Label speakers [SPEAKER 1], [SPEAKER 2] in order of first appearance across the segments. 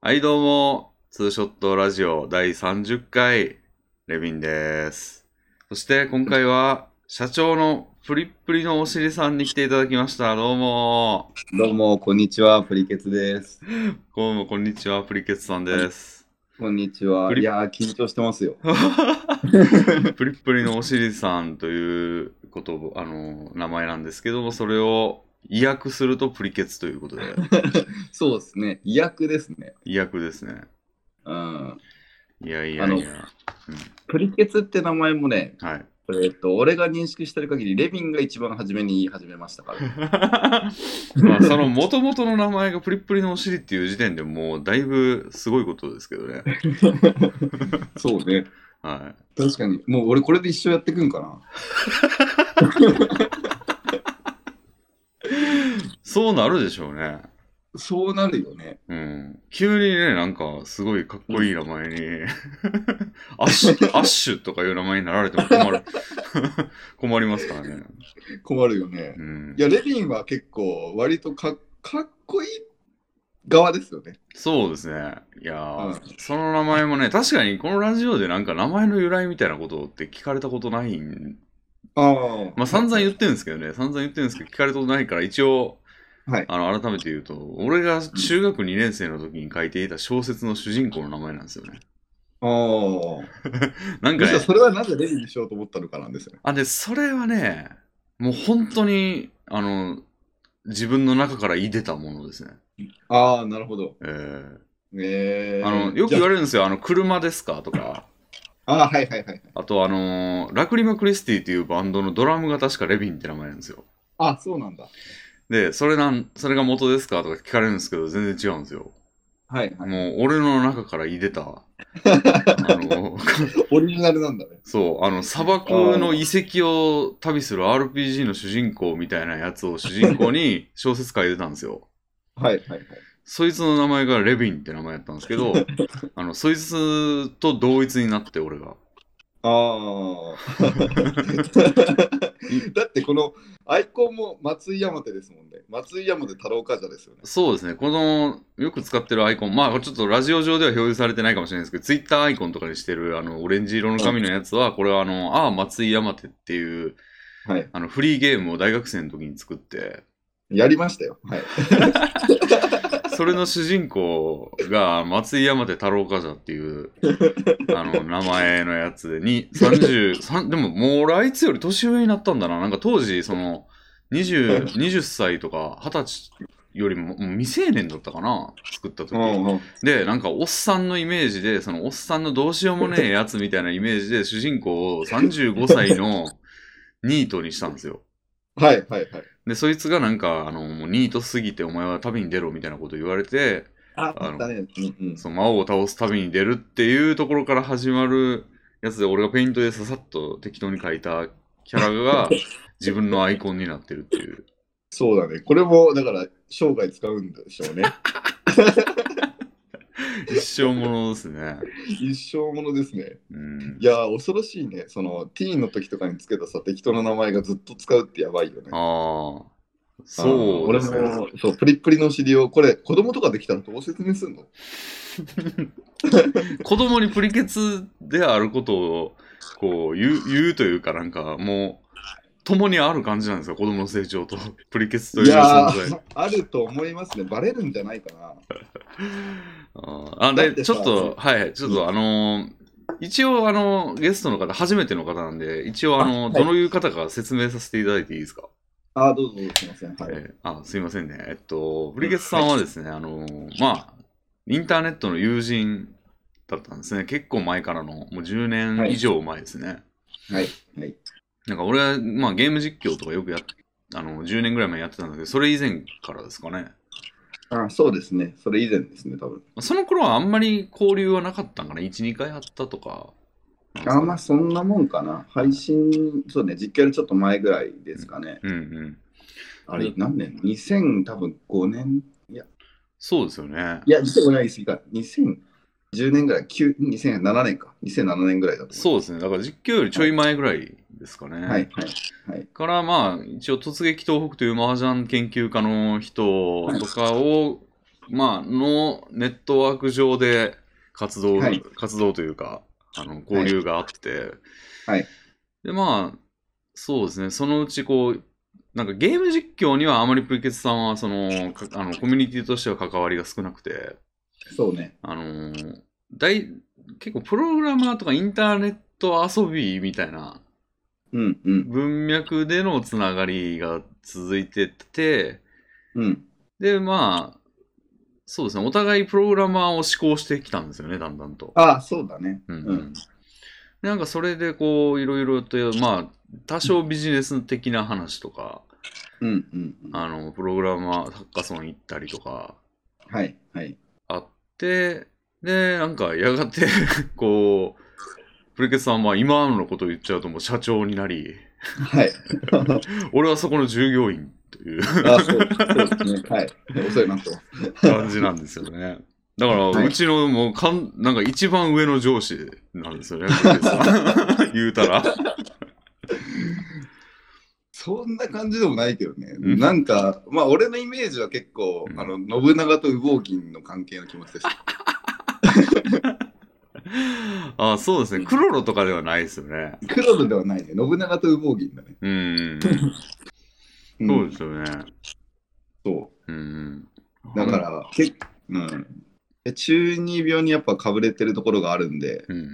[SPEAKER 1] はい、どうも、ツーショットラジオ第30回、レビンです。そして今回は、社長のプリップリのお尻さんに来ていただきました。どうも、
[SPEAKER 2] どうも、こんにちは、プリケツです。
[SPEAKER 1] どうも、こんにちは、プリケツさんです。
[SPEAKER 2] こんにちは。
[SPEAKER 1] プリ
[SPEAKER 2] いやー、緊張してますよ。
[SPEAKER 1] プリップリのお尻さんということを、あの、名前なんですけども、それを、意訳するとプリケツということで、
[SPEAKER 2] そうですね、威訳ですね。
[SPEAKER 1] 意訳ですね。
[SPEAKER 2] うん。
[SPEAKER 1] いやいやいや。
[SPEAKER 2] プリケツって名前もね、
[SPEAKER 1] はい。
[SPEAKER 2] えっと、俺が認識してる限り、レビンが一番初めに言い始めまし たから。
[SPEAKER 1] まあその元々の名前がプリップリのお尻っていう時点でもうだいぶすごいことですけどね。
[SPEAKER 2] そうね。
[SPEAKER 1] は
[SPEAKER 2] 確かに。もう俺、これで一生やってくんかな。
[SPEAKER 1] い。そうなるでしょうね。
[SPEAKER 2] そうなるよね。
[SPEAKER 1] うん。急にね、なんかすごいかっこいい名前に、 アッシュ、アッシュとかいう名前になられても困る。 困りますからね。
[SPEAKER 2] 困るよね
[SPEAKER 1] う。ん
[SPEAKER 2] い。や、レビンは結構、割とかかっこいい側ですよね。
[SPEAKER 1] そうですね。いやー、
[SPEAKER 2] うん
[SPEAKER 1] その名前もね、確かにこのラジオでなんか名前の由来みたいなことって聞かれたことないん
[SPEAKER 2] ああ。
[SPEAKER 1] まあ散々言ってるんですけどね、散々言ってるんですけど、聞かれたことないから、一応、
[SPEAKER 2] はい
[SPEAKER 1] あの改めて言うと、俺が中学2年生の時に書いていた小説の主人公の名前なんですよね。
[SPEAKER 2] ああ。
[SPEAKER 1] なんか
[SPEAKER 2] む
[SPEAKER 1] ね
[SPEAKER 2] しろ、それはなぜレビンにしようと思ったのかなんですよね。
[SPEAKER 1] あ、で、それはね、もう本当に、あの、自分の中から出たものですね。
[SPEAKER 2] ああ、なるほど。
[SPEAKER 1] えー
[SPEAKER 2] えー、
[SPEAKER 1] あのよく言わ
[SPEAKER 2] れ
[SPEAKER 1] れるんですよ、あの、車ですかとか、
[SPEAKER 2] ああ、はいはいはいはい。
[SPEAKER 1] あと、あのーラクリマ・クリスティっていうバンドのドラムが確かレビンって名前なんですよ。
[SPEAKER 2] あそうなんだ。
[SPEAKER 1] で、それなん、それが元ですかとか聞かれるんですけど、全然違うんですよ。
[SPEAKER 2] はいはい。
[SPEAKER 1] もう俺の中から出でた、あ の、
[SPEAKER 2] オリジナルなんだね。
[SPEAKER 1] そう、あの、砂漠の遺跡を旅する RPG の主人公みたいなやつを主人公に小説書いてたんですよ。
[SPEAKER 2] はいはいはい。
[SPEAKER 1] そいつの名前がレビンって名前やったんですけ ど、あの、そいつと同一になって俺が。
[SPEAKER 2] ああ。 だってこのアイコンも松井山手ですもんね。松井山手太郎冠者ですよね。
[SPEAKER 1] そうですね、この、よく使ってるアイコン、まあちょっとラジオ上では表示されてないかもしれないですけど、ツイッターアイコンとかにしてる、あの、オレンジ色の髪のやつは、これはあの、ああ、松井山手っていう、
[SPEAKER 2] はい。
[SPEAKER 1] あの、フリーゲームを大学生の時に作って、
[SPEAKER 2] やりましたよ。はい。
[SPEAKER 1] それの主人公が松井山手太郎冠者って いうあの名前のやつでに30 3でももう俺あいつより年上になったんだななんか当時その 20, 20歳とか20歳よりももう未成年だったかな作った時、
[SPEAKER 2] うん。
[SPEAKER 1] でなんかおっさんのイメージでそのおっさんのどうしようもね えやつみたいなイメージで主人公を35歳のニートにしたんですよ
[SPEAKER 2] はいはいはい。
[SPEAKER 1] でそいつがなんかあのもうニートすぎてお前は旅に出ろみたいなこと言われて
[SPEAKER 2] あ
[SPEAKER 1] あの
[SPEAKER 2] あったね。うんうん。
[SPEAKER 1] その魔王を倒す旅に出るっていうところから始まるやつで俺がペイントでささっと適当に描いたキャラ が自分のアイコンになってるっていう
[SPEAKER 2] そうだね。これもだから生涯使うんでしょう ね。
[SPEAKER 1] 一生ものですね。
[SPEAKER 2] 一生ものですね。
[SPEAKER 1] うん
[SPEAKER 2] い、やー、恐ろしいね。そのティーンの時とかにつけたさ、適当な名前がずっと使うってやばいよね。
[SPEAKER 1] ああそうです
[SPEAKER 2] あー
[SPEAKER 1] ね
[SPEAKER 2] 俺。もそうプリップリの尻をこれ子供とかできたらどう説明すんの
[SPEAKER 1] 子供にプリケツであることをこう言う言うというかなんかもう共にある感じなんですよ子供の成長とプリケツという
[SPEAKER 2] いや
[SPEAKER 1] 存在
[SPEAKER 2] ー。あると思いますねバレるんじゃないかな
[SPEAKER 1] あーあ
[SPEAKER 2] だっ
[SPEAKER 1] で、
[SPEAKER 2] て
[SPEAKER 1] ち
[SPEAKER 2] さ
[SPEAKER 1] ょっと、はいはい、ちょっとあのー一応あの、ゲストの方、初めての方なんで、一応あの
[SPEAKER 2] あはい
[SPEAKER 1] どういう方か説明させていただいていいですか、
[SPEAKER 2] あーどうぞどうぞすいませんはい、
[SPEAKER 1] えーあ、すいませんね。えっと、ブリケツさんはですね、あのーまあ、インターネットの友人だったんですね。結構前からの、もう10年以上前ですね。
[SPEAKER 2] はいはい
[SPEAKER 1] なんか俺は、まあゲーム実況とかよくやっあの、10年ぐらい前やってたんだけど、それ以前からですかね。
[SPEAKER 2] あーそうですねそれ以前ですね多分
[SPEAKER 1] その頃はあんまり交流はなかったんかな ?1、2回あったとか。
[SPEAKER 2] あーまあそんなもんかな配信そうね実況よりちょっと前ぐらいですかね
[SPEAKER 1] うんうん。
[SPEAKER 2] あれ何年2000多分5年いや
[SPEAKER 1] そうですよね。
[SPEAKER 2] いや2005年は言い過ぎか2010年ぐらい9 2007年か2007年ぐらいだと思
[SPEAKER 1] そうですね。だから実況よりちょい前ぐらいですかね。
[SPEAKER 2] うはいはいはい
[SPEAKER 1] からまあ、一応突撃東北という麻雀研究家の人とかをまあ、のネットワーク上で活動、
[SPEAKER 2] はい
[SPEAKER 1] 活動というか、あの交流があって、
[SPEAKER 2] はい
[SPEAKER 1] で、まあ、そうですね、そのうちこう、なんかゲーム実況にはあまりプリケツさんはそのかあのコミュニティとしては関わりが少なくて、
[SPEAKER 2] そうね。
[SPEAKER 1] あのー大結構プログラマーとかインターネット遊びみたいな
[SPEAKER 2] うんうん
[SPEAKER 1] 文脈でのつながりが続いてて、
[SPEAKER 2] うん。
[SPEAKER 1] で、まあ、そうですね、お互いプログラマーを志向してきたんですよね、だんだんと。
[SPEAKER 2] ああ、そうだね。
[SPEAKER 1] うん
[SPEAKER 2] うん
[SPEAKER 1] でなんかそれでこういろいろとまあ多少ビジネス的な話とか
[SPEAKER 2] うんうんうん。
[SPEAKER 1] あのプログラマーハッカソン行ったりとか
[SPEAKER 2] はいはい。
[SPEAKER 1] あってでなんかやがて こうプリケツさんは今のこと言っちゃうともう社長になり
[SPEAKER 2] はい。
[SPEAKER 1] 俺はそこの従業員という
[SPEAKER 2] ああ、そうそうですね。はい。お世話になってます。
[SPEAKER 1] 感じなんですよねだから
[SPEAKER 2] はいう
[SPEAKER 1] ちのもうかんなんか一番上の上司なんですよね プリケツさん言うたら
[SPEAKER 2] そんな感じでもないけどね。
[SPEAKER 1] うん
[SPEAKER 2] なんか、まあ、俺のイメージは結構、
[SPEAKER 1] うん
[SPEAKER 2] あの信長と羽毛銀の関係の気持ちでした。
[SPEAKER 1] あそうですね。クロロとかではないですよね。
[SPEAKER 2] クロルではないね。信長と羽毛銀だね。
[SPEAKER 1] うん。
[SPEAKER 2] う
[SPEAKER 1] そう
[SPEAKER 2] ん
[SPEAKER 1] ですよね。
[SPEAKER 2] そ
[SPEAKER 1] うん。
[SPEAKER 2] う。だか。ら、けうん。で中二病にやっぱかぶれてるところがあるんで、
[SPEAKER 1] うんうんう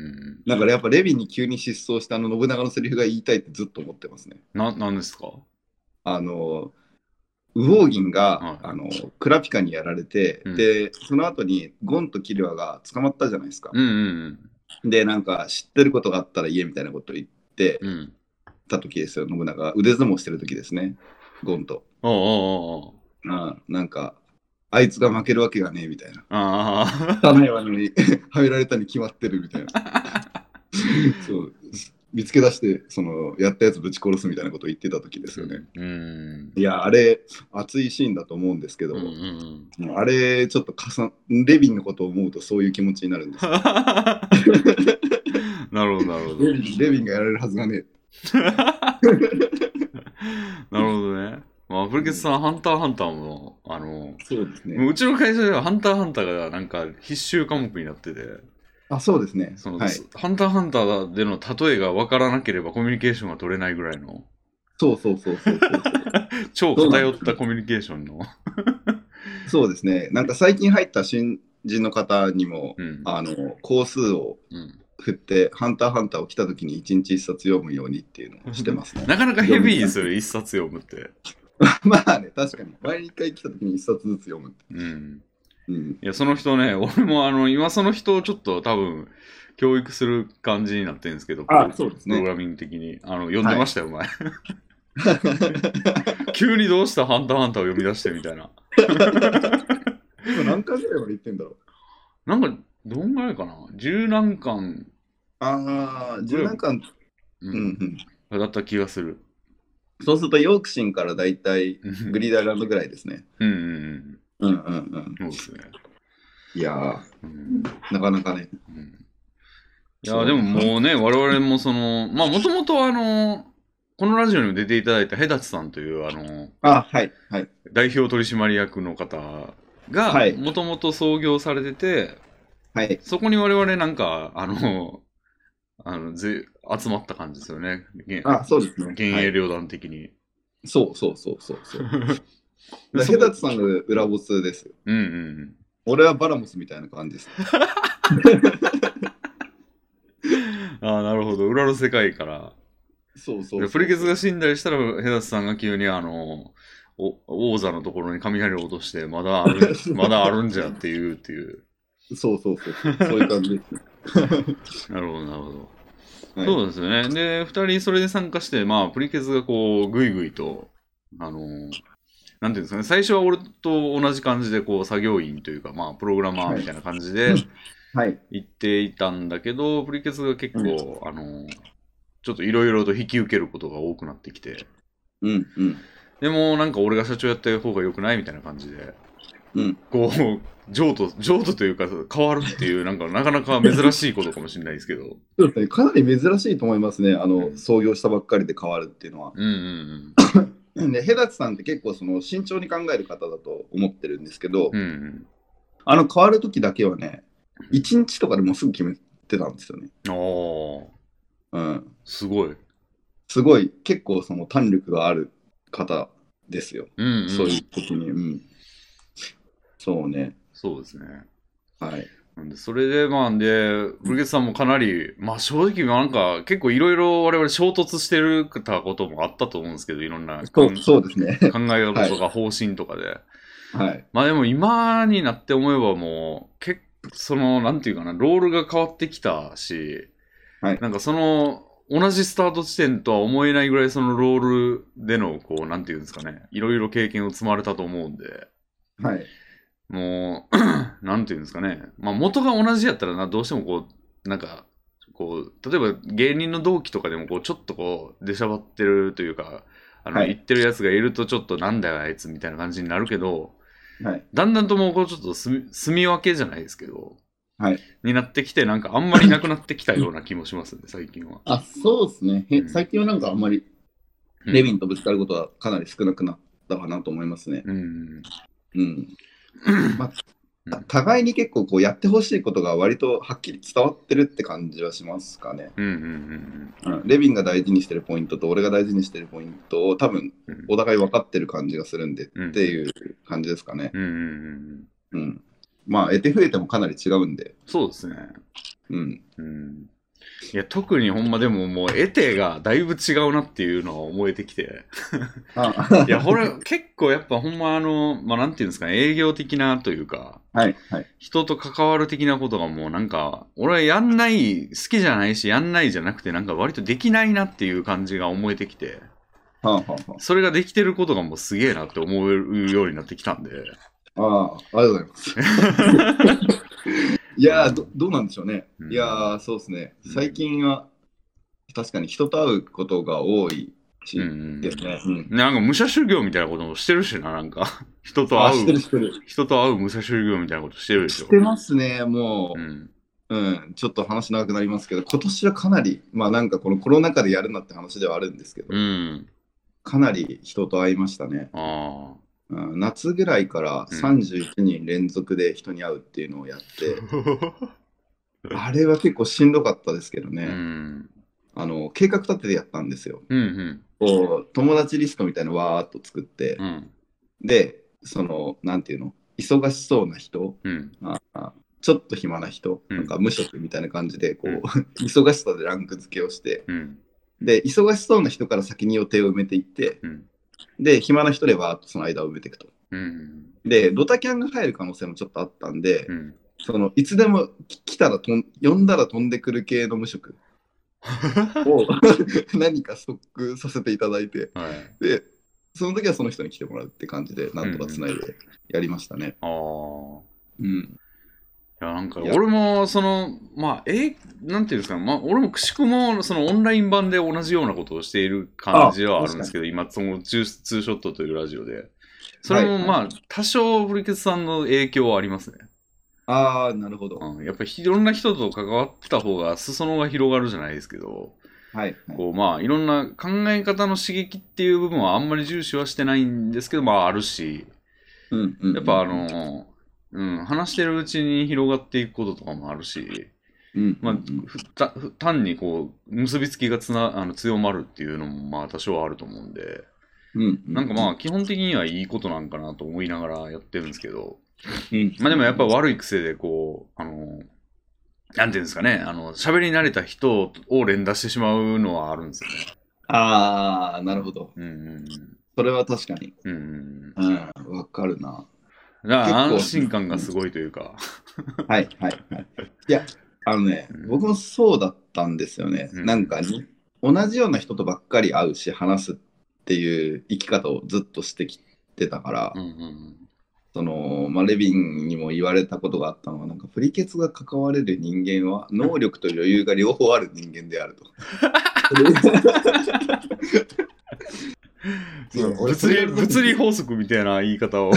[SPEAKER 1] ん。
[SPEAKER 2] だからやっぱレビに急に失踪したあの信長のセリフが言いたいってずっと思ってますね。
[SPEAKER 1] な、なんですか
[SPEAKER 2] あの、羽毛銀が、
[SPEAKER 1] はい
[SPEAKER 2] あのクラピカにやられて、
[SPEAKER 1] うん
[SPEAKER 2] で、その後にゴンとキルアが捕まったじゃないですか。
[SPEAKER 1] うんうん
[SPEAKER 2] で、なんか知ってることがあったら言えみたいなこと言って
[SPEAKER 1] うん。うん。
[SPEAKER 2] た時ですよ、信長が。腕相撲してる時ですね、ゴンと。
[SPEAKER 1] おうおうおうおう
[SPEAKER 2] ああなんか、あいつが負けるわけがねえみたいな。
[SPEAKER 1] ああ。
[SPEAKER 2] たないわのに、はめられたに決まってるみ たいな。そう見つけ出して、その、やったやつぶち殺すみたいなこと言ってた時ですよね。
[SPEAKER 1] うん。
[SPEAKER 2] いや、あれ、熱いシーンだと思うんですけど、
[SPEAKER 1] うんうん うん。
[SPEAKER 2] もうあれ、ちょっと重な、レビンのことを思うとそういう気持ちになるんですよ。
[SPEAKER 1] なるほど、なるほど。
[SPEAKER 2] レビンレビンがやられるはずがねえ。
[SPEAKER 1] なるほどね。まあ、プリケツさん、ハンターハンターも、あの、
[SPEAKER 2] そうですね。
[SPEAKER 1] もううちの会社ではハンターハンターがなんか必修科目になってて。
[SPEAKER 2] あ、そうですね。
[SPEAKER 1] その、
[SPEAKER 2] はい。
[SPEAKER 1] ハンターハンターでの例えが分からなければコミュニケーションが取れないぐらい の、
[SPEAKER 2] そうそうそうそうそう。
[SPEAKER 1] 超偏ったコミュニケーションの。
[SPEAKER 2] そうですね、なんか最近入った新人の方にも、
[SPEAKER 1] うん。
[SPEAKER 2] あの工数を
[SPEAKER 1] うん
[SPEAKER 2] 振って、ハンターハンターを来た時に一日一冊読むようにっていうのをしてますね。
[SPEAKER 1] なかなかヘビーですよ、一冊読むって。
[SPEAKER 2] まあね、確かに、毎回来た時に一冊ずつ読むって。
[SPEAKER 1] うん。
[SPEAKER 2] うん、
[SPEAKER 1] いや、その人ね、 俺もあの、今その人をちょっと多分、教育する感じになってるんですけど、
[SPEAKER 2] あ
[SPEAKER 1] プロ
[SPEAKER 2] そうですね
[SPEAKER 1] プログラミング的に。あの、読んでましたよ、お 前。 急にどうしたハンターハンターを読み出してみたいな。
[SPEAKER 2] 今何回ぐらいまで行ってんだろう。
[SPEAKER 1] なんか、どんぐらいかな十何巻、
[SPEAKER 2] ああ、十何巻、
[SPEAKER 1] う
[SPEAKER 2] うん
[SPEAKER 1] ん、
[SPEAKER 2] うん。
[SPEAKER 1] だった気がする。
[SPEAKER 2] そうすると、ヨークシンからだいたい
[SPEAKER 1] うん
[SPEAKER 2] グリーンアイランドぐらいですね。
[SPEAKER 1] うんうん
[SPEAKER 2] うんうんうん。
[SPEAKER 1] うん。そうですね。
[SPEAKER 2] いや
[SPEAKER 1] うん
[SPEAKER 2] ー、なかなかね。
[SPEAKER 1] うんいや、でももうね、我々もその、まあ、もともとあの、このラジオにも出ていただいたヘダチさんという、あの、
[SPEAKER 2] あはいはい。
[SPEAKER 1] 代表取締役の方
[SPEAKER 2] は
[SPEAKER 1] が
[SPEAKER 2] い、
[SPEAKER 1] もともと創業されてて、
[SPEAKER 2] はい。
[SPEAKER 1] そこに我々なんか、あの、あのぜ集まった感じですよね。現
[SPEAKER 2] あそうですね。
[SPEAKER 1] 現
[SPEAKER 2] は
[SPEAKER 1] 営
[SPEAKER 2] い
[SPEAKER 1] 両団的に。
[SPEAKER 2] そうそうそうそうそう。
[SPEAKER 1] で
[SPEAKER 2] だ
[SPEAKER 1] そ
[SPEAKER 2] ヘ
[SPEAKER 1] こ
[SPEAKER 2] ダツさんが裏ボスですよ。
[SPEAKER 1] うんうん
[SPEAKER 2] 俺はバラモスみたいな感じです。
[SPEAKER 1] うん。ああ、なるほど。裏の世界から。
[SPEAKER 2] そうそう
[SPEAKER 1] でプリケツが死んだりしたら、ヘダスさんが急にあの、お王座のところに雷を落として、まだあ る、まだあるんじゃっていうっていう。
[SPEAKER 2] そうそうそうそう。そういう感 じですね。
[SPEAKER 1] なるほど、なるほど。
[SPEAKER 2] はい
[SPEAKER 1] そうですよね。で、二人それで参加して、まあ、プリケツがこう、ぐいぐいと、あの、なんていうんですかね、最初は俺と同じ感じで、こう、作業員というか、まあ、プログラマーみたいな感じで
[SPEAKER 2] はいはい。
[SPEAKER 1] 行っていたんだけど、プリケツが結構、あの、ちょっといろいろと引き受けることが多くなってきて、
[SPEAKER 2] うんうん。
[SPEAKER 1] でもなんか俺が社長やった方が良くないみたいな感じで、
[SPEAKER 2] うん
[SPEAKER 1] こう譲渡譲渡というか変わるっていうなんかなかなか珍しいことかもしれないですけど
[SPEAKER 2] そうですね。かなり珍しいと思いますね。あ
[SPEAKER 1] うん
[SPEAKER 2] の、創業したばっかりで変わるっていうのは。
[SPEAKER 1] うんうん
[SPEAKER 2] で、ヘダツさんって結構その慎重に考える方だと思ってるんですけど
[SPEAKER 1] うんう、ん
[SPEAKER 2] あの変わる時だけはね、1日とかでもうすぐ決めてたんですよね。
[SPEAKER 1] おー、
[SPEAKER 2] うん。
[SPEAKER 1] すごい。
[SPEAKER 2] すごい、結構その胆力がある方ですよ。
[SPEAKER 1] うん、うん、
[SPEAKER 2] そういう時に。うん。そうね。
[SPEAKER 1] そうですね。
[SPEAKER 2] はい。
[SPEAKER 1] なんで、それで、まあ、で、古月さんもかなり、まあ正直なんか、結構いろいろ我々衝突してるたこともあったと思うんですけど、いろんな
[SPEAKER 2] そ
[SPEAKER 1] 考
[SPEAKER 2] うそうですね。
[SPEAKER 1] え方とか方針とかで。
[SPEAKER 2] はい。
[SPEAKER 1] まあでも今になって思えばもう、結その、なんていうかな、ロールが変わってきたし、
[SPEAKER 2] はい
[SPEAKER 1] なんかその、同じスタート地点とは思えないぐらいそのロールでの、こう、なんていうんですかね、いろいろ経験を積まれたと思うんで、
[SPEAKER 2] はい。
[SPEAKER 1] もう、 なんていうんですかね、まあ元が同じやったらな、どうしてもこう、なんか、こう、例えば芸人の同期とかでも、こう、ちょっとこう、出しゃばってるというか、あの、
[SPEAKER 2] はい
[SPEAKER 1] 言ってるやつがいると、ちょっとなんだよ、あいつみたいな感じになるけど、
[SPEAKER 2] はい。
[SPEAKER 1] だんだんともうこうちょっと住み住み分けじゃないですけど、
[SPEAKER 2] はい
[SPEAKER 1] になってきて、なんかあんまりなくなってきたような気もしますね、最近は。
[SPEAKER 2] あ、そうですね。
[SPEAKER 1] う
[SPEAKER 2] へ
[SPEAKER 1] ん
[SPEAKER 2] 最近はなんかあんまり、
[SPEAKER 1] うん
[SPEAKER 2] レビンとぶつかることはかなり少なくなったかなと思いますね。
[SPEAKER 1] うん。
[SPEAKER 2] うん。まあ
[SPEAKER 1] う
[SPEAKER 2] た
[SPEAKER 1] ん
[SPEAKER 2] 互いに結構こうやってほしいことが割とはっきり伝わってるって感じはしますかね。
[SPEAKER 1] うんうんうん
[SPEAKER 2] うん、レビンが大事にしてるポイントと俺が大事にしてるポイントを多分
[SPEAKER 1] うん。
[SPEAKER 2] お互い分かってる感じがするんでっ
[SPEAKER 1] うん
[SPEAKER 2] ていう感じですかね。
[SPEAKER 1] うんうんうん。
[SPEAKER 2] うん。まあ、得て増えてもかなり違うんで。
[SPEAKER 1] そうですね。
[SPEAKER 2] うん。
[SPEAKER 1] うん。いや、特にほんまでももう、得てがだいぶ違うなっていうのは思えてきて。
[SPEAKER 2] あ
[SPEAKER 1] いや、ほら、結構やっぱほんまあの、まあなんていうんですかね、営業的なというか、
[SPEAKER 2] はい、はい。
[SPEAKER 1] 人と関わる的なことがもうなんか、俺はやんない、好きじゃないし、やんないじゃなくて、なんか割とできないなっていう感じが思えてきて、
[SPEAKER 2] はあ、はあ、は
[SPEAKER 1] それができてることがもうすげえなって思えるようになってきたんで、
[SPEAKER 2] あ。ああ、ありがとうございます。 いやーど、どうなんでしょうね。
[SPEAKER 1] うん
[SPEAKER 2] いやー、そうですね
[SPEAKER 1] うん。
[SPEAKER 2] 最近は確かに人と会うことが多いし、
[SPEAKER 1] うん
[SPEAKER 2] ですね。うん。
[SPEAKER 1] なんか武者修行みたいなこともしてるしな、なんか、 人と
[SPEAKER 2] あ、
[SPEAKER 1] 会
[SPEAKER 2] し
[SPEAKER 1] う
[SPEAKER 2] てる、、してる。
[SPEAKER 1] 人と会う武者修行みたいなことしてるでしょ
[SPEAKER 2] し。てますね、もう。
[SPEAKER 1] うん。
[SPEAKER 2] うん、ちょっと話長くなりますけど、今年はかなり、まあなんかこのコロナ禍でやるなって話ではあるんですけど、
[SPEAKER 1] うん。
[SPEAKER 2] かなり人と会いましたね。
[SPEAKER 1] あ
[SPEAKER 2] うん、夏ぐらいから
[SPEAKER 1] うん
[SPEAKER 2] 31人連続で人に会うっていうのをやって、
[SPEAKER 1] あ。
[SPEAKER 2] あれは結構しんどかったですけどね、
[SPEAKER 1] うん。
[SPEAKER 2] あの計画立ててやったんですよ。
[SPEAKER 1] うんうん。
[SPEAKER 2] こう友達リストみたいなのわーっと作って、
[SPEAKER 1] うん。
[SPEAKER 2] で、その、なんていうの、忙しそうな人、
[SPEAKER 1] うん。
[SPEAKER 2] ああちょっと暇な人、
[SPEAKER 1] うん
[SPEAKER 2] なんか無職みたいな感じで、こう、
[SPEAKER 1] うん
[SPEAKER 2] 忙しさでランク付けをして、
[SPEAKER 1] うん。
[SPEAKER 2] で、忙しそうな人から先に予定を埋めていって、
[SPEAKER 1] うん。
[SPEAKER 2] で、暇な人ではその間を埋めていくと。
[SPEAKER 1] うん。
[SPEAKER 2] で、ドタキャンが入る可能性もちょっとあったんで、
[SPEAKER 1] うん。
[SPEAKER 2] そのいつでもき来たらとん、呼んだら飛んでくる系の無 職を何かストックさせていただいて、
[SPEAKER 1] はい。
[SPEAKER 2] で、その時はその人に来てもらうって感じで、なんとかつないでやりましたね。
[SPEAKER 1] ああ。
[SPEAKER 2] うん。
[SPEAKER 1] いや、なんか、
[SPEAKER 2] いや
[SPEAKER 1] 俺も、その、まあ、え、なんていうんですか、まあ、俺もくしくも、そのオンライン版で同じようなことをしている感じはあるんですけど、今、そのツー、ツーショットというラジオで。それも、
[SPEAKER 2] はい
[SPEAKER 1] まあ、多少、古池さんの影響はありますね。
[SPEAKER 2] ああ、なるほど。
[SPEAKER 1] うん、やっぱ、いろんな人と関わってた方が、裾野が広がるじゃないですけど、
[SPEAKER 2] はい、はい。
[SPEAKER 1] こう、まあ、いろんな考え方の刺激っていう部分はあんまり重視はしてないんですけど、まあ、あるし、
[SPEAKER 2] うんうん
[SPEAKER 1] やっぱ、あ、の、うん、話してるうちに広がっていくこととかもあるし、
[SPEAKER 2] うん、
[SPEAKER 1] ま
[SPEAKER 2] ま
[SPEAKER 1] あ
[SPEAKER 2] あ、
[SPEAKER 1] ふたふ単にこう結びつきがつなあの強まるっていうのもまあ多少はあると思うんで、
[SPEAKER 2] うん、
[SPEAKER 1] なんかまあ基本的にはいいことなんかなと思いながらやってるんですけど、まあでもやっぱ悪い癖でこう、あの、なんていうんですかね、あの、喋り慣れた人を連打してしまうのはあるんですよね。
[SPEAKER 2] ああー、なるほど。
[SPEAKER 1] うんうん
[SPEAKER 2] それは確かに。
[SPEAKER 1] うん。うんうんうん。だ
[SPEAKER 2] うん、わかるな。
[SPEAKER 1] から
[SPEAKER 2] 結構
[SPEAKER 1] 安心感がすごいというか。
[SPEAKER 2] はいはいはい。いや、あのね
[SPEAKER 1] うん、
[SPEAKER 2] 僕もそうだったんですよね。
[SPEAKER 1] うん
[SPEAKER 2] なんかに、同じような人とばっかり会うし、話すっていう生き方をずっとしてきてたから、
[SPEAKER 1] うんうん
[SPEAKER 2] その、まあ、レビンにも言われたことがあったのは、なんか、プリケツが関われる人間は、能力と余裕が両方ある人間であ ると。
[SPEAKER 1] う
[SPEAKER 2] そう俺
[SPEAKER 1] ん。
[SPEAKER 2] そ
[SPEAKER 1] 物理
[SPEAKER 2] れ
[SPEAKER 1] 物理法則みたいな言い方 を。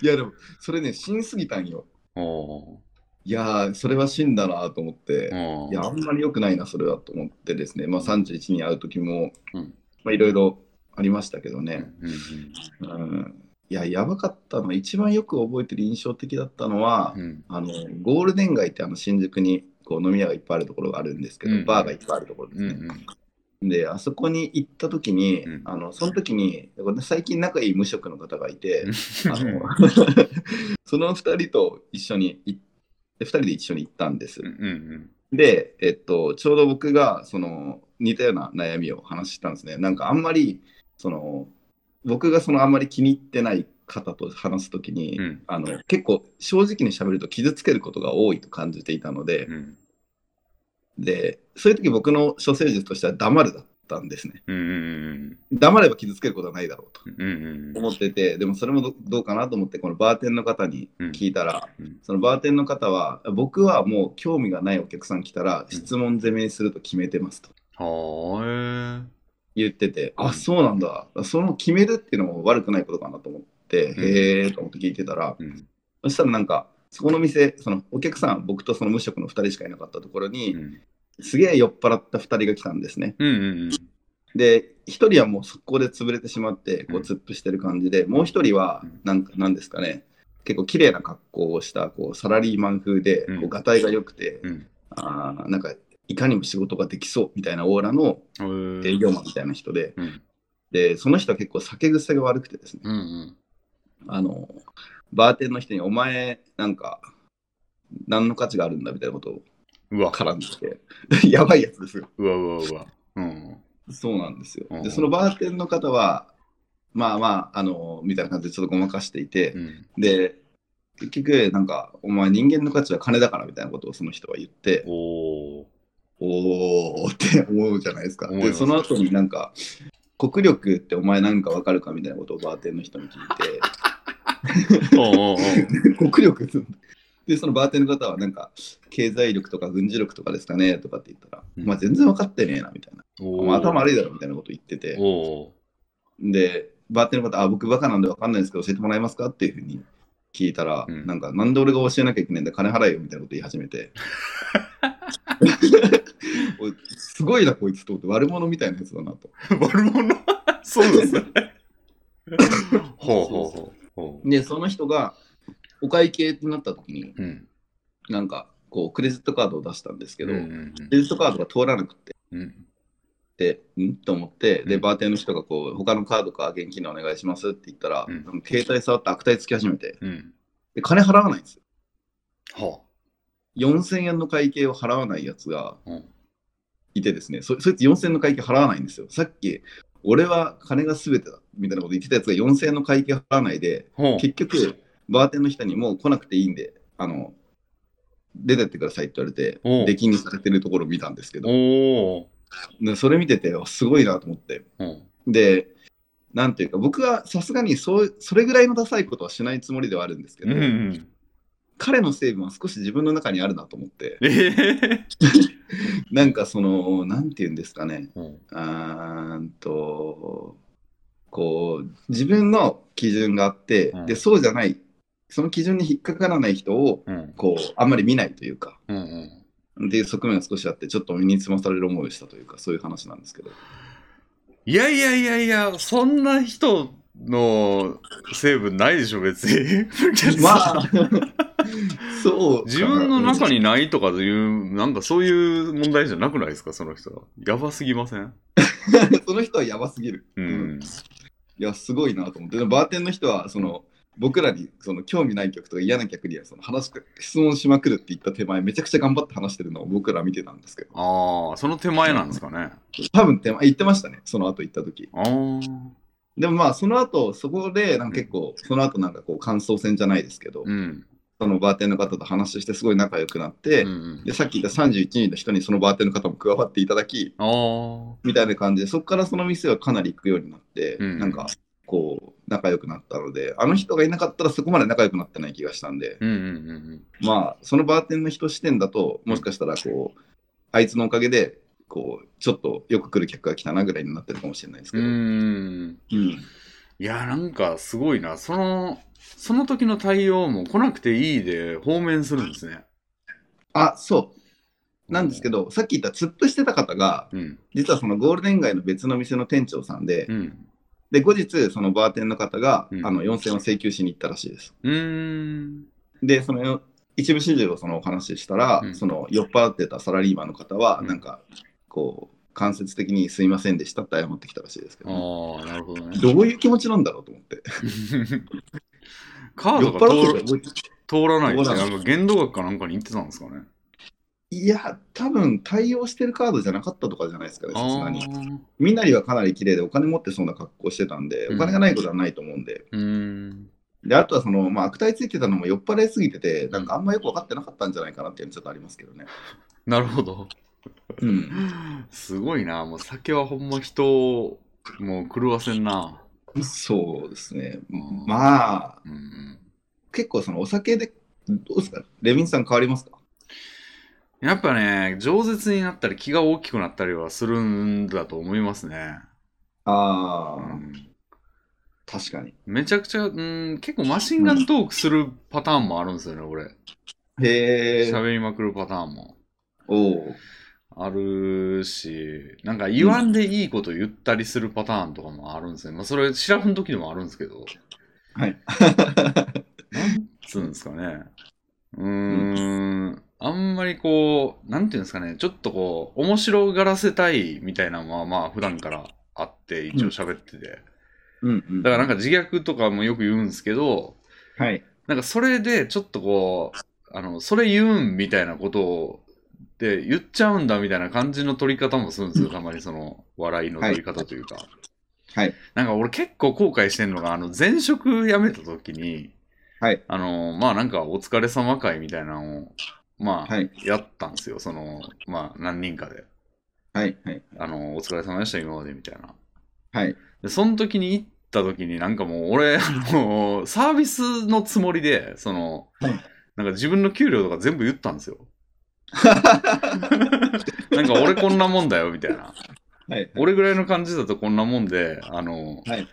[SPEAKER 2] いや、でも、それね、死にすぎたんよ。
[SPEAKER 1] お
[SPEAKER 2] いやー、それは死んだなと思って。
[SPEAKER 1] ー
[SPEAKER 2] いや、あんまり良くないな、それはと思ってですね、まあ、31に会う時も
[SPEAKER 1] うん、
[SPEAKER 2] まあいろいろありましたけど
[SPEAKER 1] うん
[SPEAKER 2] ね、
[SPEAKER 1] うんうん
[SPEAKER 2] うん、いや、やばかったのは、一番よく覚えてる印象的だったのは、
[SPEAKER 1] うん。
[SPEAKER 2] あのゴールデン街ってあの新宿にこう飲み屋がいっぱいあるところがあるんですけど、
[SPEAKER 1] うん
[SPEAKER 2] バーがいっぱいあるところです
[SPEAKER 1] う
[SPEAKER 2] ね。
[SPEAKER 1] んうん。
[SPEAKER 2] で、あそこに行った時に、
[SPEAKER 1] うん
[SPEAKER 2] あのその時に、最近仲いい無職の方がいて、あ のその2人と一緒に行って、2人で一緒に行ったんです。
[SPEAKER 1] うんうん
[SPEAKER 2] で、えっと、ちょうど僕がその似たような悩みを話したんですね。なんかあんまり、その僕がそのあんまり気に入ってない方と話す時に、
[SPEAKER 1] うん。うん
[SPEAKER 2] あの結構正直に喋ると傷つけることが多いと感じていたので
[SPEAKER 1] う、ん
[SPEAKER 2] で、そういう時僕の処世術としては黙るだったんですね。
[SPEAKER 1] うんうん
[SPEAKER 2] 黙れば傷つけることはないだろうと。
[SPEAKER 1] うんうんうん
[SPEAKER 2] 思ってて、でもそれもどどうかなと思って、このバーテンの方に聞いたら、
[SPEAKER 1] うんうん
[SPEAKER 2] そのバーテンの方は、僕はもう興味がないお客さん来たら、質問攻めにすると決めてますと
[SPEAKER 1] は
[SPEAKER 2] 言ってて、
[SPEAKER 1] うん
[SPEAKER 2] あ、そうなんだ、その決めるっていうのも悪くないことかなと思って、
[SPEAKER 1] うん
[SPEAKER 2] へえと思って聞いてたら、
[SPEAKER 1] ーい。うん
[SPEAKER 2] そしたらなんか、そこの店、そのお客さん、僕とその無職の2人しかいなかったところに、
[SPEAKER 1] うん
[SPEAKER 2] すげえ酔っ払った2人が来たんですね。
[SPEAKER 1] うんうん
[SPEAKER 2] で、1人はもう速攻で潰れてしまって、こう
[SPEAKER 1] うん
[SPEAKER 2] 突っ伏してる感じで、もう1人は
[SPEAKER 1] うん、
[SPEAKER 2] なんか、なんですかね、結構綺麗な格好をした、こう、サラリーマン風で、こ
[SPEAKER 1] うん
[SPEAKER 2] う、がたいが良くて、
[SPEAKER 1] うん
[SPEAKER 2] あーなんか、いかにも仕事ができそうみたいなオーラの
[SPEAKER 1] うん。
[SPEAKER 2] 営業マンみたいな人で、
[SPEAKER 1] うん
[SPEAKER 2] で、その人は結構酒癖が悪くてですね、
[SPEAKER 1] うんうん。
[SPEAKER 2] あの、バーテンの人に、お前、なんか、何の価値があるんだみたいなことを
[SPEAKER 1] うわ、
[SPEAKER 2] 絡んできて、 やばいやつですよ。
[SPEAKER 1] うわうわうわ。うん。
[SPEAKER 2] そうなんですよ
[SPEAKER 1] うん。
[SPEAKER 2] で、そのバーテンの方は、まあまあ、あの、みたいな感じでちょっとごまかしていて
[SPEAKER 1] う、ん。
[SPEAKER 2] で、結局、なんか、お前人間の価値は金だからみたいなことをその人は言って、
[SPEAKER 1] おー。
[SPEAKER 2] おーって思うじゃないですか。
[SPEAKER 1] 思いま
[SPEAKER 2] で、
[SPEAKER 1] す
[SPEAKER 2] その後になんか、国力ってお前なんかわかるかみたいなことをバーテンの人に聞い
[SPEAKER 1] おーおー
[SPEAKER 2] て、国力で、そのバーテンの方はなんか、経済力とか軍事力とかですかねとかって言ったら、
[SPEAKER 1] うん
[SPEAKER 2] まあ全然分かってねえなみたいな、
[SPEAKER 1] お
[SPEAKER 2] お
[SPEAKER 1] ー。
[SPEAKER 2] 前頭悪いだろみたいなこと言ってて、
[SPEAKER 1] おー。
[SPEAKER 2] で、バーテンの方、あ、僕バカなんでわかんないですけど、教えてもらえますかっていうふうに聞いたら、
[SPEAKER 1] うん
[SPEAKER 2] なんか、なんで俺が教えなきゃいけないんだ、金払えよみたいなこと言い始 めて。おいすごいな、こいつと思って、悪者みたいなやつだなと。
[SPEAKER 1] 悪者そうですね。ほうほうほう。ほ
[SPEAKER 2] で、その人が、お会計になった時に、
[SPEAKER 1] う。うん。
[SPEAKER 2] なんか、こう、クレジットカードを出したんですけど、
[SPEAKER 1] うん
[SPEAKER 2] クレジットカードが通らなくて、
[SPEAKER 1] うんうん。
[SPEAKER 2] でんと思って、
[SPEAKER 1] う
[SPEAKER 2] で、
[SPEAKER 1] ん
[SPEAKER 2] バーテンの人が、こう、他のカードか現金でお願いしますって言ったら、
[SPEAKER 1] うん
[SPEAKER 2] なんか携帯触って悪態つき始めて、
[SPEAKER 1] うんうん。
[SPEAKER 2] で金払わないんですよ
[SPEAKER 1] は
[SPEAKER 2] 4000円の会計を払わないやつが
[SPEAKER 1] あ。うん。
[SPEAKER 2] いてですね、そそいつ4000円の会計払わないんですよ。さっき、俺は金が全てだみたいなこと言ってたやつが4000円の会計払わないで、
[SPEAKER 1] ほう。
[SPEAKER 2] 結局、バーテンの人にもう来なくていいんで、あの、出てってくださいって言われて、
[SPEAKER 1] おう
[SPEAKER 2] 出禁にされてるところを見たんですけど、
[SPEAKER 1] おー。
[SPEAKER 2] でそれ見てて、あすごいなと思って。
[SPEAKER 1] うん。
[SPEAKER 2] で、なんていうか、僕はさすがにそうそれぐらいのダサいことはしないつもりではあるんですけ
[SPEAKER 1] う
[SPEAKER 2] ど、
[SPEAKER 1] んうん。
[SPEAKER 2] 彼の成分は少し自分の中にあるなと思って、
[SPEAKER 1] ええ。
[SPEAKER 2] なんかその、なんていうんですかね、
[SPEAKER 1] うん。
[SPEAKER 2] うーんとこう自分の基準があって、
[SPEAKER 1] うん
[SPEAKER 2] でそうじゃないその基準に引っかからない人を
[SPEAKER 1] うん。
[SPEAKER 2] こうあんまり見ないというか
[SPEAKER 1] うんうん。
[SPEAKER 2] っていう側面が少しあってちょっと身につまされる思いをしたというかそういう話なんで すけど
[SPEAKER 1] いやいやいやいや、そんな人の成分ないでしょ、別に。
[SPEAKER 2] ま あそうかな
[SPEAKER 1] 自分の中にないとかいう、なんかそういう問題じゃなくないですか、その人は。やばすぎません
[SPEAKER 2] その人はやばすぎる、
[SPEAKER 1] う
[SPEAKER 2] うん
[SPEAKER 1] ん。
[SPEAKER 2] いやすごいなと思ってでバーテンの人はその僕らにその興味ない曲とか嫌な曲にはその話し質問しまくるって言った手前めちゃくちゃ頑張って話してるのを僕ら見てたんですけど
[SPEAKER 1] ああ、その手前なんですかね。
[SPEAKER 2] 多分って言ってましたね、その後行った時。
[SPEAKER 1] ああ。
[SPEAKER 2] でもまあ、その後、そこで、なんか結構、その後なんかこう、感想戦じゃないですけど、
[SPEAKER 1] うん。
[SPEAKER 2] そのバーテンの方と話して、すごい仲良くなって、
[SPEAKER 1] うん
[SPEAKER 2] で、さっき言った31人の人にそのバーテンの方も加わっていただき、
[SPEAKER 1] ああ。
[SPEAKER 2] みたいな感じで、そこからその店はかなり行くようになって、
[SPEAKER 1] うん
[SPEAKER 2] なんか、こう、仲良くなったので、あの人がいなかったらそこまで仲良くなってない気がしたんで、
[SPEAKER 1] うんうんうん
[SPEAKER 2] まあ、そのバーテンの人視点だと、もしかしたら、こう、あいつのおかげで、こう、ちょっとよく来る客が来たなぐらいになってるかもしれないです
[SPEAKER 1] う
[SPEAKER 2] けど。
[SPEAKER 1] ん。うん。
[SPEAKER 2] うん
[SPEAKER 1] いや、なんかすごいな。その、その時の対応も来なくていいで方面するんですね。
[SPEAKER 2] あそうなんですけど、さっき言った突っ伏してた方が
[SPEAKER 1] うん。
[SPEAKER 2] 実はそのゴールデン街の別の店の店長さんで、
[SPEAKER 1] うん。
[SPEAKER 2] で、後日、そのバーテンの方が、
[SPEAKER 1] うん
[SPEAKER 2] あの4000を請求しに行ったらしいです。
[SPEAKER 1] うーん。
[SPEAKER 2] で、その一部始終をそのお話ししたら、
[SPEAKER 1] うん
[SPEAKER 2] その酔っ払ってたサラリーマンの方は、
[SPEAKER 1] うん
[SPEAKER 2] なんか、こう、間接的にすいませんでしたって謝ってきたらしいですけど、ね、
[SPEAKER 1] ああ、なるほどね。
[SPEAKER 2] どういう気持ちなんだろうと思って。
[SPEAKER 1] カー
[SPEAKER 2] 酔
[SPEAKER 1] ド
[SPEAKER 2] っ
[SPEAKER 1] が
[SPEAKER 2] 払って
[SPEAKER 1] 通
[SPEAKER 2] た
[SPEAKER 1] 通
[SPEAKER 2] ら
[SPEAKER 1] らないって、
[SPEAKER 2] 通らな
[SPEAKER 1] ないんか限度額かなんかに行ってたんですかね。
[SPEAKER 2] いや、多分対応してるカードじゃなかったとかじゃないですかね、さ
[SPEAKER 1] あ
[SPEAKER 2] すが
[SPEAKER 1] あ
[SPEAKER 2] に。
[SPEAKER 1] ー。
[SPEAKER 2] みんなにはかなり綺麗で、お金持ってそうな格好してたんで、
[SPEAKER 1] うん
[SPEAKER 2] お金がないことはないと思うんで。
[SPEAKER 1] うーん。
[SPEAKER 2] で、あとはその、まあ、悪態ついてたのも酔っ払いすぎてて、なんかあんまよく分かってなかったんじゃないかなっていうのちょっとありますけどね。
[SPEAKER 1] なるほど。
[SPEAKER 2] うん。
[SPEAKER 1] すごいな。もう酒はほんま人をもう狂わせんな。
[SPEAKER 2] そうですね。
[SPEAKER 1] うん
[SPEAKER 2] まあ、
[SPEAKER 1] うんうん
[SPEAKER 2] 結構そのお酒で、どうですかレビンさん変わりますか
[SPEAKER 1] やっぱね、饒舌になったり気が大きくなったりはするんだと思いますね。
[SPEAKER 2] あ
[SPEAKER 1] う
[SPEAKER 2] あ、
[SPEAKER 1] ん、
[SPEAKER 2] 確かに。
[SPEAKER 1] めちゃくちゃ、うん、結構マシンガントークするパターンもあるんですよね、俺。
[SPEAKER 2] へえ。
[SPEAKER 1] 喋りまくるパターンも。
[SPEAKER 2] おう
[SPEAKER 1] あるし、なんか言わんでいいこと言ったりするパターンとかもあるんですね。まあそれ、シラフの時でもあるんですけど。
[SPEAKER 2] はい。
[SPEAKER 1] なんつうんですかね。うーん。あんまりこう、なんていうんですかね、ちょっとこう、面白がらせたいみたいなのはまあ普段からあって、一応喋ってて。
[SPEAKER 2] うんうん。
[SPEAKER 1] だからなん
[SPEAKER 2] か、
[SPEAKER 1] か自虐とかもよく言うんですけど、
[SPEAKER 2] はい。
[SPEAKER 1] なんかそれでちょっとこう、あの、それ言うんみたいなことを、で、言っちゃうんだみたいな感じの取り方もするんですよ。たまにその、笑いの取り方というか。
[SPEAKER 2] はい。
[SPEAKER 1] なんか俺結構後悔してんのが、あの、前職辞めた時に、
[SPEAKER 2] はい。
[SPEAKER 1] あの、まあなんかお疲れ様会みたいなのを、まあ、
[SPEAKER 2] はい。
[SPEAKER 1] やったんですよ。その、まあ何人かで。
[SPEAKER 2] はい。はい。
[SPEAKER 1] あの、お疲れ様でした、今までみたいな。
[SPEAKER 2] はい。
[SPEAKER 1] で、その時に行った時になんかもう俺、あの、サービスのつもりで、その、
[SPEAKER 2] はい
[SPEAKER 1] なんか自分の給料とか全部言ったん ですよ。なんか俺こんなもんだよ、みたいな。
[SPEAKER 2] はい。
[SPEAKER 1] 俺ぐらいの感じだとこんなもんで、あの、
[SPEAKER 2] はい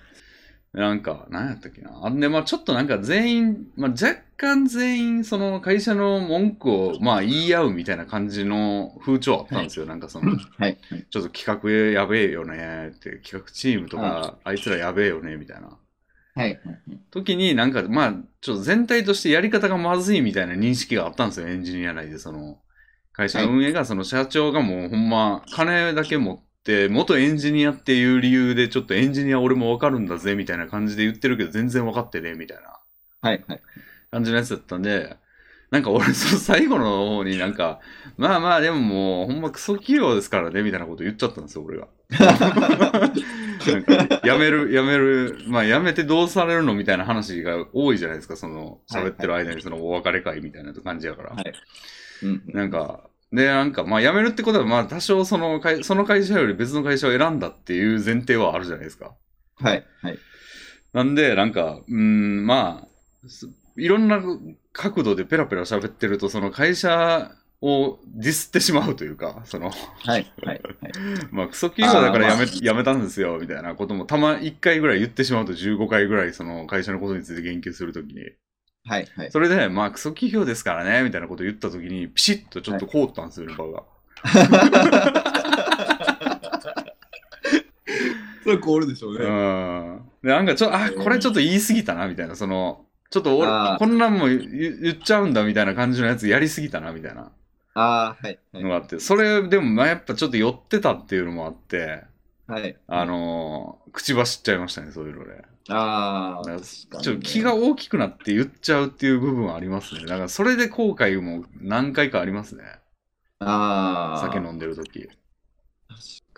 [SPEAKER 1] なんか、何やったっけな。あんで、まあちょっとなんか全員、まあ若干全員、その会社の文句を、まあ言い合うみたいな感じの風潮あったんですよ。なんかその、
[SPEAKER 2] はい。
[SPEAKER 1] ちょっと企画やべえよねって、企画チームとか、あいつらやべえよね、みたいな。
[SPEAKER 2] はい。
[SPEAKER 1] 時になんか、まあ、ちょっと全体としてやり方がまずいみたいな認識があったんですよ、エンジニア内で。その、会社の運営が、その社長がもうほんま、金だけ持って、元エンジニアっていう理由で、ちょっとエンジニア俺もわかるんだぜ、みたいな感じで言ってるけど、全然わかってねえ、みたいな
[SPEAKER 2] はい。はい。
[SPEAKER 1] 感じのやつだったんで、なんか俺、その最後の方になんか、まあまあ、でももう、ほんまクソ企業ですからね、みたいなこと言っちゃったんですよ、俺が。なんか、やめる、やめる、まあ、やめてどうされるのみたいな話が多いじゃないですか、その、喋ってる間にそのお別れ会みたいな感じやから。
[SPEAKER 2] はいうんうん
[SPEAKER 1] なんか、で、なんか、まあ、辞めるってことは、まあ、多少その会、その会社より別の会社を選んだっていう前提はあるじゃないですか。
[SPEAKER 2] はい。はい。
[SPEAKER 1] なんで、なんか、うーん、まあ、すいろんな角度でペラペラ喋ってると、その会社をディスってしまうというか、その、
[SPEAKER 2] はい。はい。
[SPEAKER 1] まあ、クソ企業だからやめ,、
[SPEAKER 2] あーま
[SPEAKER 1] やめたんですよ、みたいなことも、たま1回ぐらい言ってしまうと、15回ぐらい、その会社のことについて言及するときに、
[SPEAKER 2] はい。 はい。
[SPEAKER 1] それで、まあ、クソ企業ですからね、みたいなこと言ったときに、ピシッとちょっと凍ったんですよね、場が。
[SPEAKER 2] それ凍るでしょう
[SPEAKER 1] う
[SPEAKER 2] ね。
[SPEAKER 1] ん。で、なんかちょっと、あ、これちょっと言い過ぎたな、みたいな、その、ちょっと俺
[SPEAKER 2] あー
[SPEAKER 1] こんなんも言言っちゃうんだ、みたいな感じのやつやりすぎたな、みたいな
[SPEAKER 2] ああ、はい。はい
[SPEAKER 1] のがあって、それでも、まあ、やっぱちょっと寄ってたっていうのもあって、
[SPEAKER 2] はい。
[SPEAKER 1] あのー、口走っちゃいましたね、そういうので。
[SPEAKER 2] ああ、
[SPEAKER 1] だから
[SPEAKER 2] 確かにね
[SPEAKER 1] ちょっと気が大きくなって言っちゃうっていう部分はありますね。だからそれで後悔も何回かありますね。
[SPEAKER 2] ああ、
[SPEAKER 1] 酒飲んでるとき。
[SPEAKER 2] 確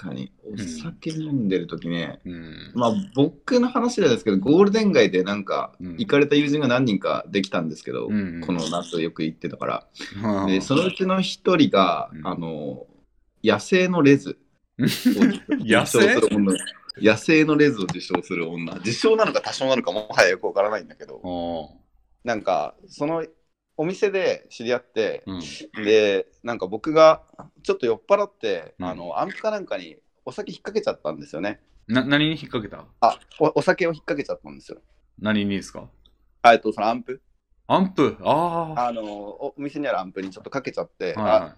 [SPEAKER 2] かに。お酒飲んでる時ね、
[SPEAKER 1] うん。
[SPEAKER 2] まあ僕の話なんですけど、ゴールデン街でなんか、
[SPEAKER 1] うん
[SPEAKER 2] 行かれた友人が何人かできたんですけど、
[SPEAKER 1] うんうん
[SPEAKER 2] この夏よく行ってたから。
[SPEAKER 1] まあ
[SPEAKER 2] で、そのうちの一人が、
[SPEAKER 1] うん
[SPEAKER 2] あの、野生のレズ。
[SPEAKER 1] 野生
[SPEAKER 2] 受賞する女 野生のレズを受賞する女。受賞なのか多少なのかもはやよくわからないんだけど、
[SPEAKER 1] お
[SPEAKER 2] なんか、そのお店で知り合って、
[SPEAKER 1] ーうん。
[SPEAKER 2] でなんか僕がちょっと酔っ払って、
[SPEAKER 1] うん
[SPEAKER 2] あのアンプかなんかにお酒引っ掛けちゃったんですよね
[SPEAKER 1] な、何に引っ掛けた
[SPEAKER 2] あおお酒を引っ掛けちゃったんですよ
[SPEAKER 1] 何にですか
[SPEAKER 2] あえっとそのアンプ
[SPEAKER 1] アンプあ
[SPEAKER 2] あのおお店にあるアンプにちょっとかけちゃって、
[SPEAKER 1] あ。はいは
[SPEAKER 2] あ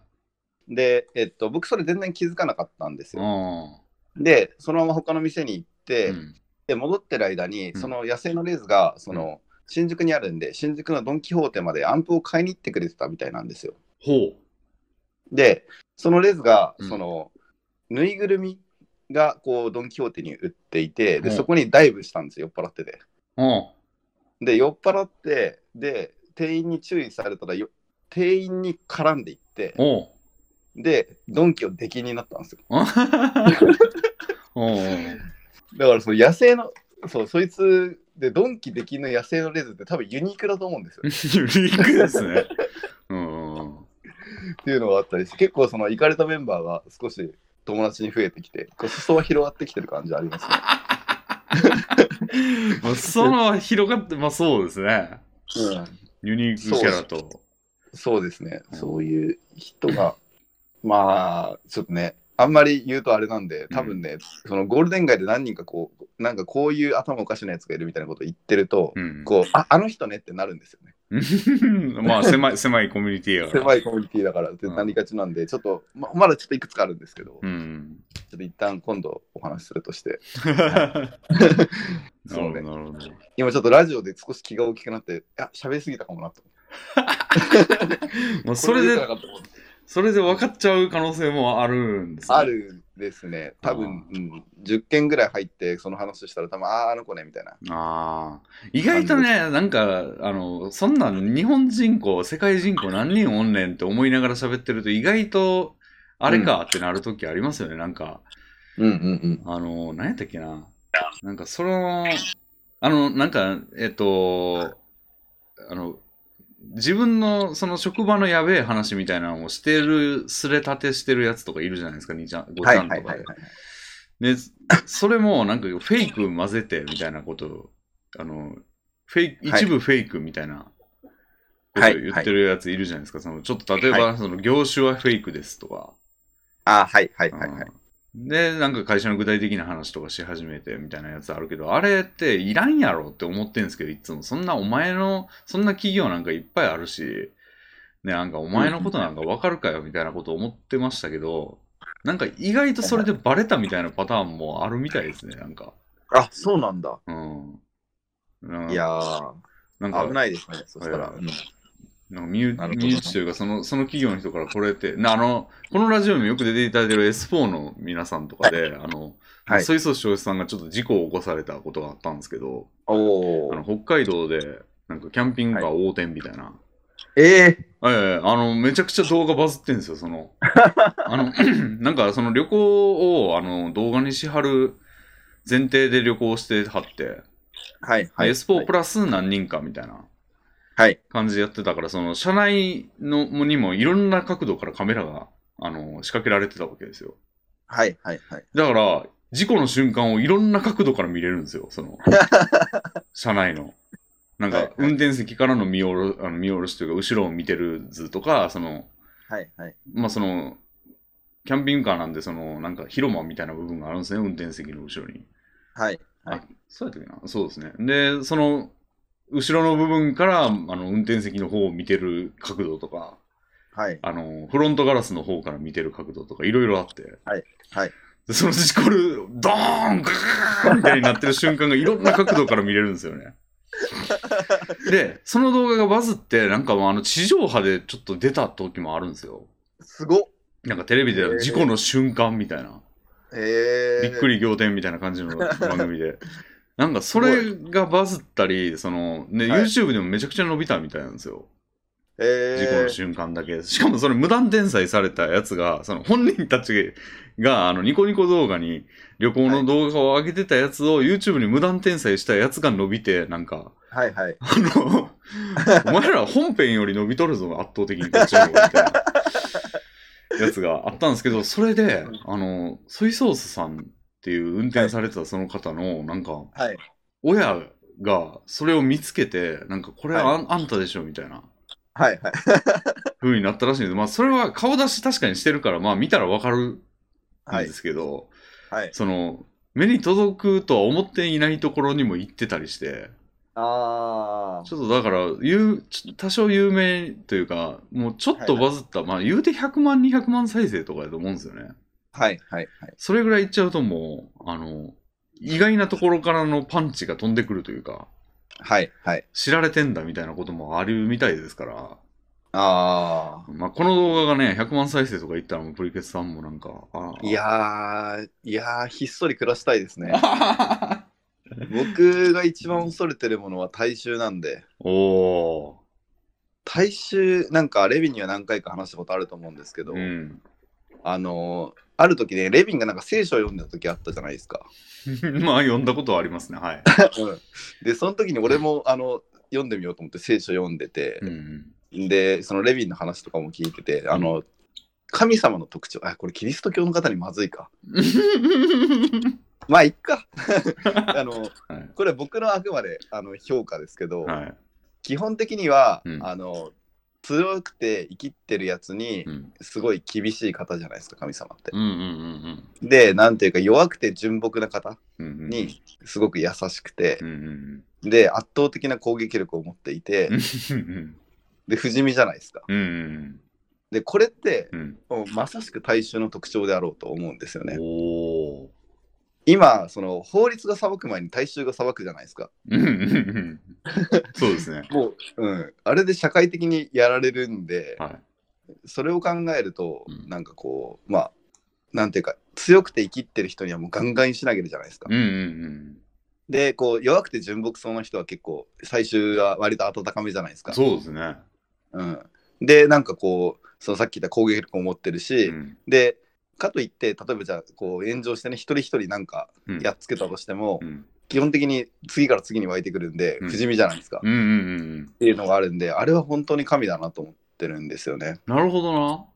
[SPEAKER 2] で、えっと、僕それ全然気づかなかったんです
[SPEAKER 1] い。
[SPEAKER 2] よ
[SPEAKER 1] お
[SPEAKER 2] でそのまま他の店に行って、
[SPEAKER 1] ーうん
[SPEAKER 2] で戻ってる間に、
[SPEAKER 1] うん
[SPEAKER 2] その野生のレーズがその、新宿にあるんで新宿のドン・キホーテまでアンプを買いに行ってくれてたみたいなんですよ。
[SPEAKER 1] ほ
[SPEAKER 2] でそのレズが、
[SPEAKER 1] うん
[SPEAKER 2] そのぬいぐるみがこうドン・キホーテに売っていてで
[SPEAKER 1] うん
[SPEAKER 2] そこにダイブしたんですよ酔っ払ってて。
[SPEAKER 1] う。うん。
[SPEAKER 2] で酔っ払ってで店員に注意されたらよ店員に絡んでいって
[SPEAKER 1] おう。
[SPEAKER 2] でドンキを出禁になったんですよ。
[SPEAKER 1] おう おう
[SPEAKER 2] だからその野生のそうそいつでドンキ出禁の野生のレズって多分ユニークだと思うんです
[SPEAKER 1] ユ
[SPEAKER 2] よ。
[SPEAKER 1] ニークですね。うんうんうん。
[SPEAKER 2] っていうのがあったりして結構その行かれたメンバーが少し友達に増えてきてこう裾は広がってきてる感じありますね。
[SPEAKER 1] まあ、その広がって、まあそうですね。ユニークキャラと。
[SPEAKER 2] そうですね、
[SPEAKER 1] うん
[SPEAKER 2] そういう人が、まあ、ちょっとね、あんまり言うとあれなんで、多分ね、そのゴールデン街で何人かこう、なんかこういう頭おかしなやつがいるみたいなこと言ってると、
[SPEAKER 1] うん。
[SPEAKER 2] こうああの人ねってなるんですよね。
[SPEAKER 1] まあ狭い、狭いコミュニティやから。
[SPEAKER 2] 狭
[SPEAKER 1] い。
[SPEAKER 2] いコミュニティだからって
[SPEAKER 1] うん
[SPEAKER 2] なりがちなんで、ちょっとままだちょっといくつかあるんですけど、
[SPEAKER 1] う
[SPEAKER 2] ち
[SPEAKER 1] ん。
[SPEAKER 2] ょっと一旦今度お話しするとして、
[SPEAKER 1] なる
[SPEAKER 2] そう
[SPEAKER 1] ほ
[SPEAKER 2] ね
[SPEAKER 1] ど、なるほど。
[SPEAKER 2] 今ちょっとラジオで少し気が大きくなって、あ喋りすぎたかもなと。
[SPEAKER 1] まあそれ
[SPEAKER 2] こ
[SPEAKER 1] で
[SPEAKER 2] 言うとな、かったこと
[SPEAKER 1] それで分かっちゃう可能性もあるんですね
[SPEAKER 2] あ。るですね、多分、うん、10件ぐらい入って、その話したら、多分ああ、あの子ねみたい
[SPEAKER 1] あ
[SPEAKER 2] な。
[SPEAKER 1] あ。意外とね、なんか、あの、そんなん日本人口、世界人口何人おんねんって思いながら喋ってると、意外と、あれかってなるときありますよね。なんか、
[SPEAKER 2] うんうんうん。
[SPEAKER 1] あの、何やったっけな。なんか、その、あの、なんか、えっと、あの、自分のその職場のやべえ話みたいなのをしてる、すれ立てしてるやつとかいるじゃないですか、2ちゃん、5
[SPEAKER 2] は
[SPEAKER 1] ちゃ
[SPEAKER 2] いは
[SPEAKER 1] ん
[SPEAKER 2] い
[SPEAKER 1] と
[SPEAKER 2] は
[SPEAKER 1] か
[SPEAKER 2] い
[SPEAKER 1] で。
[SPEAKER 2] はい。
[SPEAKER 1] で、それもなんかフェイク混ぜてみたいなこと、あの、フェイク、
[SPEAKER 2] はい
[SPEAKER 1] 一部フェイクみたいなことを言ってるやついるじゃないですか。そのちょっと例えば、
[SPEAKER 2] は
[SPEAKER 1] その業種はフェイクですとか、
[SPEAKER 2] あはいはいはいはい。
[SPEAKER 1] うんで、なんか会社の具体的な話とかし始めてみたいなやつあるけど、あれっていらんやろって思ってんですけど、いつも。そんなお前の、そんな企業なんかいっぱいあるし、ね、なんかお前のことなんかわかるかよみたいなこと思ってましたけど、なんか意外とそれでバレたみたいなパターンもあるみたいですね、なんか。
[SPEAKER 2] あそうなんだ。
[SPEAKER 1] うん。なん
[SPEAKER 2] いやー、
[SPEAKER 1] なんか
[SPEAKER 2] 危ないですね、そしたら。
[SPEAKER 1] は
[SPEAKER 2] う
[SPEAKER 1] い
[SPEAKER 2] ん
[SPEAKER 1] なんか身内
[SPEAKER 2] なるほど
[SPEAKER 1] 身内というかその、その企業の人からこれって、なあの、このラジオにもよく出ていただいてる S4 の皆さんとかで、あの、
[SPEAKER 2] はい
[SPEAKER 1] ソイソショウさんがちょっと事故を起こされたことがあったんですけど、
[SPEAKER 2] お
[SPEAKER 1] あ
[SPEAKER 2] ー
[SPEAKER 1] の北海道で、なんかキャンピングカー横転みたいな。
[SPEAKER 2] えー、
[SPEAKER 1] ええあの、めちゃくちゃ動画バズってんですよ、そ の。あの、 なんかその旅行をあの動画にしはる前提で旅行してはって、
[SPEAKER 2] はいはい。
[SPEAKER 1] S4 プラス何人かみたいな。
[SPEAKER 2] はい。
[SPEAKER 1] 感じでやってたから、その車内のもにもいろんな角度からカメラがあの仕掛けられてたわけですよ。
[SPEAKER 2] はいはいはい。
[SPEAKER 1] だから、事故の瞬間をいろんな角度から見れるんですよ、 その車内の。なん
[SPEAKER 2] はいは
[SPEAKER 1] か
[SPEAKER 2] い
[SPEAKER 1] 運転席からの見下ろあの見下ろしというか、後ろを見てる図とか、その、
[SPEAKER 2] はいはい。
[SPEAKER 1] まあその、キャンピングカーなんで、その、なんか広間みたいな部分があるんですね、運転席の後ろに。
[SPEAKER 2] はいはい
[SPEAKER 1] あそうやったっけなそうですね。で、その、後ろの部分から、あの、運転席の方を見てる角度とか、
[SPEAKER 2] はい
[SPEAKER 1] あの、フロントガラスの方から見てる角度とか、いろいろあって。
[SPEAKER 2] はいはい
[SPEAKER 1] でその事故る、ドーングーンみたいになってる瞬間がいろんな角度から見れるんですよ ね。で、その動画がバズって、なんかもうあの、地上波でちょっと出た時もあるんですよ。
[SPEAKER 2] すごっ
[SPEAKER 1] なんかテレビで事故の瞬間みたいな。
[SPEAKER 2] えー、
[SPEAKER 1] びっくり仰天みたいな感じの番組で。 なんかそれがバズったり、その、ね、
[SPEAKER 2] はい
[SPEAKER 1] YouTube でもめちゃくちゃ伸びたみたいなんですよ。
[SPEAKER 2] え
[SPEAKER 1] 事故の
[SPEAKER 2] ー、
[SPEAKER 1] 瞬間だけ。しかもそれ無断転載されたやつが、その本人たちが、あの、ニコニコ動画に旅行の動画を上げてたやつを YouTube に無断転載したやつが伸びて、なんか、
[SPEAKER 2] はいはい。
[SPEAKER 1] あの、お前ら本編より伸びとるぞ、圧倒的にこっちの方がみたいなやつがあったんですけど、それで、あの、ソイソースさんっていう運転されてたその方の、なんか、
[SPEAKER 2] はい
[SPEAKER 1] 親がそれを見つけて、なんか、これはあ,、
[SPEAKER 2] は
[SPEAKER 1] あんたでしょ、みたいな
[SPEAKER 2] はいはい。
[SPEAKER 1] 風になったらしいんです。まあ、それは顔出し確かにしてるから、まあ、見たらわかるん
[SPEAKER 2] は
[SPEAKER 1] で
[SPEAKER 2] い
[SPEAKER 1] すけど、
[SPEAKER 2] はい。
[SPEAKER 1] その、目に届くとは思っていないところにも行ってたりして、
[SPEAKER 2] あ
[SPEAKER 1] ちょっとだから、有ちょ多少有名というか、もうちょっとバズった、まあ言うて100万、200万再生とかだと思うんですよね。
[SPEAKER 2] ーはいはいはい。
[SPEAKER 1] それぐらいいっちゃうともう、あの、意外なところからのパンチが飛んでくるというか、
[SPEAKER 2] はいはい。
[SPEAKER 1] 知られてんだみたいなこともあるみたいですから、
[SPEAKER 2] あ
[SPEAKER 1] まあ、この動画がね、100万再生とかいったら、もうプリケツさんもなんか、あ
[SPEAKER 2] あ。
[SPEAKER 1] ー
[SPEAKER 2] いやー、いやー、ひっそり暮らしたいで すね。僕が一番恐れてるものは大衆なんで、
[SPEAKER 1] おー、
[SPEAKER 2] 大衆、なんかレビンには何回か話したことあると思うんですけど、
[SPEAKER 1] うん。
[SPEAKER 2] あのーある時ね、レビンがなんか聖書を読んでた時あったじゃないですか。
[SPEAKER 1] まあ、読んだことはありますね、はい。
[SPEAKER 2] で、その時に俺も、あの、読んでみようと思って聖書読んでて
[SPEAKER 1] う、ん、
[SPEAKER 2] で、そのレビンの話とかも聞いてて、あの、神様の特徴、あ、これキリスト教の方にまずいか。 まあ、いっ か。あの、
[SPEAKER 1] はい
[SPEAKER 2] これ僕のあくまであの評価ですけど、
[SPEAKER 1] はい。
[SPEAKER 2] 基本的には、
[SPEAKER 1] うん
[SPEAKER 2] あの強くて生きってるやつに
[SPEAKER 1] うん。
[SPEAKER 2] すごい厳しい方じゃないですか神様って。
[SPEAKER 1] うんうん
[SPEAKER 2] でなんていうか弱くて純朴な方
[SPEAKER 1] うんうん。
[SPEAKER 2] にすごく優しくて
[SPEAKER 1] う、んうん
[SPEAKER 2] で圧倒的な攻撃力を持っていて、
[SPEAKER 1] うん。うん
[SPEAKER 2] で不死身じゃないですか。
[SPEAKER 1] うんうん
[SPEAKER 2] でこれって
[SPEAKER 1] うん。
[SPEAKER 2] もうまさしく大衆の特徴であろうと思うんですよね。
[SPEAKER 1] おー。
[SPEAKER 2] 今その法律が裁く前に大衆が裁くじゃないですか。
[SPEAKER 1] うんうん うん。そうですね。
[SPEAKER 2] もう、うん、あれで社会的にやられるんで、
[SPEAKER 1] はい。
[SPEAKER 2] それを考えると、
[SPEAKER 1] うん
[SPEAKER 2] なんかこうまあなんていうか強くて生きってる人にはもうガンガンしなげるじゃないですか。
[SPEAKER 1] うんうん
[SPEAKER 2] でこう弱くて純朴そうな人は結構最終は割と温かめじゃないです
[SPEAKER 1] うん。
[SPEAKER 2] か。
[SPEAKER 1] そうですね。
[SPEAKER 2] うん、でなんかこうそのさっき言った攻撃力を持ってるし、
[SPEAKER 1] うん
[SPEAKER 2] でかといって例えばじゃあこう炎上してね一人一人なんか
[SPEAKER 1] うん
[SPEAKER 2] やっつけたとしても、
[SPEAKER 1] うん
[SPEAKER 2] 基本的に次から次に湧いてくるんで、
[SPEAKER 1] うん
[SPEAKER 2] 不死身じゃないですか、っ
[SPEAKER 1] うんうんうん。
[SPEAKER 2] ていうのがあるんであれは本当に神だなと思ってるんですよね。
[SPEAKER 1] なるほど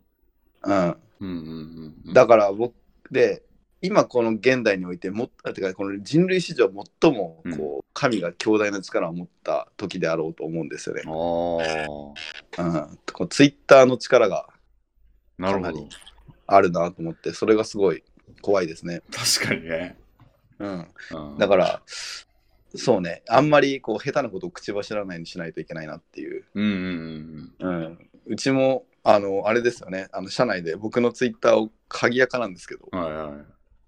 [SPEAKER 1] な。
[SPEAKER 2] う
[SPEAKER 1] う
[SPEAKER 2] ん、
[SPEAKER 1] んうんうん。
[SPEAKER 2] だから僕で今この現代においてもっあてかこの人類史上最もこう、神が強大な力を持った時であろうと思うんですよね
[SPEAKER 1] あ。ー。
[SPEAKER 2] うん、こうツイッターの力が
[SPEAKER 1] なる
[SPEAKER 2] かな
[SPEAKER 1] ほ
[SPEAKER 2] り
[SPEAKER 1] ど。
[SPEAKER 2] あるなと思ってそれがすごい怖いですね。
[SPEAKER 1] 確かにね。
[SPEAKER 2] うん、
[SPEAKER 1] うん
[SPEAKER 2] だからそうねあんまりこう下手なことを口走らないようにしないといけないなっていう、
[SPEAKER 1] うんうん
[SPEAKER 2] うん、うちもあのあれですよねあの社内で僕のツイッターを鍵やかなんですけど
[SPEAKER 1] うん。はいはい。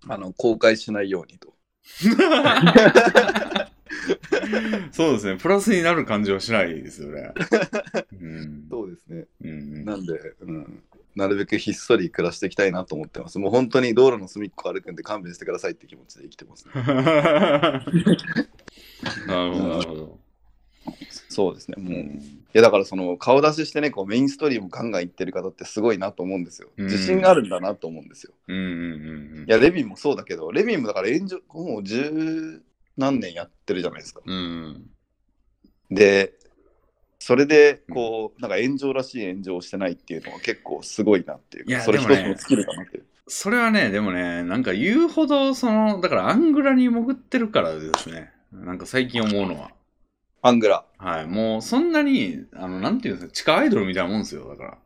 [SPEAKER 2] あの公開しないようにと。
[SPEAKER 1] そうですね。プラスになる感じはしないですよ ね。うん。
[SPEAKER 2] そうですね
[SPEAKER 1] うん
[SPEAKER 2] なんで、うん、なるべくひっそり暮らしていきたいなと思ってます。もう本当に道路の隅っこ歩くんで勘弁してくださいって気持ちで生きてます、ね。
[SPEAKER 1] なるほど、なるほど。
[SPEAKER 2] そうですね。
[SPEAKER 1] う
[SPEAKER 2] もう、い
[SPEAKER 1] ん
[SPEAKER 2] やだからその顔出ししてね、こうメインストリームガンガン行ってる方ってすごいなと思うんですよ。
[SPEAKER 1] うん
[SPEAKER 2] 自信があるんだなと思うんですよ。
[SPEAKER 1] うんうんうん
[SPEAKER 2] いや、レビンもそうだけど、レビンもだから炎上、もう十何年やってるじゃないですか。
[SPEAKER 1] うん。
[SPEAKER 2] で、それで、こう、なんか炎上らしい炎上をしてないっていうのは結構すごいなっていうか
[SPEAKER 1] いや
[SPEAKER 2] それ一つ
[SPEAKER 1] でもね
[SPEAKER 2] のスキルだなっていう。
[SPEAKER 1] それはね、でもね、なんか言うほど、その、だからアングラに潜ってるからですね。なんか最近思うのは。
[SPEAKER 2] アングラ。
[SPEAKER 1] はい。もう、そんなに、あの、なんていうんですか、地下アイドルみたいなもんですよ、だか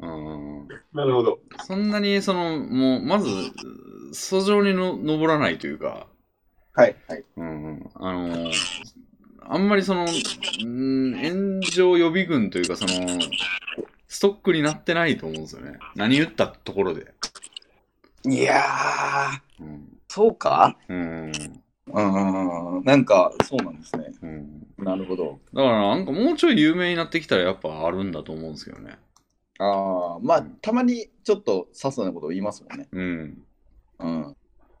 [SPEAKER 1] ら。うん。
[SPEAKER 2] なるほど。
[SPEAKER 1] そんなに、その、もう、まず、素性にの登らないというか、
[SPEAKER 2] はい。はい、
[SPEAKER 1] うんうんあのーあんまりその、うん、炎上予備軍というか、その、ストックになってないと思うんですよね。何言ったところで。
[SPEAKER 2] いや
[SPEAKER 1] う
[SPEAKER 2] ー、
[SPEAKER 1] ん。
[SPEAKER 2] そうか
[SPEAKER 1] うん。
[SPEAKER 2] うん、なんかそうなんですね。
[SPEAKER 1] うん。
[SPEAKER 2] なるほど。
[SPEAKER 1] だから、なんかもうちょい有名になってきたらやっぱあるんだと思うんですけどね。
[SPEAKER 2] ああ、まあ、たまにちょっと些細なことを言いますもんね。
[SPEAKER 1] うん。
[SPEAKER 2] うん。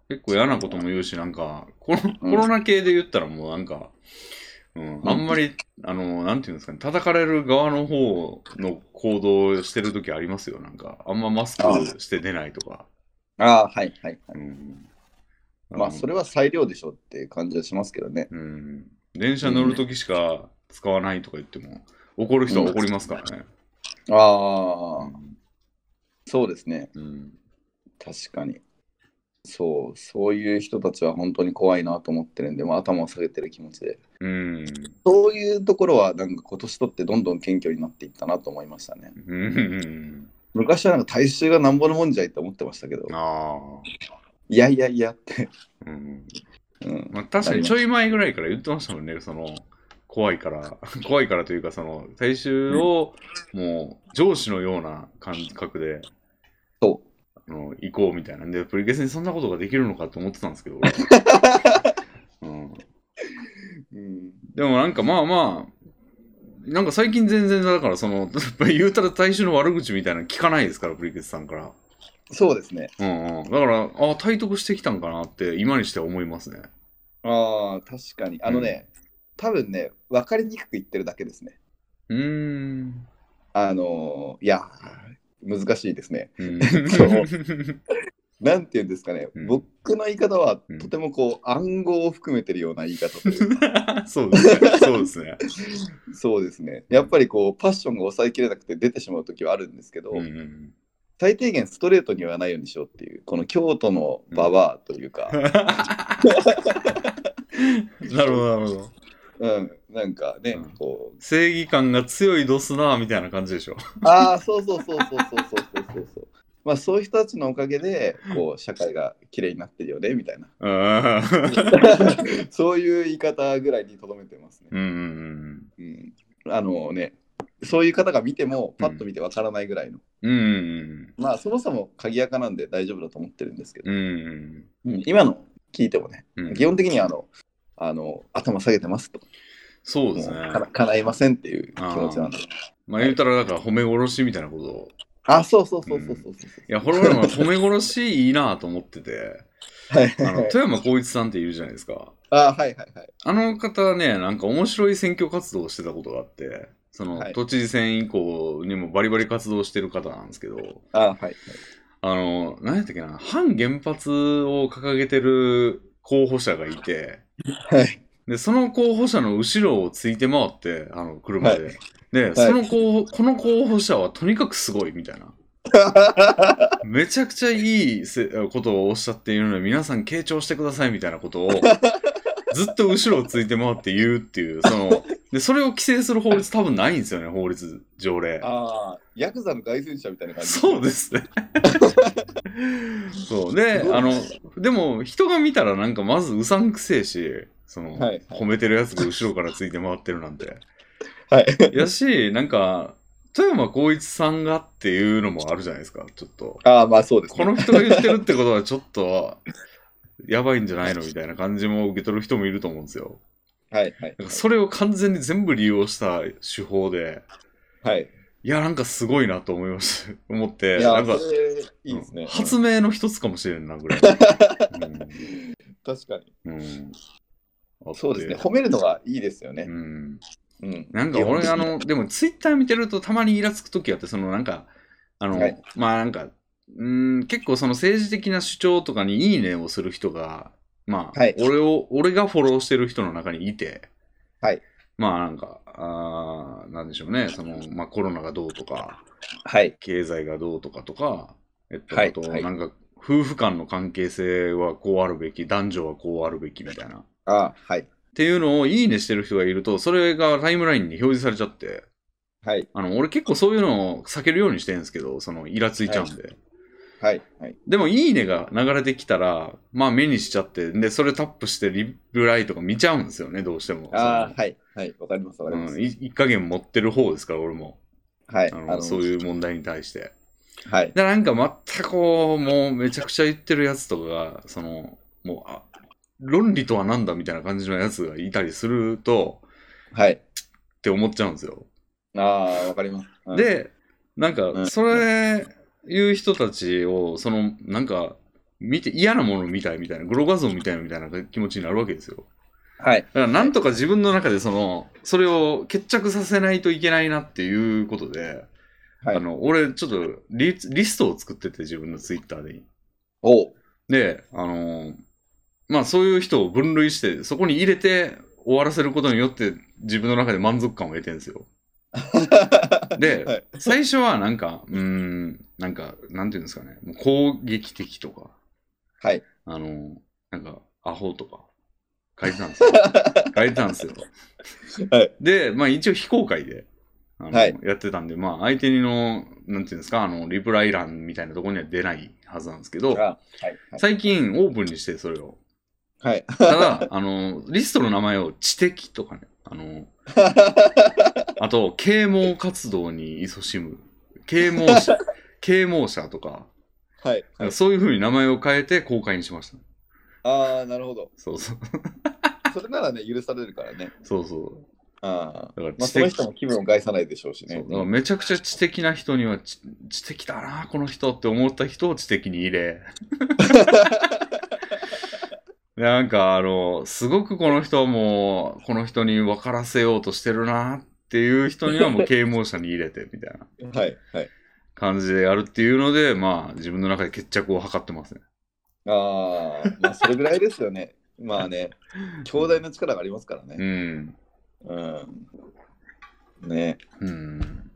[SPEAKER 1] 結構嫌なことも言うし、なんか、コロ
[SPEAKER 2] うん
[SPEAKER 1] コロナ系で言ったらもうなんか、うん、あんまり、あの、なんていうんですかね、叩かれる側の方の行動をしてる時ありますよ、なんか。あんまマスクして出ないとか。
[SPEAKER 2] ああ、はいはいは
[SPEAKER 1] う
[SPEAKER 2] い。
[SPEAKER 1] ん。
[SPEAKER 2] まあ、それは裁量でしょっていう感じはしますけどね。
[SPEAKER 1] うん。電車乗る時しか使わないとか言っても、怒る人は怒りますからね。
[SPEAKER 2] ああ、そうですね。
[SPEAKER 1] うん。
[SPEAKER 2] 確かに。そう、そういう人たちは本当に怖いなと思ってるんで、まあ、頭を下げてる気持ちで。
[SPEAKER 1] うん。
[SPEAKER 2] そういうところは、なんか今年とってどんどん謙虚になっていったなと思いましたね。
[SPEAKER 1] うん。
[SPEAKER 2] 昔はなんか大衆がなんぼのもんじゃいって思ってましたけど、
[SPEAKER 1] ああ。
[SPEAKER 2] いやいやいやって。
[SPEAKER 1] うん。
[SPEAKER 2] うん。
[SPEAKER 1] まあ、確かにちょい前ぐらいから言ってましたもんね、その、怖いから、 怖いからというか、その、大衆を、もう、上司のような感覚で、
[SPEAKER 2] そう。
[SPEAKER 1] の行こうみたいなんで、プリキュアスにそんなことができるのかと思ってたんですけ ど、俺はうん、
[SPEAKER 3] うん。
[SPEAKER 1] でもなんかまあまあ、なんか最近全然だからその、言うたら大衆の悪口みたいなの聞かないですから、プリキュアスさんから。
[SPEAKER 2] そうですね。
[SPEAKER 1] うんうん。だから、あ体得してきたんかなって今にしては思いますね。
[SPEAKER 2] ああ、確かに。あのね、多分ね、分かりにくく言ってるだけですね。
[SPEAKER 1] うーん。
[SPEAKER 2] あのーいやー、難しいですね。
[SPEAKER 1] う。
[SPEAKER 2] そうんなんていうんですかね、
[SPEAKER 1] うん
[SPEAKER 2] 僕の言い方は、
[SPEAKER 1] うん
[SPEAKER 2] とてもこう、暗号を含めてるような言い方という か
[SPEAKER 1] そうですね。そうですね。
[SPEAKER 2] そうですね。やっぱりこう、パッションが抑えきれなくて出てしまう時はあるんですけど、
[SPEAKER 1] うんうん
[SPEAKER 2] 最低限ストレートには言わないようにしようっていう、この京都のババアとい うか、
[SPEAKER 1] うん。なるほど、なるほど。
[SPEAKER 2] うん、なんかね、
[SPEAKER 1] うん
[SPEAKER 2] こう、
[SPEAKER 1] 正義感が強いドスなみたいな感じでしょ。
[SPEAKER 2] ああ、そうそうそうそうそうそうそうそうそう。まあそういう人たちのおかげで、こう、社会が綺麗になってるよね、みた いな。
[SPEAKER 1] うん。
[SPEAKER 2] そういう言い方ぐらいにとどめてますね。
[SPEAKER 1] うんうん
[SPEAKER 2] うん、あのね、そういう方が見ても、パッと見てわからないぐらいの。
[SPEAKER 1] うん。うん
[SPEAKER 2] まあそもそも鍵垢なんで大丈夫だと思ってるんですけど、
[SPEAKER 1] うんうん。
[SPEAKER 2] うん今の聞いてもね、
[SPEAKER 1] うん
[SPEAKER 2] 基本的にはあの、あの頭下げてますと、
[SPEAKER 1] そう
[SPEAKER 2] も
[SPEAKER 1] で
[SPEAKER 2] う
[SPEAKER 1] すね。
[SPEAKER 2] かな叶いませんっていう気持ちなんで。
[SPEAKER 1] まあ言うたら、だから褒め殺しみたいなことを。
[SPEAKER 2] あそうそうそうそうそうそう。
[SPEAKER 1] いや、ホログラムは褒め殺しいいなと思って て、
[SPEAKER 2] はい
[SPEAKER 1] あの、富山光一さんっているじゃないですか。
[SPEAKER 2] あはいはいはい。
[SPEAKER 1] あの方ね、なんか面白い選挙活動をしてたことがあって、その、
[SPEAKER 2] はい
[SPEAKER 1] 都知事選以降にもバリバリ活動してる方なんですけど、
[SPEAKER 2] あはいはい。
[SPEAKER 1] あの、何やったっけな、反原発を掲げてる候補者がいて、
[SPEAKER 2] はい。
[SPEAKER 1] で、その候補者の後ろをついて回って、あの、車で。
[SPEAKER 2] は
[SPEAKER 1] で、その候補、この候補者はとにかくすごいみた いな。めちゃくちゃいいせことをおっしゃっているので、皆さん傾聴してくださいみたいなことを、ずっと後ろをついて回って言うっていう、その、で、それを規制する法律多分ないんですよね、法律条例。
[SPEAKER 2] ああ、ヤクザの凱旋者みたいな感じ。
[SPEAKER 1] そうです ね。そう。で、あの、でも、人が見たらなんかまずうさんくせえし、その、
[SPEAKER 2] はいはい
[SPEAKER 1] 褒めてるやつが後ろからついて回ってるなんて。
[SPEAKER 2] はい。
[SPEAKER 1] やし、なんか、富山光一さんがっていうのもあるじゃないですか、ちょっと。
[SPEAKER 2] ああ、まあそうです、
[SPEAKER 1] こ
[SPEAKER 2] ね。
[SPEAKER 1] の人が言ってるってことはちょっと、やばいんじゃないのみたいな感じも受け取る人もいると思うんですよ。
[SPEAKER 2] はいはい
[SPEAKER 1] なん。かそれを完全に全部利用した手法で、
[SPEAKER 2] はい。
[SPEAKER 1] いや、なんかすごいなと思いました。思って、
[SPEAKER 2] い
[SPEAKER 1] な
[SPEAKER 2] や、
[SPEAKER 1] ん
[SPEAKER 2] それ
[SPEAKER 1] か、
[SPEAKER 2] いいですね。
[SPEAKER 1] うん発明の一つかもしれんな ぐらい。
[SPEAKER 2] 確かに。
[SPEAKER 1] うんうんあって
[SPEAKER 2] そうですね。褒めるのがいいですよ
[SPEAKER 1] う
[SPEAKER 2] ね。
[SPEAKER 1] ん。
[SPEAKER 2] うん。
[SPEAKER 1] なんか俺、あの、でもツイッター見てるとたまにイラつくときあって、そのなんか、あの、
[SPEAKER 2] はい
[SPEAKER 1] まあなんか、うん、結構その政治的な主張とかにいいねをする人が、まあ、
[SPEAKER 2] はい
[SPEAKER 1] 俺を、俺がフォローしてる人の中にいて、
[SPEAKER 2] はい。
[SPEAKER 1] まあなんか、あーなんでしょうね、その、まあコロナがどうとか、
[SPEAKER 2] はい。
[SPEAKER 1] 経済がどうとかとか、えっと、
[SPEAKER 2] はい
[SPEAKER 1] あと、
[SPEAKER 2] はい
[SPEAKER 1] なんか、夫婦間の関係性はこうあるべき、男女はこうあるべきみたいな。っ
[SPEAKER 2] ああ、はい。
[SPEAKER 1] ていうのをいいねしてる人がいると、それがタイムラインに表示されちゃって、
[SPEAKER 2] はい。
[SPEAKER 1] あの、俺結構そういうのを避けるようにしてるんですけど、その、イラついちゃうんで。
[SPEAKER 2] はい。はい。
[SPEAKER 1] でも、いいねが流れてきたら、まあ目にしちゃって、で、それタップしてリプライとか見ちゃうんですよね、どうしても。
[SPEAKER 2] ああ、はい。はい。わかります。
[SPEAKER 1] そ
[SPEAKER 2] わかり
[SPEAKER 1] の
[SPEAKER 2] ま
[SPEAKER 1] う
[SPEAKER 2] す。
[SPEAKER 1] ん、い一加減持ってる方ですから、俺も。
[SPEAKER 2] はい。
[SPEAKER 1] あのそういう問題に対して。
[SPEAKER 2] はい。
[SPEAKER 1] で、なんか全くこう、もうめちゃくちゃ言ってるやつとかが、その、もう、あ、論理とはなんだみたいな感じのやつがいたりすると、
[SPEAKER 2] はい。
[SPEAKER 1] って思っちゃうんですよ。
[SPEAKER 2] ああ、わかります。うん、
[SPEAKER 1] で、なん
[SPEAKER 2] う
[SPEAKER 1] か、
[SPEAKER 2] ん
[SPEAKER 1] それ、いう人たちを、その、なんか、見て、嫌なものみたいみたいな、グロ画像みたいなみたいな気持ちになるわけですよ。
[SPEAKER 2] はい
[SPEAKER 1] だ。から、なんとか自分の中で、その、それを決着させないといけないなっていうことで、
[SPEAKER 2] はい
[SPEAKER 1] あの、俺、ちょっとリ、リストを作ってて、自分のツイッターで。
[SPEAKER 2] おう。
[SPEAKER 1] で、あのーまあそういう人を分類して、そこに入れて終わらせることによって自分の中で満足感を得てるんです よ。で
[SPEAKER 2] はい。
[SPEAKER 1] 最初はなんか、うーん、なんか、なんていうんですかね、もう攻撃的とか、
[SPEAKER 2] はい。
[SPEAKER 1] あのーなんか、アホとか、書いてたん ですよ。書いてたんですよ。
[SPEAKER 2] はい
[SPEAKER 1] で、まあ一応非公開で、あの
[SPEAKER 2] はい
[SPEAKER 1] やってたんで、まあ相手の、なんていうんですか、あの、リプライ欄みたいなところには出ないはずなんですけど、
[SPEAKER 2] あはい。
[SPEAKER 1] 最近オープンにして、それを。
[SPEAKER 2] はい。
[SPEAKER 1] た だ、あの、リストの名前を知的とかね、あの、 あと、 啓蒙活動に勤しむ、啓蒙者、啓蒙者とか、
[SPEAKER 2] はい。はい、
[SPEAKER 1] そういうふうに名前を変えて公開にしました。
[SPEAKER 2] ああ、なるほど。
[SPEAKER 1] そうそう。
[SPEAKER 2] それならね、許されるからね。
[SPEAKER 1] そうそう。
[SPEAKER 2] ああ。
[SPEAKER 1] だから
[SPEAKER 2] まあ、
[SPEAKER 1] 知
[SPEAKER 2] その
[SPEAKER 1] 的、
[SPEAKER 2] 人も気分を害さないでしょうし
[SPEAKER 1] そう
[SPEAKER 2] ね
[SPEAKER 1] だ。からめちゃくちゃ知的な人には知知的だな、この人って思った人を知的に入れ。でなんかあの、すごくこの人はもう、この人に分からせようとしてるなっていう人にはもう啓蒙者に入れてみたいな
[SPEAKER 2] はい。はい。
[SPEAKER 1] 感じでやるっていうので、まあ自分の中で決着を図ってますね。
[SPEAKER 2] ああ、まあ、それぐらいですよね。 まあね、兄弟の力がありますから
[SPEAKER 1] う
[SPEAKER 2] ね。
[SPEAKER 1] ん。
[SPEAKER 2] うん。ね
[SPEAKER 1] うん。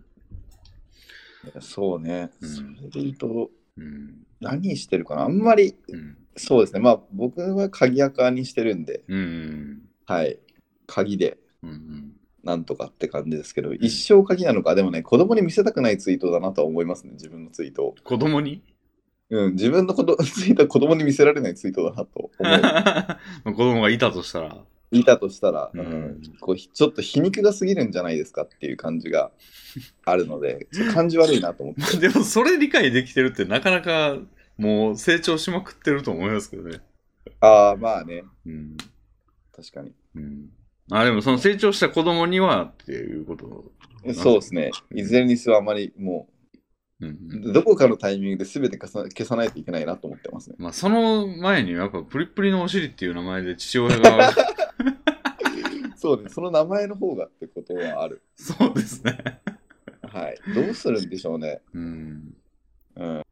[SPEAKER 2] そうね。
[SPEAKER 1] うん
[SPEAKER 2] それで言うと、
[SPEAKER 1] うん。
[SPEAKER 2] 何してるかなあんまり、
[SPEAKER 1] うん。
[SPEAKER 2] そうですね。まあ、僕は鍵垢にしてるんで、
[SPEAKER 1] うん。
[SPEAKER 2] はい。鍵で。
[SPEAKER 1] うん。
[SPEAKER 2] なんとかって感じですけど、一生鍵なのか、でもね、子供に見せたくないツイートだなとは思いますね、自分のツイートを。
[SPEAKER 1] 子供に
[SPEAKER 2] うん、自分のこと ツイートは子供に見せられないツイートだなと思う。
[SPEAKER 1] 子供がいたとしたら。
[SPEAKER 2] いたとしたら、
[SPEAKER 1] う
[SPEAKER 2] うんんこう、ひちょっと皮肉が過ぎるんじゃないですかっていう感じ があるので、ちょっと感じ悪いなと思って。
[SPEAKER 1] でもそれ理解できてるってなかなかもう成長しまくってると思いますけどね。
[SPEAKER 2] ああ、まあね、
[SPEAKER 1] うん。
[SPEAKER 2] 確かに。
[SPEAKER 1] うん。あ、でもその成長した子供にはっていうこと。
[SPEAKER 2] そうですね、いずれにせよあまりも
[SPEAKER 1] うんうん。
[SPEAKER 2] う、どこかのタイミングで全て消さ消さないといけないなと思ってますね。
[SPEAKER 1] まあその前にやっぱプリプリのお尻っていう名前で父親 が、
[SPEAKER 2] そうね、その名前の方がってことはある。
[SPEAKER 1] そうですね。
[SPEAKER 2] はい。どうするんでしょうね。
[SPEAKER 1] うん。
[SPEAKER 2] うん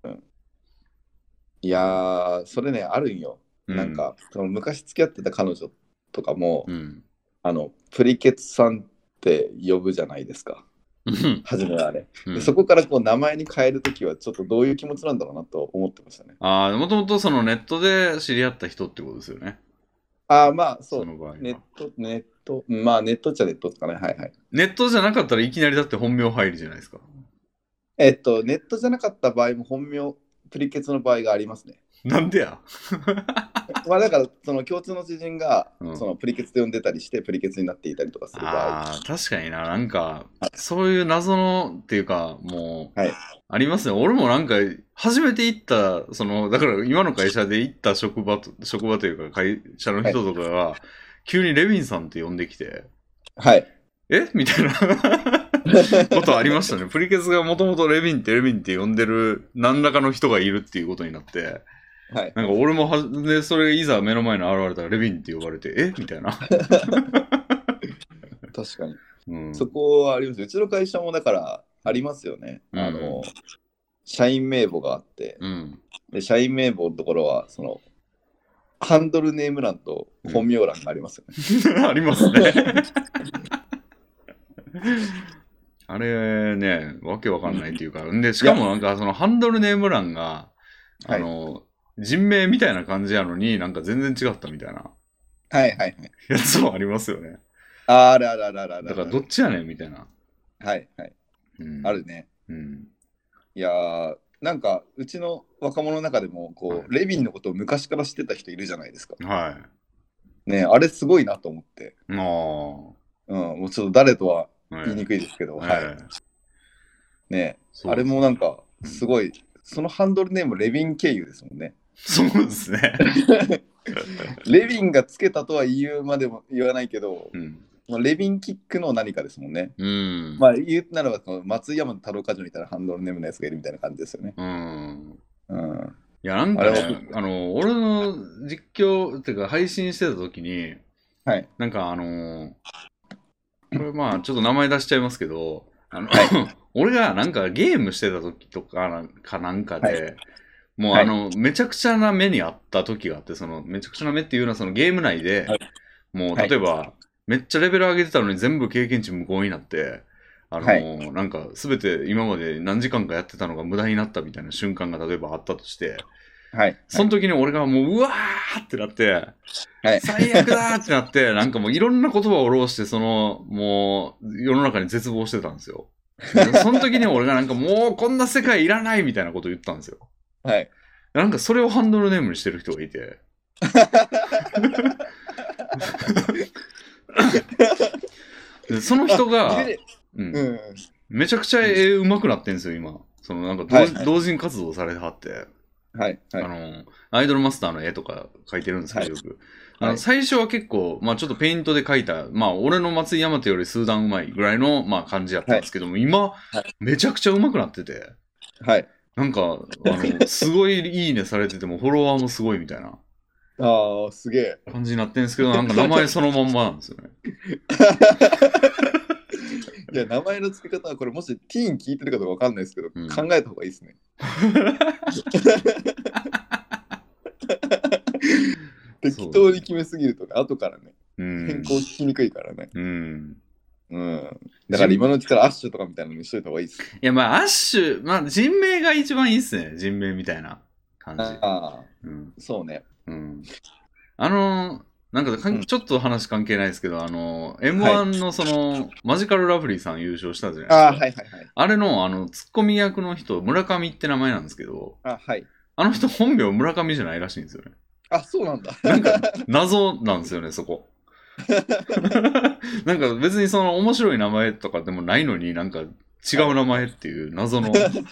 [SPEAKER 2] いやー、それね、あるんよ。
[SPEAKER 1] う
[SPEAKER 2] なん、か、その昔付き合ってた彼女とかも、
[SPEAKER 1] うん。
[SPEAKER 2] あの、プリケツさんって呼ぶじゃないですか、
[SPEAKER 1] うん。
[SPEAKER 2] 初めはね。
[SPEAKER 1] う
[SPEAKER 2] で
[SPEAKER 1] ん
[SPEAKER 2] そこからこう名前に変えるときは、ちょっとどういう気持ちなんだろうなと思ってましたね。
[SPEAKER 1] ああ、もともとそのネットで知り合った人ってことですよね。
[SPEAKER 2] あー、まあ、そう、
[SPEAKER 1] の場合は
[SPEAKER 2] ネット、ネット、まあ、ネットっちゃネットですかね、はいはい。
[SPEAKER 1] ネットじゃなかったらいきなりだって本名入るじゃないですか。
[SPEAKER 2] えっと、ネットじゃなかった場合も、本名、プリケツの場合がありますね。
[SPEAKER 1] なんでや
[SPEAKER 2] まあ、だから、その共通の知人が、
[SPEAKER 1] うん
[SPEAKER 2] そのプリケツで呼んでたりして、プリケツになっていたりとかする場合。
[SPEAKER 1] ああ、確かにな、なんか、そういう謎のっていうか、もう、
[SPEAKER 2] はい
[SPEAKER 1] ありますね。俺もなんか、初めて行った、その、だから今の会社で行った職場と、職場というか会社の人とかが、急にレヴィンさんって呼んできて、
[SPEAKER 2] はい。
[SPEAKER 1] えみ たいなことありましたね。プリケツがもともとレヴィンってレヴィンって呼んでる何らかの人がいるっていうことになって、
[SPEAKER 2] はい。
[SPEAKER 1] なんか俺もは、で、それいざ目の前に現れたらレヴィンって呼ばれて、えみたいな。
[SPEAKER 2] 確かに。
[SPEAKER 1] うん、
[SPEAKER 2] そこはあります。うちの会社もだからありますよね。
[SPEAKER 1] うん
[SPEAKER 2] あの、社員名簿があって、
[SPEAKER 1] うん。
[SPEAKER 2] で社員名簿のところは、その、ハンドルネーム欄と本名欄がありますよね。
[SPEAKER 1] ありますね。あれね、わけわかんないっていうか、で、しかもなんかそのハンドルネーム欄が、あ
[SPEAKER 2] はい
[SPEAKER 1] の、人名みたいな感じやのに、なんか全然違ったみたいな
[SPEAKER 2] はいはいはい。
[SPEAKER 1] やつもありますよね。
[SPEAKER 2] あるあるあるあるある
[SPEAKER 1] だからどっちやねんみたいな。
[SPEAKER 2] はいはい。
[SPEAKER 1] うん、
[SPEAKER 2] ある。ね。
[SPEAKER 1] うん。
[SPEAKER 2] いやー、なんか、うちの若者の中でも、こう、レヴィンのことを昔から知ってた人いるじゃないですか。
[SPEAKER 1] はい。
[SPEAKER 2] ねあれすごいなと思って。
[SPEAKER 1] ああ。
[SPEAKER 2] うん、もうちょっと誰とは言いに
[SPEAKER 1] く
[SPEAKER 2] くいですけど、
[SPEAKER 1] い
[SPEAKER 2] はい。ねあれ。もなんか、すごい、そのハンドルネーム、レヴィン経由ですもんね。
[SPEAKER 1] そうそうですね。
[SPEAKER 2] レヴィンがつけたとは言うまでも言わないけど、
[SPEAKER 1] うん。
[SPEAKER 2] まあ、レヴィンキックの何かですもんね。
[SPEAKER 1] うん。
[SPEAKER 2] まあ、言うならば、その松井山の太郎冠女みたいなハンドルネームのやつがいるみたいな感じですよね。
[SPEAKER 1] うん。
[SPEAKER 2] うん。
[SPEAKER 1] いや、なんか
[SPEAKER 2] あれ
[SPEAKER 1] ね、あの、俺の実況、っていうか配信してた時に、
[SPEAKER 2] はい
[SPEAKER 1] なんかあのーこれまあ、ちょっと名前出しちゃいますけど、あの、 俺がなんかゲームしてた時とかなんかなんかで、
[SPEAKER 2] は
[SPEAKER 1] もう
[SPEAKER 2] はい
[SPEAKER 1] あの、めちゃくちゃな目にあった時があって、その、めちゃくちゃな目っていうのはそのゲーム内で、
[SPEAKER 2] はい
[SPEAKER 1] もう
[SPEAKER 2] はい
[SPEAKER 1] 例えば、めっちゃレベル上げてたのに全部経験値無効になって、あのーなんか全て今まで何時間かやってたのが無駄になったみたいな瞬間が例えばあったとして、
[SPEAKER 2] はい。
[SPEAKER 1] その時に俺がもう、うわーってなって、
[SPEAKER 2] はい
[SPEAKER 1] 最悪だーってな って、なんかもういろんな言葉をろうして、その、もう、世の中に絶望してたんです よ。でその時に俺がなんかもうこんな世界いらないみたいなこと言ったんですよ。
[SPEAKER 2] はい。
[SPEAKER 1] なんかそれをハンドルネームにしてる人がい て。でその人が、うん
[SPEAKER 2] うん。
[SPEAKER 1] めちゃくちゃ絵うまくなってんですよ、今。そのなんか同,、
[SPEAKER 2] はいはい
[SPEAKER 1] 同人活動されてはって。
[SPEAKER 2] はい、はい
[SPEAKER 1] あ。の、アイドルマスターの絵とか描いてるんですけど、よく。あの
[SPEAKER 4] はい
[SPEAKER 1] 最初は結構、まあちょっとペイントで描いた、まあ俺の松井大和より数段うまいぐらいの、まあ感じやったんですけども、今、めちゃくちゃうまくなってて、
[SPEAKER 2] はい。
[SPEAKER 1] なんか、あ の、すごいいいねされてても、フォロワーもすごいみたいな
[SPEAKER 2] ああ、すげえ。
[SPEAKER 1] 感じになってるんですけど、なんか名前そのまんまなんですよね。
[SPEAKER 2] じゃあ名前の付け方はこれもしティーン聞いてるかどうかわかんないですけど、
[SPEAKER 1] うん
[SPEAKER 2] 考えた方がいいで すね。適当に決めすぎるとね、後からね、
[SPEAKER 1] う
[SPEAKER 2] 変
[SPEAKER 1] ん。
[SPEAKER 2] 更しにくいからね。
[SPEAKER 1] うん。
[SPEAKER 2] うん。だから今のうちからアッシュとかみたいなのにしといた方がいいです。
[SPEAKER 1] いや、まあアッシュ、まあ人名が一番いいっすね。人名みたいな感じ。
[SPEAKER 2] ああ、
[SPEAKER 1] うん。
[SPEAKER 2] そうね。
[SPEAKER 1] うんあのーなんかかん
[SPEAKER 2] うん
[SPEAKER 1] ちょっと話関係ないですけど、あのー、
[SPEAKER 2] は
[SPEAKER 1] M1 のその、マジカルラブリーさん優勝したじゃないです
[SPEAKER 2] あ
[SPEAKER 1] か。
[SPEAKER 2] あ、はいはいはい。
[SPEAKER 1] あれの、あの、ツッコミ役の人、村上って名前なんですけど、
[SPEAKER 2] あはい。
[SPEAKER 1] あの人本名村上じゃないらしいんですよね。
[SPEAKER 2] あそうなんだ。
[SPEAKER 1] なんか、謎なんですよね、そこ。 なんか別にその面白い名前とかでもないのになんか違う名前っていう謎 の、
[SPEAKER 2] 確かに。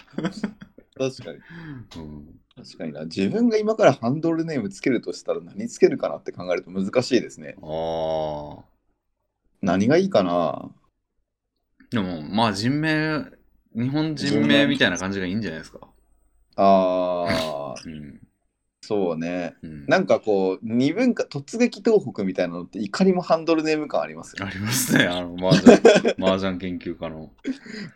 [SPEAKER 1] うん
[SPEAKER 2] 確かにな。自分が今からハンドルネームつけるとしたら何つけるかなって考えると難しいですね。
[SPEAKER 1] ああ
[SPEAKER 2] 何がいいかな
[SPEAKER 1] でもまあ人名日本人名みたいな感じがいいんじゃないですか
[SPEAKER 2] あ あ、
[SPEAKER 1] うん
[SPEAKER 2] そうね。
[SPEAKER 1] うん
[SPEAKER 2] なんかこう、二分化、突撃東北みたいなのって、いかにもハンドルネーム感ありますよ
[SPEAKER 1] あ。りますね、あの、麻 雀、麻雀研究家の。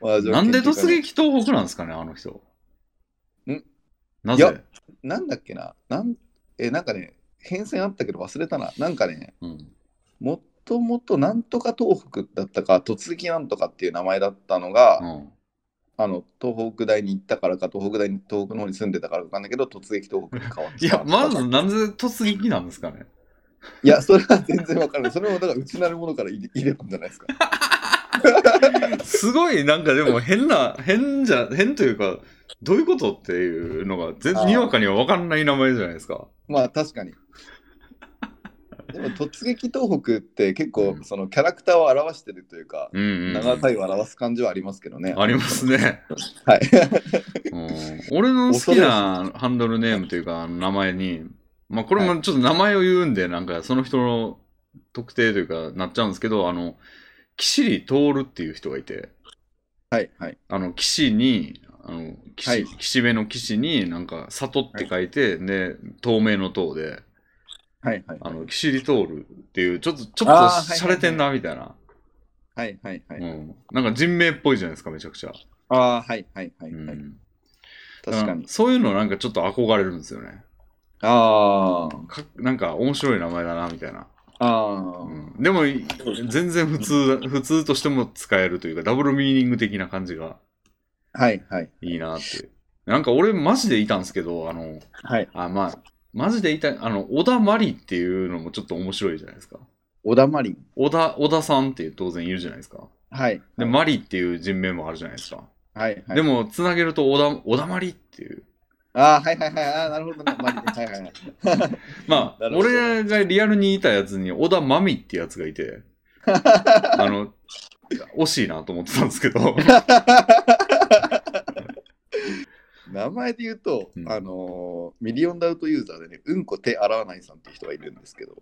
[SPEAKER 2] 麻雀
[SPEAKER 1] なんで
[SPEAKER 2] 研究家
[SPEAKER 1] 突
[SPEAKER 2] の
[SPEAKER 1] 撃東北なんですかね、あの人。
[SPEAKER 2] ん
[SPEAKER 1] ないぜ
[SPEAKER 2] やなんだっけななん、え、なんかね、変遷あったけど忘れたな。なんかね、
[SPEAKER 1] うん。
[SPEAKER 2] もともとなんとか東北だったか、突撃なんとかっていう名前だったのが、
[SPEAKER 1] うん。
[SPEAKER 2] あの、東北大に行ったからか、東北大に、東北の方に住んでたからかわかんないけど、突撃東北に変わっ
[SPEAKER 1] い
[SPEAKER 2] て
[SPEAKER 1] や、まず、
[SPEAKER 2] い
[SPEAKER 1] なんで突撃なんですかね。
[SPEAKER 2] や、それは全然わからない。それもだから、内なるものから入れ入れたんじゃないですか。
[SPEAKER 1] すごい、なんかでも変 な、変じゃ、変というか、どういうことっていうのが、全
[SPEAKER 2] あー
[SPEAKER 1] にわかには分かんない名前じゃないですか。
[SPEAKER 2] まあ確かに。でも突撃東北って結構
[SPEAKER 1] うん
[SPEAKER 2] そのキャラクターを表してるというか、
[SPEAKER 1] うんうん、
[SPEAKER 2] 長さいを表す感じはありますけどね。
[SPEAKER 1] ありますね。
[SPEAKER 2] はい。
[SPEAKER 1] うん俺の好きなハンドルネームというか、あの名前に、まあ、これもちょっと名前を言うんで、なんかその人の特定というか、なっちゃうんですけど、あの、岸里徹っていう人がいて、
[SPEAKER 2] はいはい。
[SPEAKER 1] あの、岸に、あの、岸、
[SPEAKER 2] はい
[SPEAKER 1] 岸辺の岸に、なんか、里って書いて、で、透明の塔で、
[SPEAKER 2] はいはい。
[SPEAKER 1] あの、岸里徹っていう、ちょっと、ちょっと
[SPEAKER 2] あーはいはいはい
[SPEAKER 1] 洒落てんな、みたいな。
[SPEAKER 2] はいはいはい。
[SPEAKER 1] うん。なんか人名っぽいじゃないですか、めちゃくちゃ。
[SPEAKER 2] ああ、はいはいは
[SPEAKER 1] う
[SPEAKER 2] いはい。
[SPEAKER 1] ん。
[SPEAKER 2] 確かに
[SPEAKER 1] うん。そういうのなんかちょっと憧れるんですよね。
[SPEAKER 2] あ
[SPEAKER 1] かなんか面白い名前だなみたいな、
[SPEAKER 2] あ、あ
[SPEAKER 1] うん、でもい全然普通普通としても使えるというかダブルミーニング的な感じが
[SPEAKER 2] あ、はいはい
[SPEAKER 1] いいなってなんか俺マジでいたんですけどあの
[SPEAKER 2] はい。
[SPEAKER 1] あまあマジでいたあの小田マリっていうのもちょっと面白いじゃないですか
[SPEAKER 2] 小田マリン。
[SPEAKER 1] 小田小田さんって当然いるじゃないですか
[SPEAKER 2] はい。
[SPEAKER 1] で、マリっていう人名もあるじゃないですか、
[SPEAKER 2] はいはい。
[SPEAKER 1] でもつなげると小田小田マリっていう
[SPEAKER 2] ああ、はいはいはい。ああ、なるほどね。マリン。はいはいはい。
[SPEAKER 1] まあ、
[SPEAKER 2] なるほどね
[SPEAKER 1] 俺がリアルにいたやつに、小田真美ってやつがい て、あの、惜しいなと思ってたんですけ ど、
[SPEAKER 2] 名前で言うと、
[SPEAKER 1] うん
[SPEAKER 2] あのーミリオンダウトユーザーでね、うんこ手洗わないさんっていう人がいるんです けど、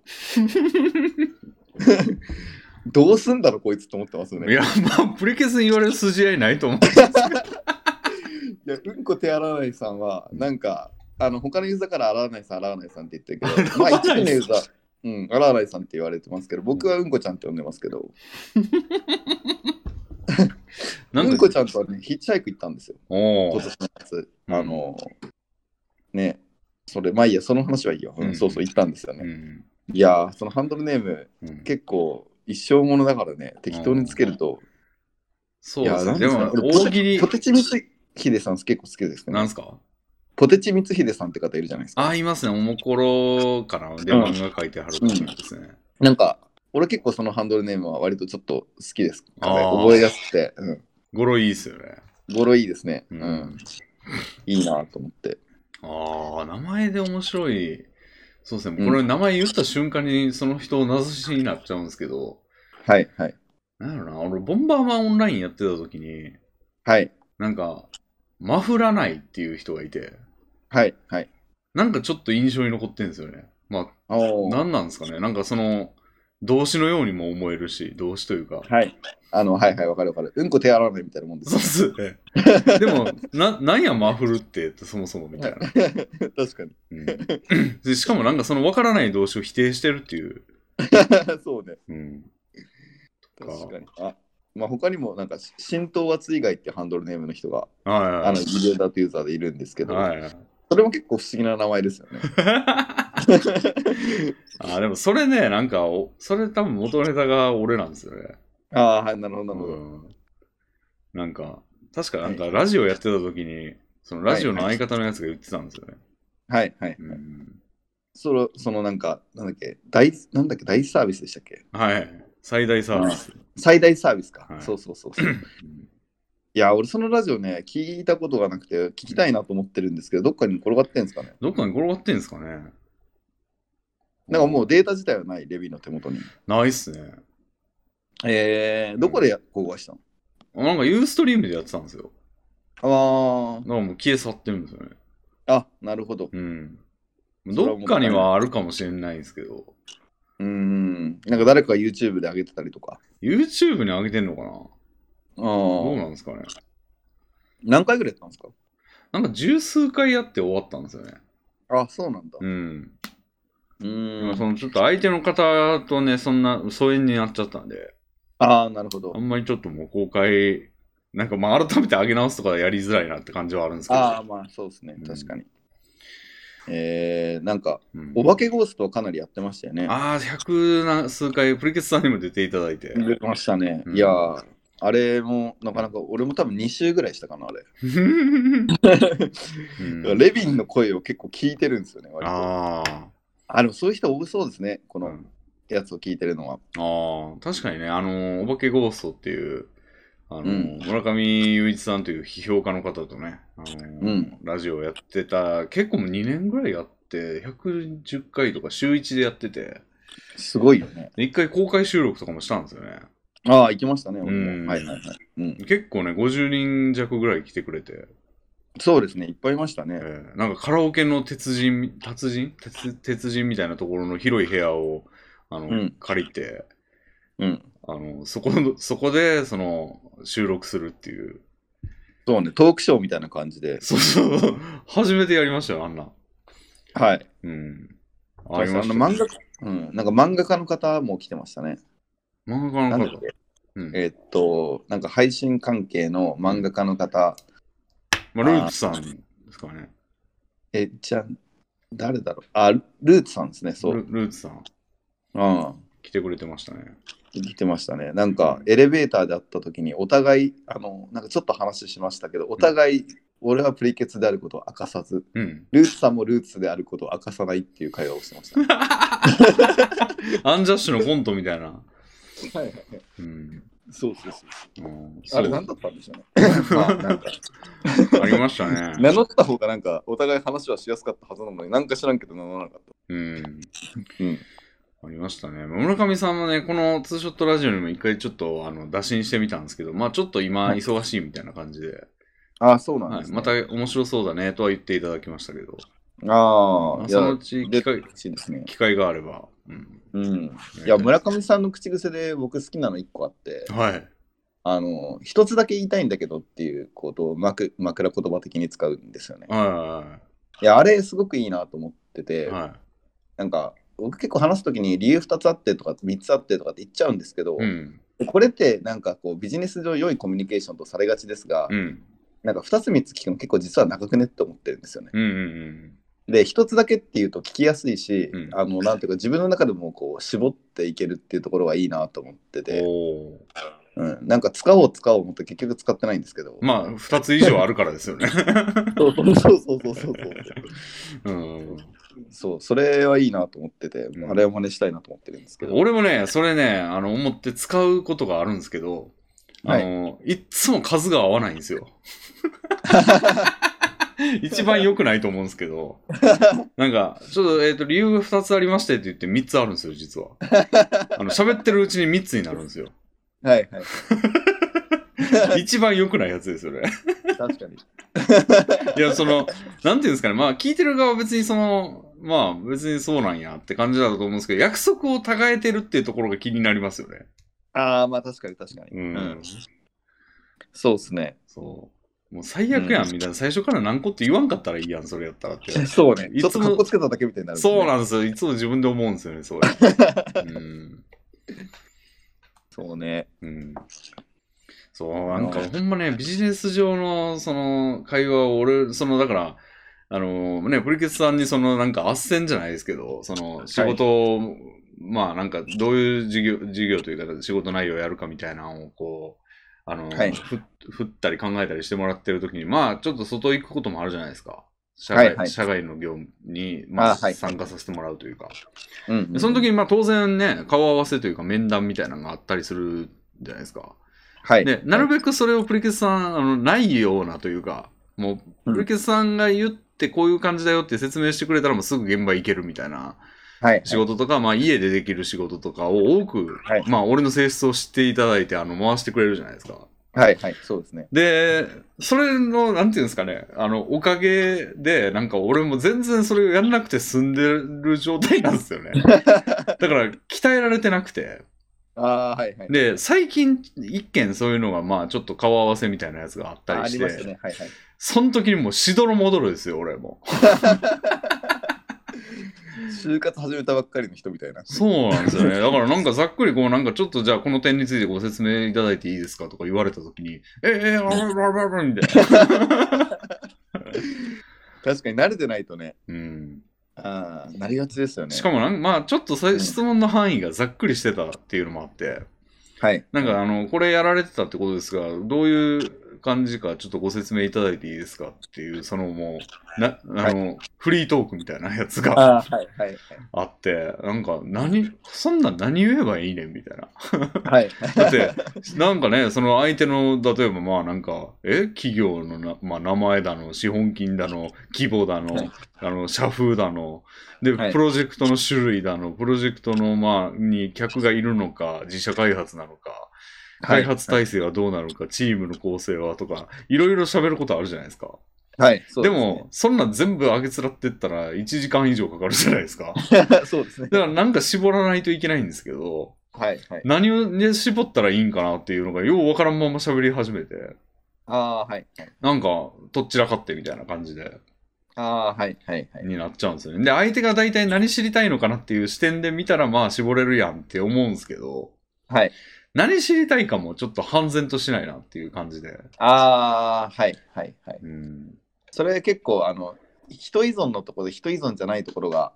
[SPEAKER 2] どうすんだろ、こいつと思ってますよね。
[SPEAKER 1] いや、まあ、プリケスに言われる筋合いないと思うんですけど、
[SPEAKER 2] いやうんこ手洗わないさんは、なんか、あの他のユーザーから洗わないさん、洗わないさんって言ってる けど、まあ、一部のユーザー、うん、洗わないさんって言われてますけど、僕はうんこちゃんって呼んでますけど、う
[SPEAKER 1] なん
[SPEAKER 2] ん
[SPEAKER 1] か、
[SPEAKER 2] こちゃんとはね、ヒッチハイク行ったんですよ、
[SPEAKER 1] お
[SPEAKER 2] 今
[SPEAKER 1] ー
[SPEAKER 2] 年の夏。
[SPEAKER 1] うん
[SPEAKER 2] あのーね、それ、まあいいや、その話はいいよ。うん
[SPEAKER 1] うん
[SPEAKER 2] そうそう、行ったんですよ
[SPEAKER 1] う
[SPEAKER 2] ね。
[SPEAKER 1] ん。
[SPEAKER 2] いやー、そのハンドルネーム、
[SPEAKER 1] うん
[SPEAKER 2] 結構一生ものだからね適当につけると、
[SPEAKER 1] そう
[SPEAKER 2] い
[SPEAKER 1] で
[SPEAKER 2] や
[SPEAKER 1] す
[SPEAKER 2] な
[SPEAKER 1] ね。
[SPEAKER 2] ん
[SPEAKER 1] で
[SPEAKER 2] ですか
[SPEAKER 1] も
[SPEAKER 2] ね、俺
[SPEAKER 1] 大喜利
[SPEAKER 2] ポ、テチ光秀さん結構好きですけど、
[SPEAKER 1] なん
[SPEAKER 2] ね
[SPEAKER 1] す、か
[SPEAKER 2] ポテチ光秀さんって方いるじゃないですか
[SPEAKER 1] あ、いますね。おもころかな。で、
[SPEAKER 2] うん
[SPEAKER 1] 漫画書いてはる人ですね。
[SPEAKER 2] なんか俺結構そのハンドルネームは割とちょっと好きですかね
[SPEAKER 1] あー
[SPEAKER 2] 覚えやすくて、うん、
[SPEAKER 1] 語呂いいっすよね。
[SPEAKER 2] 語呂いいですね、
[SPEAKER 1] う
[SPEAKER 2] うんんいいなと思って
[SPEAKER 1] ああ、名前で面白い。そうですね。
[SPEAKER 2] うん
[SPEAKER 1] これ、名前言った瞬間にその人を名指しになっちゃうんですけど、
[SPEAKER 2] はいはい
[SPEAKER 1] なんやろな、俺、ボンバーマンオンラインやってた時に、
[SPEAKER 2] はい
[SPEAKER 1] なんか、マフらないっていう人がいて、
[SPEAKER 2] はい、はい。
[SPEAKER 1] なんかちょっと印象に残ってんですよね。まあ、
[SPEAKER 2] おー
[SPEAKER 1] 何なんですかね。なんかその、動詞のようにも思えるし、動詞というか。
[SPEAKER 2] はい。あの、はいはい、わかるわかる。うんこ手洗わないみたいなもんです
[SPEAKER 1] そう
[SPEAKER 2] よ
[SPEAKER 1] っ。 すね。でも、な、なんやマフルって、そもそもみたいな。
[SPEAKER 2] 確かに。
[SPEAKER 1] うん、でしかもなんかその分からない動詞を否定してるっていう。
[SPEAKER 2] そうね。
[SPEAKER 1] うん。とか
[SPEAKER 2] 確かに。あまあ、他にも、なんか、浸透圧以外ってハンドルネームの人が、
[SPEAKER 1] は
[SPEAKER 2] あの、ビデオダートユーザーでいるんですけ
[SPEAKER 1] い
[SPEAKER 2] ど、
[SPEAKER 1] はい。はい。
[SPEAKER 2] それも結構不思議な名前ですよね。
[SPEAKER 1] あ、でもそれね、なんかお、それ多分元ネタが俺なんですよね。
[SPEAKER 2] あ あ、はい、なるほど、なるほ
[SPEAKER 1] う
[SPEAKER 2] ど。
[SPEAKER 1] んなんか、確かなんかラジオやってた時に、そのラジオの相方のやつが言ってたんですよね。
[SPEAKER 2] はい、はい。
[SPEAKER 1] うん
[SPEAKER 2] その、そのなんか、なんだっけ、大、なんだっけ、大サービスでしたっけ
[SPEAKER 1] はい。最大サービス。
[SPEAKER 2] 最大サービスか。
[SPEAKER 1] はい
[SPEAKER 2] そうそうそうそう。いや、俺そのラジオね、聞いたことがなくて、聞きたいなと思ってるんですけど、どっかに転がってんですかね。
[SPEAKER 1] どっかに転がってんですかね
[SPEAKER 2] なんかもうデータ自体はない、レビーの手元に。
[SPEAKER 1] ないっすね。
[SPEAKER 2] えー、どこでや公開したの
[SPEAKER 1] なんかユーストリームでやってたんですよ。
[SPEAKER 2] あ
[SPEAKER 1] だからもう消え去ってるんですよね。
[SPEAKER 2] あ、あ、なるほど。
[SPEAKER 1] うん。
[SPEAKER 2] それ
[SPEAKER 1] ど
[SPEAKER 2] は
[SPEAKER 1] っ
[SPEAKER 2] もう
[SPEAKER 1] かにはあるかもしれないんですけど、
[SPEAKER 2] うーん。なんか誰かが YouTube で上げてたりとか。
[SPEAKER 1] YouTube に上げてんのかな
[SPEAKER 2] あ
[SPEAKER 1] どう
[SPEAKER 2] ー
[SPEAKER 1] なんですかね
[SPEAKER 2] 何回ぐらいやったんですか
[SPEAKER 1] なんか十数回やって終わったんですよね。
[SPEAKER 2] あ、そうなんだ。
[SPEAKER 1] うん。
[SPEAKER 2] うー
[SPEAKER 1] 今
[SPEAKER 2] ん。
[SPEAKER 1] そのちょっと相手の方とね、そんな疎遠になっちゃったんで、
[SPEAKER 2] ああ、なるほど
[SPEAKER 1] あ。んまりちょっともう公開、なんかまあ改めて上げ直すとかやりづらいなって感じはあるんですけど。
[SPEAKER 2] ああ、まあそうですね
[SPEAKER 1] う。ん
[SPEAKER 2] 確かに。えー、なんか、
[SPEAKER 1] うん
[SPEAKER 2] お化けゴーストはかなりやってましたよね。
[SPEAKER 1] あー、百な数回、プリケツさんにも出ていただいて。
[SPEAKER 2] 出てましたね。
[SPEAKER 1] うん
[SPEAKER 2] いやー、あれもなかなか、俺も多分2週ぐらいしたかな、あれ。
[SPEAKER 1] うん
[SPEAKER 2] レビンの声を結構聞いてるんですよね、割と。
[SPEAKER 1] ああ。
[SPEAKER 2] あ、でもそういう人多そうですね、こ
[SPEAKER 1] う
[SPEAKER 2] の
[SPEAKER 1] ん
[SPEAKER 2] やつを聞いてるのは。
[SPEAKER 1] ああ、確かにね、あの、お化けゴーストっていう、あの、
[SPEAKER 2] うん
[SPEAKER 1] 村上雄一さんという批評家の方とね、あの
[SPEAKER 2] うん
[SPEAKER 1] ラジオやってた、結構もう2年ぐらいやって、110回とか週1でやってて、
[SPEAKER 2] すごいよね。
[SPEAKER 1] で一回公開収録とかもしたんですよね。
[SPEAKER 2] ああ、行きましたね、俺も。
[SPEAKER 1] うん
[SPEAKER 2] はいはいはい。うん、
[SPEAKER 1] 結構ね、50人弱ぐらい来てくれて、
[SPEAKER 2] そうですね、いっぱいいましたね
[SPEAKER 1] え。ーなんかカラオケの鉄人、達人鉄鉄人みたいなところの広い部屋を、あの、
[SPEAKER 2] うん
[SPEAKER 1] 借りて、
[SPEAKER 2] うん。
[SPEAKER 1] あの、そこの、そこで、その、収録するっていう。
[SPEAKER 2] そうね、トークショーみたいな感じで。
[SPEAKER 1] そうそう。初めてやりましたよ、あんな。
[SPEAKER 2] はい。
[SPEAKER 1] うん。
[SPEAKER 2] あの漫画、うん、なんか漫画家の方も来てましたね。
[SPEAKER 1] 漫画
[SPEAKER 2] なん
[SPEAKER 1] の
[SPEAKER 2] だ
[SPEAKER 1] 方
[SPEAKER 2] っけ
[SPEAKER 1] うん
[SPEAKER 2] えーっと、なんか配信関係の漫画家の方、
[SPEAKER 1] まあ、ルーツさんですかね。
[SPEAKER 2] え、じゃあ誰だろうあ、ルーツさんですね、そう。
[SPEAKER 1] ルルーツさん、
[SPEAKER 2] うん。
[SPEAKER 1] 来てくれてましたね。
[SPEAKER 2] 来てましたね。なんか、エレベーターで会った時に、お互い、あの、なんかちょっと話しましたけど、お互い、俺はプリケツであることを明かさず、
[SPEAKER 1] うん。
[SPEAKER 2] ルーツさんもルーツであることを明かさないっていう会話をしてました。
[SPEAKER 1] アンジャッシュのコントみたいな。
[SPEAKER 2] はいはいはい。
[SPEAKER 1] うん。
[SPEAKER 2] そうそうそう。
[SPEAKER 1] うん
[SPEAKER 2] あれ
[SPEAKER 1] そう
[SPEAKER 2] 何だったんでしょうね。まあなん か
[SPEAKER 1] ありましたね。
[SPEAKER 2] 名乗った方がなんかお互い話はしやすかったはずなのになんか知らんけど名乗らなかっ
[SPEAKER 1] うん。
[SPEAKER 2] た。うん。
[SPEAKER 1] ありましたね。村上さんはね、このツーショットラジオにも一回ちょっとあの打診してみたんですけど、まあちょっと今忙しいみたいな感じで、
[SPEAKER 2] ああ、そうなん
[SPEAKER 1] は
[SPEAKER 2] で
[SPEAKER 1] い、
[SPEAKER 2] す、ね
[SPEAKER 1] また面白そうだねとは言っていただきましたけど、
[SPEAKER 2] あ
[SPEAKER 1] ま
[SPEAKER 2] あ、
[SPEAKER 1] あ
[SPEAKER 2] い
[SPEAKER 1] その
[SPEAKER 2] や
[SPEAKER 1] う、ち
[SPEAKER 2] 出
[SPEAKER 1] 機
[SPEAKER 2] て
[SPEAKER 1] 会
[SPEAKER 2] ほしいですね。
[SPEAKER 1] 機会があれば。うん。
[SPEAKER 2] うん。いや、村上さんの口癖で僕好きなの1個あって、
[SPEAKER 1] はい。
[SPEAKER 2] あの、一つだけ言いたいんだけどっていうことを枕枕言葉的に使うんですよね。
[SPEAKER 1] はい
[SPEAKER 2] や、あれすごくいいなと思って
[SPEAKER 1] い
[SPEAKER 2] て、
[SPEAKER 1] は
[SPEAKER 2] なんか、僕結構話すときに理由2つあってとか3つあってとかって言っちゃうんですけど、
[SPEAKER 1] い。うん。
[SPEAKER 2] これってなんかこうビジネス上良いコミュニケーションとされがちですが、
[SPEAKER 1] うん。
[SPEAKER 2] なんか2つ3つ聞くの結構実は長くねって思ってるんですよね。
[SPEAKER 1] うんうん
[SPEAKER 2] で1つだけっていうと聞きやすいし、
[SPEAKER 1] うん
[SPEAKER 2] あのなんていうか自分の中でもこう絞っていけるっていうところはいいなと思って
[SPEAKER 1] うん。
[SPEAKER 2] て、
[SPEAKER 1] おお。
[SPEAKER 2] うん、なんか使おう使おう思って結局使ってないんですけど。
[SPEAKER 1] まあ、二つ以上あるからですよ ね。
[SPEAKER 2] そうそうそうそうそうそう
[SPEAKER 1] うん。
[SPEAKER 2] そうそれはいいなと思ってて、
[SPEAKER 1] うん
[SPEAKER 2] あれを真似したいなと思ってるんですけど
[SPEAKER 1] 俺もね、それね、あの、思って使うことがあるんですけど、あの、いっつも数が合わないんです よ。一番良くないと思うんですけ ど、なんか、ちょっと、えっ、と、理由が二つありましてって言って三つあるんですよ、実は。あの、喋ってるうちに三つになるんですよ。
[SPEAKER 2] はいはい
[SPEAKER 1] 一番良くないやつですよね。
[SPEAKER 2] 確かに。
[SPEAKER 1] いや、その、なんていうんですかね、まあ、聞いてる側は別にその、まあ、別にそうなんやって感じだと思うんですけど、約束を互えてるっていうところが気になりますよね。
[SPEAKER 2] ああ、まあ確かに確かに。
[SPEAKER 1] うん。
[SPEAKER 2] うんそうですね。
[SPEAKER 1] そう。もう最悪やん、
[SPEAKER 2] うん
[SPEAKER 1] みたいな。最初から何個って言わんかったらいいやん、それやったらって。
[SPEAKER 2] そうね。
[SPEAKER 1] いつ
[SPEAKER 2] ちょ
[SPEAKER 1] も
[SPEAKER 2] っとかっこつけただけみたいにな る、
[SPEAKER 1] そうなんんですよ。いつも自分で思うんですよね、 それ。うん。
[SPEAKER 2] そうね。
[SPEAKER 1] うん。そう、なんかほんまね、ビジネス上のその会話を俺、そのだから、あのね、プリケツさんにそのなんか斡旋じゃないですけど、その仕事を、まあなんかどういう事業、事業というか仕事内容をやるかみたいなのをこう、あの、
[SPEAKER 2] はい
[SPEAKER 1] ふ振ったり考えたりしてもらってる時に、まあちょっと外行くこともあるじゃないですか。社外,、
[SPEAKER 2] はいはい
[SPEAKER 1] 社外の業務に、まあ
[SPEAKER 2] あはい
[SPEAKER 1] 参加させてもらうというか。
[SPEAKER 2] うん、
[SPEAKER 1] でその時にまあ当然ね、顔合わせというか面談みたいなのがあったりするじゃないですか。
[SPEAKER 2] はい。
[SPEAKER 1] で、なるべくそれをプリケツさん、あの、ないようなというか、もう、
[SPEAKER 2] うん
[SPEAKER 1] プリケツさんが言ってこういう感じだよって説明してくれたらもうすぐ現場行けるみたいな
[SPEAKER 2] はい。
[SPEAKER 1] 仕事とか、まあ家でできる仕事とかを多く、
[SPEAKER 2] はい
[SPEAKER 1] まあ俺の性質を知っていただいて、あの、回してくれるじゃないですか。
[SPEAKER 2] はい。はい。そうですね。
[SPEAKER 1] で、それの、なんていうんですかね、あの、おかげで、なんか俺も全然それをやんなくて済んでる状態なんですよ ね。だから、鍛えられてなくて。
[SPEAKER 2] ああー、はい。はい。
[SPEAKER 1] で、最近、一件そういうのが、まあ、ちょっと顔合わせみたいなやつがあっ
[SPEAKER 2] あ
[SPEAKER 1] た
[SPEAKER 2] あ
[SPEAKER 1] りし
[SPEAKER 2] り
[SPEAKER 1] て、
[SPEAKER 2] ましたね。はい。はい。
[SPEAKER 1] その時にもう、しどろもどろですよ、俺も。
[SPEAKER 2] 就活始めたばっかりの人みたいな。
[SPEAKER 1] そうなんですよ ね。だから、なんかざっくり、こう、なんかちょっと、じゃあ、この点についてご説明いただいていいですかとか言われた時に、えええあららららみたいな。
[SPEAKER 2] 確かに慣れてないとね、
[SPEAKER 1] うん。
[SPEAKER 2] ああ、なりがちですよね。
[SPEAKER 1] しかもなん、まあ、ちょっとさ
[SPEAKER 2] うん
[SPEAKER 1] 質問の範囲がざっくりしてたっていうのもあって、
[SPEAKER 2] はい。
[SPEAKER 1] なんか、あの、これやられてたってことですが、どういう感じか、ちょっとご説明いただいていいですかっていう、そのもう、な、あの、フリートークみたいなやつが。
[SPEAKER 2] ああ、はい。はい。
[SPEAKER 1] あって、なんか、何、そんなん何言えばいいねんみたいな。
[SPEAKER 2] はい。
[SPEAKER 1] だって、なんかね、その相手の、例えばまあなんか、え企業のな、まあ、名前だの、資本金だの、規模だ
[SPEAKER 2] は
[SPEAKER 1] の
[SPEAKER 2] い、
[SPEAKER 1] あの、社風だの、で、
[SPEAKER 2] はい
[SPEAKER 1] プロジェクトの種類だの、プロジェクトの、まあ、に客がいるのか、自社開発なのか、開発体制はどうなのか、チームの構成はとか、いろいろ喋ることあるじゃないですか。
[SPEAKER 2] はい。そう
[SPEAKER 1] です
[SPEAKER 2] ね
[SPEAKER 1] も、、そんなん全部上げつらってったら、1時間以上かかるじゃないですか。
[SPEAKER 2] そうですね。
[SPEAKER 1] だからなんか絞らないといけないんですけど、
[SPEAKER 2] はい。はい。
[SPEAKER 1] 何を、ね、絞ったらいいんかなっていうのがようわからんまま喋り始めて、
[SPEAKER 2] ああ、はい。
[SPEAKER 1] なんか、とっちらかってみたいな感じで、
[SPEAKER 2] ああ、はい。はい。はい。
[SPEAKER 1] になっちゃうんですよね。で、相手が大体何知りたいのかなっていう視点で見たら、まあ絞れるやんって思うんですけど、
[SPEAKER 2] はい。
[SPEAKER 1] 何知りたいかもちょっと半然としないなっていう感じで。
[SPEAKER 2] ああ、はい。はい。はい。
[SPEAKER 1] うん。
[SPEAKER 2] それ結構あの人依存のところで人依存じゃないところが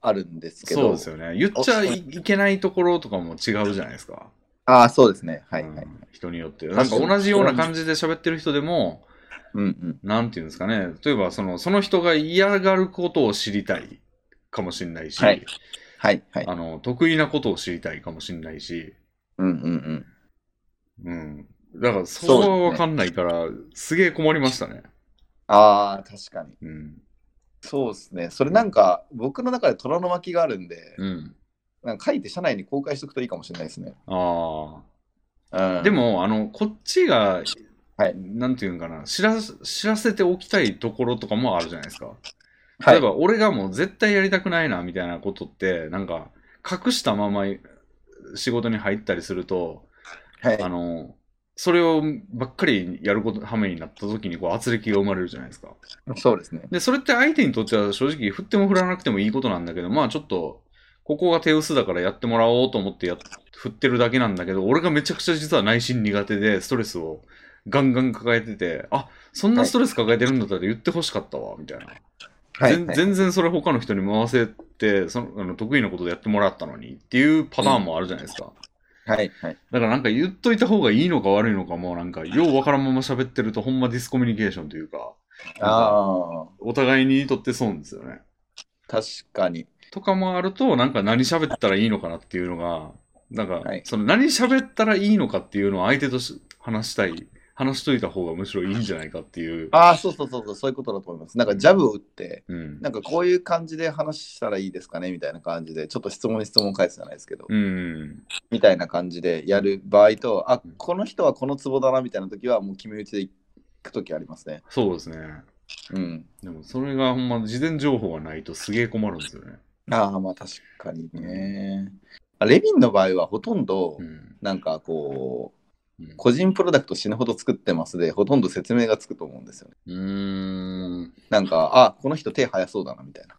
[SPEAKER 2] あるんですけど
[SPEAKER 1] そうですよね。言っちゃいいけないところとかも違うじゃないですか。
[SPEAKER 2] ああそうですねはい
[SPEAKER 1] うん
[SPEAKER 2] はい、
[SPEAKER 1] 人によって。なんか同じような感じで喋ってる人でも、
[SPEAKER 2] うんうん、
[SPEAKER 1] なんていうんですかね、例えばそのその人が嫌がることを知りたいかもしれないし、
[SPEAKER 2] はいはいはい
[SPEAKER 1] あの得意なことを知りたいかもしれないし、
[SPEAKER 2] うんうんう
[SPEAKER 1] う
[SPEAKER 2] ん
[SPEAKER 1] ん、だからそ
[SPEAKER 2] そ
[SPEAKER 1] こ
[SPEAKER 2] うです
[SPEAKER 1] は
[SPEAKER 2] ね
[SPEAKER 1] 分かんないから、すげえ困りましたね。
[SPEAKER 2] ああ確かに
[SPEAKER 1] うん。
[SPEAKER 2] そうですねそれなんか僕の中で虎の巻があるんで、
[SPEAKER 1] うん、
[SPEAKER 2] なんか書いて社内に公開しとくといいかもしれないですね、
[SPEAKER 1] あ
[SPEAKER 2] うん
[SPEAKER 1] あ。でも、あの、こっちが、
[SPEAKER 2] はい
[SPEAKER 1] なんていうんかな知ら、知らせておきたいところとかもあるじゃないですか。
[SPEAKER 2] は
[SPEAKER 1] 例
[SPEAKER 2] い
[SPEAKER 1] えば、俺がもう絶対やりたくないな、みたいなことって、なんか、隠したまま仕事に入ったりすると、
[SPEAKER 2] はい
[SPEAKER 1] あの、それをばっかりやること、はめになった時に、こう、圧力が生まれるじゃないですか。
[SPEAKER 2] そうですね
[SPEAKER 1] で、それって相手にとっては正直、振っても振らなくてもいいことなんだけど、まあちょっと、ここが手薄だからやってもらおうと思ってやっ振ってるだけなんだけど、俺がめちゃくちゃ実は内心苦手で、ストレスをガンガン抱えてて、あ、そんなストレス抱えてるんだったら言ってほしかったわ、みたいな。
[SPEAKER 2] はい
[SPEAKER 1] 全
[SPEAKER 2] はい
[SPEAKER 1] 全然それ他の人に回せて、そのあの得意なことでやってもらったのにっていうパターンもあるじゃないですか。
[SPEAKER 2] はいはい
[SPEAKER 1] だからなんか言っといた方がいいのか悪いのかもうなんかようわからんまま喋ってるとほんまディスコミュニケーションというか
[SPEAKER 2] ああ
[SPEAKER 1] お互いにとって損ですよね。
[SPEAKER 2] 確かに
[SPEAKER 1] とかもあるとなんか何喋ったらいいのかなっていうのがなんか
[SPEAKER 2] はい
[SPEAKER 1] その何喋ったらいいのかっていうのを相手とし話したい話しといた方がむしろいいんじゃないかっていう。
[SPEAKER 2] ああ、そうそうそうそう、そういうことだと思います。なんかジャブを打って、
[SPEAKER 1] うん。
[SPEAKER 2] なんかこういう感じで話したらいいですかねみたいな感じで、ちょっと質問に質問返すじゃないですけど、
[SPEAKER 1] うん。
[SPEAKER 2] みたいな感じでやる場合と、あこの人はこのツボだなみたいな時は、もう決め打ちで行く時ありますね。
[SPEAKER 1] そうですね。
[SPEAKER 2] うん。
[SPEAKER 1] でもそれがほんま事前情報がないとすげえ困るんですよね。
[SPEAKER 2] ああ、まあ確かにね。あレビンの場合はほとんど、
[SPEAKER 1] うん。
[SPEAKER 2] なんかこ
[SPEAKER 1] う
[SPEAKER 2] う、個人プロダクト死ぬほど作ってますで、ほとんど説明がつくと思うんですよね。
[SPEAKER 1] ん。う
[SPEAKER 2] なんか、あこの人手早そうだなみたいな。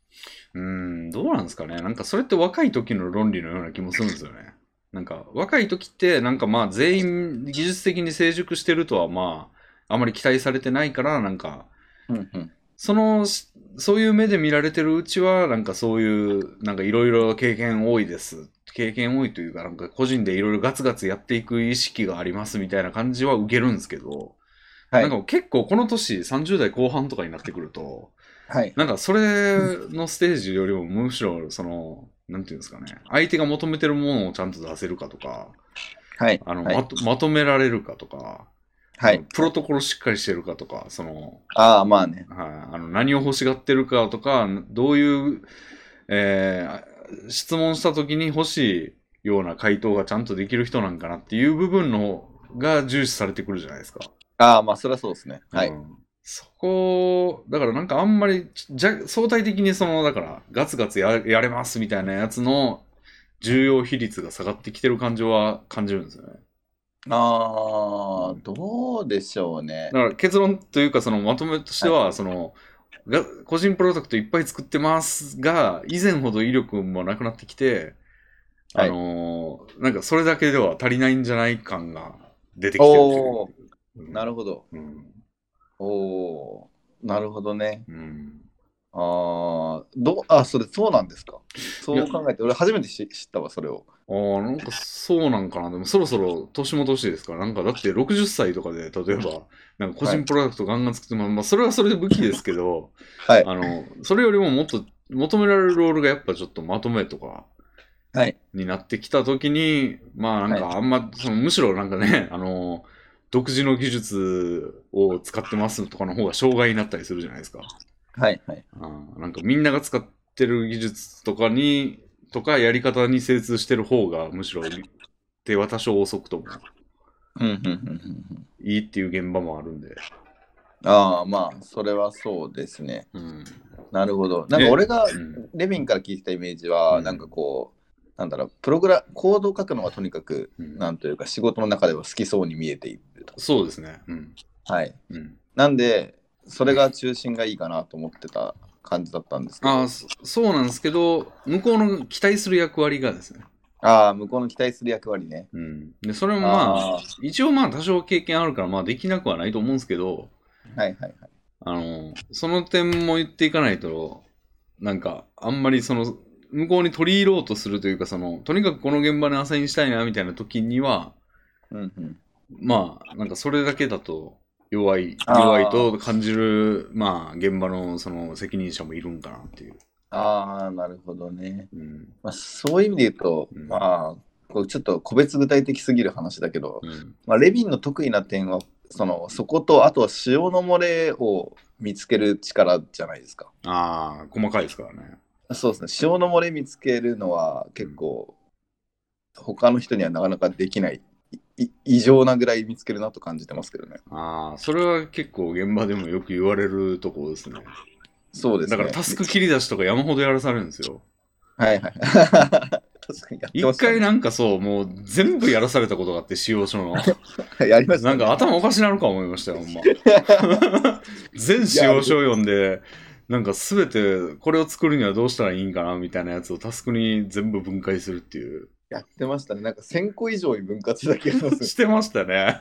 [SPEAKER 1] ーん。どうなんですかね。なんかそれって若い時の論理のような気もするんですよね。なんか若い時ってなんかまあ全員技術的に成熟してるとはまああまり期待されてないからなんか
[SPEAKER 2] うんうん。
[SPEAKER 1] そのしそういう目で見られてるうちはなんかそういうなんかいろいろ経験多いです経験多いというかなんか個人でいろいろガツガツやっていく意識がありますみたいな感じは受けるんですけど、
[SPEAKER 2] はい
[SPEAKER 1] なんか結構この年30代後半とかになってくると
[SPEAKER 2] はい。
[SPEAKER 1] なんかそれのステージよりもむしろそのなんていうんですかね相手が求めてるものをちゃんと出せるかとか
[SPEAKER 2] はい。
[SPEAKER 1] あの、
[SPEAKER 2] はい
[SPEAKER 1] まとまとめられるかとか、
[SPEAKER 2] はい。
[SPEAKER 1] プロトコルしっかりしてるかとかその
[SPEAKER 2] ああ、まあね。
[SPEAKER 1] はい、あの何を欲しがってるかとか、どういう、えー質問した時に欲しいような回答がちゃんとできる人なんかなっていう部分のが重視されてくるじゃないですか。
[SPEAKER 2] ああ、まあそりゃそうですね。は
[SPEAKER 1] う
[SPEAKER 2] い。
[SPEAKER 1] んそこ、だからなんかあんまりじゃ相対的にその、だからガツガツややれますみたいなやつの重要比率が下がってきてる感情は感じるんですよね。
[SPEAKER 2] ああ、どうでしょうね
[SPEAKER 1] だ。から結論というかそのまとめとしては、そのが個人プロダクトいっぱい作ってますが以前ほど威力もなくなってきて、
[SPEAKER 2] はい
[SPEAKER 1] あのーなんかそれだけでは足りないんじゃない感が出てきてる
[SPEAKER 2] おお、なる
[SPEAKER 1] ほ
[SPEAKER 2] ほど。
[SPEAKER 1] ど、うん
[SPEAKER 2] おおー、なるほどね。
[SPEAKER 1] うん
[SPEAKER 2] ああ、どう、あ、それそうなんですか。そ
[SPEAKER 1] いや
[SPEAKER 2] う考えて、俺初めてし知ったわ、それを。
[SPEAKER 1] あーなんかそうなんかなでもそろそろ年も年ですからなんかだって60歳とかで例えばなんか個人プロダクトガンガン作っても、まあ、それはそれで武器ですけど
[SPEAKER 2] はい。
[SPEAKER 1] あのそれよりももっと求められるロールがやっぱちょっとまとめとか
[SPEAKER 2] はい。
[SPEAKER 1] になってきたときに、まあなんかあんま、そのむしろなんかね、 あの、独自の技術を使ってますとかの方が障害になったりするじゃないですか。
[SPEAKER 2] はい。はい。
[SPEAKER 1] うんなんかみんなが使ってる技術とかに、とかやり方に精通してる方がむしろ手は多少遅くとも
[SPEAKER 2] うんうんうんうんうん。
[SPEAKER 1] いいっていう現場もあるんで。
[SPEAKER 2] ああ、まあ、それはそうですね。
[SPEAKER 1] うん。
[SPEAKER 2] なるほど。なんか俺が
[SPEAKER 1] うん
[SPEAKER 2] レビンから聞いたイメージは、
[SPEAKER 1] うん
[SPEAKER 2] なんかこう、なんだろう、プログラ、コードを書くのがとにかく、
[SPEAKER 1] うん
[SPEAKER 2] なんというか、仕事の中では好きそうに見えていると。
[SPEAKER 1] そうですね。うん。
[SPEAKER 2] はい。
[SPEAKER 1] うん、
[SPEAKER 2] なんで、それが中心がいいかなと思ってた感じだったんですけど、
[SPEAKER 1] ああ、そそうなんですけど、向こうの期待する役割がですね。
[SPEAKER 2] ああ、向こうの期待する役割ね。
[SPEAKER 1] うん。で、それもまあ、
[SPEAKER 2] あ
[SPEAKER 1] 一応まあ多少経験あるからまあできなくはないと思うんですけど、
[SPEAKER 2] ーはいはいはい。
[SPEAKER 1] あの、その点も言っていかないと、なんかあんまりその、向こうに取り入ろうとするというか、その、とにかくこの現場にアサインしたいなみたいな時には、
[SPEAKER 2] うんうん。
[SPEAKER 1] まあ、なんかそれだけだと弱い、
[SPEAKER 2] あー
[SPEAKER 1] 弱いと感じる、まあ、現場のその責任者もいるんかなっていう。
[SPEAKER 2] ああ、なるほどね。
[SPEAKER 1] うん。
[SPEAKER 2] まあ、そういう意味で言うと、
[SPEAKER 1] うん
[SPEAKER 2] まあ、こうちょっと個別具体的すぎる話だけど、
[SPEAKER 1] うん。
[SPEAKER 2] まあ、レビンの得意な点はそのそことあとは潮の漏れを見つける力じゃないですか。
[SPEAKER 1] ああ、細かいですからね。
[SPEAKER 2] そうですね潮の漏れ見つけるのは結構他の人にはなかなかできないいい異常なぐらい見つけるなと感じてますけどね。
[SPEAKER 1] ああ、それは結構現場でもよく言われるところですね。
[SPEAKER 2] そうです
[SPEAKER 1] だ
[SPEAKER 2] ね。
[SPEAKER 1] からタスク切り出しとか山ほどやらされるんですよ。
[SPEAKER 2] はいはい。 確かにやってま
[SPEAKER 1] 一
[SPEAKER 2] したね
[SPEAKER 1] 回なんかそう、もう全部やらされたことがあって、使用書 の。
[SPEAKER 2] やりました
[SPEAKER 1] な
[SPEAKER 2] ね、
[SPEAKER 1] んか頭おかしなるか思いましたよ、ほん ま。全使用書読んで、なんか全てこれを作るにはどうしたらいいんかなみたいなやつをタスクに全部分解するっていう。
[SPEAKER 2] やってましたね。なんか1000個以上に分割だけしますね
[SPEAKER 1] してました ね。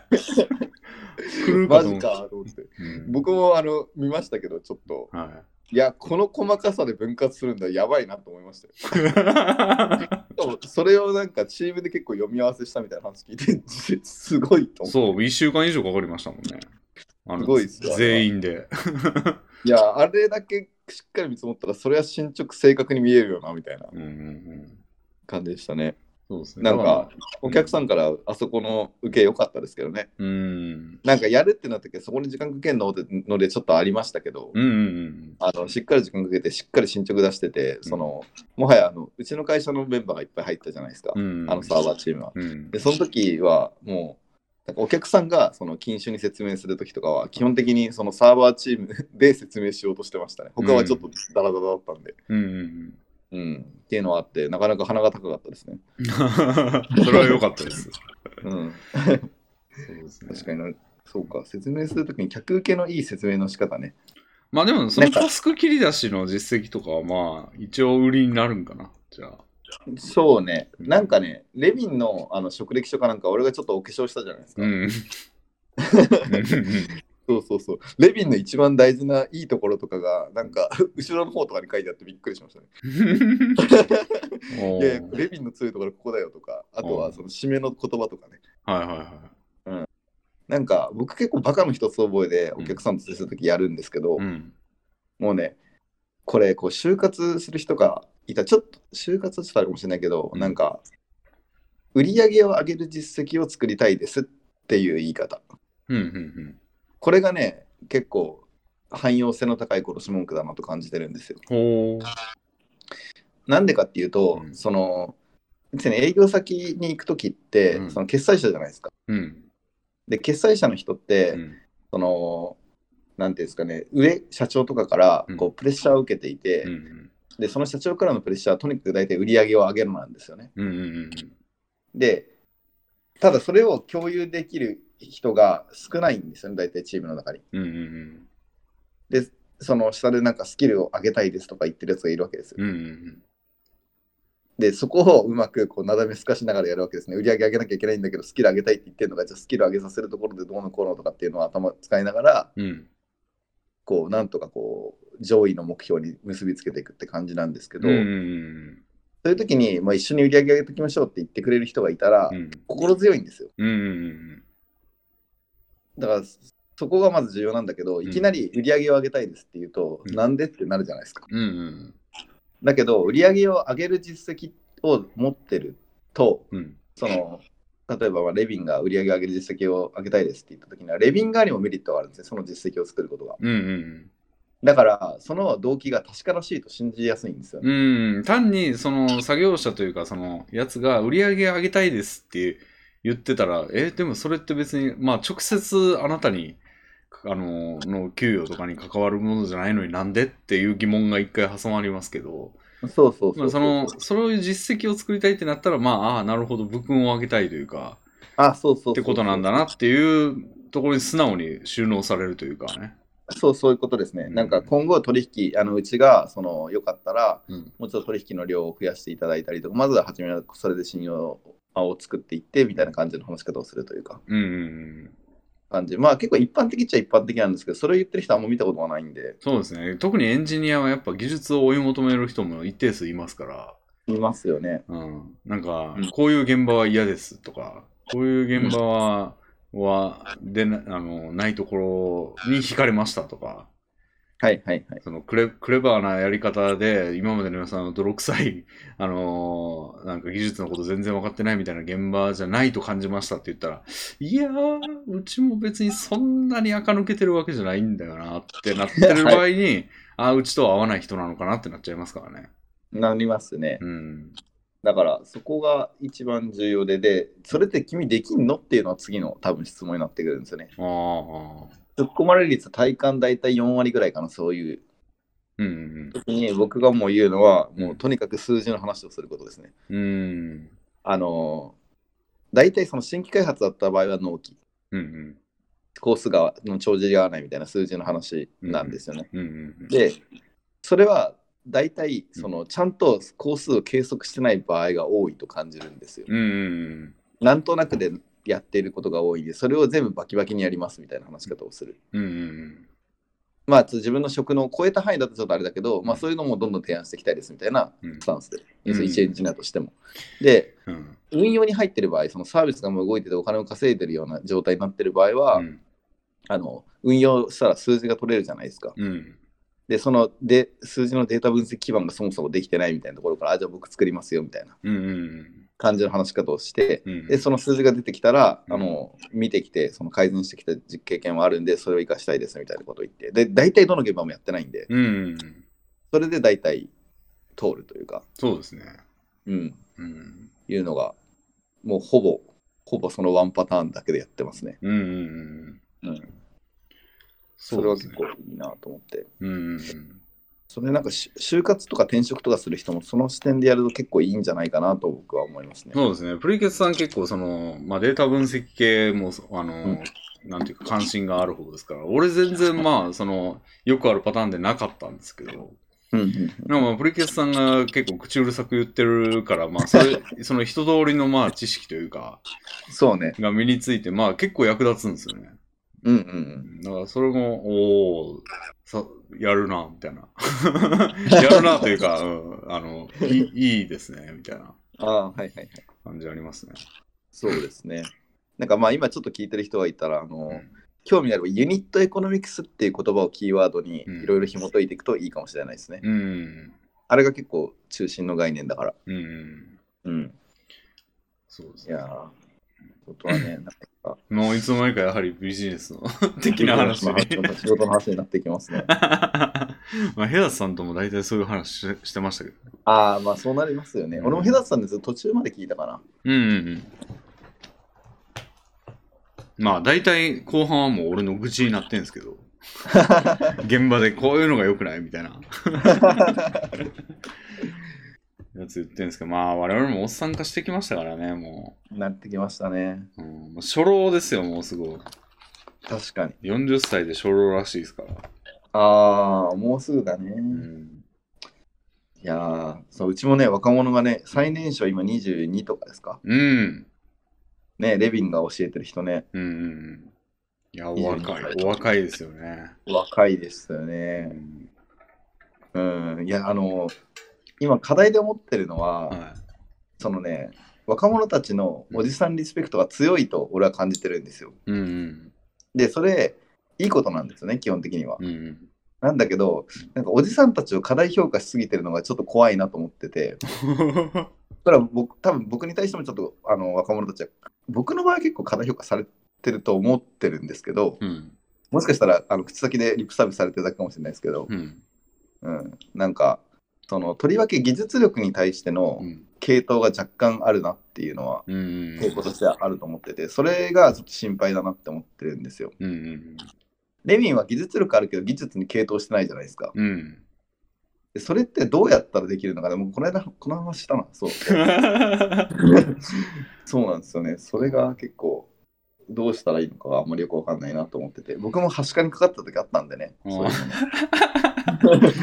[SPEAKER 1] 狂う
[SPEAKER 2] マ
[SPEAKER 1] と思
[SPEAKER 2] ジ
[SPEAKER 1] った
[SPEAKER 2] かと思って。
[SPEAKER 1] うん
[SPEAKER 2] 僕もあの見ましたけど、ちょっと、
[SPEAKER 1] はい
[SPEAKER 2] や、この細かさで分割するんだ、やばいなと思いましたよ。
[SPEAKER 1] い。
[SPEAKER 2] しかもそれをなんかチームで結構読み合わせしたみたいな話聞いて、 すすごいと思う。
[SPEAKER 1] そう、1週間以上かかりましたもんね。あの
[SPEAKER 2] すごいっすよあれは
[SPEAKER 1] 全員で。
[SPEAKER 2] いや、あれだけしっかり見積もったら、それは進捗正確に見えるよな、みたいな
[SPEAKER 1] うんうんうん
[SPEAKER 2] 感じでしたね。
[SPEAKER 1] そうですね。
[SPEAKER 2] なん
[SPEAKER 1] まあ
[SPEAKER 2] か、お客さんからあそこの受け良かったですけどね。
[SPEAKER 1] うん。
[SPEAKER 2] なんかやるってなったけど、そこに時間かけるのでのでちょっとありましたけど、
[SPEAKER 1] うんうん
[SPEAKER 2] あのしっかり時間かけて、しっかり進捗出してて、そのもはやあのうちの会社のメンバーがいっぱい入ったじゃないですか、
[SPEAKER 1] うん。うん。
[SPEAKER 2] あのサーバーチームは。
[SPEAKER 1] うん
[SPEAKER 2] で、。その時はもう、なんかお客さんがその禁酒に説明する時とかは、基本的にそのサーバーチームで説明しようとしてましたね。他はちょっとダラダラだったんで、
[SPEAKER 1] うんうんうん。
[SPEAKER 2] うん、っていうのはあって、なかなか鼻が高かったですね。
[SPEAKER 1] それは良かったです。
[SPEAKER 2] うん
[SPEAKER 1] そうですね
[SPEAKER 2] 確かになそうか、説明するときに客受けのいい説明の仕方ね。
[SPEAKER 1] まあでも、その
[SPEAKER 2] なんか
[SPEAKER 1] タスク切り出しの実績とかは、まあ、一応売りになるんかな。じゃあ。
[SPEAKER 2] そうね、なんかね、レビンのあの職歴書かなんか、俺がちょっとお化粧したじゃないですか。
[SPEAKER 1] うん。
[SPEAKER 2] そうそうそう。レビンの一番大事ないいところとかが、なんか、 後ろの方とかに書いてあってびっくりしましたね。
[SPEAKER 1] お
[SPEAKER 2] いやい
[SPEAKER 1] ー
[SPEAKER 2] やレビンの強いところここだよとか、あと
[SPEAKER 1] お
[SPEAKER 2] は
[SPEAKER 1] ー
[SPEAKER 2] その締めの言葉とかね。
[SPEAKER 1] はいはいはい。
[SPEAKER 2] なんか、僕結構バカの一つ覚えで、お客さんと接するときやるんですけど、
[SPEAKER 1] うん。
[SPEAKER 2] もうね、これ、こう、就活する人がいた、ちょっと、就活はちょっとあるかもしれないけど、
[SPEAKER 1] うん
[SPEAKER 2] なんか、売り上げを上げる実績を作りたいですっていう言い方。
[SPEAKER 1] うんうん
[SPEAKER 2] これがね、結構、汎用性の高い殺し文句だなと感じてるんですよ。
[SPEAKER 1] うん。ほー。
[SPEAKER 2] なんでかっていうと、
[SPEAKER 1] うん
[SPEAKER 2] その、別に営業先に行くときって、
[SPEAKER 1] うん
[SPEAKER 2] その決済者じゃないですか。
[SPEAKER 1] うん。
[SPEAKER 2] で、決済者の人って、
[SPEAKER 1] うん
[SPEAKER 2] その、なんていうんですかね、上、社長とかから
[SPEAKER 1] うん
[SPEAKER 2] こうプレッシャーを受けていて、
[SPEAKER 1] うん
[SPEAKER 2] で、その社長からのプレッシャーはとにかく大体売り上げを上げるのなんですよね。
[SPEAKER 1] うんうん
[SPEAKER 2] で、ただそれを共有できる人が少ないんですよね、大体チームの中に。
[SPEAKER 1] うんうんうん
[SPEAKER 2] その下でなんかスキルを上げたいですとか言ってるやつがいるわけですよ。
[SPEAKER 1] うんうんうん
[SPEAKER 2] で、そこをうまくこうなだめすかしながらやるわけですね。売り上げ上げなきゃいけないんだけど、スキル上げたいって言ってるのが、じゃあスキル上げさせるところでどうのこうのとかっていうのを頭使いながら、
[SPEAKER 1] うん
[SPEAKER 2] こう、なんとかこう、上位の目標に結びつけていくって感じなんですけ
[SPEAKER 1] うん
[SPEAKER 2] ど、
[SPEAKER 1] うんうん
[SPEAKER 2] そういう時に、まあ、一緒に売り上げ上げていきましょうって言ってくれる人がいたら、
[SPEAKER 1] うん
[SPEAKER 2] 心強いんですよ。
[SPEAKER 1] うんうん
[SPEAKER 2] だから、そこがまず重要なんだけど、
[SPEAKER 1] ん
[SPEAKER 2] いきなり売り上げを上げたいですって言うと、
[SPEAKER 1] うん
[SPEAKER 2] なんでってなるじゃないですか。
[SPEAKER 1] うんうん
[SPEAKER 2] だけど、売り上げを上げる実績を持ってると、
[SPEAKER 1] うん
[SPEAKER 2] その例えばまあレビンが売り上げ上げる実績を上げたいですって言った時にはレビン側にもメリットがあるんですねその実績を作ることが
[SPEAKER 1] うんうん
[SPEAKER 2] だからその動機が確からしいと信じやすいんですよね、
[SPEAKER 1] うん単にその作業者というかそのやつが売り上げ上げたいですって言ってたらえでもそれって別にまあ直接あなたにあのの給与とかに関わるものじゃないのになんでっていう疑問が一回挟まりますけど
[SPEAKER 2] そうそうそ
[SPEAKER 1] ま
[SPEAKER 2] う
[SPEAKER 1] あそのそういう実績を作りたいってなったらまあああなるほど部訓を上げたいというか
[SPEAKER 2] あそうそうそ
[SPEAKER 1] っ
[SPEAKER 2] う
[SPEAKER 1] てことなんだなっていうところに素直に収納されるというかね。
[SPEAKER 2] そうそういうことですね、
[SPEAKER 1] うん
[SPEAKER 2] なんか今後取引あのうちがそのよかったら
[SPEAKER 1] うん。
[SPEAKER 2] もうちょっと取引の量を増やしていただいたりとかまずは初めはそれで信用を作っていってみたいな感じの話し方をするというか
[SPEAKER 1] うんうんうん。
[SPEAKER 2] 感じまあ結構一般的っちゃ一般的なんですけどそれを言ってる人はあんま見たことがないんで
[SPEAKER 1] そうですね。特にエンジニアはやっぱ技術を追い求める人も一定数いますから、
[SPEAKER 2] いますよね
[SPEAKER 1] うん。なんか
[SPEAKER 2] うん、
[SPEAKER 1] こういう現場は嫌ですとか、こういう現場は、はでなあのないところに惹かれましたとか、
[SPEAKER 2] はいはいはい
[SPEAKER 1] そのクレクレバーなやり方で、今までの皆さんの泥臭い、 あのーなんか技術のこと全然分かってないみたいな現場じゃないと感じましたって言ったら、いやー、うちも別にそんなに垢抜けてるわけじゃないんだよなってなってる場合に、あーうちとは合わない人なのかなってなっちゃいますからね。
[SPEAKER 2] なりますね。
[SPEAKER 1] うん。
[SPEAKER 2] だからそこが一番重要で、で、それって君できんのっていうのは次の多分質問になってくるんですよね。
[SPEAKER 1] ああ。
[SPEAKER 2] 突っ込まれる率体感大体4割ぐらいかな、そういう
[SPEAKER 1] うん
[SPEAKER 2] 時に僕がもう言うのは、もうとにかく数字の話をすることですね。
[SPEAKER 1] うんうん。うん。
[SPEAKER 2] あのー、大体その新規開発だった場合は納期、
[SPEAKER 1] うんうん。
[SPEAKER 2] コースがの帳尻が合わないみたいな数字の話なんですよね。
[SPEAKER 1] うんうん。
[SPEAKER 2] で、それは大体そのちゃんと工数を計測してない場合が多いと感じるんですよ。
[SPEAKER 1] うんうん
[SPEAKER 2] なんとなくでやっていることが多いんで、それを全部バキバキにやりますみたいな話し方をする。
[SPEAKER 1] うん。うんうん
[SPEAKER 2] まあ、ちょっと自分の職能を超えた範囲だとちょっとあれだけど、まあ、そういうのもどんどん提案していきたいですみたいな
[SPEAKER 1] うん
[SPEAKER 2] スタンスで、
[SPEAKER 1] うん
[SPEAKER 2] その一エンジニアとしても。で、
[SPEAKER 1] うん。うん。
[SPEAKER 2] 運用に入ってる場合、そのサービスがもう動いててお金を稼いでるような状態になってる場合は、
[SPEAKER 1] うん
[SPEAKER 2] あの運用したら数字が取れるじゃないですか。
[SPEAKER 1] うん。
[SPEAKER 2] で、そので数字のデータ分析基盤がそもそもできてないみたいなところから、あ、じゃあ僕作りますよみたいな。
[SPEAKER 1] うんうん。
[SPEAKER 2] 感じの話し方をして、
[SPEAKER 1] うん
[SPEAKER 2] で、その数字が出てきたら、
[SPEAKER 1] うん
[SPEAKER 2] あの、見てきて、その改善してきた実経験はあるんで、それを活かしたいですみたいなことを言って、で、大体どの現場もやってないんで、
[SPEAKER 1] うん。
[SPEAKER 2] それで大体通るというか、
[SPEAKER 1] そうですね。
[SPEAKER 2] うん、
[SPEAKER 1] うん。
[SPEAKER 2] いうのが、もうほぼ、ほぼそのワンパターンだけでやってますね。
[SPEAKER 1] うんうんうん。
[SPEAKER 2] うん
[SPEAKER 1] そ
[SPEAKER 2] それ
[SPEAKER 1] う
[SPEAKER 2] は
[SPEAKER 1] です
[SPEAKER 2] 結
[SPEAKER 1] ね。
[SPEAKER 2] 構いいなと思って。
[SPEAKER 1] うんうんうん。
[SPEAKER 2] それなんかし就活とか転職とかする人もその視点でやると結構いいんじゃないかなと僕は思いますね。
[SPEAKER 1] そうですね。プリケツさん結構その、まあ、データ分析系も、あの、なんていうか関心がある方ですから、俺全然まあ、その、よくあるパターンでなかったんですけど、
[SPEAKER 2] うんうん
[SPEAKER 1] なんかまあプリケツさんが結構口うるさく言ってるから、まあ、それ、その人通りのまあ、知識というか、
[SPEAKER 2] そうね。
[SPEAKER 1] が身について、まあ、結構役立つんですよね。
[SPEAKER 2] うんうんうん。
[SPEAKER 1] だからそれも、おお、さやるな、みたいな。 やるなというか、うん、あのいい、いいですね、みたいな
[SPEAKER 2] ああ、はいはいはい。
[SPEAKER 1] 感じありますね。
[SPEAKER 2] そうですね。なんかまあ今ちょっと聞いてる人がいたら、あの、
[SPEAKER 1] うん
[SPEAKER 2] 興味あればユニットエコノミクスっていう言葉をキーワードに
[SPEAKER 1] うん
[SPEAKER 2] いろいろ紐解いていくといいかもしれないですね。
[SPEAKER 1] うん。
[SPEAKER 2] あれが結構中心の概念だから。
[SPEAKER 1] うん。
[SPEAKER 2] うん。
[SPEAKER 1] そうです
[SPEAKER 2] い
[SPEAKER 1] ね
[SPEAKER 2] や。ー、ことはね、なんか
[SPEAKER 1] もういつの間にかやはりビジネスの 的な話に。
[SPEAKER 2] 仕事の話になってきます ね。
[SPEAKER 1] まあ、ヘアさんとも大体そういう話ししてましたけど。
[SPEAKER 2] ああ、まあそうなりますよね。
[SPEAKER 1] うん
[SPEAKER 2] 俺もヘダさんです途中まで聞いたかな。
[SPEAKER 1] うんうんうん。まあ、大体後半はもう俺の愚痴になってんですけど。現場でこういうのが良くないみたいな。やつ言ってんですけど、まあ我々もおっさん化してきましたからね、も
[SPEAKER 2] なってきましたね。
[SPEAKER 1] う。うん、もう初老ですよ、もうすごい。
[SPEAKER 2] 確かに。
[SPEAKER 1] 40歳で初老らしいですから。
[SPEAKER 2] ああ、もうすぐだね。
[SPEAKER 1] うん。
[SPEAKER 2] いやーそう、うちもね、若者がね、最年少今22とかですか。
[SPEAKER 1] うん。
[SPEAKER 2] ね、レビンが教えてる人ね、
[SPEAKER 1] うんうんうん。いや、お
[SPEAKER 2] 22
[SPEAKER 1] 若い。お若いですよね。
[SPEAKER 2] 若いですよ
[SPEAKER 1] う
[SPEAKER 2] ね。
[SPEAKER 1] ん、
[SPEAKER 2] うん、いや、あの、今課題で思ってるのは、
[SPEAKER 1] は
[SPEAKER 2] そのね、若者たちのおじさんリスペクトが強いと俺は感じてるんですよ。
[SPEAKER 1] い。うん
[SPEAKER 2] で、それ、いいことなんですよね、基本的には
[SPEAKER 1] うん。。うん
[SPEAKER 2] なんだけど、なんかおじさんたちを過大評価しすぎてるのがちょっと怖いなと思ってて、
[SPEAKER 1] うん。
[SPEAKER 2] それは僕、多分僕に対してもちょっとあの若者たちは、僕の場合は結構過大評価されてると思ってるんですけど、
[SPEAKER 1] うん。
[SPEAKER 2] もしかしたらあの口先でリップサービスされてるだけかもしれないですけど、
[SPEAKER 1] うん。
[SPEAKER 2] うん、なんかそのとりわけ技術力に対しての
[SPEAKER 1] うん。
[SPEAKER 2] 系統が若干あるなっていうのは
[SPEAKER 1] うんうん
[SPEAKER 2] 傾向としてはあると思っててそれがちょっと心配だなって思ってるんですよ
[SPEAKER 1] うんうん
[SPEAKER 2] レミンは技術力あるけど技術に傾倒してないじゃないですか
[SPEAKER 1] うん。うん。
[SPEAKER 2] でそれってどうやったらできるのかなもうこの間この話したなそう そうなんですよねそれが結構どうしたらいいのかはあんまりよくわかんないなと思ってて僕もはしかにかかった時あったんでねそういうのね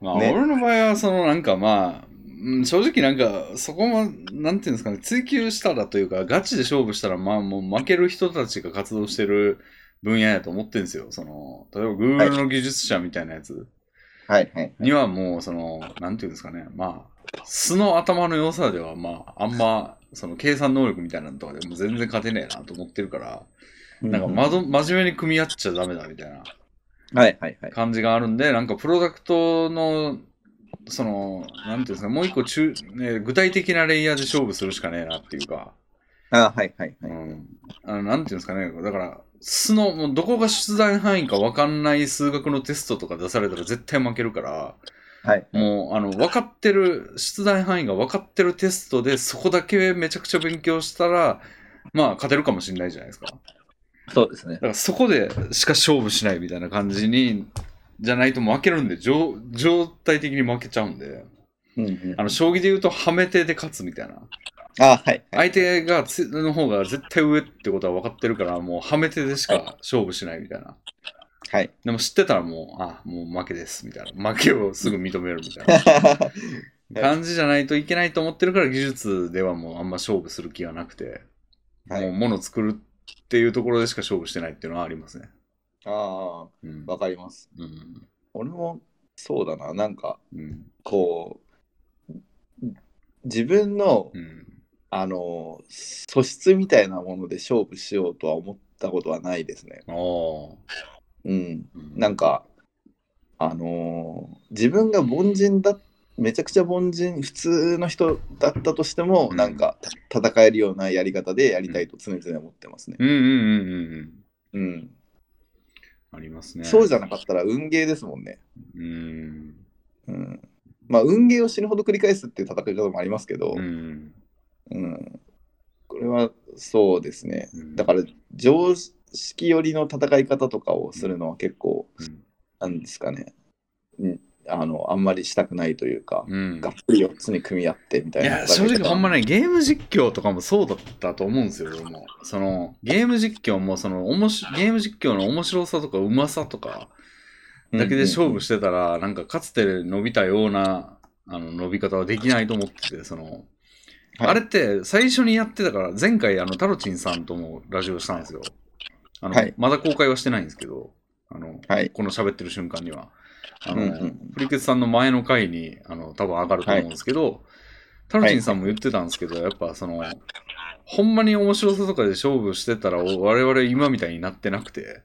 [SPEAKER 1] まあ、
[SPEAKER 2] ね
[SPEAKER 1] 俺の場合は、そのなんかまあ、うん正直なんか、そこも、なんていうんですかね、追求したらというか、ガチで勝負したら、まあもう負ける人たちが活動してる分野やと思ってるんですよ。その、例えば Google の技術者みたいなやつ
[SPEAKER 2] はいはい
[SPEAKER 1] にはもう、その、なんていうんですかね、まあ、素の頭の良さでは、まあ、あんま、その計算能力みたいなのとかでも全然勝てねえなと思ってるから、なんかまど、真面目に組み合っちゃダメだみたいな。
[SPEAKER 2] はいはいはい
[SPEAKER 1] 感じがあるんで、なんかプロダクトの、その、なんていうんですか、もう一個中、ね、具体的なレイヤーで勝負するしかねえなっていうか、
[SPEAKER 2] あはいはいは
[SPEAKER 1] う
[SPEAKER 2] い、
[SPEAKER 1] ん。あの、なんていうんですかね、だから、素の、もうどこが出題範囲か分かんない数学のテストとか出されたら絶対負けるから、
[SPEAKER 2] はい
[SPEAKER 1] もう、あの、分かってる、出題範囲が分かってるテストで、そこだけめちゃくちゃ勉強したら、まあ、勝てるかもしれないじゃないですか。
[SPEAKER 2] そうですね
[SPEAKER 1] だからそこでしか勝負しないみたいな感じに、じゃないと負けるんで、状状態的に負けちゃうんで、
[SPEAKER 2] うんうん
[SPEAKER 1] あの、将棋で言うと、はめ手で勝つみたいな。
[SPEAKER 2] あはいは
[SPEAKER 1] 相
[SPEAKER 2] い
[SPEAKER 1] 手がつ、の方が絶対上ってことは分かってるから、もうはめ手でしか勝負しないみたいな。
[SPEAKER 2] はい
[SPEAKER 1] でも知ってたらもう、あ、もう負けですみたいな。負けをすぐ認めるみたいな 感じじゃないといけないと思ってるから、技術ではもうあんま勝負する気がなくて、
[SPEAKER 2] はい
[SPEAKER 1] もう物作るっていうところでしか勝負してないっていうのはありますね。
[SPEAKER 2] あ
[SPEAKER 1] うん
[SPEAKER 2] あ、わかります。
[SPEAKER 1] うん
[SPEAKER 2] 俺もそうだな、なんか
[SPEAKER 1] うん
[SPEAKER 2] こう、自分の、
[SPEAKER 1] うん
[SPEAKER 2] あの、素質みたいなもので勝負しようとは思ったことはないですね。
[SPEAKER 1] ああ
[SPEAKER 2] うん。
[SPEAKER 1] うん
[SPEAKER 2] なんか、あのー自分が凡人だっめちゃくちゃ凡人普通の人だったとしても、
[SPEAKER 1] うん
[SPEAKER 2] なんかた戦えるようなやり方でやりたいと常々思ってますね、
[SPEAKER 1] うんうんうんうんうん。
[SPEAKER 2] うん
[SPEAKER 1] ありますね。
[SPEAKER 2] そうじゃなかったら運ゲーですもんね、
[SPEAKER 1] うん。
[SPEAKER 2] うん、まあ運ゲーを死ぬほど繰り返すっていう戦い方もありますけど、
[SPEAKER 1] うん。
[SPEAKER 2] うん、これはそうですね
[SPEAKER 1] うん
[SPEAKER 2] だから常識寄りの戦い方とかをするのは結構
[SPEAKER 1] うん
[SPEAKER 2] なんですかね、うん、あのあんまりしたくないというか、
[SPEAKER 1] うん
[SPEAKER 2] がっぷり4つに組み合ってみた
[SPEAKER 1] い
[SPEAKER 2] いな
[SPEAKER 1] や、正直ほんま
[SPEAKER 2] に
[SPEAKER 1] ね、ゲーム実況とかもそうだったと思うんですよ、俺も。その、ゲーム実況も、その、おもしゲーム実況の面白さとか、うまさとか、だけで勝負してたら、なんか、かつて伸びたような、あの、伸び方はできないと思ってて、その、
[SPEAKER 2] はい
[SPEAKER 1] あれって、最初にやってたから、前回、あの、タロチンさんともラジオしたんですよ。あの、
[SPEAKER 2] はい
[SPEAKER 1] まだ公開はしてないんですけど、あの、
[SPEAKER 2] はい
[SPEAKER 1] この喋ってる瞬間には。あの、
[SPEAKER 2] うんうん
[SPEAKER 1] プリケツさんの前の回に、あの、多分上がると思うんですけど、タロチンさんも言ってたんですけど、やっぱその、ほんまに面白さとかで勝負してたら、お我々今みたいになってなくて、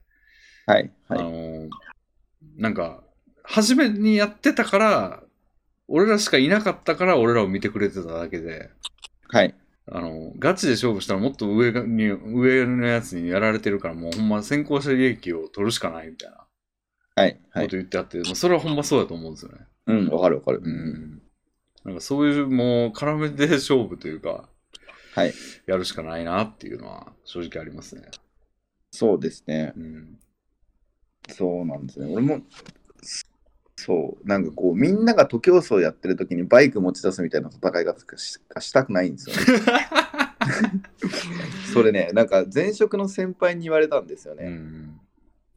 [SPEAKER 2] はい
[SPEAKER 1] あ
[SPEAKER 2] はい
[SPEAKER 1] の、なんか、初めにやってたから、俺らしかいなかったから、俺らを見てくれてただけで、
[SPEAKER 2] はい
[SPEAKER 1] あの、ガチで勝負したらもっと上がに、上のやつにやられてるから、もうほんま先行者利益を取るしかないみたいなこ
[SPEAKER 2] はいは
[SPEAKER 1] と
[SPEAKER 2] い
[SPEAKER 1] 言ってあって、もうそれはほんまそうだと思うんですよね。
[SPEAKER 2] うんわかるわかる、
[SPEAKER 1] うんなんかそういうもう絡めて勝負というか、
[SPEAKER 2] はい
[SPEAKER 1] やるしかないなっていうのは正直ありますね。
[SPEAKER 2] そうですね
[SPEAKER 1] うん。
[SPEAKER 2] そうなんですね俺もそうなんかこうみんなが徒競走やってる時にバイク持ち出すみたいな戦い方しかしかしたくないん ですよねそれねなんか前職の先輩に言われたんですよね、
[SPEAKER 1] うん。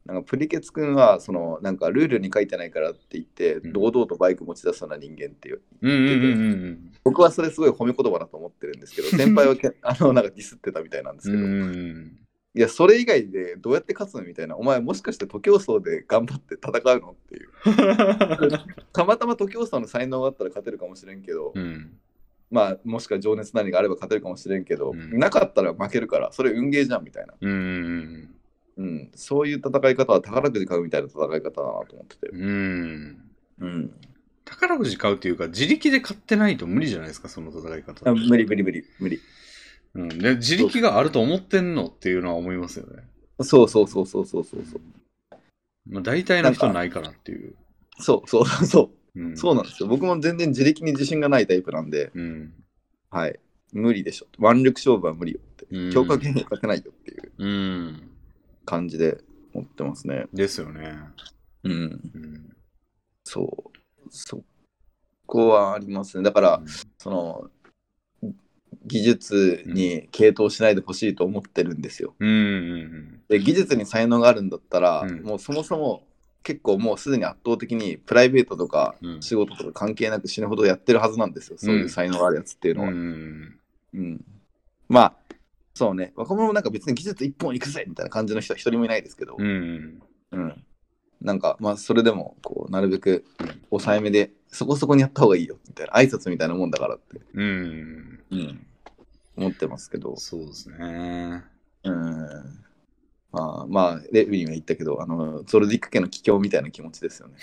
[SPEAKER 2] なんかプリケツ君はそのなんかルールに書いてないからって言って、
[SPEAKER 1] うん
[SPEAKER 2] 堂々とバイク持ち出すような人間っていう
[SPEAKER 1] うんうんうん
[SPEAKER 2] 僕はそれすごい褒め言葉だと思ってるんですけ ど先輩はけあのなんかディスってたみたいなんです
[SPEAKER 1] うん。う
[SPEAKER 2] けど、い
[SPEAKER 1] ん。
[SPEAKER 2] やそれ以外でどうやって勝つのみたいなお前もしかして徒競走で頑張って戦うのっていうたまたま徒競走の才能があったら勝てるかもしれんけど、
[SPEAKER 1] うん。
[SPEAKER 2] まあもしくは情熱何があれば勝てるかもしれんけど、
[SPEAKER 1] うん
[SPEAKER 2] なかったら負けるからそれ運ゲーじゃんみたいな、
[SPEAKER 1] うん。
[SPEAKER 2] うん、そういう戦い方は宝くじ買うみたいな戦い方だなと思ってて、
[SPEAKER 1] うん。
[SPEAKER 2] うん、
[SPEAKER 1] 宝くじ買うというか、自力で買ってないと無理じゃないですか、その戦い方。
[SPEAKER 2] 無理無理無理無理
[SPEAKER 1] うん。で、自力があると思ってんのっていうのは思いますよね。
[SPEAKER 2] そうそうそうそうそうそうそう。
[SPEAKER 1] まあ、大体の人ないからっていう。。
[SPEAKER 2] そうそうそうそううんそうなんですよ。僕も全然自力に自信がないタイプなんで、
[SPEAKER 1] うん。
[SPEAKER 2] はい。無理でしょ。腕力勝負は無理よって
[SPEAKER 1] うん。
[SPEAKER 2] 強化ゲーム勝てないよっていう
[SPEAKER 1] うん。
[SPEAKER 2] 感じで持ってますね。
[SPEAKER 1] ですよね。
[SPEAKER 2] うん。
[SPEAKER 1] うん。
[SPEAKER 2] そう。そこはありますね。だから、その、技術に傾倒しないでほしいと思ってるんですよ。
[SPEAKER 1] うんうん
[SPEAKER 2] で技術に才能があるんだったら、
[SPEAKER 1] うん
[SPEAKER 2] もうそもそも結構もうすでに圧倒的にプライベートとか
[SPEAKER 1] うんうん
[SPEAKER 2] 仕事とか関係なく死ぬほどやってるはずなんですよ、そういう才能があるやつっていうのは。
[SPEAKER 1] う
[SPEAKER 2] うん
[SPEAKER 1] ん
[SPEAKER 2] まあそうね若者もなんか別に技術一本いくぜみたいな感じの人は一人もいないですけど、
[SPEAKER 1] うんうん
[SPEAKER 2] うんなんかまあそれでもこうなるべく抑えめでそこそこにやった方がいいよみたいな挨拶みたいなもんだからって、
[SPEAKER 1] うん
[SPEAKER 2] うん思ってますけど、
[SPEAKER 1] そうですね
[SPEAKER 2] うんまあ、まあ、レビンが言ったけどあのゾルディック家の帰郷みたいな気持ちですよね。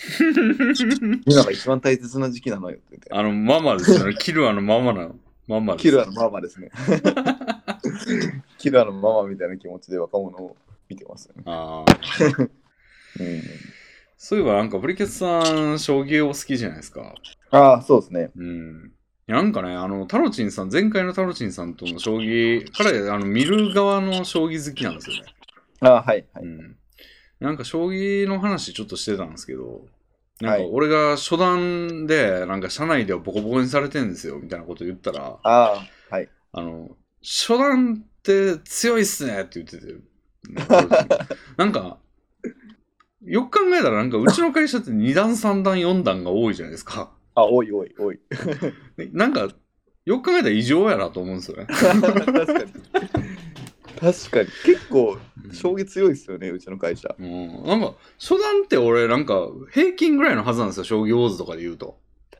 [SPEAKER 2] 今が一番大切な時期なのよって言って。
[SPEAKER 1] あのままですよねキルアのままなのままです
[SPEAKER 2] キルアのママですね。キルアのママみたいな気持ちで若者を見てますよね。
[SPEAKER 1] あーそういえばなんかブリケツさん将棋を好きじゃないですか
[SPEAKER 2] ああ、そうですね。
[SPEAKER 1] うんいやなんかねあのタロチンさん前回のタロチンさんとの将棋彼あの見る側の将棋好きなんですよね
[SPEAKER 2] ああ、はい、は
[SPEAKER 1] う
[SPEAKER 2] い。
[SPEAKER 1] ん、なんか将棋の話ちょっとしてたんですけど、なん
[SPEAKER 2] は
[SPEAKER 1] か
[SPEAKER 2] い
[SPEAKER 1] 俺が初段で、なんか社内ではボコボコにされてんですよみたいなこと言ったら、
[SPEAKER 2] ああ、はい。
[SPEAKER 1] あの、初段って強いっすねって言って て、なんか、よく考えたらなんかうちの会社って2段、3段、4段が多いじゃないですか。
[SPEAKER 2] あ、おいおいおい。
[SPEAKER 1] でなんか、よく考えたら異常やなと思うんですよね。
[SPEAKER 2] 確かに。確かに。結構、将棋強いですよね、うちの会社。
[SPEAKER 1] うん、なんか初段って俺なんか平均ぐらいのはずなんですよ将棋ウォーズとかで言うと。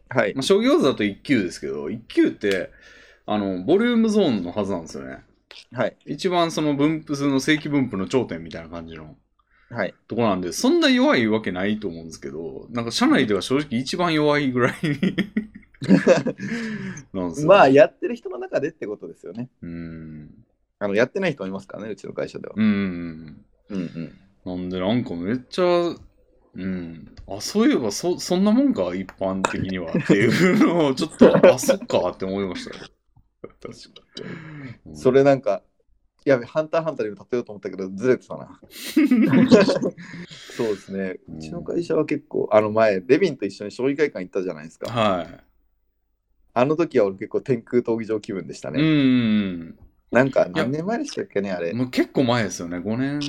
[SPEAKER 2] はい。
[SPEAKER 1] まあ、商業座だと1級ですけど、1級って、あの、ボリュームゾーンのはずなんですよね。
[SPEAKER 2] はい。
[SPEAKER 1] 一番その分布数の正規分布の頂点みたいな感じの
[SPEAKER 2] はい。
[SPEAKER 1] ところなんで、そんな弱いわけないと思うんですけど、なんか社内では正直一番弱いぐらいに なんですよ
[SPEAKER 2] まあ、やってる人の中でってことですよね。
[SPEAKER 1] うん。
[SPEAKER 2] あのやってない人もいますからね、うちの会社では。
[SPEAKER 1] うん。
[SPEAKER 2] うんうん。
[SPEAKER 1] なんで、なんかめっちゃ、うん。あ、そういえばそ、そんなもんか、一般的には。っていうのを、ちょっと、あ、そっかって思いま したよ。うん
[SPEAKER 2] それなんか、やべ、ハンターハンターにも例えようと思ったけど、ずれて たな。そうですね。
[SPEAKER 1] うん
[SPEAKER 2] うちの会社は結構、あの前、レビンと一緒に将棋会館行ったじゃないですか。
[SPEAKER 1] は
[SPEAKER 2] あの時は俺結構天空闘技場気分でした
[SPEAKER 1] い。う
[SPEAKER 2] ね。
[SPEAKER 1] ん。
[SPEAKER 2] なんか何年前でしたっけね、あれ。い
[SPEAKER 1] もう結構前ですよね、5年。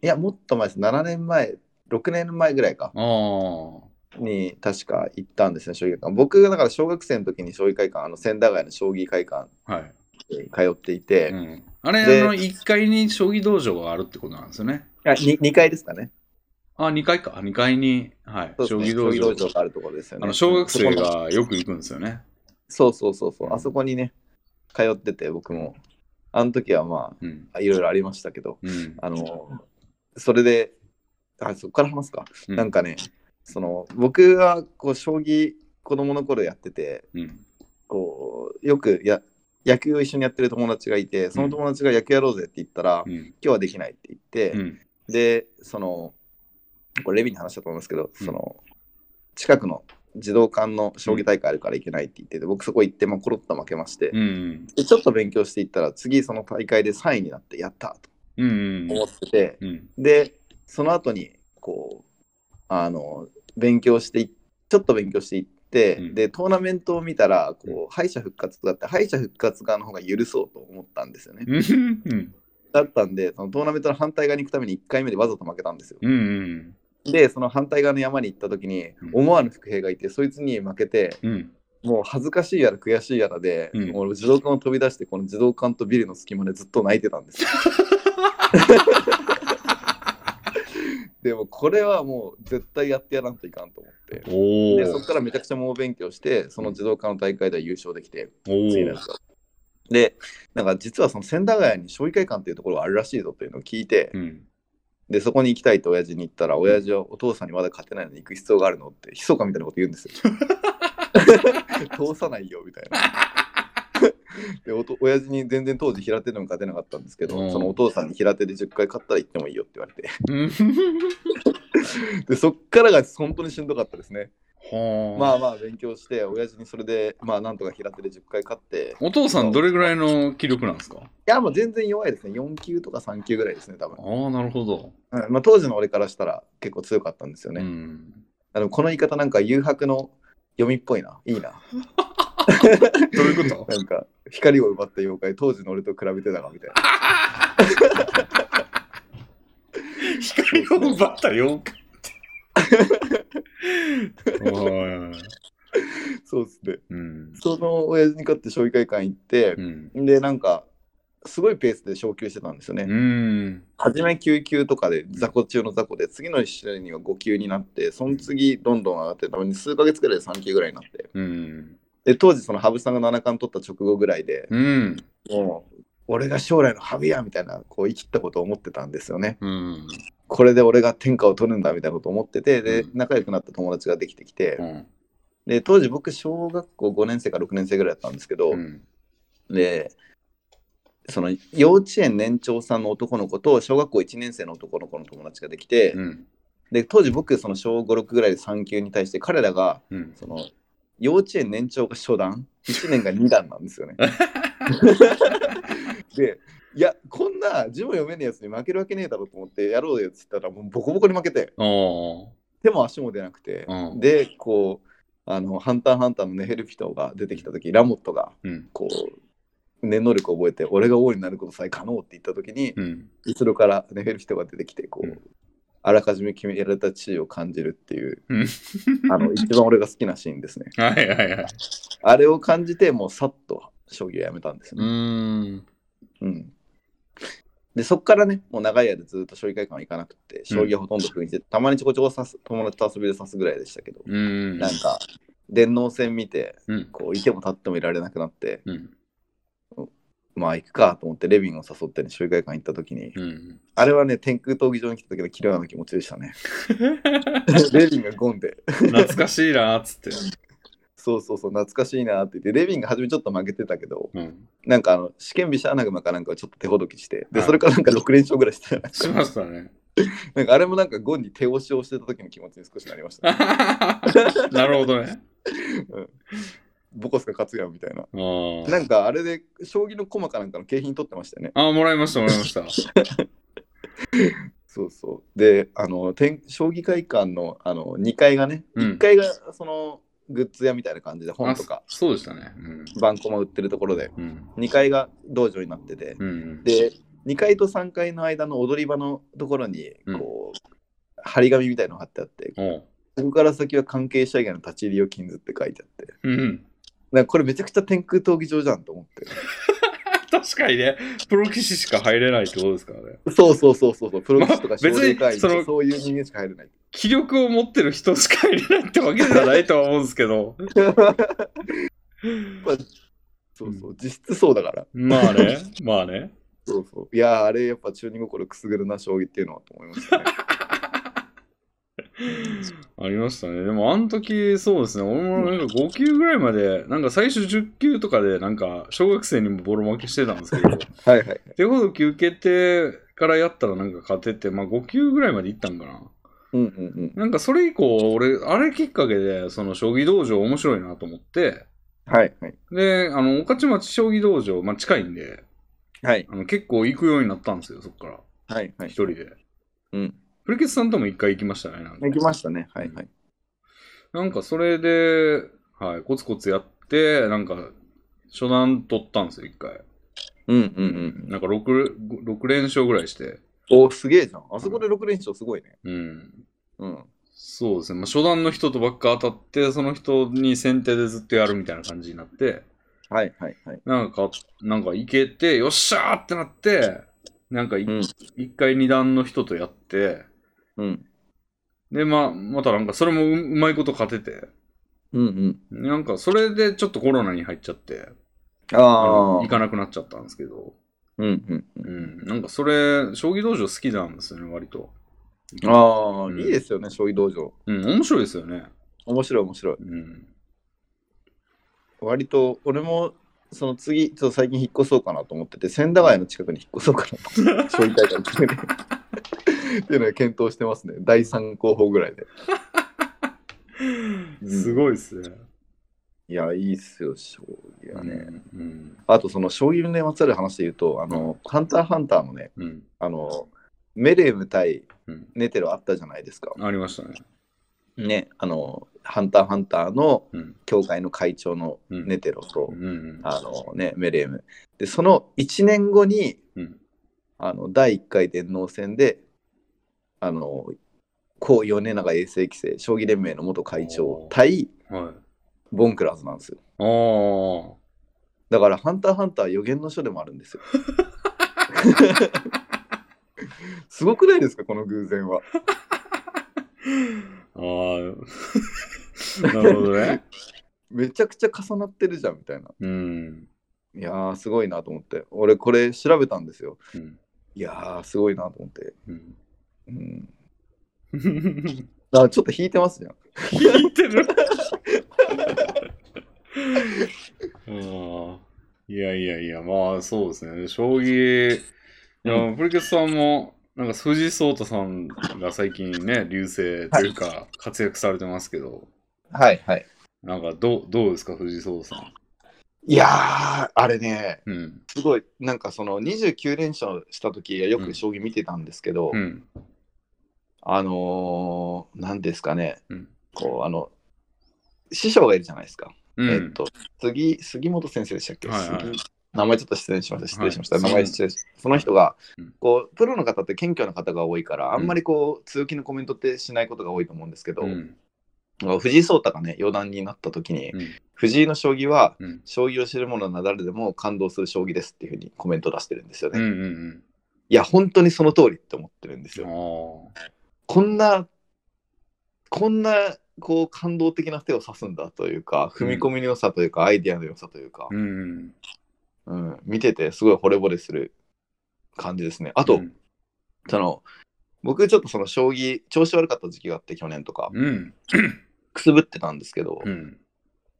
[SPEAKER 2] や、もっと前です。7年前、6年前ぐらいか。
[SPEAKER 1] ああ。
[SPEAKER 2] に確か行ったんですね、将棋会館。僕がだから小学生の時に将棋会館、あの千駄ヶ谷の将棋会館
[SPEAKER 1] はい。
[SPEAKER 2] に通っていて、
[SPEAKER 1] うん、あれ、
[SPEAKER 2] で
[SPEAKER 1] あの、1階に将棋道場があるってことなんですよね。
[SPEAKER 2] あ 2, 階ですかね。
[SPEAKER 1] あ、2階か。2階に、はい。
[SPEAKER 2] そう
[SPEAKER 1] 将
[SPEAKER 2] ですね
[SPEAKER 1] 棋道場。
[SPEAKER 2] があるところですよね。
[SPEAKER 1] あの小学生
[SPEAKER 2] そこの。
[SPEAKER 1] がよく行くんですよね。
[SPEAKER 2] そうそうそうそう、あそこにね、通ってて、僕も。あの時はま
[SPEAKER 1] うん。
[SPEAKER 2] あ、いろいろありましたけど、
[SPEAKER 1] うん。
[SPEAKER 2] あの、それで、あ、そこから話すか。
[SPEAKER 1] うん
[SPEAKER 2] なんかね、その、僕はこう、将棋、子供の頃やってて、
[SPEAKER 1] うん。
[SPEAKER 2] こう、よくや、野球を一緒にやってる友達がいて、その友達が野球やろうぜって言ったら、
[SPEAKER 1] う
[SPEAKER 2] 今
[SPEAKER 1] ん。
[SPEAKER 2] 日はできないって言って、
[SPEAKER 1] うん。
[SPEAKER 2] で、その、これレビに話したと思うんですけど、その、近くの児童館の将棋大会あるから行けないって言ってて、僕そこ行って、まあ、コロッと負けまして、
[SPEAKER 1] うん。
[SPEAKER 2] でちょっと勉強していったら、次その大会で3位になって、やったと
[SPEAKER 1] うん。
[SPEAKER 2] 思ってて、
[SPEAKER 1] うん。
[SPEAKER 2] で、その後に、こう、あの、勉強してい、ちょっと勉強していって、
[SPEAKER 1] うん
[SPEAKER 2] で、トーナメントを見たら、こう、敗者復活だって、敗者復活側の方が許そうと思ったんですよね。
[SPEAKER 1] うん。うん。
[SPEAKER 2] だったんで、そのトーナメントの反対側に行くために1回目でわざと負けたんですよ。
[SPEAKER 1] うん。
[SPEAKER 2] で、その反対側の山に行った時に、
[SPEAKER 1] うん
[SPEAKER 2] 思わぬ伏兵がいて、そいつに負けて、
[SPEAKER 1] うん。
[SPEAKER 2] もう恥ずかしいやら悔しいやらで、
[SPEAKER 1] うん
[SPEAKER 2] もう自動館を飛び出して、この自動館とビルの隙間でずっと泣いてた んですよ。でも、これはもう絶対やってやらんといかんと思って。
[SPEAKER 1] お
[SPEAKER 2] で、そ
[SPEAKER 1] お
[SPEAKER 2] こ。からめちゃくちゃ猛勉強して、その自動館の大会では優勝できて、
[SPEAKER 1] お
[SPEAKER 2] 次のや
[SPEAKER 1] ー
[SPEAKER 2] つはで、なんか実はその千駄ヶ谷に将棋会館っていうところがあるらしいぞというのを聞いて、
[SPEAKER 1] うん。
[SPEAKER 2] で、そこに行きたいと親父に言ったら、親父はお父さんにまだ勝てないのに行く必要があるのって、ひそかみたいなこと言う んですよ。通さないよ、みたいな。で、おと親父に全然当時平手でも勝てなかったんですけど、
[SPEAKER 1] うん
[SPEAKER 2] そのお父さんに平手で10回勝ったら行ってもいいよって言われて、
[SPEAKER 1] うん
[SPEAKER 2] で、そっからが本当にしんどかったですね。
[SPEAKER 1] は
[SPEAKER 2] ま
[SPEAKER 1] あ。
[SPEAKER 2] あまあ勉強して、親父にそれで、まあなんとか平手で10回勝って、い
[SPEAKER 1] お父さん、どれぐらいの気力なんですか
[SPEAKER 2] やもう全然弱いですね。4級とか3級ぐらいですね、多分
[SPEAKER 1] あ。あ、なるほど。
[SPEAKER 2] うんまあ当時の俺からしたら結構強かったんですよね。
[SPEAKER 1] うん。
[SPEAKER 2] あのこの言い方なんか誘白の読みっぽいな。いいな。
[SPEAKER 1] どういうこ
[SPEAKER 2] なんか光を奪った妖怪、当時の俺と比べてだがみたいな。
[SPEAKER 1] 光を奪った妖怪って。おい。
[SPEAKER 2] そうですね。
[SPEAKER 1] うん。
[SPEAKER 2] その親父に勝って将棋会館行って
[SPEAKER 1] う、ん。
[SPEAKER 2] で、なんか、すごいペースで昇級してたんですよね。
[SPEAKER 1] うん。
[SPEAKER 2] 初め9級とかで雑魚中の雑魚で、次の試合には5級になって、その次どんどん上がって、たのに数ヶ月くらいで3級ぐらいになって。
[SPEAKER 1] うん。
[SPEAKER 2] で、当時その羽生さんが七冠取った直後ぐらいで、
[SPEAKER 1] うん。
[SPEAKER 2] もう、俺が将来の羽生やみたいな、こう、言い切ったことを思ってたんですよね。
[SPEAKER 1] うん。
[SPEAKER 2] これで俺が天下を取るんだみたいなこと思っててで
[SPEAKER 1] うん
[SPEAKER 2] 仲良くなった友達ができてきて、
[SPEAKER 1] うん。
[SPEAKER 2] で当時僕小学校5年生か6年生ぐらいだったんですけど、
[SPEAKER 1] うん。
[SPEAKER 2] でその幼稚園年長さんの男の子と小学校1年生の男の子の友達ができて、
[SPEAKER 1] うん。
[SPEAKER 2] で当時僕その小56ぐらいで3級に対して彼らが
[SPEAKER 1] うん。
[SPEAKER 2] その幼稚園年長が初段1年が2段なんです よね。でいやこんな字も読めねえやつに負けるわけねえだろうと思ってやろうよっつったらもうボコボコに負けて。
[SPEAKER 1] お
[SPEAKER 2] 手も足も出なくて、
[SPEAKER 1] うん
[SPEAKER 2] でこうあの「ハンターハンター」のネヘルピトが出てきた時ラモットが
[SPEAKER 1] ー。うん。
[SPEAKER 2] こう念能力を覚えて俺が王になることさえ可能って言った時に、
[SPEAKER 1] うん。
[SPEAKER 2] 後ろからネヘルピトが出てきてこう、
[SPEAKER 1] うん
[SPEAKER 2] あらかじめ決められた地位を感じるっていう、
[SPEAKER 1] うん
[SPEAKER 2] あの一番俺が好きなシーンですね
[SPEAKER 1] はいはいはい。
[SPEAKER 2] あれを感じてもうさっと将棋をやめたんです
[SPEAKER 1] う
[SPEAKER 2] ね、
[SPEAKER 1] ーん。
[SPEAKER 2] うんでそっからね、もう長い間ずっと将棋会館は行かなくて、将棋はほとんど封印して、たまにちょこちょこ指す友達と遊びで指すぐらいでしたけど、
[SPEAKER 1] うーん。
[SPEAKER 2] なんか電脳戦見て
[SPEAKER 1] うん。
[SPEAKER 2] こういても立ってもいられなくなって
[SPEAKER 1] うん。
[SPEAKER 2] まあ行くかと思ってレビンを誘ってね集会館行った時に
[SPEAKER 1] うん。
[SPEAKER 2] あれはね天空闘技場に来た時のキラーの気持 ちでしたねレビンがゴンで
[SPEAKER 1] 懐かしいなーっつって。
[SPEAKER 2] そうそうそう、懐かしいなって言って、レビンが初めちょっと負けてたけど、
[SPEAKER 1] うん。
[SPEAKER 2] なんかあの、試験日シャーナグマかなんかをちょっと手ほどきして、で、
[SPEAKER 1] はい
[SPEAKER 2] それからなんか6連勝ぐらいして たら、
[SPEAKER 1] しましたね。
[SPEAKER 2] なんかあれもなんかゴンに手押しをしてた時の気持ちに少しなりました、ね。
[SPEAKER 1] なるほどね。
[SPEAKER 2] ボコスカ勝つやんみたいな。
[SPEAKER 1] あー
[SPEAKER 2] なんかあれで、将棋の駒かなんかの景品取ってましたよね。
[SPEAKER 1] あー、もらいました、もらいました。
[SPEAKER 2] そうそう。で、あの、天将棋会館のあの2階がね、
[SPEAKER 1] うん
[SPEAKER 2] 1階がそのグッズ屋みたいな感じで本とか
[SPEAKER 1] あそうでしたね。うん。
[SPEAKER 2] 番駒売ってるところで、
[SPEAKER 1] うん。
[SPEAKER 2] 2階が道場になってて、
[SPEAKER 1] うん、
[SPEAKER 2] で、2階と3階の間の踊り場のところに、
[SPEAKER 1] うん
[SPEAKER 2] こう、張り紙みたいのが貼ってあって、
[SPEAKER 1] おう
[SPEAKER 2] ここから先は関係者以外の立ち入りを禁ずって書いてあって、
[SPEAKER 1] うん。
[SPEAKER 2] なんかこれめちゃくちゃ天空闘技場じゃんと思って。
[SPEAKER 1] 確かにね、プロ棋士しか入れないってことですからね。
[SPEAKER 2] そうそうそうそうそう、プロ棋士と
[SPEAKER 1] まあ
[SPEAKER 2] か奨励会員
[SPEAKER 1] 別
[SPEAKER 2] と
[SPEAKER 1] にその
[SPEAKER 2] かそういう人間しか入れない。
[SPEAKER 1] 気力を持ってる人しか入れないってわけじゃないとは思うんですけど。
[SPEAKER 2] まあそうそう、実質そうだから。
[SPEAKER 1] まあね、まあね。
[SPEAKER 2] そうそう。いやー、あれやっぱ中二心くすぐるな将棋っていうのはと思いましたね。
[SPEAKER 1] ありましたね。でも、あの時、そうですね。俺もなんか5級ぐらいまで、なんか最初10級とかで、なんか、小学生にもボロ負けしてたんですけど、
[SPEAKER 2] はいはい。
[SPEAKER 1] 手ほどき受けてからやったらなんか勝てて、まあ5級ぐらいまでいったんかな。
[SPEAKER 2] うんうんうん。
[SPEAKER 1] なんかそれ以降、俺、あれきっかけで、その将棋道場面白いなと思って、
[SPEAKER 2] はいはい。
[SPEAKER 1] で、あの、御徒町将棋道場、まあ近いんで、
[SPEAKER 2] はい
[SPEAKER 1] あの結構行くようになったんですよ、そこから。
[SPEAKER 2] はいは
[SPEAKER 1] 一
[SPEAKER 2] い。
[SPEAKER 1] 人で。
[SPEAKER 2] うん。
[SPEAKER 1] プリケツさんとも一回行きましたね。なんか
[SPEAKER 2] 行きましたね。はいはい。
[SPEAKER 1] なんかそれで、はい、コツコツやって、なんか、初段取ったんですよ、一回。
[SPEAKER 2] うんうんうん。
[SPEAKER 1] なんか 6, 六連勝ぐらいして。
[SPEAKER 2] おーすげえじゃん。あそこで6連勝すごいね。
[SPEAKER 1] うん。
[SPEAKER 2] うん。
[SPEAKER 1] そうですね。まあ、初段の人とばっか当たって、その人に先手でずっとやるみたいな感じになって、
[SPEAKER 2] はいはいはい。
[SPEAKER 1] なんか、なんかいけて、よっしゃーってなって、なんかい、
[SPEAKER 2] うん
[SPEAKER 1] 一回二段の人とやって、
[SPEAKER 2] うん。
[SPEAKER 1] で、まあ、またなんかそれもううまいこと勝てて、
[SPEAKER 2] うんうん。
[SPEAKER 1] なんかそれでちょっとコロナに入っちゃって、あの
[SPEAKER 2] あ
[SPEAKER 1] 行
[SPEAKER 2] あ。
[SPEAKER 1] かなくなっちゃったんですけど、
[SPEAKER 2] うんうんうん。
[SPEAKER 1] うん、なんかそれ、将棋道場好きなんですよね、割と。
[SPEAKER 2] ああ、
[SPEAKER 1] うん
[SPEAKER 2] いいですよね、将棋道場。
[SPEAKER 1] うん、面白いですよね。
[SPEAKER 2] 面白い面白い。
[SPEAKER 1] うん。
[SPEAKER 2] 割と、俺も、その次、ちょっと最近引っ越そうかなと思ってて、千駄ヶ谷の近くに引っ越そうかなと。将棋大会決めて。 っていうのを検討してますね。第3候補ぐらいで。ん
[SPEAKER 1] すごいですね。
[SPEAKER 2] いや、いいっすよ、将棋はね。
[SPEAKER 1] うん。
[SPEAKER 2] あと、その将棋にまつわる話で言うと、あの、ハンターハンターもね、
[SPEAKER 1] うん。
[SPEAKER 2] あの、メレム対
[SPEAKER 1] うん。
[SPEAKER 2] ネテロあったじゃないですか。
[SPEAKER 1] ありましたね。
[SPEAKER 2] ね、あの、ハンターハンターの
[SPEAKER 1] うん。
[SPEAKER 2] 協会の会長の
[SPEAKER 1] うん。
[SPEAKER 2] ネテロと、
[SPEAKER 1] うんうん。
[SPEAKER 2] あのね、メレーム。で、その1年後に、
[SPEAKER 1] うん。
[SPEAKER 2] あの、第1回電脳戦で、あの、高米長衛星規制、将棋連盟の元会長対
[SPEAKER 1] はい。
[SPEAKER 2] ボンクラーズなんですよ。
[SPEAKER 1] ああ。
[SPEAKER 2] だから、ハンターハンター予言の書でもあるん ですよ。すごくないですか、この偶然は。
[SPEAKER 1] ああ。 なるほどね。
[SPEAKER 2] めちゃくちゃ重なってるじゃん、みたいな。
[SPEAKER 1] うん。
[SPEAKER 2] いやー、すごいなと思って。俺、これ調べたんですよ。
[SPEAKER 1] うん。
[SPEAKER 2] いやー、すごいなと思って。
[SPEAKER 1] うん。
[SPEAKER 2] うん。
[SPEAKER 1] 聞
[SPEAKER 2] だからちょっと引いてますじゃん。
[SPEAKER 1] いてるああ。いやいやいや、まあそうですね。将棋、いや、プリケツさんも、なんか藤井聡太さんが最近ね、流星というか活躍されてますけど、
[SPEAKER 2] はいはい。
[SPEAKER 1] なんかどうどうですか、藤井聡太さ
[SPEAKER 2] いやー、あれね、
[SPEAKER 1] ん。うん。
[SPEAKER 2] すごい、なんかその29連勝した時はよ
[SPEAKER 1] うん
[SPEAKER 2] く将棋見てたんですけど、
[SPEAKER 1] うん。
[SPEAKER 2] あのー、なんですかね、
[SPEAKER 1] うん
[SPEAKER 2] こう、あの、師匠がいるじゃないですか。
[SPEAKER 1] うん。
[SPEAKER 2] えっと、杉、杉本先生でしたっけ、
[SPEAKER 1] はいはい
[SPEAKER 2] 杉名前ちょっと失礼しました。失礼しました。
[SPEAKER 1] はい
[SPEAKER 2] 名前失礼しその人が
[SPEAKER 1] うん、
[SPEAKER 2] こう、プロの方って謙虚な方が多いから、あんまりこう、強気のコメントってしないことが多いと思うんですけど、
[SPEAKER 1] うん。
[SPEAKER 2] 藤井聡太がね、四段になった時に、
[SPEAKER 1] うん
[SPEAKER 2] 藤井の将棋は、
[SPEAKER 1] うん。
[SPEAKER 2] 将棋を知る者なら誰でも感動する将棋ですっていうふうにコメント出してるんですよ
[SPEAKER 1] う
[SPEAKER 2] ね。
[SPEAKER 1] ん
[SPEAKER 2] い
[SPEAKER 1] うん
[SPEAKER 2] や、本当にその通りって思ってるんです
[SPEAKER 1] うん。
[SPEAKER 2] よ。
[SPEAKER 1] ああ。
[SPEAKER 2] こんな、こんな、こう、感動的な手を指すんだというか、踏み込みの良さというか、アイデアの良さというか、
[SPEAKER 1] うんうん。
[SPEAKER 2] うん見ててすごい惚れ惚れする感じですね。あ
[SPEAKER 1] あ
[SPEAKER 2] と、その、僕ちょっとその将棋、調子悪かった時期があって、去年とか、
[SPEAKER 1] うん。
[SPEAKER 2] くすぶってたんですけど、
[SPEAKER 1] うん。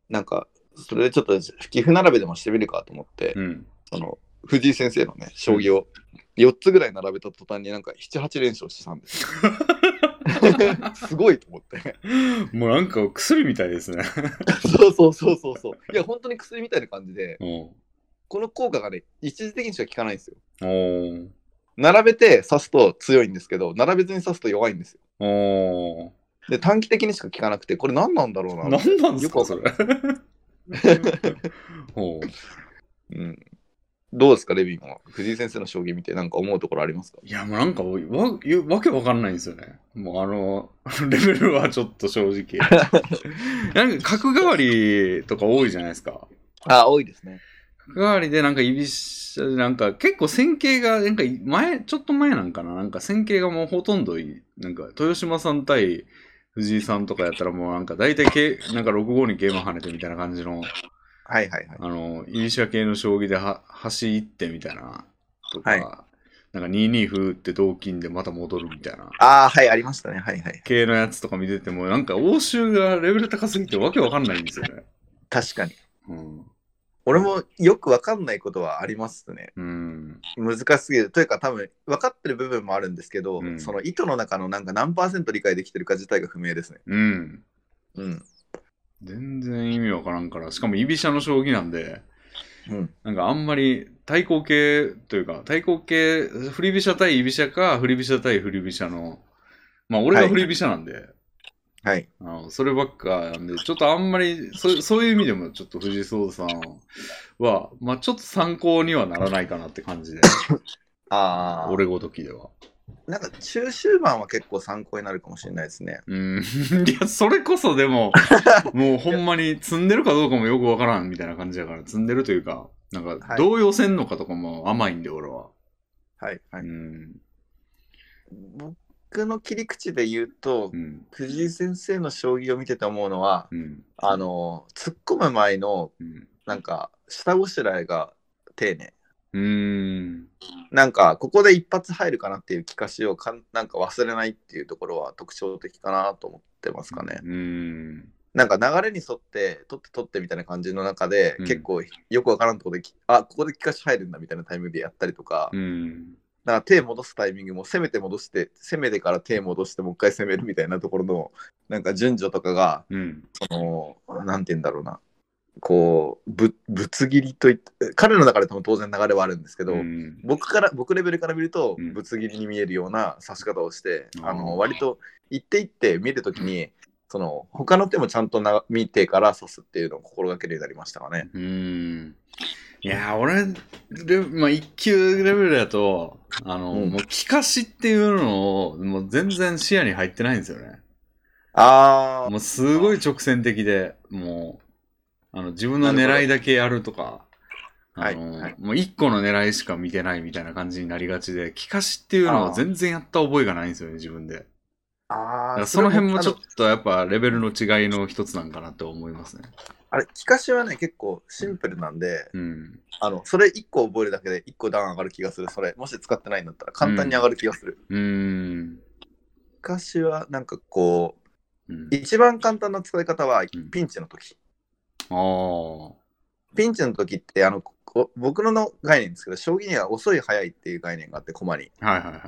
[SPEAKER 2] なんか、それでちょっと棋譜並べでもしてみるかと思って、
[SPEAKER 1] うん。
[SPEAKER 2] その藤井先生のね、将棋を4つぐらい並べた途端になんか7、8連勝したんです よ。すごいと思って。
[SPEAKER 1] もうなんか薬みたいですね。
[SPEAKER 2] そうそうそうそうそう。いや、本当に薬みたいな感じで、
[SPEAKER 1] お
[SPEAKER 2] この効果がね、一時的にしか効かないんですよ。
[SPEAKER 1] お
[SPEAKER 2] 並べて刺すと強いんですけど、並べずに刺すと弱いんですよ。
[SPEAKER 1] お
[SPEAKER 2] で、短期的にしか効かなくて、これ何なんだろうな。
[SPEAKER 1] 何なんです
[SPEAKER 2] よ
[SPEAKER 1] か、
[SPEAKER 2] く
[SPEAKER 1] そ
[SPEAKER 2] わ
[SPEAKER 1] れ。おう
[SPEAKER 2] うん。どうですか、レビンは。藤井先生の将棋見て、なんか思うところありますか
[SPEAKER 1] いや、もうなんかわ、わけわかんないんですよね。もうあの、レベルはちょっと正直。 なんか、角換わりとか多いじゃないですか。
[SPEAKER 2] あ、多いですね。
[SPEAKER 1] 角換わりで、なんか、指し、なんか、結構線形が、なんか、前、ちょっと前なんかな。なんか、線形がもうほとんどい、なんか、豊島さん対藤井さんとかやったら、もうなんか、大体け、なんか、6五にゲーム跳ねてみたいな感じの。
[SPEAKER 2] はいはいはい。
[SPEAKER 1] あの、イニシャ系の将棋では端行ってみたいなとか、
[SPEAKER 2] はい
[SPEAKER 1] なんか2二歩打って同金でまた戻るみたいな
[SPEAKER 2] あーはい、ありましたね。はいはい。
[SPEAKER 1] 系のやつとか見てても、なんか応酬がレベル高すぎてわけわかんないんですよね。
[SPEAKER 2] 確かに。
[SPEAKER 1] うん。
[SPEAKER 2] 俺もよくわかんないことはありますね。
[SPEAKER 1] うん。
[SPEAKER 2] 難しすぎる。というか、多分分かってる部分もあるんですけど、
[SPEAKER 1] うん
[SPEAKER 2] その意図の中のなんか何パーセント理解できてるか自体が不明ですね。
[SPEAKER 1] うん。
[SPEAKER 2] うん。
[SPEAKER 1] 全然意味わからんから、しかも居飛車の将棋なんで、
[SPEAKER 2] うん、
[SPEAKER 1] なんかあんまり対抗系というか、対抗系、振り飛車対居飛車か、振り飛車対振り飛車の、まあ俺が振り飛車なんで、
[SPEAKER 2] はい。
[SPEAKER 1] あのそればっかなんで、ちょっとあんまり、そそういう意味でも、ちょっと藤井聡太さんは、まあちょっと参考にはならないかなって感じで、
[SPEAKER 2] ああ、
[SPEAKER 1] 俺ごときでは。
[SPEAKER 2] なんか中終盤は結構参考になるかもしれないですね。
[SPEAKER 1] うん、 いや、それこそで も、もうほんまに積んでるかどうかもよくわからんみたいな感じだから、積んでるというか、なん
[SPEAKER 2] は
[SPEAKER 1] か
[SPEAKER 2] い
[SPEAKER 1] 動揺せんのかとかも甘いんで、俺は。
[SPEAKER 2] はい、は
[SPEAKER 1] う
[SPEAKER 2] い。
[SPEAKER 1] ん。
[SPEAKER 2] 僕の切り口で言うと
[SPEAKER 1] う、ん。
[SPEAKER 2] 藤井先生の将棋を見てて思うのは、
[SPEAKER 1] うん。
[SPEAKER 2] あの、突っ込む前の
[SPEAKER 1] うん。
[SPEAKER 2] なんか下ごしらえが丁寧。
[SPEAKER 1] うん。
[SPEAKER 2] なんかここで一発入るかなっていう気かしをかんなんか忘れないっていうところは特徴的かなと思ってますかね。
[SPEAKER 1] うん。
[SPEAKER 2] なんか流れに沿って取って取ってみたいな感じの中で、
[SPEAKER 1] うん
[SPEAKER 2] 結構よくわからんところできあここで気かし入るんだみたいなタイミングでやったりとか,、
[SPEAKER 1] うん。
[SPEAKER 2] なんか手戻すタイミングも攻めて戻して攻めてから手戻してもう一回攻めるみたいなところのなんか順序とかが
[SPEAKER 1] うん。
[SPEAKER 2] そのなんて言うんだろうなこうぶぶつ切りといって彼の中で多分当然流れはあるんですけど、
[SPEAKER 1] うん
[SPEAKER 2] 僕から僕レベルから見ると
[SPEAKER 1] うん
[SPEAKER 2] ぶつ切りに見えるような指し方をして、
[SPEAKER 1] あー
[SPEAKER 2] あの割と一手一手見るときにその他の手もちゃんとな見てから指すっていうのを心がけるようになりましたかね。
[SPEAKER 1] うーん。いやー、俺、レまあ、1級レベルだと、あの、
[SPEAKER 2] うん
[SPEAKER 1] もう、聞かしっていうのを、もう全然視野に入ってないんですよね。
[SPEAKER 2] あ
[SPEAKER 1] もう、すごい直線的で、もう、あの、自分の狙いだけやるとか、
[SPEAKER 2] な
[SPEAKER 1] あ
[SPEAKER 2] るほど
[SPEAKER 1] の、
[SPEAKER 2] はいはい
[SPEAKER 1] もう1個の狙いしか見てないみたいな感じになりがちで、聞かしっていうの
[SPEAKER 2] あ
[SPEAKER 1] は
[SPEAKER 2] ー
[SPEAKER 1] 全然やった覚えがないんですよね、自分で。
[SPEAKER 2] あ
[SPEAKER 1] だ
[SPEAKER 2] あ
[SPEAKER 1] か
[SPEAKER 2] あ
[SPEAKER 1] らその辺もちょっとやっぱレベルの違いの一つなんかなって思いますね。
[SPEAKER 2] あれ聞かしはね結構シンプルなんで、
[SPEAKER 1] うん。
[SPEAKER 2] あのそれ1個覚えるだけで1個段上がる気がするそれもし使ってないんだったら簡単に上がる気がする。
[SPEAKER 1] うーん。
[SPEAKER 2] 聞かしはなんかこ
[SPEAKER 1] う
[SPEAKER 2] う
[SPEAKER 1] ん、
[SPEAKER 2] 一番簡単な使い方は
[SPEAKER 1] ん
[SPEAKER 2] ピンチの時、
[SPEAKER 1] ああ。
[SPEAKER 2] ピンチの時ってあのこ僕のの概念ですけど将棋には遅い早いっていう概念があって駒に、
[SPEAKER 1] はいはいはい。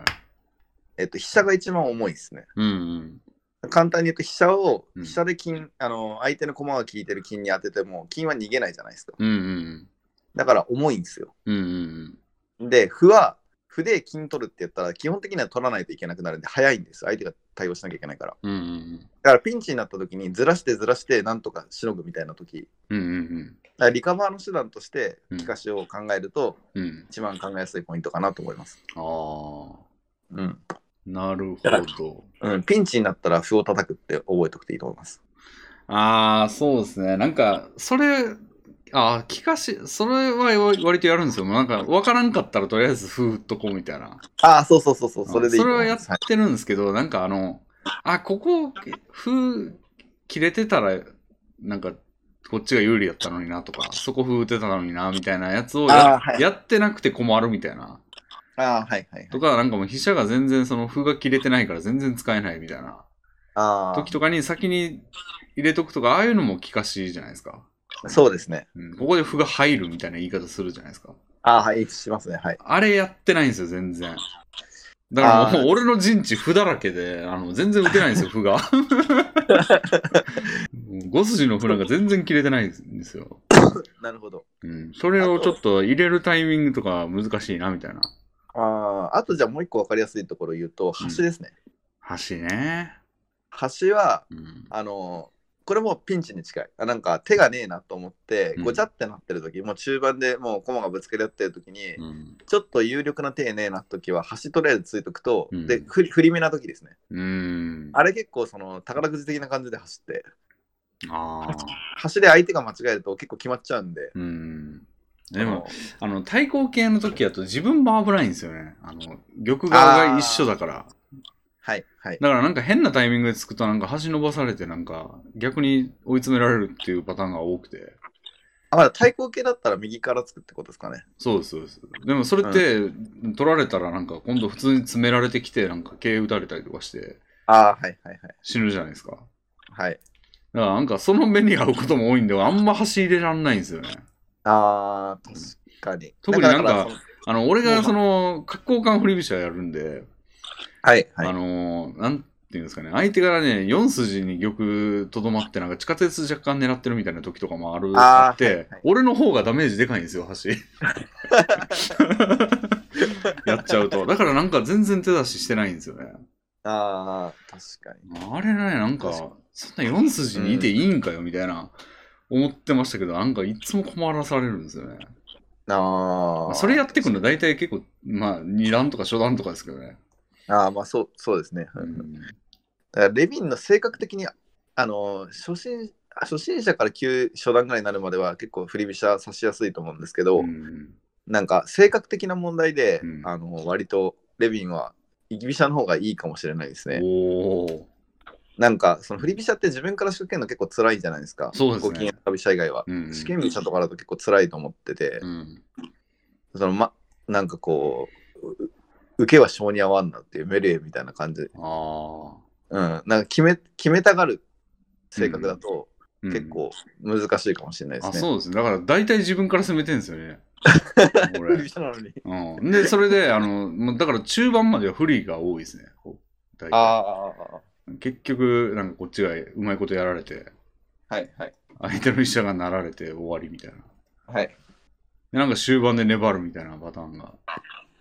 [SPEAKER 2] えっと、飛車が一番重いですね
[SPEAKER 1] うんうん。
[SPEAKER 2] 簡単に言うと飛車を
[SPEAKER 1] うん
[SPEAKER 2] 飛車で金、あの相手の駒が効いてる金に当てても金は逃げないじゃないですか
[SPEAKER 1] うんうん
[SPEAKER 2] だから重いんですよ
[SPEAKER 1] うん。うんうん
[SPEAKER 2] で歩は歩で金取るって言ったら基本的には取らないといけなくなるんで早いんです相手が対応しなきゃいけないから
[SPEAKER 1] うん。うんうん
[SPEAKER 2] だからピンチになった時にずらしてずらしてなんとかしのぐみたいな時
[SPEAKER 1] うん。うんうん
[SPEAKER 2] だからリカバーの手段として
[SPEAKER 1] うん
[SPEAKER 2] 利かしを考えると
[SPEAKER 1] うん。うん。
[SPEAKER 2] 一番考えやすいポイントかなと思います、
[SPEAKER 1] ああ。
[SPEAKER 2] うん
[SPEAKER 1] なるほど。
[SPEAKER 2] うん、ピンチになったら歩を叩くって覚えておくといいと思います。
[SPEAKER 1] ああ、そうですね。なんか、それ、ああ、聞かし、それは割割とやるんですよ。もうなんか、わからんかったらとりあえずふーっとこうみたいな。
[SPEAKER 2] ああ、そうそうそうそう、それでいい
[SPEAKER 1] あそ
[SPEAKER 2] と
[SPEAKER 1] れ
[SPEAKER 2] 思
[SPEAKER 1] はいや
[SPEAKER 2] ま
[SPEAKER 1] っ
[SPEAKER 2] す。はい、
[SPEAKER 1] てるんですけど、なんかあの、あ、ここ、ふー、切れてたら、なんか、こっちが有利やったのになとか、そこふーってたのにな、みたいなやつをや,、
[SPEAKER 2] あーはい
[SPEAKER 1] やってなくて困るみたいな。
[SPEAKER 2] ああ、はいはい、はい
[SPEAKER 1] と。か、なんかもう飛車が全然その歩が切れてないから全然使えないみたいな。
[SPEAKER 2] あ
[SPEAKER 1] 時とかに先に入れとくとか、ああいうのも聞かしじゃないですか。
[SPEAKER 2] あ、そうですね。
[SPEAKER 1] うん、ここで歩が入るみたいな言い方するじゃないですか。
[SPEAKER 2] ああ、はい、しますね。はい。
[SPEAKER 1] あれやってないんですよ、全然。だからもう俺の陣地歩だらけで、あの、全然打てないんですよ、歩が。5筋の歩なんか全然切れてないんですよ。
[SPEAKER 2] なるほど。
[SPEAKER 1] うん。それをちょっと入れるタイミングとか難しいな、みたいな。
[SPEAKER 2] ああ、あとじゃあもう一個分かりやすいところ言うと、
[SPEAKER 1] うん
[SPEAKER 2] 橋ですね。
[SPEAKER 1] 橋ね。
[SPEAKER 2] 橋は、
[SPEAKER 1] うん。
[SPEAKER 2] あのーこれもピンチに近い。あなんか手がねえなと思って
[SPEAKER 1] う、ん
[SPEAKER 2] ごちゃってなってる時、もう中盤でもう駒がぶつけり合ってる時に、
[SPEAKER 1] うん。
[SPEAKER 2] ちょっと有力な手ねえな時は、橋とりあえずついとくと、
[SPEAKER 1] うん
[SPEAKER 2] で、ふり振り目な時ですね。
[SPEAKER 1] うん。
[SPEAKER 2] あれ結構その宝くじ的な感じで走って、
[SPEAKER 1] ああ。
[SPEAKER 2] 橋で相手が間違えると結構決まっちゃうんで。
[SPEAKER 1] うん。でも、
[SPEAKER 2] あの
[SPEAKER 1] あの、対抗系の時だと自分も危ないんですよね。あの、玉側が一緒だから。
[SPEAKER 2] はい、はい。
[SPEAKER 1] だからなんか変なタイミングでつくとなんか橋伸ばされてなんか逆に追い詰められるっていうパターンが多くて。
[SPEAKER 2] あ、まだ対抗系だったら右からつくってことですかね。
[SPEAKER 1] そうです、そうです。でもそれって取られたらなんか今度普通に詰められてきてなんか毛打たれたりとかして
[SPEAKER 2] ああ、はい、はい、はい。
[SPEAKER 1] 死ぬじゃないですか。
[SPEAKER 2] はい。
[SPEAKER 1] だからなんかその目に遭うことも多いんで、あんま走れらんないんですよね。
[SPEAKER 2] ああ、確かに。
[SPEAKER 1] 特になんか
[SPEAKER 2] だらその
[SPEAKER 1] あの、俺がその、格好感振り飛車やるんで、
[SPEAKER 2] はい、はい
[SPEAKER 1] あ。のーなんていうんですかね、相手からね、4筋に玉とどまって、なんか地下鉄若干狙ってるみたいな時とかもある、あ
[SPEAKER 2] あー
[SPEAKER 1] って、
[SPEAKER 2] はいはい
[SPEAKER 1] 俺の方がダメージでかいんですよ、 橋。やっちゃうと。だからなんか全然手出ししてないんですよね。
[SPEAKER 2] ああ、確かに。
[SPEAKER 1] あれね、なんか、そんな4筋にいていいんかよ、みたいな。思ってましたけど、なんかいつも困らされるんですよね。
[SPEAKER 2] ああ。
[SPEAKER 1] それやってくるの大体結構、まあ、2段とか初段とかですけどね。
[SPEAKER 2] ああ、まあそう、そうですね。
[SPEAKER 1] う
[SPEAKER 2] だ
[SPEAKER 1] ん
[SPEAKER 2] からレビンの性格的に、あの、初心初心者から旧初段ぐらいになるまでは結構振り飛車指しやすいと思うんですけど、
[SPEAKER 1] うん
[SPEAKER 2] なんか性格的な問題で、
[SPEAKER 1] うん
[SPEAKER 2] あの割とレビンは居飛車の方がいいかもしれないですね。
[SPEAKER 1] おー。
[SPEAKER 2] なんかその振り飛車って自分から仕掛けるの結構辛いじゃないですか。
[SPEAKER 1] そうですね
[SPEAKER 2] ご機嫌飛車以外は。
[SPEAKER 1] うん
[SPEAKER 2] 試験飛車とかだと結構辛いと思ってて、
[SPEAKER 1] うん
[SPEAKER 2] そのま、なんかこう、う受けは性に合わんなっていうメレーみたいな感じ
[SPEAKER 1] あ
[SPEAKER 2] うん、なんか決め決めたがる性格だと
[SPEAKER 1] あ。
[SPEAKER 2] 結構難しいかもしれない
[SPEAKER 1] うん、
[SPEAKER 2] です
[SPEAKER 1] あ、
[SPEAKER 2] ね。
[SPEAKER 1] そうですね。だから大体自分から攻めてんですよ ね。
[SPEAKER 2] 振り
[SPEAKER 1] 俺
[SPEAKER 2] 飛車なのに。
[SPEAKER 1] うん、で、それで、あの、もうだから中盤までは不利が多いですね。こう大体
[SPEAKER 2] あ
[SPEAKER 1] 結局、なんかこっちがうまいことやられて、
[SPEAKER 2] あ、はいはい。
[SPEAKER 1] 相手の医者がなられて終わりみたいな。
[SPEAKER 2] はい。
[SPEAKER 1] でなんか終盤で粘るみたいなパターンが。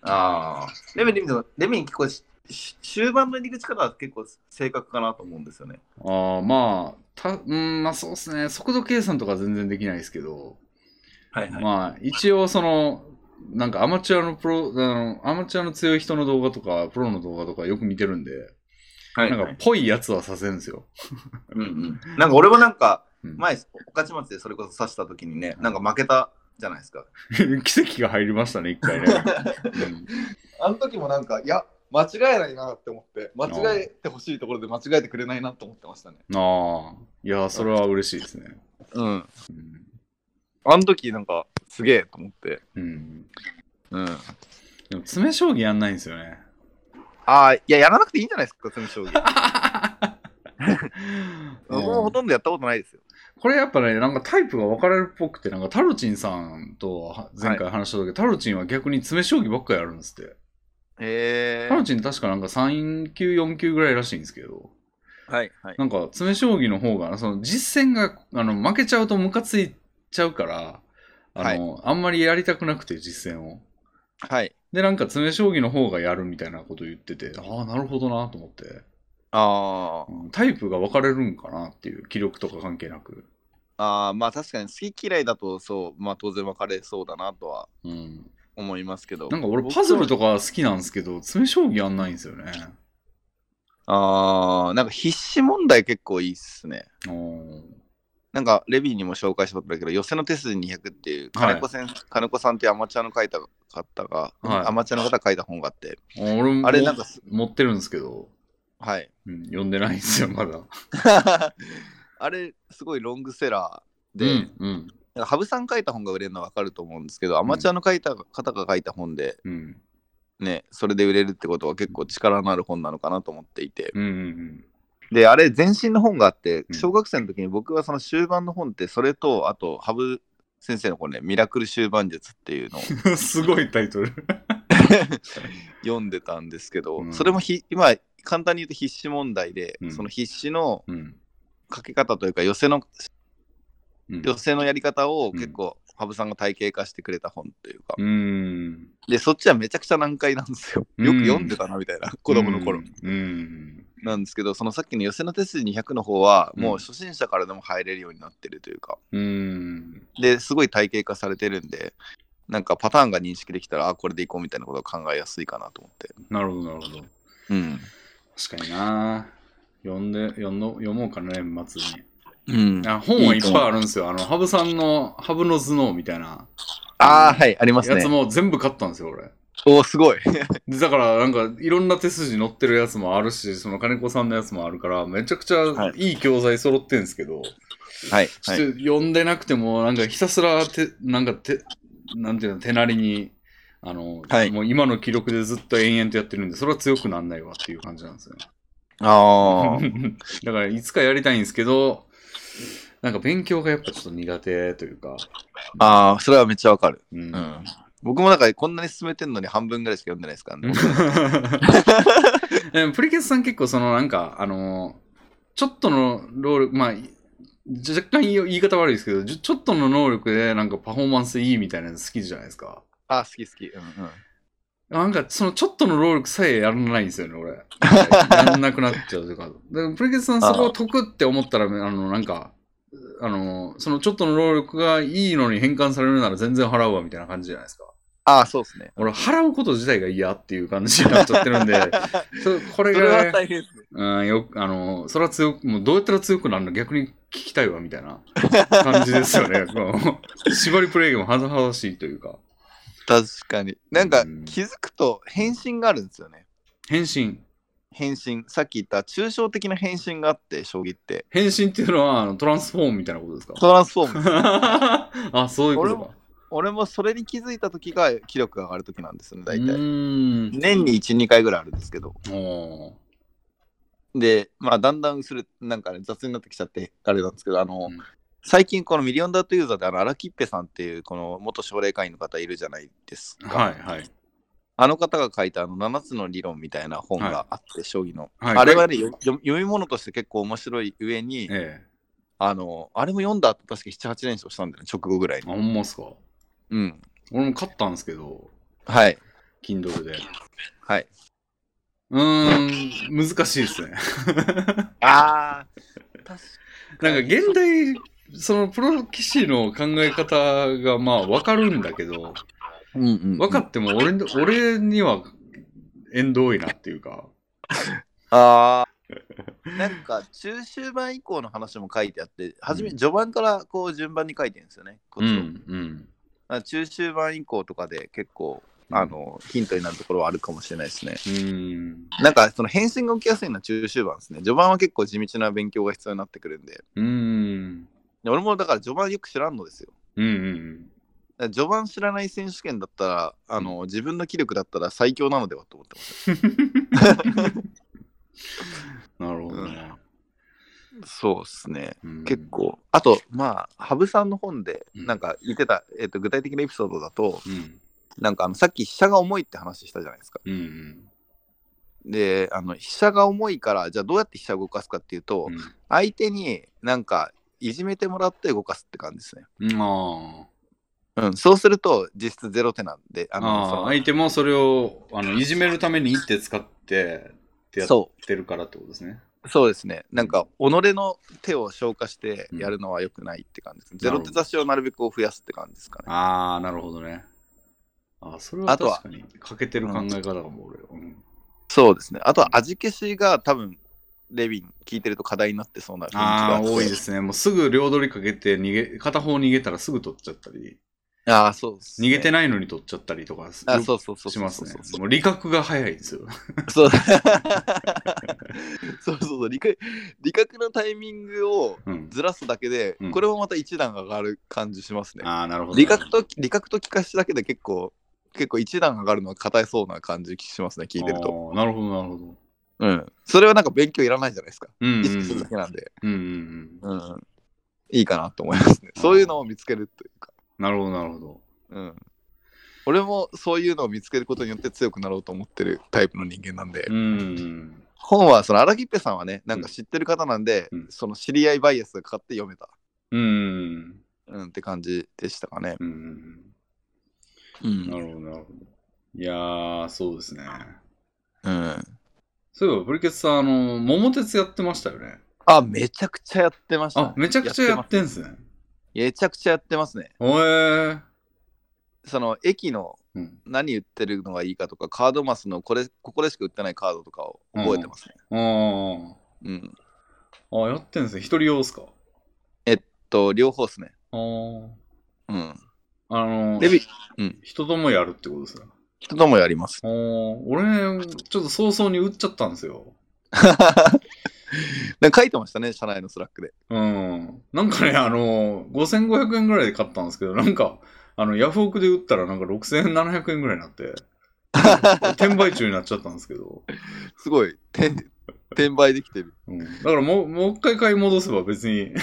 [SPEAKER 2] ああ。
[SPEAKER 3] レミレミ
[SPEAKER 2] レミン結構しし終盤の入り口からは結構正確かなと思うんですよね。
[SPEAKER 1] ああ、まあ、た、うん、まあそうですね。速度計算とか全然できないですけど、
[SPEAKER 3] はいはい。
[SPEAKER 1] まあ一応その、なんかアマチュアのプロ、あの、アマチュアの強い人の動画とか、プロの動画とかよく見てるんで、
[SPEAKER 3] はい
[SPEAKER 1] なん
[SPEAKER 3] は
[SPEAKER 1] か
[SPEAKER 3] い、
[SPEAKER 1] ぽいやつはさせるんですよ。
[SPEAKER 3] うんうん。なんか俺もなんか、
[SPEAKER 1] うん
[SPEAKER 3] 前、御徒町でそれこそ刺した時にね、なんか負けたじゃないですか。
[SPEAKER 1] 奇跡が入りましたね、一 回ね。
[SPEAKER 3] あの時もなんか、いや、間違えないなって思って、間違えてほしいところで間違えてくれないなと思ってましたね。
[SPEAKER 1] うん、ああ、いや、それは嬉しいですね。
[SPEAKER 3] うん。
[SPEAKER 1] うん
[SPEAKER 3] あの時なんか、すげえと思って。
[SPEAKER 1] うん、
[SPEAKER 3] うん。あ
[SPEAKER 1] でも、詰め将棋やんないんですよね。
[SPEAKER 3] あ、いや、やらなくていいんじゃないですか、その将棋。
[SPEAKER 1] うん
[SPEAKER 3] 僕もほとんどやったことないですよ。
[SPEAKER 1] これやっぱね、なんかタイプが分かれるっぽくて、なんかタロチンさんとは前回話した時、タロチンは逆に詰め将棋ばっかりやるんですって。
[SPEAKER 3] へえ
[SPEAKER 1] タロチン確かなんか3級、4級ぐらいらしいんですけど、
[SPEAKER 3] はいはい。
[SPEAKER 1] なんか詰め将棋の方が、その実戦があの負けちゃうとムカついちゃうから、あの、あんまりやりたくなくて実戦を。
[SPEAKER 3] はい。
[SPEAKER 1] で、なんか詰め将棋の方がやるみたいなこと言ってて、ああ、なるほどなと思って、
[SPEAKER 3] あー
[SPEAKER 1] うんタイプが分かれるんかなっていう、気力とか関係なく。
[SPEAKER 3] あー、まあ確かに好き嫌いだと、そう、まあ当然分かれそうだなとは
[SPEAKER 1] うん、
[SPEAKER 3] 思いますけど。
[SPEAKER 1] なんか俺パズル
[SPEAKER 3] と。
[SPEAKER 1] とか好きなんですけど詰め将棋やんないんですよね
[SPEAKER 3] ああ、なんか必死問題結構いいっすね。
[SPEAKER 1] おー
[SPEAKER 3] なんかレビーにも紹介したことだけど、寄せの手数200っていう金子先、金子さんっていうアマチュアの書いた方が、
[SPEAKER 1] はい
[SPEAKER 3] アマチュアの方が書いた本があって、
[SPEAKER 1] 俺も
[SPEAKER 3] あれなんかす、
[SPEAKER 1] 持ってるんですけど、
[SPEAKER 3] はい。
[SPEAKER 1] うん、読んでないんですよまだ
[SPEAKER 3] あれ、すごいロングセラー
[SPEAKER 1] う
[SPEAKER 3] で、
[SPEAKER 1] んうん
[SPEAKER 3] なんか羽生さん書いた本が売れるのは分かると思うんですけど、アマチュアの書いた方が書いた本で、
[SPEAKER 1] うん
[SPEAKER 3] ね、それで売れるってことは結構力のある本なのかなと思っていて、
[SPEAKER 1] うんうん
[SPEAKER 2] で、あれ、前身の本があって
[SPEAKER 1] う、ん
[SPEAKER 2] 小学生の時に僕はその終盤の本って、それと、あと、羽生先生のこのね、ミラクル終盤術っていうのを
[SPEAKER 1] すごいタイトル。
[SPEAKER 2] 読んでたんですけど、
[SPEAKER 1] うん
[SPEAKER 2] それもひ今、簡単に言うと必死問題で、
[SPEAKER 1] うん
[SPEAKER 2] その必死の
[SPEAKER 1] うん。
[SPEAKER 2] かけ方というか、寄せの、
[SPEAKER 1] うん
[SPEAKER 2] 寄せのやり方を
[SPEAKER 1] うん
[SPEAKER 2] 結構、羽生さんが体系化してくれた本というか、
[SPEAKER 1] うーん。
[SPEAKER 2] で、そっちはめちゃくちゃ難解なんですよ。よく読んでたな、みたいな、子供の頃。
[SPEAKER 1] うん。うん。
[SPEAKER 2] なんですけど、そのさっきの寄せの手数200の方は、
[SPEAKER 1] うん
[SPEAKER 2] もう初心者からでも入れるようになってるというか、
[SPEAKER 1] うん。
[SPEAKER 2] ですごい体系化されてるんで、なんかパターンが認識できたら、あ、これでいこうみたいなことを考えやすいかなと思って。
[SPEAKER 1] なるほど、なるほど。
[SPEAKER 2] うん。
[SPEAKER 1] 確かにな。読んで、読んの読もうかな、年末に。
[SPEAKER 2] うん、あ
[SPEAKER 1] あ本はいっぱいあるんですよ。あの、羽生さんの、羽生の頭脳みたいな
[SPEAKER 2] あー、はい、あります
[SPEAKER 1] や
[SPEAKER 2] ね
[SPEAKER 1] つ。も全部買ったんですよ、俺。
[SPEAKER 2] おー、すごい。
[SPEAKER 1] で、だから、なんか、いろんな手筋乗ってるやつもあるし、その金子さんのやつもあるから、めちゃくちゃ
[SPEAKER 2] はい
[SPEAKER 1] いい教材揃ってんすけど、
[SPEAKER 2] はい、
[SPEAKER 1] ちょ
[SPEAKER 2] は
[SPEAKER 1] っ
[SPEAKER 2] い。
[SPEAKER 1] と読んでなくても、なんかひたすらて、なんかて、なんていうの、手なりに、あの、
[SPEAKER 2] はい
[SPEAKER 1] もう今の記録でずっと延々とやってるんで、それは強くなんないわっていう感じなんですよね。
[SPEAKER 2] ああ、
[SPEAKER 1] だから、いつかやりたいんですけど、なんか勉強がやっぱちょっと苦手というか、
[SPEAKER 2] あーそれはめっちゃわかる。
[SPEAKER 1] うん
[SPEAKER 2] うん。僕もなんかこんなに進めてんのに半分ぐらいしか読んでないですからね。
[SPEAKER 1] でもプリケツさん結構そのなんかあのちょっとの労力まあい若干言い言い方悪いですけどちょちょっとの能力でなんかパフォーマンスいいみたいなの好きじゃないですか
[SPEAKER 2] あー、好き好き。うんうん。
[SPEAKER 1] なんかそのちょっとの労力さえやらないんですよね俺やんなくなっちゃうというかでプリケツさんそこを得って思ったらあのなんかあのそのちょっとの労力がいいのに変換されるなら全然払うわみたいな感じじゃないですか
[SPEAKER 2] ああ、そうですね。
[SPEAKER 1] 俺払うこと自体が嫌っていう感じになっちゃってるんでそうこ
[SPEAKER 2] そ
[SPEAKER 1] れが、
[SPEAKER 2] れは大変ですね。
[SPEAKER 1] うん、よく、あの、それは強く、もうどうやったら強くなるの逆に聞きたいわ、みたいな感じですよね。こう縛りプレイもはずはずしいというか、
[SPEAKER 2] 確かに。なんか
[SPEAKER 1] うん
[SPEAKER 2] 気づくと返信があるんですよね。
[SPEAKER 1] 変身。
[SPEAKER 2] 返信。さっき言った抽象的な返信があって、将棋って。
[SPEAKER 1] 変身っていうのは、あのトランスフォームみたいなことですか
[SPEAKER 2] トランスフォ ームです
[SPEAKER 1] あ、そういうことか。
[SPEAKER 2] 俺もそれに気づいた時が気力が上がる時なんですよね、
[SPEAKER 1] う
[SPEAKER 2] 大体。
[SPEAKER 1] ーん。
[SPEAKER 2] 年に1、2回ぐらいあるんですけど。
[SPEAKER 1] おー
[SPEAKER 2] で、まあ、だんだん薄れ、なんかね、雑になってきちゃって、あれなんですけど、あの、
[SPEAKER 1] うん
[SPEAKER 2] 最近このミリオンダートユーザーで、あの、荒木っぺさんっていう、この元奨励会員の方いるじゃないですか。
[SPEAKER 1] はい、はい。
[SPEAKER 2] あの方が書いた、あの、7つの理論みたいな本があって、将棋の。
[SPEAKER 1] はい
[SPEAKER 2] あれはね、よ読み物として結構面白い上に、
[SPEAKER 1] え
[SPEAKER 2] あの、あれも読んだ後、確か7、8連勝したんだよね、直後ぐらい
[SPEAKER 1] え。あ、
[SPEAKER 2] に。
[SPEAKER 1] ほんまっすか。
[SPEAKER 2] うん。
[SPEAKER 1] 俺も買ったんですけど、
[SPEAKER 2] はい。
[SPEAKER 1] Kindle で。
[SPEAKER 2] はい。
[SPEAKER 1] うーん、難しいですね。
[SPEAKER 2] ああ、 確
[SPEAKER 1] なんか現代、そのプロ棋士の考え方がまあ分かるんだけど、
[SPEAKER 2] かに。うんうん
[SPEAKER 1] 分かっても俺の俺には縁遠いなっていうか。
[SPEAKER 2] ああ。なんか、中終盤以降の話も書いてあって、はじめ、
[SPEAKER 1] うん
[SPEAKER 2] 序盤からこう順番に書いてるんですよね。こ
[SPEAKER 1] う
[SPEAKER 2] っちを
[SPEAKER 1] ん、うん。
[SPEAKER 2] あ中終盤以降とかで結構、あの、ヒントになるところはあるかもしれないですね。
[SPEAKER 1] うん。
[SPEAKER 2] なんか、その変身が起きやすいのは中終盤ですね。序盤は結構地道な勉強が必要になってくるんで。
[SPEAKER 1] うん。
[SPEAKER 2] で俺もだから序盤よく知らんのですよ。
[SPEAKER 1] うん。うん。
[SPEAKER 2] だから序盤知らない選手権だったら、あの、自分の気力だったら最強なのではと思ってます。
[SPEAKER 1] なるほどね。
[SPEAKER 2] そうですね。
[SPEAKER 1] うん
[SPEAKER 2] 結。構、あと、まあ、羽生さんの本で、
[SPEAKER 1] うん
[SPEAKER 2] なんか言ってた、えっと具体的なエピソードだと、
[SPEAKER 1] うん。
[SPEAKER 2] なんかあのさっき飛車が重いって話したじゃないですか。
[SPEAKER 1] うん。うん
[SPEAKER 2] で、あの飛車が重いから、じゃあどうやって飛車を動かすかっていうと、
[SPEAKER 1] うん。
[SPEAKER 2] 相手になんかいじめてもらって動かすって感じですね。
[SPEAKER 1] うんあ
[SPEAKER 2] うん、そうすると、実質ゼロ手なんで、
[SPEAKER 1] あ
[SPEAKER 2] あのそ
[SPEAKER 1] ああ
[SPEAKER 2] の
[SPEAKER 1] 相手もそれをあのいじめるために一手使ってってやっ
[SPEAKER 2] そ
[SPEAKER 1] てるからってことですね。
[SPEAKER 2] うそうですね、なんか己の手を消化してやるのは良くないって感じです、ゼロ手差しをなるべくこう増やすって感じですかね。
[SPEAKER 1] ああ、なるほどね。あーそれは
[SPEAKER 2] あとは
[SPEAKER 1] 確かに欠けてる考え方かも俺。うん
[SPEAKER 2] そうですね。あとは味消しが多分、レビン聞いてると課題になってそうな雰囲気が
[SPEAKER 1] ああ、
[SPEAKER 2] って
[SPEAKER 1] 多いですね。もうすぐ両取りかけて逃げ、片方逃げたらすぐ取っちゃったり、
[SPEAKER 2] ああ、そうです、
[SPEAKER 1] 逃げて
[SPEAKER 2] ない。
[SPEAKER 1] ないのに取っちゃったりとかす
[SPEAKER 2] あそうそうそうそう。
[SPEAKER 1] しますね。
[SPEAKER 2] そ
[SPEAKER 1] もう理覚が早いですよ。
[SPEAKER 2] うそうそうそう。理覚理覚のタイミングを
[SPEAKER 1] うん、
[SPEAKER 2] ずらすだけで、
[SPEAKER 1] うん
[SPEAKER 2] これもまた一段上がる感じしますね。
[SPEAKER 1] ああ、なるほど。
[SPEAKER 2] 理覚と、理覚と聞かしだけで結構、結構一段上がるのは硬いそうな感じしますね、聞いてると。
[SPEAKER 1] あーなるほど、なるほど。
[SPEAKER 2] うん。それはなんか勉強いらないじゃないですか。
[SPEAKER 1] うん
[SPEAKER 2] 意識するだけなんで、
[SPEAKER 1] うんうんうん。
[SPEAKER 2] うん。いいかなと思いますね。そういうのを見つけるというか。
[SPEAKER 1] なるほど、なるほど。
[SPEAKER 2] うん。俺もそういうのを見つけることによって強くなろうと思ってるタイプの人間なんで、
[SPEAKER 1] うん。
[SPEAKER 2] 本はその荒木っぺさんはね、なんか知ってる方なんで、
[SPEAKER 1] うん
[SPEAKER 2] その知り合いバイアスがかかって読めた、
[SPEAKER 1] うん。
[SPEAKER 2] うん、って感じでしたかね。
[SPEAKER 1] うん。
[SPEAKER 2] う
[SPEAKER 1] なる
[SPEAKER 2] ん。
[SPEAKER 1] ほど、なるほど。いやー、そうですね。
[SPEAKER 2] うん、
[SPEAKER 1] そういえば、ブリケツさん、あの、桃鉄やってましたよね。
[SPEAKER 2] あ、めちゃくちゃやってました、
[SPEAKER 1] あ、めちゃくちゃやってんすね。
[SPEAKER 2] めちゃくちゃやってますね。
[SPEAKER 1] へえー。
[SPEAKER 2] その駅の
[SPEAKER 1] うん。
[SPEAKER 2] 何売ってるのがいいかとか、カードマスのこれ、ここでしか売ってないカードとかを覚えてますね。
[SPEAKER 1] あ
[SPEAKER 2] うん。
[SPEAKER 1] ー。あ、やってんすね。一人用っすか。
[SPEAKER 2] と、両方ですね。
[SPEAKER 1] あー。
[SPEAKER 2] うん。
[SPEAKER 1] あの、
[SPEAKER 2] デビ、
[SPEAKER 1] 人ともやるってことですね。
[SPEAKER 2] 人ともやります。
[SPEAKER 1] あー。俺、ちょっと早々に売っちゃったんですよ。
[SPEAKER 2] なんか書いてましたね、社内のスラックで。
[SPEAKER 1] うん。なんかね、あの、5500円ぐらいで買ったんですけど、なんか、あの、ヤフオクで売ったらなんか6700円ぐらいにな って、転売中になっちゃったんですけど、
[SPEAKER 2] すごい、てん転売できてる。
[SPEAKER 1] うん、だからもう、もう一回買い戻せば別に 、いいっ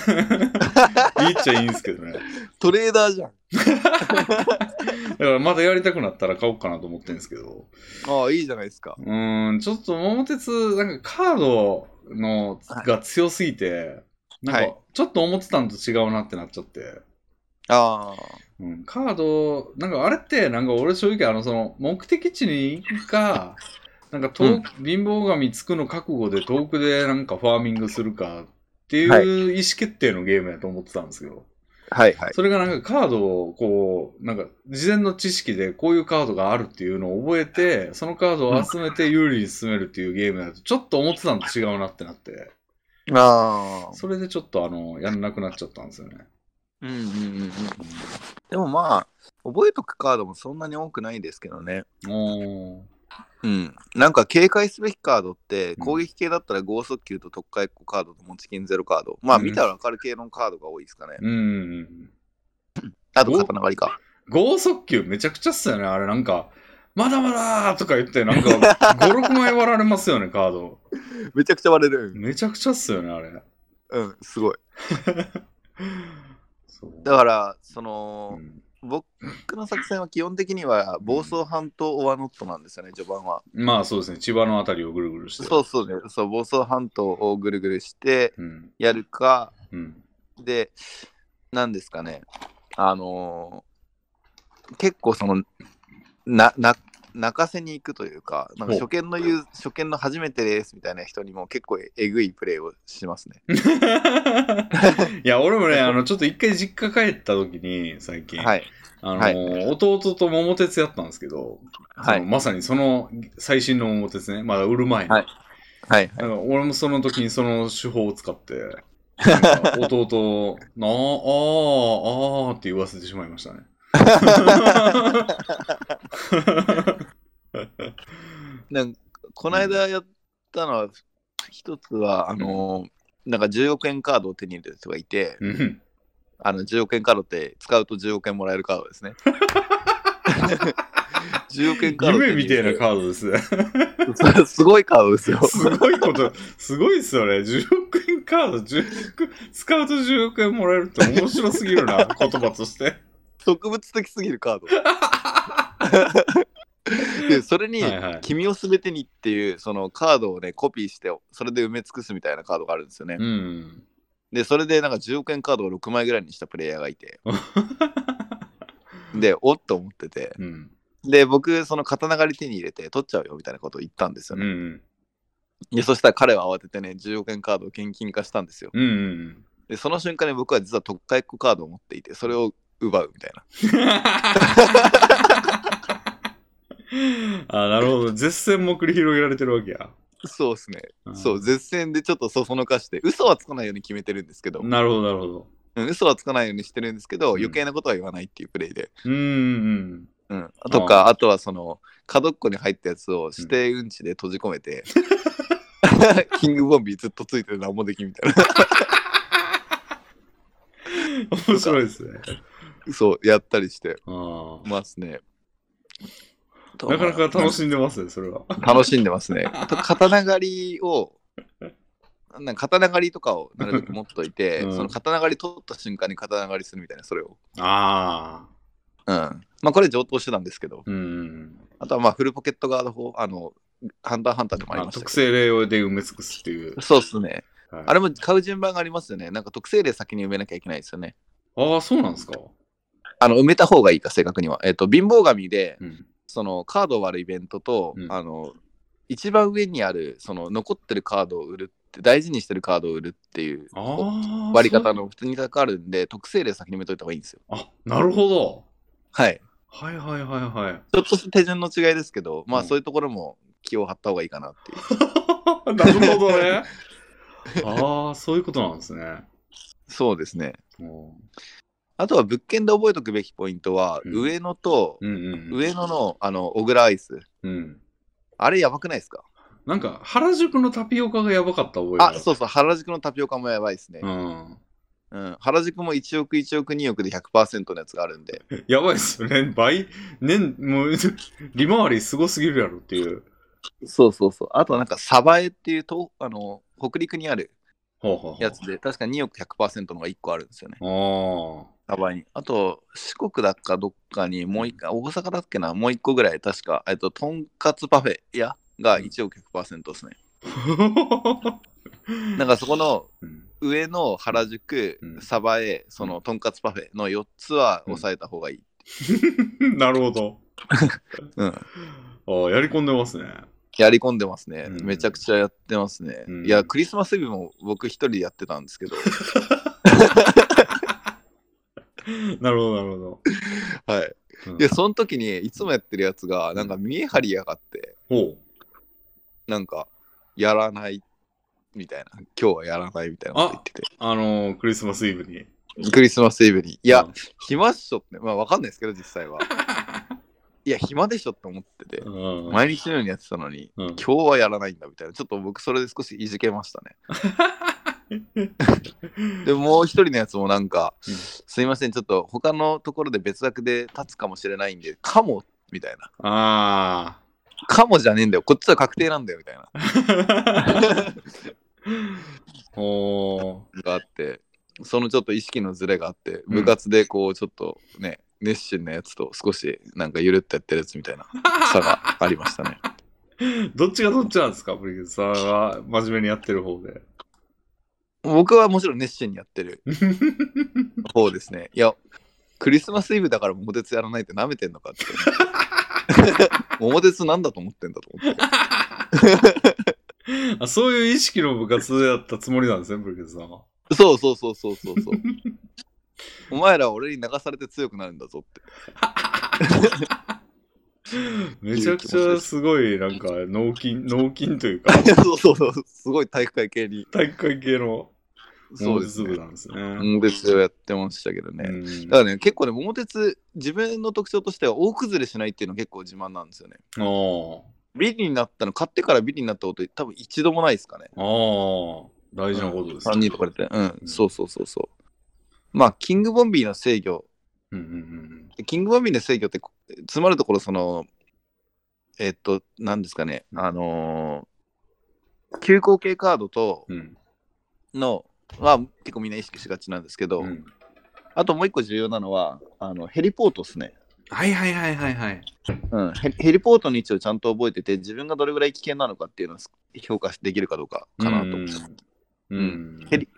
[SPEAKER 1] ちゃいいんですけどね。
[SPEAKER 2] トレーダーじゃん。
[SPEAKER 1] だからまたやりたくなったら買おうかなと思ってるんですけど、
[SPEAKER 2] ああ、いいじゃないですか。
[SPEAKER 1] うん、ちょっと桃鉄、なんかカードの、
[SPEAKER 2] はい
[SPEAKER 1] が強すぎて、なん
[SPEAKER 2] は
[SPEAKER 1] か
[SPEAKER 2] い、
[SPEAKER 1] ちょっと思ってたんと違うなってなっちゃって、
[SPEAKER 2] ああ。
[SPEAKER 1] うん、カード、なんかあれって、なんか俺正直あの、その、目的地に行く か、なんか遠く、貧乏神つくの覚悟で遠くでなんかファーミングするかっていう
[SPEAKER 2] は
[SPEAKER 1] 意思決定のゲームやと思ってたんですけど、
[SPEAKER 2] はいはい。
[SPEAKER 1] それがなんかカードをこう、なんか事前の知識でこういうカードがあるっていうのを覚えて、そのカードを集めて有利に進めるっていうゲームだと、ちょっと思ってたのと違うなってなって、
[SPEAKER 2] ああ。
[SPEAKER 1] それでちょっとあの、やんなくなっちゃったんですよね。
[SPEAKER 2] うんうんうんうん。でもまあ、覚えとくカードもそんなに多くないですけどね。
[SPEAKER 1] うん、おー。
[SPEAKER 2] うん。なんか警戒すべきカードって、
[SPEAKER 1] ん
[SPEAKER 2] 攻撃系だったら剛速球と特回個カードと持ち金ゼロカード。まあ、
[SPEAKER 1] うん
[SPEAKER 2] 見たらわかる系のカードが多いですかね。
[SPEAKER 1] うん。
[SPEAKER 2] あと、刀割りか。
[SPEAKER 1] 剛速球めちゃくちゃっすよね、あれなんか、まだまだーとか言って、なん か、5、6枚割られますよね、カード。
[SPEAKER 2] めちゃくちゃ割れる。
[SPEAKER 1] めちゃくちゃっすよね、あれ。
[SPEAKER 2] うん、すごい。
[SPEAKER 1] そう
[SPEAKER 2] だから、そうの、
[SPEAKER 1] ん
[SPEAKER 2] 僕の作戦は基本的には、房総半島オアノットなんですよね、序盤は。
[SPEAKER 1] まあそうですね、千葉のあたりをぐるぐるして。。
[SPEAKER 2] そううそうね。そう、房総半島をぐるぐるして
[SPEAKER 1] ん。
[SPEAKER 2] やるか、
[SPEAKER 1] うん。
[SPEAKER 2] で、なんですかね、あのー結構その、な、な、泣かせに行くというか、なんか
[SPEAKER 1] ほう
[SPEAKER 2] 初見の言う、初見の初めてですみたいな人にも結構えぐいプレーをしますね。
[SPEAKER 1] いや、俺もね、あの、ちょっと一回実家帰った時に、最近、
[SPEAKER 2] はい。
[SPEAKER 1] あの、
[SPEAKER 2] は
[SPEAKER 1] 弟と桃鉄やったんですけど、
[SPEAKER 2] は
[SPEAKER 1] その
[SPEAKER 2] い。
[SPEAKER 1] まさにその最新の桃鉄ね、まだ売る前に。
[SPEAKER 2] はいはい。
[SPEAKER 1] なんか俺もその時にその手法を使 って、なんか弟を、なあ、ああ、ああって言わせてしまいました ね。
[SPEAKER 2] なんかこの間やったのは、一つは、あのーなんか10億円カードを手に入れる人がいて、
[SPEAKER 1] うん
[SPEAKER 2] あの10億円カードって使うと10億円もらえるカード ですね。10億円カードを手
[SPEAKER 1] 夢
[SPEAKER 2] に
[SPEAKER 1] み
[SPEAKER 2] 入
[SPEAKER 1] た
[SPEAKER 2] れ
[SPEAKER 1] いな
[SPEAKER 2] る
[SPEAKER 1] カードですね。
[SPEAKER 2] すごいカードですよ。
[SPEAKER 1] すごいこと、すごいっすよね。10億円カード、10億、使うと10億円もらえるって面白すぎる な、言葉として。
[SPEAKER 2] 植物的すぎるカード。 でそれに
[SPEAKER 1] はいはい
[SPEAKER 2] 「君をすべてに」っていうそのカードをねコピーしてそれで埋め尽くすみたいなカードがあるんですよね。
[SPEAKER 1] うん。
[SPEAKER 2] でそれでなんか10億円カードを6枚ぐらいにしたプレイヤーが いてでおっと思ってて
[SPEAKER 1] うん。
[SPEAKER 2] で僕その刀狩り手に入れて取っちゃうよみたいなことを言ったんですよ
[SPEAKER 1] うん。う
[SPEAKER 2] ね。
[SPEAKER 1] ん。
[SPEAKER 2] でそしたら彼は慌ててね10億円カードを現金化したんですよ。
[SPEAKER 1] うん。
[SPEAKER 2] でその瞬間に僕は実は特解庫カードを持っていてそれを奪うみたいな。
[SPEAKER 1] あ、なるほど。絶戦も繰り広げられてるわけや。
[SPEAKER 2] そうですね。
[SPEAKER 1] ん
[SPEAKER 2] そう、絶戦でちょっとそそのかして、嘘はつかないように決めてるんですけど、
[SPEAKER 1] なるほど、なるほど。
[SPEAKER 2] うん、嘘はつかないようにしてるんですけど、
[SPEAKER 1] ん
[SPEAKER 2] 余計なことは言わないっていうプレイで。
[SPEAKER 1] うーん。
[SPEAKER 2] うん、とか、あとはその、角っこに入ったやつを指定うんちで閉じ込 めて、キングボンビーずっとついてる何もできんみたいな。
[SPEAKER 1] 面白いですね。
[SPEAKER 2] そう、やったりして
[SPEAKER 1] あー
[SPEAKER 2] ますね。と
[SPEAKER 1] なかなか楽しんでますね、それは。
[SPEAKER 2] 楽しんでます ね。あと刀狩りを、なんか刀狩りとかをなるべく持っといて、
[SPEAKER 1] うん
[SPEAKER 2] その刀狩り取った瞬間に刀狩りするみたいな、それを。
[SPEAKER 1] ああ。
[SPEAKER 2] うん。まあこれ上等手段ですけど、
[SPEAKER 1] うん。
[SPEAKER 2] あとはまあフルポケットガード法、あの、ハンターハンターでもあり
[SPEAKER 1] あ
[SPEAKER 2] ました
[SPEAKER 1] 特
[SPEAKER 2] けど。
[SPEAKER 1] 性例で埋め尽くすっていう。
[SPEAKER 2] そうっすね。
[SPEAKER 1] はい
[SPEAKER 2] あれも買う順番がありますよね。なんか特性例先に埋めなきゃいけないですよね。
[SPEAKER 1] ああ、そうなんですか。
[SPEAKER 2] あの埋めた方がいいか、正確には。えっ、と、貧乏神で、
[SPEAKER 1] うん。
[SPEAKER 2] そのカードを割るイベントと、
[SPEAKER 1] うん
[SPEAKER 2] あの一番上にあるその残ってるカードを売るって大事にしてるカードを売るっていう
[SPEAKER 1] ああ。
[SPEAKER 2] 割り方
[SPEAKER 1] そう。
[SPEAKER 2] の普通に関わるんで特性例先に埋めといた方がいいんですよ
[SPEAKER 1] あ、なるほど。
[SPEAKER 2] はい
[SPEAKER 1] はいはいはいはい。
[SPEAKER 2] ちょっとした手順の違いですけどまあ
[SPEAKER 1] うん
[SPEAKER 2] そういうところも気を張った方がいいかなっていう、
[SPEAKER 1] なるほどね。ああ、そういうことなんですね。
[SPEAKER 2] そうですね
[SPEAKER 1] お
[SPEAKER 2] あとは物件で覚えておくべきポイントは、
[SPEAKER 1] うん
[SPEAKER 2] 上野と、
[SPEAKER 1] うんうんうん。
[SPEAKER 2] 上野のあの小倉アイス
[SPEAKER 1] うん。
[SPEAKER 2] あれやばくないですか
[SPEAKER 1] なんか、原宿のタピオカがやばかった覚えが
[SPEAKER 2] あそうそう原宿のタピオカもやばいですね、
[SPEAKER 1] うん。
[SPEAKER 2] うん、原宿も1億1億2億で100%のやつがあるんで
[SPEAKER 1] やばいっすよね。倍、年、もう、利回りすごすぎるやろっていう。
[SPEAKER 2] そうそうそう。あとなんか、サバエっていうと、あの、北陸にある
[SPEAKER 1] ほうほうほう
[SPEAKER 2] やつで、確か2億100%のが1個あるんですよね。
[SPEAKER 1] あ
[SPEAKER 2] サバエに。あと、四国だっかどっかにもう1回、大阪だっけな、もう1個ぐらい、確か、えっと、とんかつパフェ屋が1億100%ですね。
[SPEAKER 1] あ。
[SPEAKER 2] なんかそこの
[SPEAKER 1] うん
[SPEAKER 2] 上の原宿
[SPEAKER 1] う、ん
[SPEAKER 2] サバエ、そのとんかつパフェの4つは抑えた方がいい。
[SPEAKER 1] なるほど。
[SPEAKER 2] うん。
[SPEAKER 1] ああ、やり込んでますね。
[SPEAKER 2] やり込んでますね。
[SPEAKER 1] うん
[SPEAKER 2] めちゃくちゃやってますね。
[SPEAKER 1] うん
[SPEAKER 2] いや、クリスマスイブも僕一人でやってたんです けど、
[SPEAKER 1] なるほど、なるほど。
[SPEAKER 2] はい。
[SPEAKER 1] うん
[SPEAKER 2] で、その時にいつもやってるやつが、なんか見え張りやがって、
[SPEAKER 1] ほう。
[SPEAKER 2] なんか、やらないみたいな、今日はやらないみたいなこと言ってて、
[SPEAKER 1] あのークリスマスイブに。
[SPEAKER 2] クリスマスイブに、いや
[SPEAKER 1] うん、
[SPEAKER 2] 暇っしょって、まあわかんないですけど、実際は。いや、暇でしょって思ってて
[SPEAKER 1] う、ん。
[SPEAKER 2] 毎日のようにやってたのに、
[SPEAKER 1] うん
[SPEAKER 2] 今日はやらないんだみたいな、ちょっと僕それで少しいじけましたね。で、もう一人のやつもなんか、
[SPEAKER 1] うん
[SPEAKER 2] すいません、ちょっと他のところで別枠で立つかもしれないんで、かもみたいな。
[SPEAKER 1] あ
[SPEAKER 2] かもじゃねえんだよ、こっちは確定なんだよみたいな。
[SPEAKER 1] あ。ほ
[SPEAKER 2] があって、そのちょっと意識のズレがあって、
[SPEAKER 1] うん
[SPEAKER 2] 部活でこう、ちょっとね、熱心なやつと少しなんかゆるっとやってるやつみたいな差がありました ね。
[SPEAKER 1] う。どっちがどっちなんですか、プリキュさんは真面目にやってる方で。
[SPEAKER 2] 僕はもちろん熱心にやってる方ですね。いや、クリスマスイブだから桃鉄やらないって舐めてんのか って。桃鉄なんだと思ってんだと思って。
[SPEAKER 1] あそういう意識の部活だったつもりなんですね、プリキュさんは。
[SPEAKER 2] そうそうそうそうそうそう。お前らは俺に流されて強くなるんだぞって。
[SPEAKER 1] めちゃくちゃすごい、なんか、脳筋、脳筋というか、
[SPEAKER 2] そうそうそう。すごい体育会系に。
[SPEAKER 1] 体育会系の
[SPEAKER 2] そ
[SPEAKER 1] 脳
[SPEAKER 2] うです
[SPEAKER 1] 術部
[SPEAKER 2] ね。
[SPEAKER 1] なんですね。
[SPEAKER 2] 桃鉄をやってましたけどね。
[SPEAKER 1] うん
[SPEAKER 2] だからね、結構ね、桃鉄、自分の特徴としては大崩れしないっていうのが結構自慢なんですよね。
[SPEAKER 1] あ
[SPEAKER 2] ビリになったの、買ってからビリになったこと多分一度もないですかね。
[SPEAKER 1] あ、ああ、大事なことですね。
[SPEAKER 2] 3人とかで。うん、
[SPEAKER 1] うん
[SPEAKER 2] そうそうそうそう。まあ、キングボンビーの制御。
[SPEAKER 1] うんうんうん
[SPEAKER 2] キングボンビーの制御って、こつまるところ、その、えっと、なんですかね、あのー、急行系カードと
[SPEAKER 1] うん。うん
[SPEAKER 2] の、は結構みんな意識しがちなんですけど、
[SPEAKER 1] うん
[SPEAKER 2] あともう一個重要なのは、あのヘリポートですね。
[SPEAKER 1] はいはいはいはいはい。
[SPEAKER 2] うん、ヘヘリポートの位置をちゃんと覚えてて、自分がどれぐらい危険なのかっていうのを評価できるかどうかかなと思う。
[SPEAKER 1] うん。うん
[SPEAKER 2] ヘリ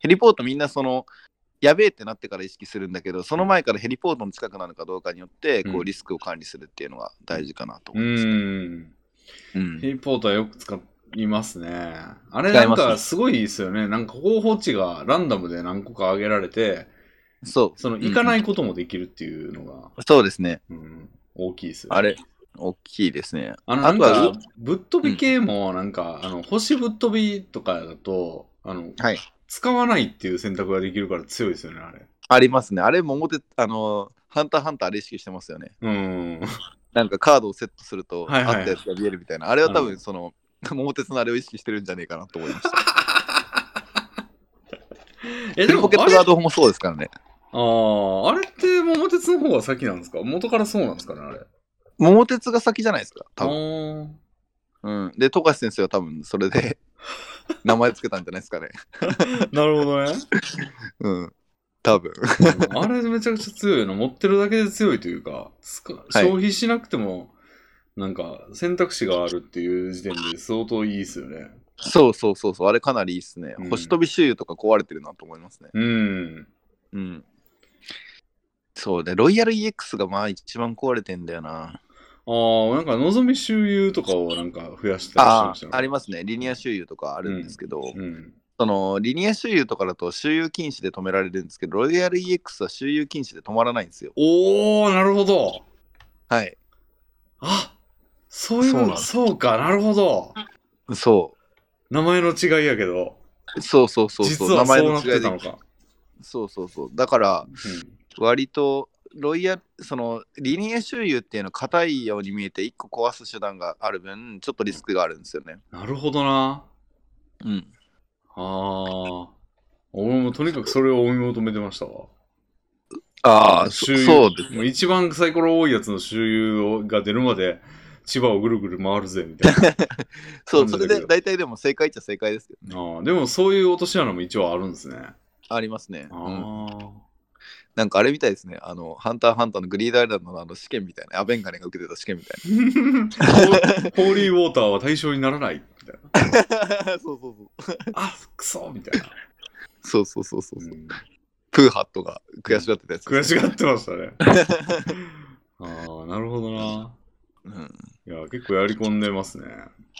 [SPEAKER 2] ヘリポートみんなその、やべえってなってから意識するんだけど、その前からヘリポートの近くなのかどうかによって、
[SPEAKER 1] うん
[SPEAKER 2] こうリスクを管理するっていうのが大事かなと
[SPEAKER 1] う
[SPEAKER 2] 思います。
[SPEAKER 1] ん。
[SPEAKER 2] うん
[SPEAKER 1] ヘリポートはよく使いますね。あれなん
[SPEAKER 2] 使いま
[SPEAKER 1] かすごいですよね。なんか候補値がランダムで何個か上げられて、
[SPEAKER 2] そう。、
[SPEAKER 1] その行かないいこともできるっていうのが、
[SPEAKER 2] そうですね。
[SPEAKER 1] うん、大きいですよね。
[SPEAKER 2] あれ、大きいですね。
[SPEAKER 1] あのな
[SPEAKER 2] あ
[SPEAKER 1] ん
[SPEAKER 2] とは
[SPEAKER 1] かぶっ飛び系もなんか、あの星ぶっ飛びとかだとあの
[SPEAKER 2] はい。
[SPEAKER 1] 使わないっていう選択ができるから強いですよねあれ。
[SPEAKER 2] ありますね。あれ、桃鉄、あの、ハンターハンターあれ意識してますよね。
[SPEAKER 1] うん。
[SPEAKER 2] なんかカードをセットすると、
[SPEAKER 1] はいはい
[SPEAKER 2] あったやつが見えるみたいな。あれは多
[SPEAKER 1] う
[SPEAKER 2] 分、
[SPEAKER 1] ん
[SPEAKER 2] その、桃鉄のあれを意識してるんじゃねえかなと思いました。
[SPEAKER 1] え
[SPEAKER 2] ヘ
[SPEAKER 1] で
[SPEAKER 2] ル
[SPEAKER 1] も
[SPEAKER 2] ポケッ
[SPEAKER 1] あ
[SPEAKER 2] ト
[SPEAKER 1] れ
[SPEAKER 2] ガード法もそうですからね。
[SPEAKER 1] あーあれって桃鉄の方が先なんですか元からそうなんですかねあれ。
[SPEAKER 2] 桃鉄が先じゃないですか、多分。
[SPEAKER 1] 分。
[SPEAKER 2] うん。で、富樫先生は多分そ れで名前つけたんじゃないですかね。
[SPEAKER 1] なるほどね。
[SPEAKER 2] うん。多分。
[SPEAKER 1] あれめちゃくちゃ強いよな。持ってるだけで強いというか、つか
[SPEAKER 2] い
[SPEAKER 1] 消費しなくても、なんか選択肢があるっていう時点で相当いいですよね。
[SPEAKER 2] そうそうそうそう、あれかなりいいっすね。
[SPEAKER 1] うん
[SPEAKER 2] 星飛び周遊とか壊れてるなと思いますね。
[SPEAKER 1] うん。
[SPEAKER 2] うん。そうね、ロイヤル EX がまあ一番壊れてんだよな。
[SPEAKER 1] ああ、なんか、望み周遊とかをなんか増やしたりして
[SPEAKER 2] あ
[SPEAKER 1] ました
[SPEAKER 2] あ
[SPEAKER 1] ね、
[SPEAKER 2] ありますね。リニア周遊とかあるんですけど、
[SPEAKER 1] うん。
[SPEAKER 2] そのリニア周遊とかだと周遊禁止で止められるんですけど、ロイヤル EX は周遊禁止で止まらないんですよ。
[SPEAKER 1] おー、なるほど。
[SPEAKER 2] はい。
[SPEAKER 1] あそういう
[SPEAKER 2] そうなん
[SPEAKER 1] の、
[SPEAKER 2] だ
[SPEAKER 1] そうか、なるほど。
[SPEAKER 2] そ
[SPEAKER 1] 名前の違いやけど、
[SPEAKER 2] う。そうそうそうそう。
[SPEAKER 1] 実はそうなっ
[SPEAKER 2] 名前
[SPEAKER 1] て
[SPEAKER 2] の
[SPEAKER 1] た
[SPEAKER 2] 違い
[SPEAKER 1] の
[SPEAKER 2] で。
[SPEAKER 1] か。
[SPEAKER 2] そうそうそう。だから、
[SPEAKER 1] うん
[SPEAKER 2] 割と、ロイヤル、その、リニア周遊っていうの硬いように見えて、一個壊す手段がある分、ちょっとリスクがあるんですよね。
[SPEAKER 1] なるほどな。
[SPEAKER 2] うん。
[SPEAKER 1] ああ。俺もとにかくそれを追い求めてましたわ。
[SPEAKER 2] ああ、そ
[SPEAKER 1] 周遊
[SPEAKER 2] そうです
[SPEAKER 1] もう一番サイコロ多いやつの周遊をが出るまで、千葉をぐるぐる回るぜ、みたい な。
[SPEAKER 2] そう、そ
[SPEAKER 1] 感じだ
[SPEAKER 2] れ
[SPEAKER 1] け
[SPEAKER 2] で
[SPEAKER 1] ど
[SPEAKER 2] 大体でも正解っちゃ正解ですけどね。
[SPEAKER 1] ああでもそういう落とし穴も一応あるんですね。
[SPEAKER 2] ありますね。
[SPEAKER 1] あ
[SPEAKER 2] うん
[SPEAKER 1] あ。
[SPEAKER 2] なんかあれみたいですね。あの、ハンターハンターのグリードアイランドのあの試験みたいな、アベンガネが受けてた試験みたい
[SPEAKER 1] ホーホーリーウォーターは対象にならないみたいな。
[SPEAKER 2] な。そうそうそう。
[SPEAKER 1] あ、くそみたいな、
[SPEAKER 2] そうそうそうそう。
[SPEAKER 1] うん
[SPEAKER 2] プーハットが悔しがってたやつ、
[SPEAKER 1] 悔しがってましたね。ああ、なるほどな。
[SPEAKER 2] うん。
[SPEAKER 1] いや、結構やり込んでますね。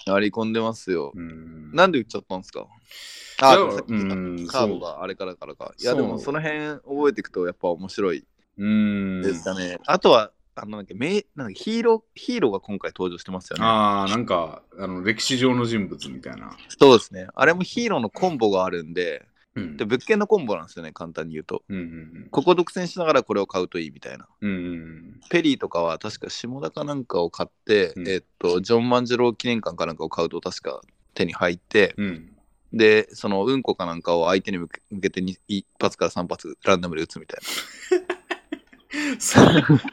[SPEAKER 2] やり込んでますよ。
[SPEAKER 1] うん。
[SPEAKER 2] なんで売っちゃったんですか
[SPEAKER 1] いや
[SPEAKER 2] あ、でもさっき
[SPEAKER 1] う
[SPEAKER 2] 言った
[SPEAKER 1] ん、
[SPEAKER 2] カード
[SPEAKER 1] そう。
[SPEAKER 2] があれからからか。いや、
[SPEAKER 1] そう
[SPEAKER 2] でもその辺覚えていくとやっぱ面白い
[SPEAKER 1] うん。
[SPEAKER 2] ですかね。あとは、あのなんだっけめなんだっけヒーロー、ヒーローが今回登場してますよね。
[SPEAKER 1] ああ、なんか、あの、歴史上の人物みたいな。
[SPEAKER 2] そうですね。あれもヒーローのコンボがあるんで、
[SPEAKER 1] うん。
[SPEAKER 2] で物件のコンボなんですよね、簡単に言うと。
[SPEAKER 1] うんうん
[SPEAKER 2] ここ独占しながらこれを買うといいみたいな。
[SPEAKER 1] うん。うんうん
[SPEAKER 2] ペリーとかは確か下田かなんかを買って、
[SPEAKER 1] うん
[SPEAKER 2] えっと、ジョン万次郎記念館かなんかを買うと確か手に入って、
[SPEAKER 1] うん。うん。
[SPEAKER 2] で、そのうんこかなんかを相手に向け向けてに一発から三発ランダムで撃つみたい
[SPEAKER 1] そ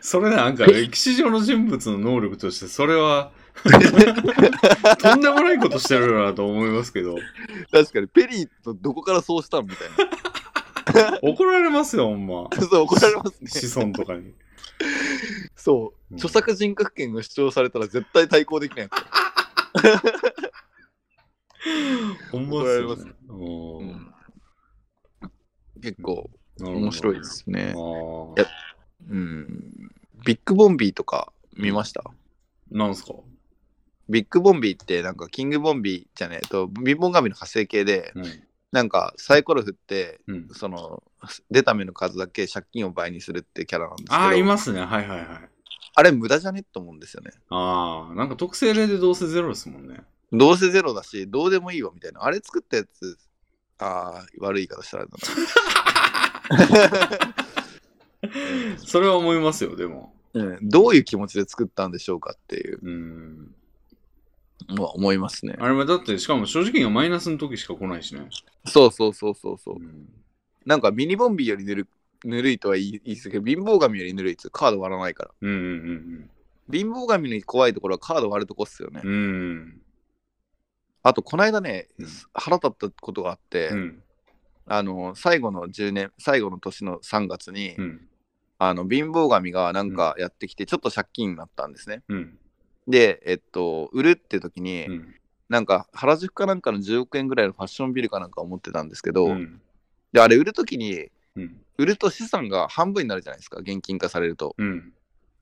[SPEAKER 1] それなんか、歴史上の人物の能力として、それは、 とんでもないことしてるよなと思いますけど。
[SPEAKER 2] な。確かに、ペリーとどこからそうしたんみたいな。
[SPEAKER 1] 怒られますよ、ほんま。
[SPEAKER 2] そう、怒られますね。
[SPEAKER 1] 子孫とか に。
[SPEAKER 2] そうう、
[SPEAKER 1] ん
[SPEAKER 2] 著作人格権が主張されたら絶対対抗できないやつ。
[SPEAKER 1] ほんまっす
[SPEAKER 2] 怒ら
[SPEAKER 1] よ、
[SPEAKER 2] れます
[SPEAKER 1] ね。お
[SPEAKER 2] う
[SPEAKER 1] ー
[SPEAKER 2] ん結構
[SPEAKER 1] なるほど
[SPEAKER 2] 面白いで。す
[SPEAKER 1] あ
[SPEAKER 2] ね。
[SPEAKER 1] ー
[SPEAKER 2] やうん。ビッグボンビーとか見ました
[SPEAKER 1] なんすか
[SPEAKER 2] ビッグボンビーってなんかキングボンビーじゃねえと貧乏神の派生系で
[SPEAKER 1] うん。
[SPEAKER 2] なんかサイコロ振って
[SPEAKER 1] うん、
[SPEAKER 2] その出た目の数だけ借金を倍にするってキャラなんですけど
[SPEAKER 1] あ
[SPEAKER 2] あ
[SPEAKER 1] あ、いますね。はいはいはい。
[SPEAKER 2] れ無駄じゃねと思うんですよね
[SPEAKER 1] ああ、なんか特性例でどうせゼロですもんね。
[SPEAKER 2] どうせゼロだしどうでもいいわみたいなあれ作ったやつああ悪い言い方したらあれだな
[SPEAKER 1] それは思いますよ、でも。
[SPEAKER 2] うんどういう気持ちで作ったんでしょうかっていう
[SPEAKER 1] うん。
[SPEAKER 2] のは思いますね
[SPEAKER 1] あれもだって、しかも正直がマイナスの時しか来ないしね。
[SPEAKER 2] そうそうそうそうそう
[SPEAKER 1] うん
[SPEAKER 2] なんかミニボンビーよりぬるぬるいとは言い言い過ぎるけど貧乏神よりぬるいっつうカード割らないから
[SPEAKER 1] うんうん
[SPEAKER 2] 貧乏神の怖いところはカード割るとこっすよね。
[SPEAKER 1] うんうん。
[SPEAKER 2] あと、この間ね、
[SPEAKER 1] うん
[SPEAKER 2] 腹立ったことがあって、
[SPEAKER 1] うん。うん。
[SPEAKER 2] あの、最後の10年、最後の年の3月に、
[SPEAKER 1] うん。
[SPEAKER 2] あの、貧乏神がなんかやってきて、ちょっと借金になったんですね。
[SPEAKER 1] うん。
[SPEAKER 2] で、えっと、売るって時に、
[SPEAKER 1] うん。
[SPEAKER 2] なんか原宿かなんかの10億円ぐらいのファッションビルかなんかを持ってたんですけど、
[SPEAKER 1] うん。
[SPEAKER 2] で、あれ売る時に、
[SPEAKER 1] うん。
[SPEAKER 2] 売ると資産が半分になるじゃないですか、現金化されると。
[SPEAKER 1] うん。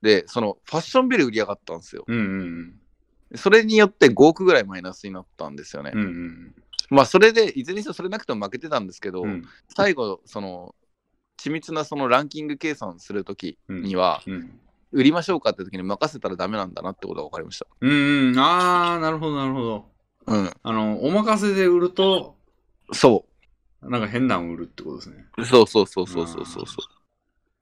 [SPEAKER 2] で、そのファッションビル売り上がったんですよ。
[SPEAKER 1] うん。うん。
[SPEAKER 2] それによって5億ぐらいマイナスになったんですよね。
[SPEAKER 1] うん。うん。
[SPEAKER 2] まあそれでいずれにしろそれなくても負けてたんですけど、
[SPEAKER 1] うん。
[SPEAKER 2] 最後その緻密なそのランキング計算するとき
[SPEAKER 1] うん
[SPEAKER 2] には、
[SPEAKER 1] うん。
[SPEAKER 2] 売りましょうかって時に任せたらダメなんだなってことが分かりました。
[SPEAKER 1] うんうん。ああ、なるほど、なるほど。
[SPEAKER 2] うん、
[SPEAKER 1] あの、お任せで売ると、
[SPEAKER 2] そ
[SPEAKER 1] なんか変なの売るってことですね。
[SPEAKER 2] うそうそうそうそうそうそうそう。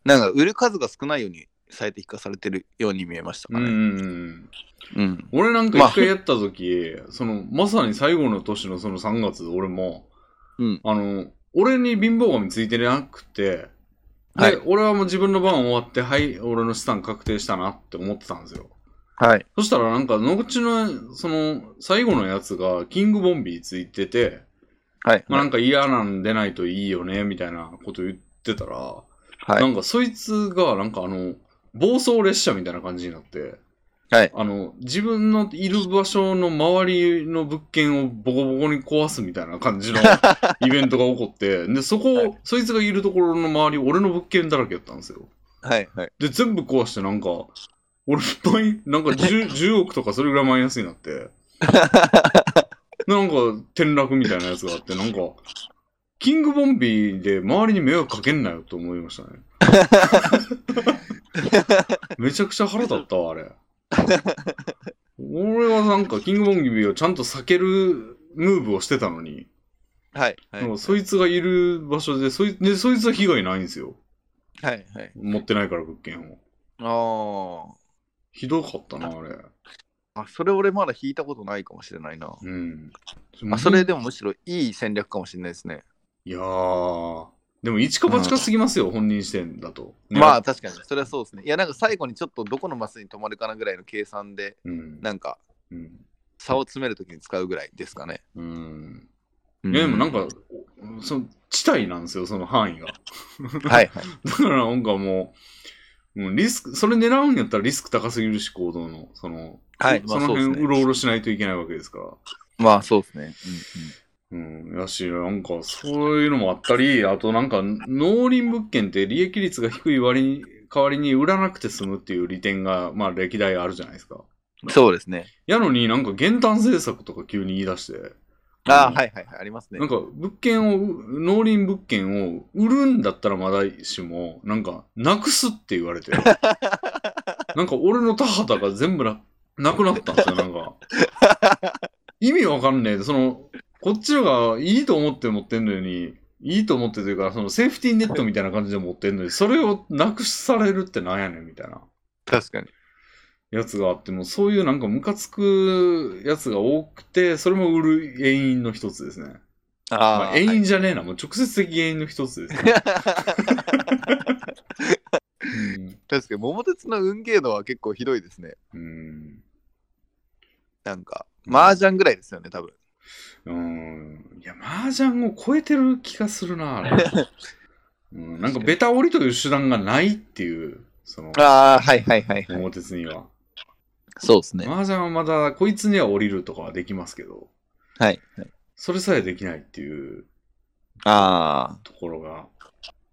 [SPEAKER 2] なんか売る数が少ないように最適化されてるように見えましたか
[SPEAKER 1] うんう
[SPEAKER 2] ね。
[SPEAKER 1] んうん。
[SPEAKER 2] うん。
[SPEAKER 1] 俺なんか
[SPEAKER 2] まあ
[SPEAKER 1] 一回やった時、その、まさに最後の年のその3月、俺も、
[SPEAKER 2] うん。
[SPEAKER 1] あの、俺に貧乏神ついてなくて、で、
[SPEAKER 2] はい
[SPEAKER 1] 俺はもう自分の番終わって、はい、俺の資産確定したなって思ってたんですよ。
[SPEAKER 2] はい。
[SPEAKER 1] そしたらなんか、後の、その、最後のやつが、キングボンビーついてて、
[SPEAKER 2] はい。
[SPEAKER 1] まあなんか嫌なんでないといいよね、みたいなこと言ってたら、
[SPEAKER 2] はい
[SPEAKER 1] なんかそいつが、なんかあの、暴走列車みたいな感じになって、
[SPEAKER 2] はい
[SPEAKER 1] あの、自分のいる場所の周りの物件をボコボコに壊すみたいな感じ のイベントが起こって、で、そこ、
[SPEAKER 2] はい
[SPEAKER 1] そいつがいるところの周り、俺の物件だらけやったんですよ。
[SPEAKER 2] はい。はい。
[SPEAKER 1] で、全部壊して、なんか、俺、マイなんか 10, 10億とかそれぐらいマイナスになって、でなんか、転落みたいなやつがあって、なんか、キングボンビーで周りに迷惑かけんなよと思いました ね。めちゃくちゃ腹立ったわ、あれ。俺はなんか、キングボンビーをちゃんと避けるムーブをしてたのに、
[SPEAKER 2] はい。はい。
[SPEAKER 1] なんかそいつがいる場所でそいで、そいつは被害ないんですよ。
[SPEAKER 2] はい。はい。
[SPEAKER 1] 持ってないから、物件を。
[SPEAKER 2] あ
[SPEAKER 1] ひどかったな、あれ。
[SPEAKER 2] あ。あ、それ俺まだ引いたことないかもしれないな。
[SPEAKER 1] うん。
[SPEAKER 2] あ、それでもむしろいい戦略かもしれないですね。
[SPEAKER 1] いやー、でも一か八かすぎますよ、本人視点だと。ね
[SPEAKER 2] まあ、確かに、それはそうですね。いや、なんか最後にちょっとどこのマスに止まるかなぐらいの計算で、
[SPEAKER 1] うん。
[SPEAKER 2] なんか
[SPEAKER 1] うん。
[SPEAKER 2] 差を詰めるときに使うぐらいですかね。
[SPEAKER 1] うん。
[SPEAKER 2] う
[SPEAKER 1] いやでもなんか、おその地帯なんですよ、その範囲が。
[SPEAKER 2] はいはい。
[SPEAKER 1] だからなんかもう、もうリスク、それ狙うんやったらリスク高すぎるし、行動の、その、
[SPEAKER 2] はい
[SPEAKER 1] そ
[SPEAKER 2] ま
[SPEAKER 1] の
[SPEAKER 2] あそうですね
[SPEAKER 1] 辺うろうろしないといけないわけですから。
[SPEAKER 2] まあ、そうですね。
[SPEAKER 1] うん、やし、なんか、そういうのもあったり、あとなんか、農林物件って利益率が低い割に、代わりに売らなくて済むっていう利点が、まあ、歴代あるじゃないですか。
[SPEAKER 2] うんそうですね。
[SPEAKER 1] やのになんか減反政策とか急に言い出して。
[SPEAKER 2] ああ、
[SPEAKER 1] うん
[SPEAKER 2] はいはいはい。ありますね
[SPEAKER 1] なん。か物件を、農林物件を売るんだったらまだしも、なんかなくすって言われて。なんか俺の田畑が全部ななくなったんですよ、なんか。意味わかんねえ。その、こっちのがいいと思って持ってんのに、いいと思ってというか、そのセーフティーネットみたいな感じで持ってんのに、それをなくされるってなんやねんみたいな。
[SPEAKER 2] 確かに。
[SPEAKER 1] やつがあっても、そういうなんかムカつくやつが多くて、それも売る原因の一つですね。ま
[SPEAKER 2] あ
[SPEAKER 1] あ、
[SPEAKER 2] あ、
[SPEAKER 1] 原
[SPEAKER 2] はい
[SPEAKER 1] 因じゃねえな、もう直接的原因の一つですね。
[SPEAKER 2] 確かに、桃鉄の運ゲー度は結構ひどいですね。
[SPEAKER 1] うん。
[SPEAKER 2] なんか、麻雀ぐらいですよね、多分。
[SPEAKER 1] うん。うんいや、麻雀を超えてる気がするな、あ れ。うん、なんか、ベタ折りという手段がないっていう、その、
[SPEAKER 2] ああ、はいはいはいはい。
[SPEAKER 1] 桃鉄には。
[SPEAKER 2] そうですね。
[SPEAKER 1] 麻雀はまだ、こいつには降りるとかはできますけど、
[SPEAKER 2] はい。
[SPEAKER 1] それさえできないっていう
[SPEAKER 2] あ
[SPEAKER 1] ところが。
[SPEAKER 2] あ、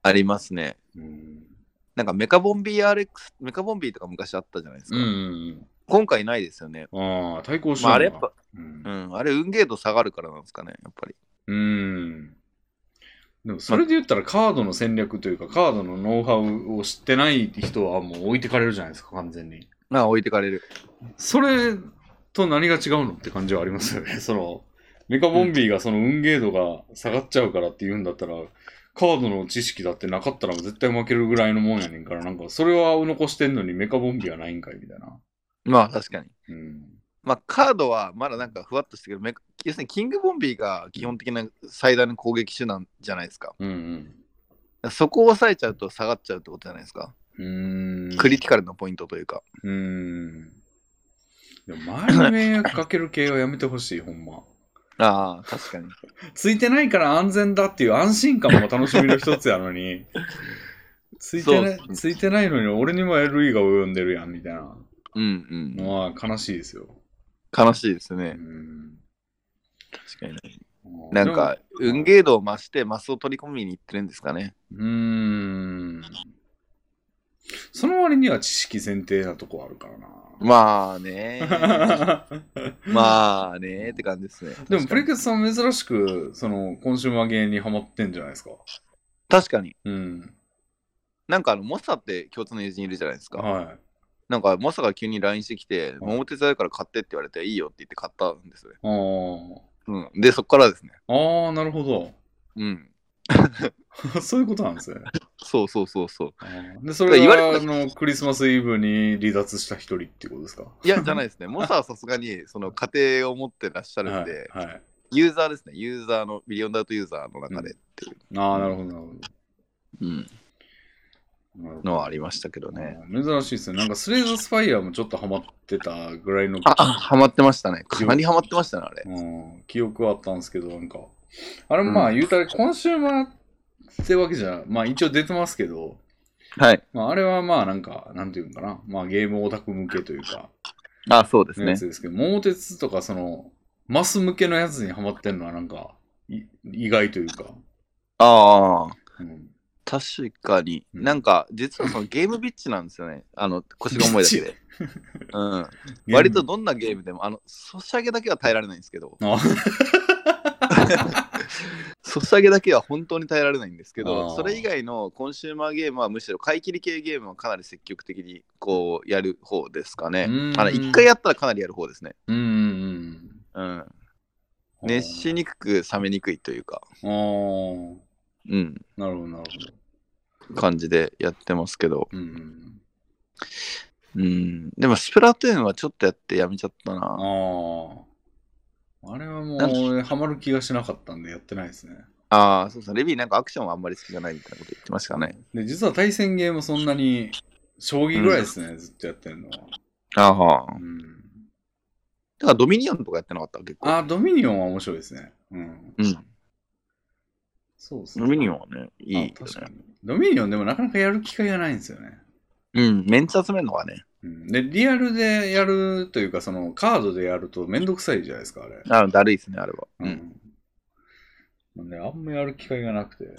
[SPEAKER 2] ありますね。
[SPEAKER 1] うん。
[SPEAKER 2] なんかメカボンビー RX、メカボンビーとか昔あったじゃないです
[SPEAKER 1] う
[SPEAKER 2] か。
[SPEAKER 1] ん。
[SPEAKER 2] 今回ないですよね。
[SPEAKER 1] ああ、対抗し
[SPEAKER 2] ま
[SPEAKER 1] な
[SPEAKER 2] あ、あ
[SPEAKER 1] い
[SPEAKER 2] れ
[SPEAKER 1] の
[SPEAKER 2] や
[SPEAKER 1] か
[SPEAKER 2] っぱ、
[SPEAKER 1] うん
[SPEAKER 2] うん、あれ運ゲー度下がるからなんですかね、やっぱり。
[SPEAKER 1] うーん。でもそれで言ったらカードの戦略というか、カードのノウハウを知ってない人はもう置いてかれるじゃないですか、完全に。
[SPEAKER 2] まあ、置いてかれる。
[SPEAKER 1] それと何が違うのって感じはありますよね。そ の、メカボンビーがその運ゲー度が下がっちゃうからって言うんだったら、カードの知識だってなかったら絶対負けるぐらいのもんやねんから、なんかそれは残してんのにメカボンビーはないんかいみたいな。
[SPEAKER 2] まあ、確かに。
[SPEAKER 1] うん。
[SPEAKER 2] まあ、カードはまだなんかふわっとしてるけどメカ、要するにキングボンビーが基本的な最大の攻撃手段じゃないですか。
[SPEAKER 1] うんうん。
[SPEAKER 2] そこを抑えちゃうと下がっちゃうってことじゃないですか。
[SPEAKER 1] うーん。
[SPEAKER 2] クリティカルなポイントというか。
[SPEAKER 1] うーん。でも周りに迷惑かける系はやめてほしい、ほんま。
[SPEAKER 2] ああ、確かに。
[SPEAKER 1] ついてないから安全だっていう安心感も楽しみの一つやのに、 ついてな
[SPEAKER 2] そ
[SPEAKER 1] いついてないのに俺にも LE が及んでるやんみたいな
[SPEAKER 2] うんうん。
[SPEAKER 1] のは悲しいですよ。
[SPEAKER 2] 悲しいです
[SPEAKER 1] う
[SPEAKER 2] ね。
[SPEAKER 1] ん。
[SPEAKER 2] 確かに。なんか、
[SPEAKER 1] でも
[SPEAKER 2] 運ゲー度を増してマスを取り込みに行ってるんですかね。
[SPEAKER 1] うーん。その割には知識前提なとこあるからな。
[SPEAKER 2] まあね まあねって感じですね。
[SPEAKER 1] でも、プリ
[SPEAKER 2] 確かに
[SPEAKER 1] ケツさん珍しく、その、コンシューマー芸にハマってんじゃないですか。
[SPEAKER 2] 確かに。
[SPEAKER 1] うん。
[SPEAKER 2] なんかあの、モサって共通の友人いるじゃないですか。
[SPEAKER 1] は
[SPEAKER 2] なんか、モサが急に LINE してきて、桃鉄だから買ってって言われて、いいよって言って買ったんですよね。
[SPEAKER 1] い。あ
[SPEAKER 2] うん。で、そこからですね。
[SPEAKER 1] あ。ああ、なるほ
[SPEAKER 2] うん。
[SPEAKER 1] ど。 そういうことなんですね。
[SPEAKER 2] そうそうそうそう。
[SPEAKER 1] で、それ
[SPEAKER 2] 言わ
[SPEAKER 1] が
[SPEAKER 2] れ
[SPEAKER 1] あのクリスマスイブに離脱した一人っていうことですか
[SPEAKER 2] いや、じゃないですね。モサはさすがに、その家庭を持ってらっしゃるんで、
[SPEAKER 1] はい。はい、
[SPEAKER 2] ユーザーですね。ユーザーの、ビリオンダウトユーザーの中でっていう。
[SPEAKER 1] ああ、なるほど、なるほど。
[SPEAKER 2] うん。のはありましたけどね。
[SPEAKER 1] 珍しいですね。なんかスレイザースファイヤーもちょっとハマってたぐらいの
[SPEAKER 2] あ、あハマってましたね。かなりハマってましたね、あれ。
[SPEAKER 1] うん、記憶はあったんですけど、なんか、あれもまあ言うたら、コンシューマーってわけじゃ、まあ一応出てますけど、
[SPEAKER 2] はい。
[SPEAKER 1] まああれはまあなんか、なんていうのかな、まあゲームオタク向けというか、
[SPEAKER 2] あ、そうです
[SPEAKER 1] のや
[SPEAKER 2] ね。
[SPEAKER 1] つですけど、桃鉄とかその、マス向けのやつにハマってんのはなんか、い意外というか、
[SPEAKER 2] ああ、
[SPEAKER 1] うん、
[SPEAKER 2] 確かに。
[SPEAKER 1] うん
[SPEAKER 2] なんか、実はそのゲームビッチなんですよね。あの、腰が重いだけ
[SPEAKER 1] ビ
[SPEAKER 2] で。うん。割とどんなゲームでも、あの、ソシャゲだけは耐えられないんですけど、
[SPEAKER 1] あ
[SPEAKER 2] ソシャゲだけは本当に耐えられないんですけ
[SPEAKER 1] あー
[SPEAKER 2] ど、それ以外のコンシューマーゲームはむしろ買い切り系ゲームはかなり積極的にこうやる方ですかね
[SPEAKER 1] う。ーん
[SPEAKER 2] あの、一回やったらかなりやる方ですね。
[SPEAKER 1] うんうん
[SPEAKER 2] うん。
[SPEAKER 1] うん。
[SPEAKER 2] 熱しにくく冷めにくいというか、
[SPEAKER 1] あー
[SPEAKER 2] うん、
[SPEAKER 1] なるほど、なるほど。
[SPEAKER 2] 感じでやってますけど、
[SPEAKER 1] うんうん、
[SPEAKER 2] うん、でもスプラトゥーンはちょっとやってやめちゃった
[SPEAKER 1] あ
[SPEAKER 2] な。
[SPEAKER 1] あ。あれはもう
[SPEAKER 2] なん、
[SPEAKER 1] 俺ハマる気がしなかったんで、やってないですね。
[SPEAKER 2] ああ、そうそう、レビーなんかアクションはあんまり好きじゃないみたいなこと言ってましたね。
[SPEAKER 1] で、実は対戦ゲームそんなに、将棋ぐらいですね、ずっとやってるのは。
[SPEAKER 2] ああ。
[SPEAKER 1] うん。
[SPEAKER 2] だからドミニオンとかやってなかった結構。
[SPEAKER 1] あ、ドミニオンは面白いですね。うん。
[SPEAKER 2] うん。
[SPEAKER 1] そうですね。
[SPEAKER 2] ドミニ
[SPEAKER 1] オン
[SPEAKER 2] オンはね、いいよね。
[SPEAKER 1] 確かに。ドミニオンでもなかなかやる機会がないんですよね。
[SPEAKER 2] うん、メンツ集めるのがね。
[SPEAKER 1] うん、で、リアルでやるというか、そのカードでやるとめんどくさいじゃないですか、あれ。
[SPEAKER 2] あのだるいですね、あれは。
[SPEAKER 1] う。ん。なんで、あんまやる機会がなくて。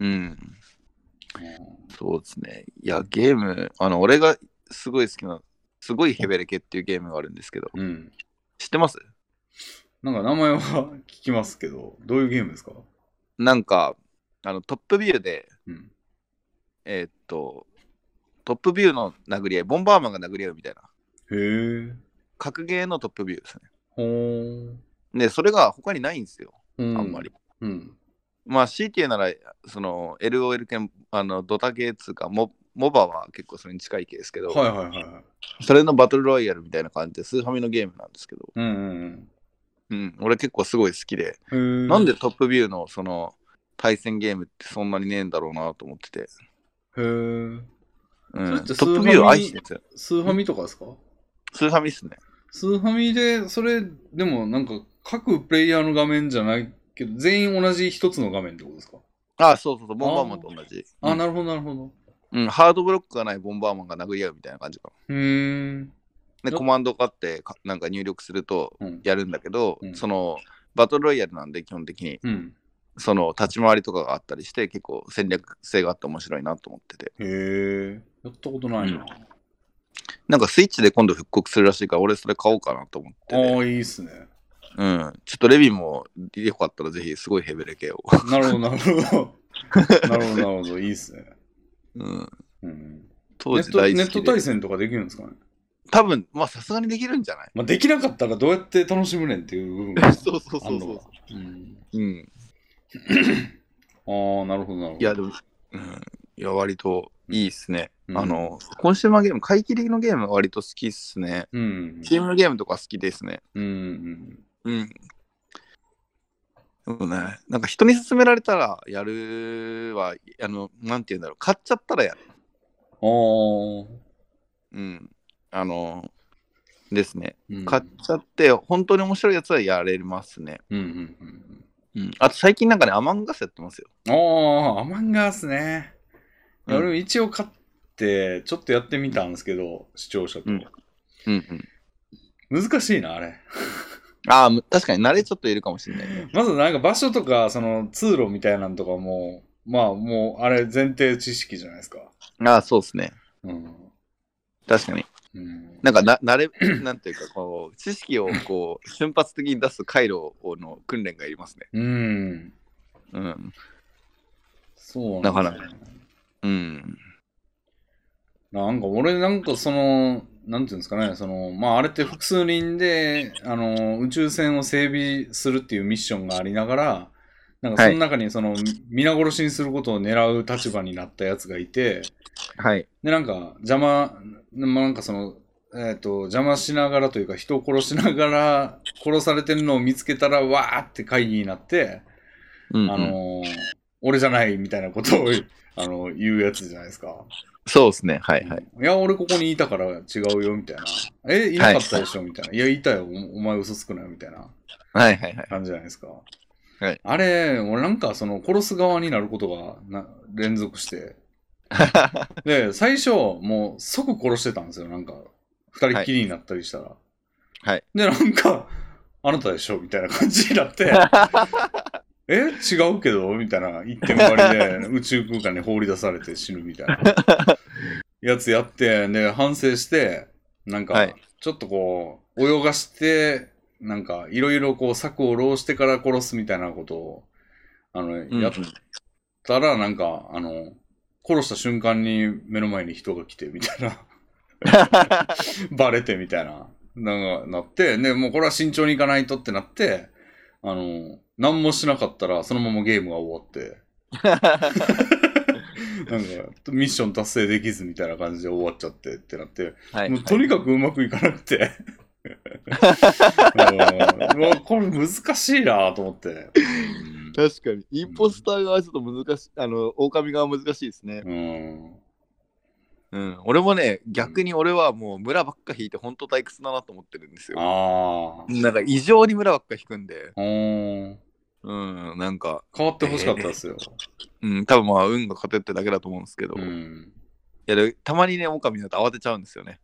[SPEAKER 2] うん。そうですね。いや、ゲーム、あの、俺がすごい好きな、すごいヘベレケっていうゲームがあるんですけど、
[SPEAKER 1] うん。うん
[SPEAKER 2] 知ってます
[SPEAKER 1] なんか名前は聞きますけど、どういうゲームですか
[SPEAKER 2] なんか、あの、トップビューで、
[SPEAKER 1] うん。
[SPEAKER 2] えーっと、トップビューの殴り合い、ボンバーマンが殴り合うみたいな、
[SPEAKER 1] へえ。
[SPEAKER 2] 格ゲーのトップビューです
[SPEAKER 1] ほー。
[SPEAKER 2] ね。で、それが他にないんですよ、
[SPEAKER 1] う
[SPEAKER 2] あんまり。。
[SPEAKER 1] うん。
[SPEAKER 2] まあ、CK なら、その、LOL 系、あの、ドタ系っつうか、モモバは結構それに近い系ですけど、
[SPEAKER 1] はいはいはいはい。
[SPEAKER 2] それのバトルロイヤルみたいな感じで、スーファミのゲームなんですけど、
[SPEAKER 1] うんうん
[SPEAKER 2] うん、俺結構すごい好きで、
[SPEAKER 1] うん。へー
[SPEAKER 2] なんでトップビューのその対戦ゲームってそんなにねえんだろうなと思ってて、
[SPEAKER 1] へー。
[SPEAKER 2] うん
[SPEAKER 1] それって
[SPEAKER 2] トップビューを愛してるんですよ。
[SPEAKER 1] スーファミとかですか
[SPEAKER 2] スーファミっすね。
[SPEAKER 1] スーファミで、それ、でもなんか、各プレイヤーの画面じゃないけど、全員同じ一つの画面ってことですか、
[SPEAKER 2] ああ、そうそうそう、ボンバーマンと同じ。
[SPEAKER 1] あ、なるほどなるほど。
[SPEAKER 2] うん、ハードブロックがないボンバーマンが殴り合うみたいな感じか
[SPEAKER 1] うーん。
[SPEAKER 2] な。で、
[SPEAKER 1] よっ
[SPEAKER 2] コマンド買ってか、なんか入力すると
[SPEAKER 1] うん。
[SPEAKER 2] やるんだけど、
[SPEAKER 1] うん
[SPEAKER 2] その、バトルロイヤルなんで基本的に、
[SPEAKER 1] うん、
[SPEAKER 2] その立ち回りとかがあったりして、結構戦略性があって面白いなと思ってて。
[SPEAKER 1] へえ。やったことないな。
[SPEAKER 2] なんかスイッチで今度復刻するらしいから、俺それ買おうかなと思ってて、
[SPEAKER 1] ああ、いいっすね。
[SPEAKER 2] うん。ちょっとレビンもよかったらぜひ、すごいヘベレ系を。
[SPEAKER 1] なるほど、なる ほど。なるほど、なるほど。いいっすね。
[SPEAKER 2] うん。
[SPEAKER 1] うん、ネ
[SPEAKER 2] 当
[SPEAKER 1] ッ
[SPEAKER 2] 時
[SPEAKER 1] ト
[SPEAKER 2] 大
[SPEAKER 1] ネ
[SPEAKER 2] 好
[SPEAKER 1] ッ
[SPEAKER 2] き
[SPEAKER 1] ト
[SPEAKER 2] で
[SPEAKER 1] 対。戦とかできるんですかね、
[SPEAKER 2] 多分、まあさすがにできるんじゃない
[SPEAKER 1] まあ、できなかったらどうやって楽しむねんっていう部 分が
[SPEAKER 2] そうそう
[SPEAKER 1] あ
[SPEAKER 2] そ
[SPEAKER 1] ん
[SPEAKER 2] う
[SPEAKER 1] の
[SPEAKER 2] そ
[SPEAKER 1] か。うん
[SPEAKER 2] う。うん。
[SPEAKER 1] ああ、なるほど、なるほど。
[SPEAKER 2] いや、でも、うん、いや、割といいっすね。
[SPEAKER 1] うん
[SPEAKER 2] あの、今週のゲーム、買い切りのゲームは割と好きっすね。
[SPEAKER 1] うん。
[SPEAKER 2] チームのゲームとか好きですね。
[SPEAKER 1] うんうん。
[SPEAKER 2] うん。そうね。なんか人に勧められたらやるは、あの、なんて言うんだろう。買っちゃったらやる。
[SPEAKER 1] ああ。
[SPEAKER 2] うん。あの、ですね。
[SPEAKER 1] うん
[SPEAKER 2] 買っちゃって、本当に面白いやつはやれますね。
[SPEAKER 1] うんうんうん
[SPEAKER 2] うん。あと最近なんかね、アマンガスやってますよ。
[SPEAKER 1] うん。ああ、アマンガーっすね。いや
[SPEAKER 2] うん
[SPEAKER 1] 俺も一応買って、ちょっとやってみたんですけど、視聴者と。
[SPEAKER 2] うんうんうん。
[SPEAKER 1] 難しいな、あれ。
[SPEAKER 2] ああ、む確かに慣れちょっといるかもしれないね。
[SPEAKER 1] まずなんか場所とか、その通路みたいなんとかも、まあもう、あれ前提知識じゃないですか。
[SPEAKER 2] ああ、そうですね。
[SPEAKER 1] うん。
[SPEAKER 2] 確かに。
[SPEAKER 1] うん。
[SPEAKER 2] なんかな、慣れ、 なんていうか、こう、知識をこう、瞬発的に出す回路の訓練がいりますね。
[SPEAKER 1] うん。
[SPEAKER 2] うん。
[SPEAKER 1] そうなんです
[SPEAKER 2] なか
[SPEAKER 1] ね。
[SPEAKER 2] うん。
[SPEAKER 1] なんか俺なんかその、なんていうんですかね、その、まああれって複数人で、あの、宇宙船を整備するっていうミッションがありながら、なんかその中にその、皆殺しにすることを狙う立場になったやつがいて、
[SPEAKER 2] はい。
[SPEAKER 1] で、なんか邪魔、まあなんかその、えっ、と、邪魔しながらというか人を殺しながら殺されてるのを見つけたら、わーって会議になって、
[SPEAKER 2] うん、うん。
[SPEAKER 1] あのー俺じゃないみたいなことをあの言うやつじゃないですか。
[SPEAKER 2] そうですね。はいはい。
[SPEAKER 1] いや、俺ここにいたから違うよみたいな。え、いなかったでしょみたいな。いや、いたよ。おお前嘘つくなよみたいな
[SPEAKER 2] はいはいはい。
[SPEAKER 1] 感じじゃないですか。
[SPEAKER 2] はい
[SPEAKER 1] あれ、俺なんかその殺す側になることがな連続 して。で、最初、もう即殺してたんですよ。なんか、二人っきりになったりしたら。
[SPEAKER 2] はい
[SPEAKER 1] で、なんか、あなたでしょみたいな感じにな って。え違うけどみたいな一点張り で宇宙空間に放り出されて死ぬみたいなやつやってで反省してなん
[SPEAKER 2] は
[SPEAKER 1] か
[SPEAKER 2] い
[SPEAKER 1] ちょっとこう泳がしてなんかいろいろこう策を浪してから殺すみたいなことをあのや ったらなんかあの殺した瞬間に目の前に人が来てみたいなバレてみたいななんかなってでもうこれは慎重にいかないとってなってあの何もしなかったらそのままゲームが終わってなんかミッション達成できずみたいな感じで終わっちゃってってなって
[SPEAKER 2] はい
[SPEAKER 1] もうとにかくうまくいかなくて。 うんうわこれ難しいなと思って。
[SPEAKER 2] 確かに、インポスター側はちょっと難しい、あの、狼側は難しいですね。
[SPEAKER 1] うん。
[SPEAKER 2] うん。俺もね、逆に俺はもう村ばっか引いて、本当退屈だなと思ってるんですよ。
[SPEAKER 1] ああ。
[SPEAKER 2] なんか異常に村ばっか引くんで、
[SPEAKER 1] うん。
[SPEAKER 2] うん、なんか、
[SPEAKER 1] 変わってほしかったですよ。
[SPEAKER 2] うん、多分まあ、運が勝てってだけだと思うんですけど、
[SPEAKER 1] う
[SPEAKER 2] い
[SPEAKER 1] ん。
[SPEAKER 2] やでたまにね、狼だと慌てちゃうんですよね。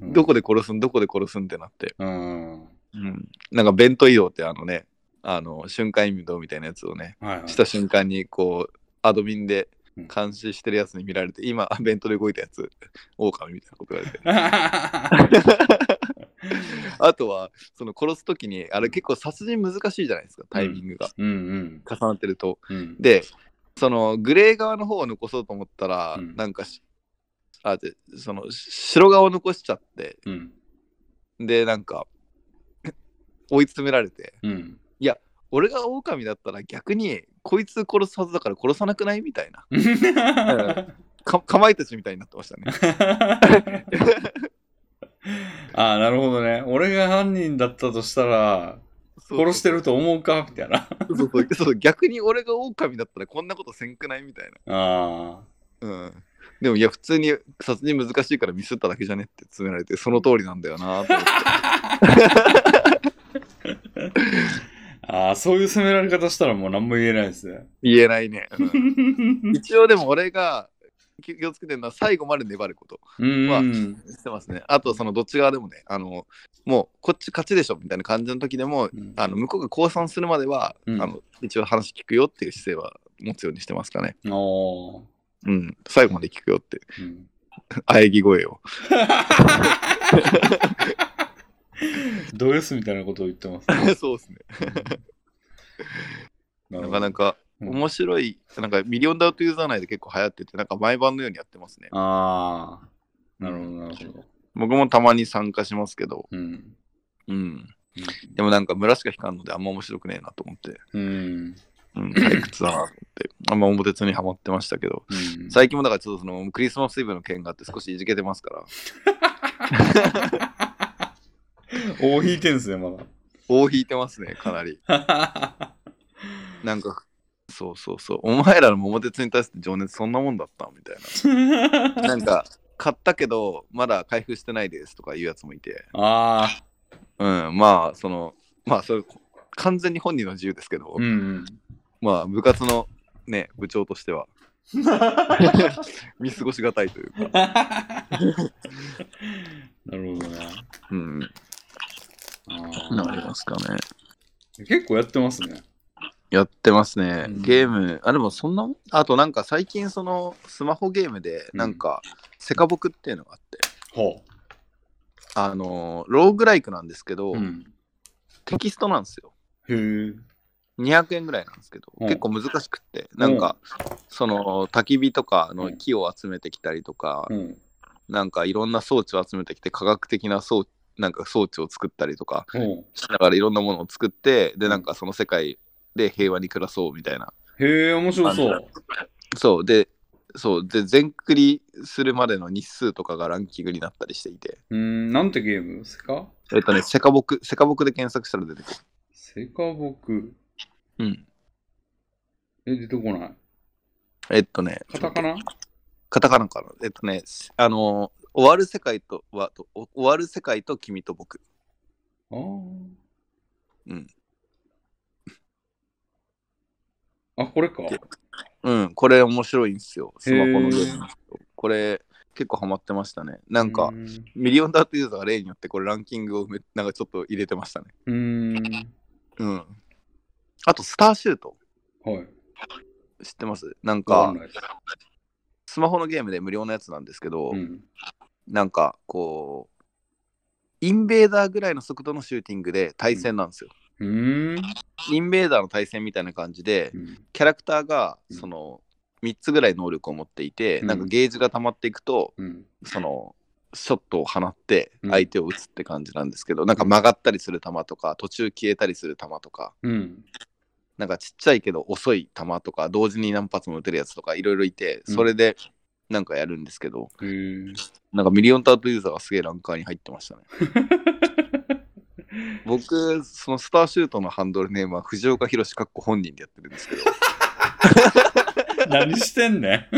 [SPEAKER 2] どこで殺すん、どこで殺すんってなって。
[SPEAKER 1] うん。は
[SPEAKER 2] うん。なんか、ベント移動ってあのね、あの、瞬間移動みたいなやつをね、
[SPEAKER 1] いはい。
[SPEAKER 2] した瞬間にこうアドミンで
[SPEAKER 1] うん
[SPEAKER 2] 監視してるやつに見られて、今アベントで動いたやつオオカミみたいなこと言われてあとはその殺す時にあれ結構殺人難しいじゃないですかタイミングが
[SPEAKER 1] うんうん。
[SPEAKER 2] 重なってると、
[SPEAKER 1] うん、
[SPEAKER 2] でそのグレー側の方を残そうと思ったら、
[SPEAKER 1] うん
[SPEAKER 2] なんかしあでその白側を残しちゃって
[SPEAKER 1] うん。
[SPEAKER 2] でなんか追い詰められて
[SPEAKER 1] うん。
[SPEAKER 2] 俺がオオカミだったら逆にこいつ殺すはずだから殺さなくないみたいなかかまいたちみたいになってました ね
[SPEAKER 1] ああ、なるほどね。俺が犯人だったとしたら、殺してると思うかみたいな。
[SPEAKER 2] そうそうそう逆に俺が狼だったらこんなことせんくないみたい
[SPEAKER 1] あ
[SPEAKER 2] な。うん。でもいや普通に殺人難しいからミスっただけじゃねって詰められてその通りなんだよなと 思って
[SPEAKER 1] あ。ああ、そういう攻められ方したらもう何も言えないです ね。
[SPEAKER 2] 言えないね、うん一応でも俺が気気をつけてるのは最後まで粘ること
[SPEAKER 1] うん。
[SPEAKER 2] まあしてますねあとそのどっち側でもねあのもうこっち勝ちでしょみたいな感じの時でも
[SPEAKER 1] うん
[SPEAKER 2] あの向こうが降参するまでは、
[SPEAKER 1] うん
[SPEAKER 2] あの一応話聞くよっていう姿勢は持つようにしてますかね
[SPEAKER 1] おー
[SPEAKER 2] うん最後まで聞くよって
[SPEAKER 1] うん
[SPEAKER 2] 喘ぎ声を
[SPEAKER 1] ド S みたいなことを言ってます。
[SPEAKER 2] そうですねなか
[SPEAKER 1] か。
[SPEAKER 2] なか
[SPEAKER 1] うん
[SPEAKER 2] 面白い、なんかミリオンダウトユーザー内で結構流行ってて、なんか毎晩のようにやってますね。
[SPEAKER 1] ああ。なるほど、なるほど。
[SPEAKER 2] 僕もたまに参加しますけど、
[SPEAKER 1] うん。
[SPEAKER 2] うん。でもなんか村しか引かんのであんま面白くねえなと思って、
[SPEAKER 1] うん。
[SPEAKER 2] うん、退屈だなと思って、あんま表通にはまってましたけど、
[SPEAKER 1] うん
[SPEAKER 2] 最近もだからちょっとそのクリスマスイブの件があって少しいじけてますから、
[SPEAKER 1] お引いてんすね、ま
[SPEAKER 2] 大引いてますね、かなり。
[SPEAKER 1] だ。
[SPEAKER 2] なんか、そうそうそう、お前らの桃鉄に対する情熱そんなもんだったみたい な。なんか、買ったけど、まだ開封してないですとかいうやつもいて。
[SPEAKER 1] ああ。
[SPEAKER 2] うん、まあ、その、まあ、それ、完全に本人の自由ですけど、
[SPEAKER 1] うんうん。
[SPEAKER 2] まあ、部活のね、部長として は、見過ごしがたいというか、
[SPEAKER 1] なるほどね。
[SPEAKER 2] うん、
[SPEAKER 1] あ
[SPEAKER 2] な
[SPEAKER 1] ー
[SPEAKER 2] りますかね。
[SPEAKER 1] 結構やってますね。
[SPEAKER 2] やってますね
[SPEAKER 1] う。ん
[SPEAKER 2] ゲーム、あ、でもそんなもんあとなんか最近、その、スマホゲームで、
[SPEAKER 1] うん
[SPEAKER 2] なんか、セカボクっていうのがあって、
[SPEAKER 1] ほ
[SPEAKER 2] あのー、ローグライクなんですけど、
[SPEAKER 1] う。うん。
[SPEAKER 2] テキストなんですよ。
[SPEAKER 1] へえ。
[SPEAKER 2] 200円ぐらいなんですけど、
[SPEAKER 1] うん
[SPEAKER 2] 結構難しくって、なんか、その、焚き火とかの木を集めてきたりとか、
[SPEAKER 1] うん。
[SPEAKER 2] なんかいろんな装置を集めてきて科学的な装なんか装置を作ったりとか
[SPEAKER 1] ほ
[SPEAKER 2] しながらいろんなものを作ってでなんかその世界で平和に暮らそうみたいな
[SPEAKER 1] う。へえ、面白そう。
[SPEAKER 2] そうでそうで全クリするまでの日数とかがランキングになったりしていて
[SPEAKER 1] うん、なんてゲームですか
[SPEAKER 2] えっとねセカボクセカボクで検索したら出てくる
[SPEAKER 1] セカボク。
[SPEAKER 2] うん。
[SPEAKER 1] え、出てこない。
[SPEAKER 2] えっとね、
[SPEAKER 1] カタカナ
[SPEAKER 2] カタカナかな。えっとね、しあのー終わる世界とはと、お終わる世界と君と僕。
[SPEAKER 1] ああ。
[SPEAKER 2] うん。
[SPEAKER 1] あ、これか。
[SPEAKER 2] うん、これ面白いんですよ。スマホのゲーム
[SPEAKER 1] へー
[SPEAKER 2] なんですよこれ、結構ハマってましたね。なんか、
[SPEAKER 1] うーん
[SPEAKER 2] ミリオンダートユーザーが例によって、これランキングをめなんかちょっと入れてましたね。
[SPEAKER 1] うーん。
[SPEAKER 2] うん。あと、スターシュート。
[SPEAKER 1] はい。
[SPEAKER 2] 知ってますなん
[SPEAKER 1] わかん
[SPEAKER 2] か、
[SPEAKER 1] ないです。
[SPEAKER 2] スマホのゲームで無料のやつなんですけど、
[SPEAKER 1] うん。
[SPEAKER 2] なんか、こう、インベーダーぐらいの速度のシューティングで対戦なんですよ。
[SPEAKER 1] うーん。
[SPEAKER 2] インベーダーの対戦みたいな感じで
[SPEAKER 1] う、ん
[SPEAKER 2] キャラクターが
[SPEAKER 1] うん
[SPEAKER 2] その3つぐらい能力を持っていて、
[SPEAKER 1] うん
[SPEAKER 2] なんかゲージが溜まっていくと
[SPEAKER 1] うん。
[SPEAKER 2] そのショットを放って
[SPEAKER 1] うん
[SPEAKER 2] 相手を打つって感じなんですけど、なんか曲がったりする球とか途中消えたりする球とか
[SPEAKER 1] うん。
[SPEAKER 2] なんかちっちゃいけど遅い球とか同時に何発も打てるやつとかいろいろいて
[SPEAKER 1] うん
[SPEAKER 2] それでなんかやるんですけど、
[SPEAKER 1] へー
[SPEAKER 2] なんかミリオンタートユーザーがすげえランカーに入って ましたね僕そのスターシュートのハンドルネームは藤岡弘かっこ本人でやってるんですけど
[SPEAKER 1] 何してんね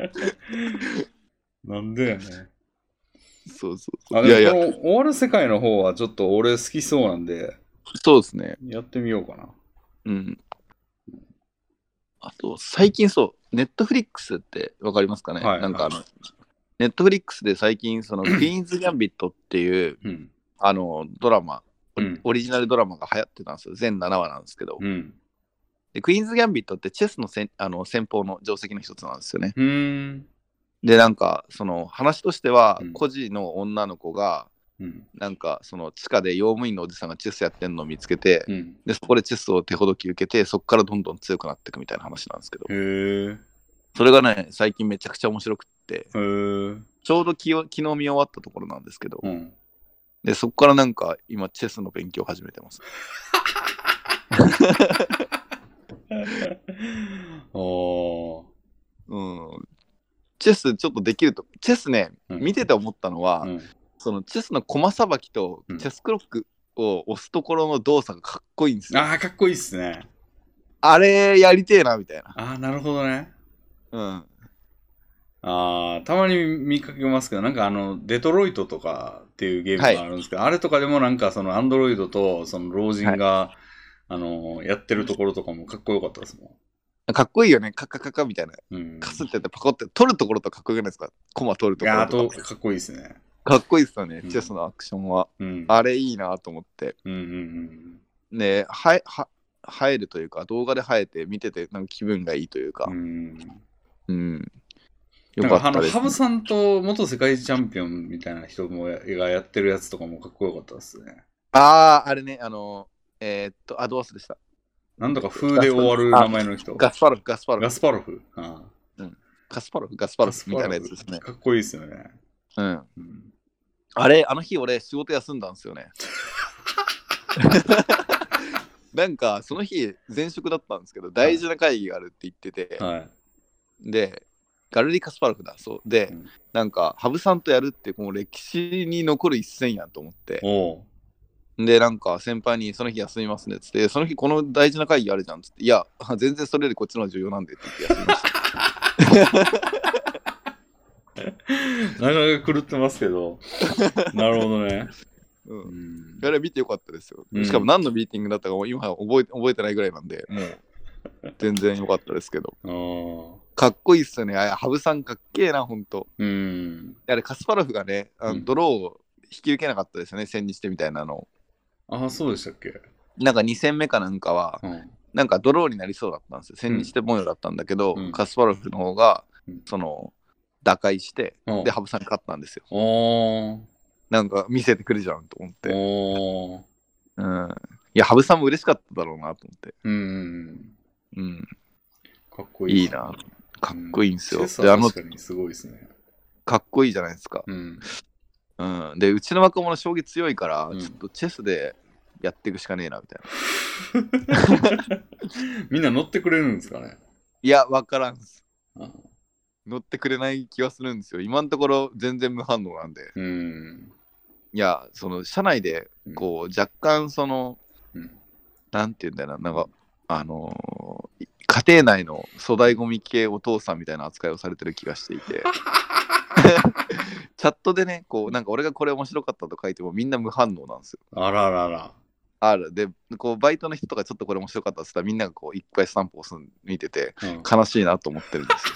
[SPEAKER 1] ん。なんでやねん。
[SPEAKER 2] そうそうそ
[SPEAKER 1] あ、
[SPEAKER 2] ういやい
[SPEAKER 1] で
[SPEAKER 2] や
[SPEAKER 1] もこの終わる世界の方はちょっと俺好きそうなんで、
[SPEAKER 2] そうですね
[SPEAKER 1] やってみようかな。
[SPEAKER 2] うん。あと、最近そう、ネットフリックスってわかりますかね、
[SPEAKER 1] はい
[SPEAKER 2] なんか
[SPEAKER 1] は
[SPEAKER 2] あの、ネットフリックスで最近、 その、クイーンズ・ギャンビットっていう、
[SPEAKER 1] うん。
[SPEAKER 2] あの、ドラマ、
[SPEAKER 1] うん。
[SPEAKER 2] オリジナルドラマが流行ってたんですよ。全7話なんですけど。
[SPEAKER 1] うん。
[SPEAKER 2] で、クイーンズ・ギャンビットってチェスのせんあの戦法の定石の一つなんですよね。
[SPEAKER 1] うーん。
[SPEAKER 2] で、なんか、その、話としては
[SPEAKER 1] う、ん
[SPEAKER 2] 孤児の女の子が、
[SPEAKER 1] うん。
[SPEAKER 2] なんか、その、地下で用務員のおじさんがチェスやってんのを見つけて、
[SPEAKER 1] うん。
[SPEAKER 2] で、そこでチェスを手ほどき受けて、そこからどんどん強くなっていくみたいな話なんですけど
[SPEAKER 1] へ。ー
[SPEAKER 2] それがね、最近めちゃくちゃ面白くって、
[SPEAKER 1] へー
[SPEAKER 2] ちょうどきよ昨日見終わったところなんですけど、
[SPEAKER 1] うん。
[SPEAKER 2] でそこからなんか今、チェスの勉強を始めてます。
[SPEAKER 1] おー。
[SPEAKER 2] うん。チェスちょっとできると、チェスね、
[SPEAKER 1] うん
[SPEAKER 2] 見てて思ったのは、
[SPEAKER 1] うん
[SPEAKER 2] そのチェスの駒さばきと
[SPEAKER 1] うん
[SPEAKER 2] チェスクロックを押すところの動作がかっこいいんですよ。あ
[SPEAKER 1] ああ、かっこいいっすね。
[SPEAKER 2] れやりてえな、みたいな。
[SPEAKER 1] ああ、なるほどね。
[SPEAKER 2] うん。
[SPEAKER 1] ああ、たまに見かけますけど、なんかあの、デトロイトとかっていうゲームがあるんですけど、あれとかでもなんかそのアンドロイドとその老人が、あの、やってるところとかもかっこよかったですも
[SPEAKER 2] かっこいいよね、カッカカカみたいな。
[SPEAKER 1] ん。うん。
[SPEAKER 2] かすってやってパコって取るところとかっこよくないですか駒取ると
[SPEAKER 1] い
[SPEAKER 2] こ
[SPEAKER 1] やー、
[SPEAKER 2] ろ
[SPEAKER 1] あと、
[SPEAKER 2] とか。
[SPEAKER 1] かっこいいですね。
[SPEAKER 2] かっこいいですよね、
[SPEAKER 1] うん
[SPEAKER 2] チェスのアクションは。
[SPEAKER 1] うん。
[SPEAKER 2] あれいいなと思って。
[SPEAKER 1] うんうん
[SPEAKER 2] ねはは生えるというか動画で生えて見ててなんか気分がいいというか
[SPEAKER 1] うん。う、ん。
[SPEAKER 2] うん
[SPEAKER 1] な
[SPEAKER 2] よ
[SPEAKER 1] ん
[SPEAKER 2] か
[SPEAKER 1] かあ
[SPEAKER 2] った
[SPEAKER 1] の、
[SPEAKER 2] です、
[SPEAKER 1] ハ
[SPEAKER 2] ね
[SPEAKER 1] ブ、さんと元世界チャンピオンみたいな人もやがやってるやつとかもかっこよかったですね。
[SPEAKER 2] あああれねあのえーっとアドアスでした
[SPEAKER 1] なんだか風で終わる名前の人。
[SPEAKER 2] ガスパロフガスパロ
[SPEAKER 1] ガ
[SPEAKER 2] フ
[SPEAKER 1] スパロフ。あ
[SPEAKER 2] ガスパロフガ
[SPEAKER 1] あ
[SPEAKER 2] スパロフみたいなやつですね、
[SPEAKER 1] かっこいいですよね。
[SPEAKER 2] うん、
[SPEAKER 1] うん
[SPEAKER 2] あれあの日俺仕事休んだんで すよねなんかその日前職だったんですけど大事な会議があるって言ってて、
[SPEAKER 1] はい。
[SPEAKER 2] でガルリ・カスパロフだそうで、
[SPEAKER 1] うん
[SPEAKER 2] なんか羽生さんとやるってもう歴史に残る一戦やんと思って
[SPEAKER 1] おう。
[SPEAKER 2] で、なんか先輩にその日休みますねっつって、その日この大事な会議あるじゃんっつって、いや、全然それよりこっちの方が重要なんでって言って休みま した。
[SPEAKER 1] なかなか狂ってますけ ど。なるほどね。
[SPEAKER 2] う。
[SPEAKER 1] うんん
[SPEAKER 2] あれ見てよかったですよ
[SPEAKER 1] う。ん
[SPEAKER 2] しかも何のミーティングだったかも今覚え覚えてないぐらいなんで、もう全然よかったですけど。
[SPEAKER 1] あー
[SPEAKER 2] かっこいいっすよね。あ羽生さんかっけえな、ほんと。
[SPEAKER 1] うん。
[SPEAKER 2] あれ、カスパロフがね、あ
[SPEAKER 1] う
[SPEAKER 2] の
[SPEAKER 1] ん
[SPEAKER 2] ドローを引き受けなかったですよね、千日手みたいなのを。
[SPEAKER 1] ああ、そうでしたっけ。
[SPEAKER 2] なんか2戦目かなんかは、
[SPEAKER 1] うん。
[SPEAKER 2] なんかドローになりそうだったんですよ。千日手模様だったんだけど、
[SPEAKER 1] うん
[SPEAKER 2] カスパロフの方が
[SPEAKER 1] うん、
[SPEAKER 2] その、打開して、
[SPEAKER 1] お
[SPEAKER 2] で、羽生さんに勝ったんですよ。
[SPEAKER 1] おー
[SPEAKER 2] なんか見せてくるじゃんと思って。
[SPEAKER 1] おー
[SPEAKER 2] うん。いや、羽生さんも嬉しかっただろうなと思って。
[SPEAKER 1] うん。
[SPEAKER 2] うん。
[SPEAKER 1] かっこいい。
[SPEAKER 2] いいな。かっこいいんですよ。
[SPEAKER 1] うんチェス
[SPEAKER 2] で、あ
[SPEAKER 1] は
[SPEAKER 2] の、
[SPEAKER 1] 確かにすごいですね。
[SPEAKER 2] かっこいいじゃないですか。
[SPEAKER 1] うん。
[SPEAKER 2] うん。で、うちの若者将棋強いから、
[SPEAKER 1] うん
[SPEAKER 2] ちょっとチェスでやっていくしかねえな、みたいな。
[SPEAKER 1] みんな乗ってくれるんですかね。
[SPEAKER 2] いや、わからんっす。
[SPEAKER 1] あ
[SPEAKER 2] 乗ってくれない気はするんですよ。今のところ全然無反応なんで。
[SPEAKER 1] うん。
[SPEAKER 2] いや、その、社内で、こう、若干、その、
[SPEAKER 1] うん
[SPEAKER 2] なんて言うんだよな、なんか、あのー家庭内の粗大ゴミ系お父さんみたいな扱いをされてる気がしてい て。チャットでね、こう、なんか俺がこれ面白かったと書いてもみんな無反応なんですよ。
[SPEAKER 1] あららら。
[SPEAKER 2] ある。で、こう、バイトの人とかちょっとこれ面白かったっつったらみんながこう、一回スタンプ押すん見てて、
[SPEAKER 1] うん
[SPEAKER 2] 悲しいなと思ってるんですよ。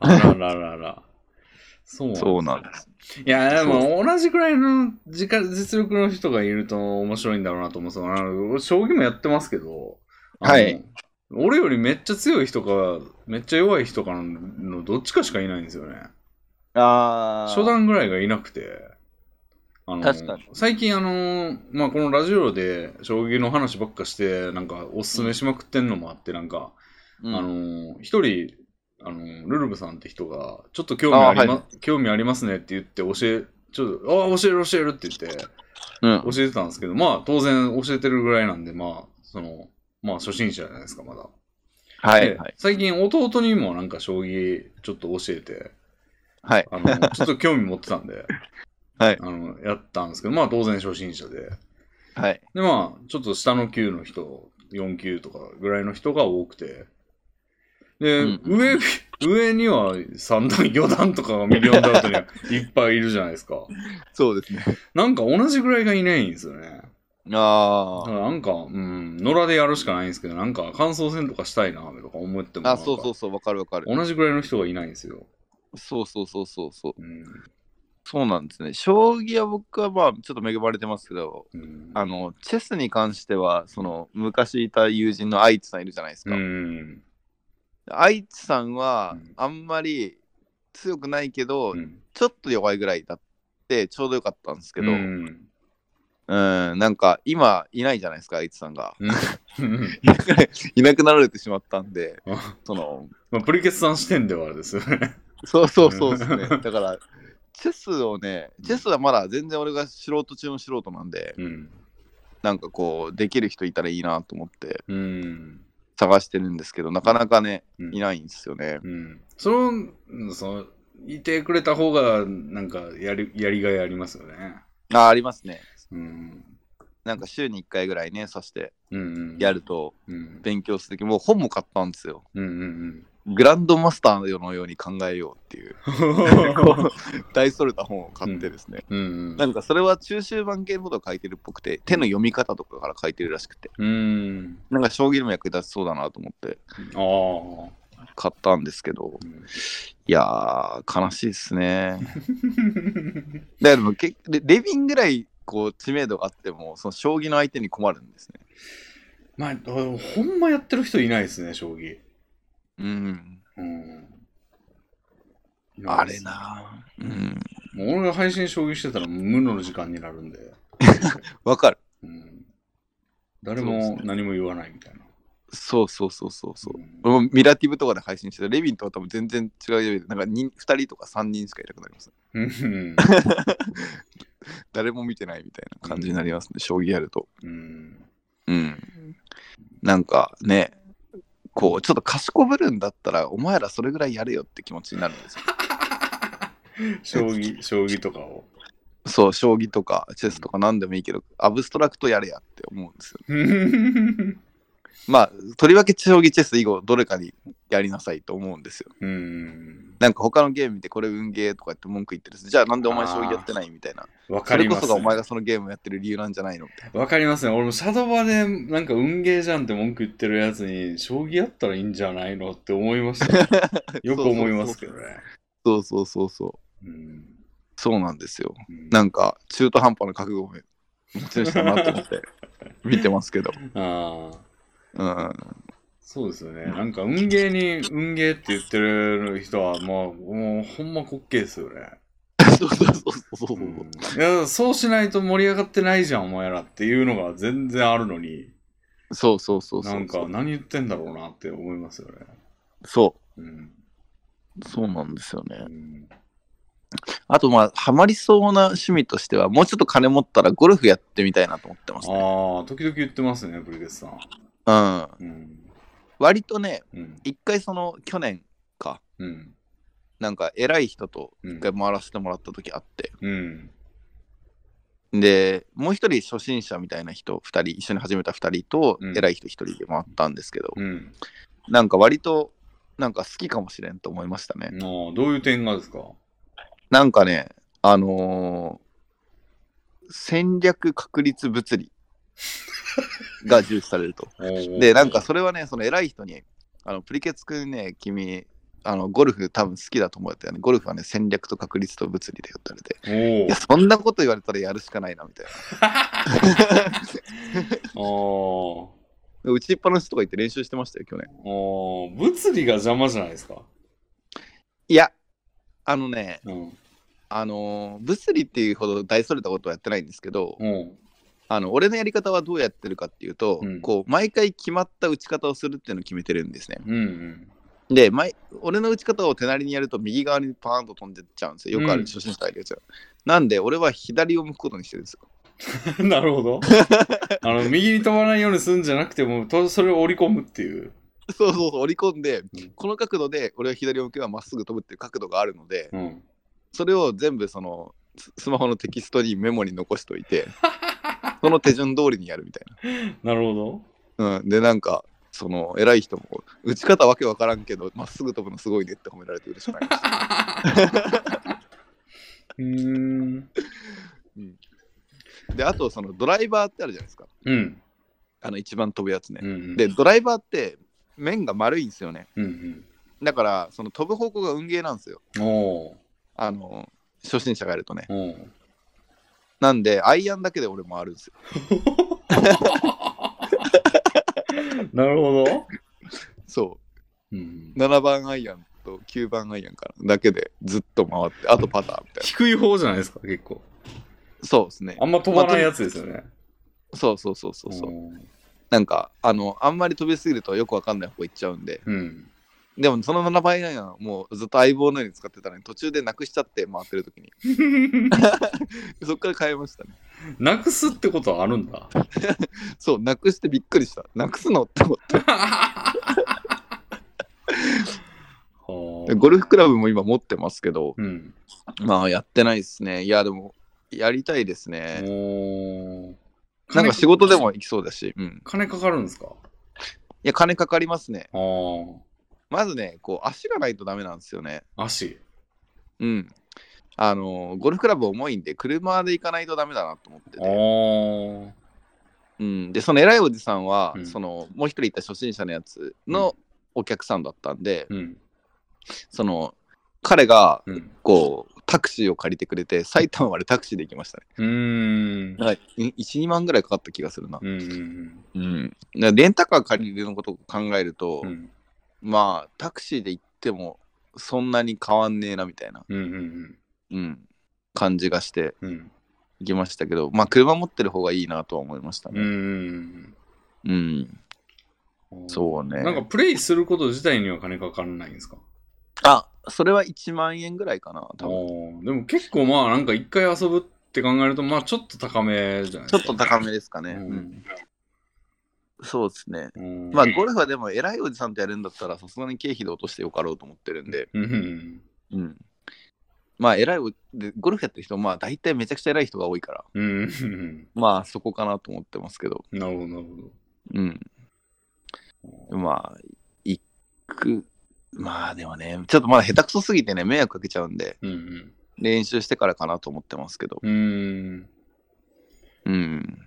[SPEAKER 1] あらららら。 そうなん
[SPEAKER 2] そうなんです。
[SPEAKER 1] いや、でも同じくらいの時間実力の人がいると面白いんだろうなと思う。そのあの将棋もやってますけど、あの
[SPEAKER 2] はい。
[SPEAKER 1] 俺よりめっちゃ強い人か、めっちゃ弱い人かのどっちかしかいないんですよね。
[SPEAKER 2] あ
[SPEAKER 1] 初段ぐらいがいなくて。あの
[SPEAKER 2] 確かに
[SPEAKER 1] 最近あの、まあ、このラジオで将棋の話ばっかして、なんかおすすめしまくってんのもあって、なんか、あのー一人、あのールルブさんって人が、ちょっと興味あり,、ま
[SPEAKER 2] あは
[SPEAKER 1] 興味ありますねって言って、教え、ちょっと、ああ、教える教えるって言って、
[SPEAKER 2] うん、
[SPEAKER 1] 教えてたんですけど、まあ、当然教えてるぐらいなんで、まあ、その、まあ、初心者じゃないですか、まだ。
[SPEAKER 2] はい
[SPEAKER 1] で
[SPEAKER 2] はい。
[SPEAKER 1] 最近、弟にもなんか、将棋、ちょっと教えて、
[SPEAKER 2] はい。
[SPEAKER 1] あ の、ちょっと興味持ってたんで、
[SPEAKER 2] はい
[SPEAKER 1] あの、やったんですけど、まあ、当然初心者で。
[SPEAKER 2] はい。
[SPEAKER 1] で、まあ、ちょっと下の級の人、4級とかぐらいの人が多くて、で、
[SPEAKER 2] うん
[SPEAKER 1] 上、上には3段、4段とかがミリオンダウトに はいっぱいいるじゃないですか。
[SPEAKER 2] そうですね。
[SPEAKER 1] なんか同じぐらいがいないんですよね。だ
[SPEAKER 2] あ
[SPEAKER 1] か
[SPEAKER 2] ー
[SPEAKER 1] らなんか、うん、野良でやるしかないんですけど、なんか感想戦とかしたいな、とか思ってもなん
[SPEAKER 2] あ、
[SPEAKER 1] か
[SPEAKER 2] そうそうそう、わかるわかる。
[SPEAKER 1] 同じぐらいの人がいないんですよ。
[SPEAKER 2] そうそうそうそうそう。
[SPEAKER 1] うん。
[SPEAKER 2] そうなんですね。将棋は僕はまあちょっと恵まれてますけど、
[SPEAKER 1] うん。
[SPEAKER 2] あの、チェスに関しては、その、昔いた友人の愛知さんいるじゃないです
[SPEAKER 1] う
[SPEAKER 2] か。
[SPEAKER 1] ん。
[SPEAKER 2] 愛知さんは
[SPEAKER 1] うん
[SPEAKER 2] あんまり強くないけど、
[SPEAKER 1] うん。
[SPEAKER 2] ちょっと弱いぐらいだってちょうどよかったんですけど、
[SPEAKER 1] う
[SPEAKER 2] うん、
[SPEAKER 1] ん。
[SPEAKER 2] なんか今いないじゃないですか、愛知さんが。
[SPEAKER 1] うん
[SPEAKER 2] いなくなられてしまったんで、
[SPEAKER 1] ま
[SPEAKER 2] その、
[SPEAKER 1] あ、プリケツさん視点ではあれですよ ね。
[SPEAKER 2] そうそうそうで すね。だから、チェスをね、チェスはまだ全然俺が素人中の素人なんで、
[SPEAKER 1] うん。
[SPEAKER 2] なんかこう、できる人いたらいいなと思って
[SPEAKER 1] うん。
[SPEAKER 2] 探してるんですけど、なかなかね、
[SPEAKER 1] うん
[SPEAKER 2] いないんですよね。
[SPEAKER 1] うん。その、うんその、いてくれた方が、なんか、やり、やりがいありますよね。
[SPEAKER 2] あ、ありますね。
[SPEAKER 1] うん。
[SPEAKER 2] なんか週に1回ぐらいね、さして
[SPEAKER 1] うん、うん。
[SPEAKER 2] やる。と
[SPEAKER 1] うん。
[SPEAKER 2] 勉強するとき、もう本も買ったんですよ。
[SPEAKER 1] うん うん
[SPEAKER 2] グランドマスターのように考えようっていう、
[SPEAKER 1] うん。
[SPEAKER 2] 大それた本を買ってですね。
[SPEAKER 1] うん。
[SPEAKER 2] なんかそれは中終盤系のことを書いてるっぽくて、手の読み方とかから書いてるらしくて、
[SPEAKER 1] うん。
[SPEAKER 2] なんか将棋にも役立ちそうだなと思って
[SPEAKER 1] ああ。
[SPEAKER 2] 買ったんですけど、
[SPEAKER 1] うん
[SPEAKER 2] いやー、悲しいですね。だからもうけレレビンぐらいこう知名度があってもその将棋の相手に困るんですね。
[SPEAKER 1] まあ、ほんまやってる人いないですね、将棋。
[SPEAKER 2] うん。
[SPEAKER 1] うん。
[SPEAKER 2] あれ。なぁ。うん。
[SPEAKER 1] もう俺が配信将棋してたら無の時間になるん で。
[SPEAKER 2] わかる。
[SPEAKER 1] うん。誰
[SPEAKER 2] そう
[SPEAKER 1] も
[SPEAKER 2] ですね
[SPEAKER 1] 何も言わないみたいな。
[SPEAKER 2] そうそうそうそうそう。
[SPEAKER 1] ん
[SPEAKER 2] 俺もミラティブとかで配信してたレビンとは多分全然違うレベルでなんか 2, 人とか3人しかいなくなります、
[SPEAKER 1] うん
[SPEAKER 2] 誰も見てないみたいな感じになりますね、将棋やると。
[SPEAKER 1] うん。
[SPEAKER 2] うん。なんかね、こうちょっと賢ぶるんだったらお前らそれぐらいやれよって気持ちになる んですよ。
[SPEAKER 1] 将棋、将棋とかを。
[SPEAKER 2] そう、将棋とかチェスとか何でもいいけど、アブストラクトやれやって思うんですよ。
[SPEAKER 1] うん。
[SPEAKER 2] まあ、とりわけ将棋チェス以後、どれかにやりなさいと思うんですよ。
[SPEAKER 1] うん。
[SPEAKER 2] なんか他のゲーム見て、これ運ゲーとかって文句言ってるし、じゃあなんでお前将棋やってないみたいな。
[SPEAKER 1] わ
[SPEAKER 2] そ
[SPEAKER 1] か
[SPEAKER 2] れ
[SPEAKER 1] り
[SPEAKER 2] こ
[SPEAKER 1] ま
[SPEAKER 2] そ
[SPEAKER 1] す
[SPEAKER 2] がお前
[SPEAKER 1] ね。
[SPEAKER 2] がそのゲームやってる理由なんじゃないのみたいな。
[SPEAKER 1] わかりますね。俺もシャドバで、なんか運ゲーじゃんって文句言ってるやつに、将棋やったらいいんじゃないのって思いましたね。よく思いますけどね。
[SPEAKER 2] そうそうそうそう。
[SPEAKER 1] うん。
[SPEAKER 2] そうなんですよ。
[SPEAKER 1] うん
[SPEAKER 2] なんか、中途半端な覚悟を持ち主だなと思 って、見てますけど。
[SPEAKER 1] ああ。
[SPEAKER 2] うん。
[SPEAKER 1] そうですよね。なんか、運ゲーに、運ゲーって言ってる人は、もう、もうほんま滑稽ですよね。
[SPEAKER 2] そうそうそうそうう。
[SPEAKER 1] んいや、そうしないと盛り上がってないじゃん、お前らっていうのが全然あるのに、
[SPEAKER 2] そうそうそうそう。
[SPEAKER 1] なんか、何言ってんだろうなって思いますよね。
[SPEAKER 2] そ
[SPEAKER 1] うん。
[SPEAKER 2] う。そうなんですよ
[SPEAKER 1] う
[SPEAKER 2] ね。
[SPEAKER 1] ん
[SPEAKER 2] あと、まあ、ハマりそうな趣味としては、もうちょっと金持ったらゴルフやってみたいなと思ってますね。
[SPEAKER 1] ああ、時々言ってますね、ブリケツさん。
[SPEAKER 2] うん。
[SPEAKER 1] うん。
[SPEAKER 2] 割とね、
[SPEAKER 1] うん。
[SPEAKER 2] 一回その去年か、
[SPEAKER 1] うん。
[SPEAKER 2] なんか偉い人と
[SPEAKER 1] うん
[SPEAKER 2] 一回回らせてもらった時あって、
[SPEAKER 1] うん。
[SPEAKER 2] でもう一人初心者みたいな人2人一緒に始めた2人と、
[SPEAKER 1] うん
[SPEAKER 2] 偉い人1人で回ったんですけど、
[SPEAKER 1] うん。
[SPEAKER 2] なんか割となんか好きかもしれんと思いましたね。
[SPEAKER 1] あーどういう点がですか
[SPEAKER 2] なんかね、あのー戦略確率物理が重視され ると。で、なんか、それはね、その偉い人に、あのプリケツくんね、君、あのゴルフ多分好きだと思うってね、ゴルフはね、戦略と確率と物理で言われて、
[SPEAKER 1] おー
[SPEAKER 2] いや、そんなこと言われたらやるしかないなみたいな。
[SPEAKER 1] おー
[SPEAKER 2] で打ちっぱなしとか言って練習してましたよ、去年。
[SPEAKER 1] おー物理が邪魔じゃないですか。
[SPEAKER 2] いや、あのね、
[SPEAKER 1] うん。
[SPEAKER 2] あのー物理っていうほど大それたことはやってないんですけど、
[SPEAKER 1] うん。
[SPEAKER 2] あの俺のやり方はどうやってるかっていうと、
[SPEAKER 1] うん
[SPEAKER 2] こう毎回決まった打ち方をするっていうのを決めてるんですね。
[SPEAKER 1] うん。
[SPEAKER 2] で毎俺の打ち方を手なりにやると右側にパーンと飛んでっちゃうんですよ。よくあ
[SPEAKER 1] う
[SPEAKER 2] る
[SPEAKER 1] ん
[SPEAKER 2] 初心者がいるやつは、なんで俺は左を向くことにしてるんですよ。
[SPEAKER 1] うん、 なるほど。あの、右に飛ばないようにするんじゃなくて、もうと、それを織り込むっていう。
[SPEAKER 2] そうそうそう、織り込んで、
[SPEAKER 1] ん
[SPEAKER 2] この角度で俺は左を向けばまっすぐ飛ぶっていう角度があるので、
[SPEAKER 1] うん。
[SPEAKER 2] それを全部そのススマホのテキストにメモに残しといて、その手順通りにやるみたい
[SPEAKER 1] なるほど。
[SPEAKER 2] な。うん、で、なんか、その偉い人も打ち方わけわからんけど、まっすぐ飛ぶのすごいねって褒められて嬉しくなりました。
[SPEAKER 1] うーん。
[SPEAKER 2] であとそのドライバーってあるじゃないですか
[SPEAKER 1] うん。
[SPEAKER 2] あの一番飛ぶやつね
[SPEAKER 1] う、ん。
[SPEAKER 2] で、ドライバーって面が丸いんですよね
[SPEAKER 1] うん
[SPEAKER 2] だからその飛ぶ方向が運ゲーなんですよ
[SPEAKER 1] うん。おー
[SPEAKER 2] あの初心者がやるとね
[SPEAKER 1] おー
[SPEAKER 2] なんでアイアンだけで俺回るんですよ
[SPEAKER 1] なるほど。
[SPEAKER 2] そ
[SPEAKER 1] うん
[SPEAKER 2] う7番アイアンと9番アイアンからだけでずっと回ってあとパターみたい
[SPEAKER 1] 低い方じゃないですか、結構。
[SPEAKER 2] なそうですね
[SPEAKER 1] あんま飛ばないやつですよね。
[SPEAKER 2] そうそうそうそうそう
[SPEAKER 1] おー
[SPEAKER 2] なんかあのあんまり飛びすぎるとよくわかんない方行っちゃうんで
[SPEAKER 1] うん。
[SPEAKER 2] でもその7番アイアンはもうずっと相棒のように使ってたのに途中でなくしちゃって回ってる時に そっから変えましたね
[SPEAKER 1] なくすってことはあるんだ。
[SPEAKER 2] そう、なくしてびっくりした。なくすのって思っ
[SPEAKER 1] は
[SPEAKER 2] て。
[SPEAKER 1] あ
[SPEAKER 2] ゴルフクラブも今持ってますけど、
[SPEAKER 1] うん。
[SPEAKER 2] まあやってないですね。いや、でも、やりたいですね。
[SPEAKER 1] おー
[SPEAKER 2] なん
[SPEAKER 1] 金
[SPEAKER 2] か仕事でも行きそうだし、うん。
[SPEAKER 1] 金かかるんですか
[SPEAKER 2] いや、金かかりますね。
[SPEAKER 1] ああ。
[SPEAKER 2] まずね、こう、足がないとダメなんですよね。
[SPEAKER 1] 足。
[SPEAKER 2] うん。あのー、ゴルフクラブ重いんで、車で行かないとダメだなと思って
[SPEAKER 1] あ
[SPEAKER 2] て。
[SPEAKER 1] あ。
[SPEAKER 2] うん。で、その偉いおじさんは、
[SPEAKER 1] うん
[SPEAKER 2] その、もう一人いた初心者のやつのお客さんだったんで、
[SPEAKER 1] うん。
[SPEAKER 2] その、彼が、
[SPEAKER 1] うん。
[SPEAKER 2] こう、タクシーを借りてくれて、埼玉までタクシーで行きましたね。
[SPEAKER 1] うーん。
[SPEAKER 2] はい、12万ぐらいかかった気がするな、
[SPEAKER 1] うんうん
[SPEAKER 2] うん、レンタカー借りるのことを考えると、
[SPEAKER 1] うん。うん。
[SPEAKER 2] まあタクシーで行ってもそんなに変わんねえなみたいな、
[SPEAKER 1] うんうん
[SPEAKER 2] うん、感じがして
[SPEAKER 1] うん。うん。
[SPEAKER 2] 行きましたけどまあ車持ってる方がいいなとは思いました
[SPEAKER 1] うんう
[SPEAKER 2] ね
[SPEAKER 1] ん
[SPEAKER 2] うん、
[SPEAKER 1] うん。
[SPEAKER 2] そうね
[SPEAKER 1] なんかプレイすること自体には金かからないんですか
[SPEAKER 2] あそれは1万円ぐらいかな多分
[SPEAKER 1] おでも結構まあなんか一回遊ぶって考えるとまあちょっと高めじゃない
[SPEAKER 2] ちょ
[SPEAKER 1] で
[SPEAKER 2] っ
[SPEAKER 1] すか
[SPEAKER 2] と高めですかね、
[SPEAKER 1] う
[SPEAKER 2] うん
[SPEAKER 1] ん
[SPEAKER 2] そうですね
[SPEAKER 1] うん
[SPEAKER 2] まあゴルフはでも偉いおじさんとやるんだったらさすがに経費で落としてよかろうと思ってるんで、
[SPEAKER 1] うんうん
[SPEAKER 2] うん、まあ偉いおでゴルフやってる人まあ大体めちゃくちゃ偉い人が多いから
[SPEAKER 1] うんうんうん
[SPEAKER 2] まあそこかなと思ってますけど、
[SPEAKER 1] なるほどなるほど
[SPEAKER 2] うん。まあ、行く。まあでもね、ちょっとまだ下手くそすぎてね、迷惑かけちゃうんで、
[SPEAKER 1] うんうん
[SPEAKER 2] 練習してからかなと思ってますけど。
[SPEAKER 1] うーん
[SPEAKER 2] うん。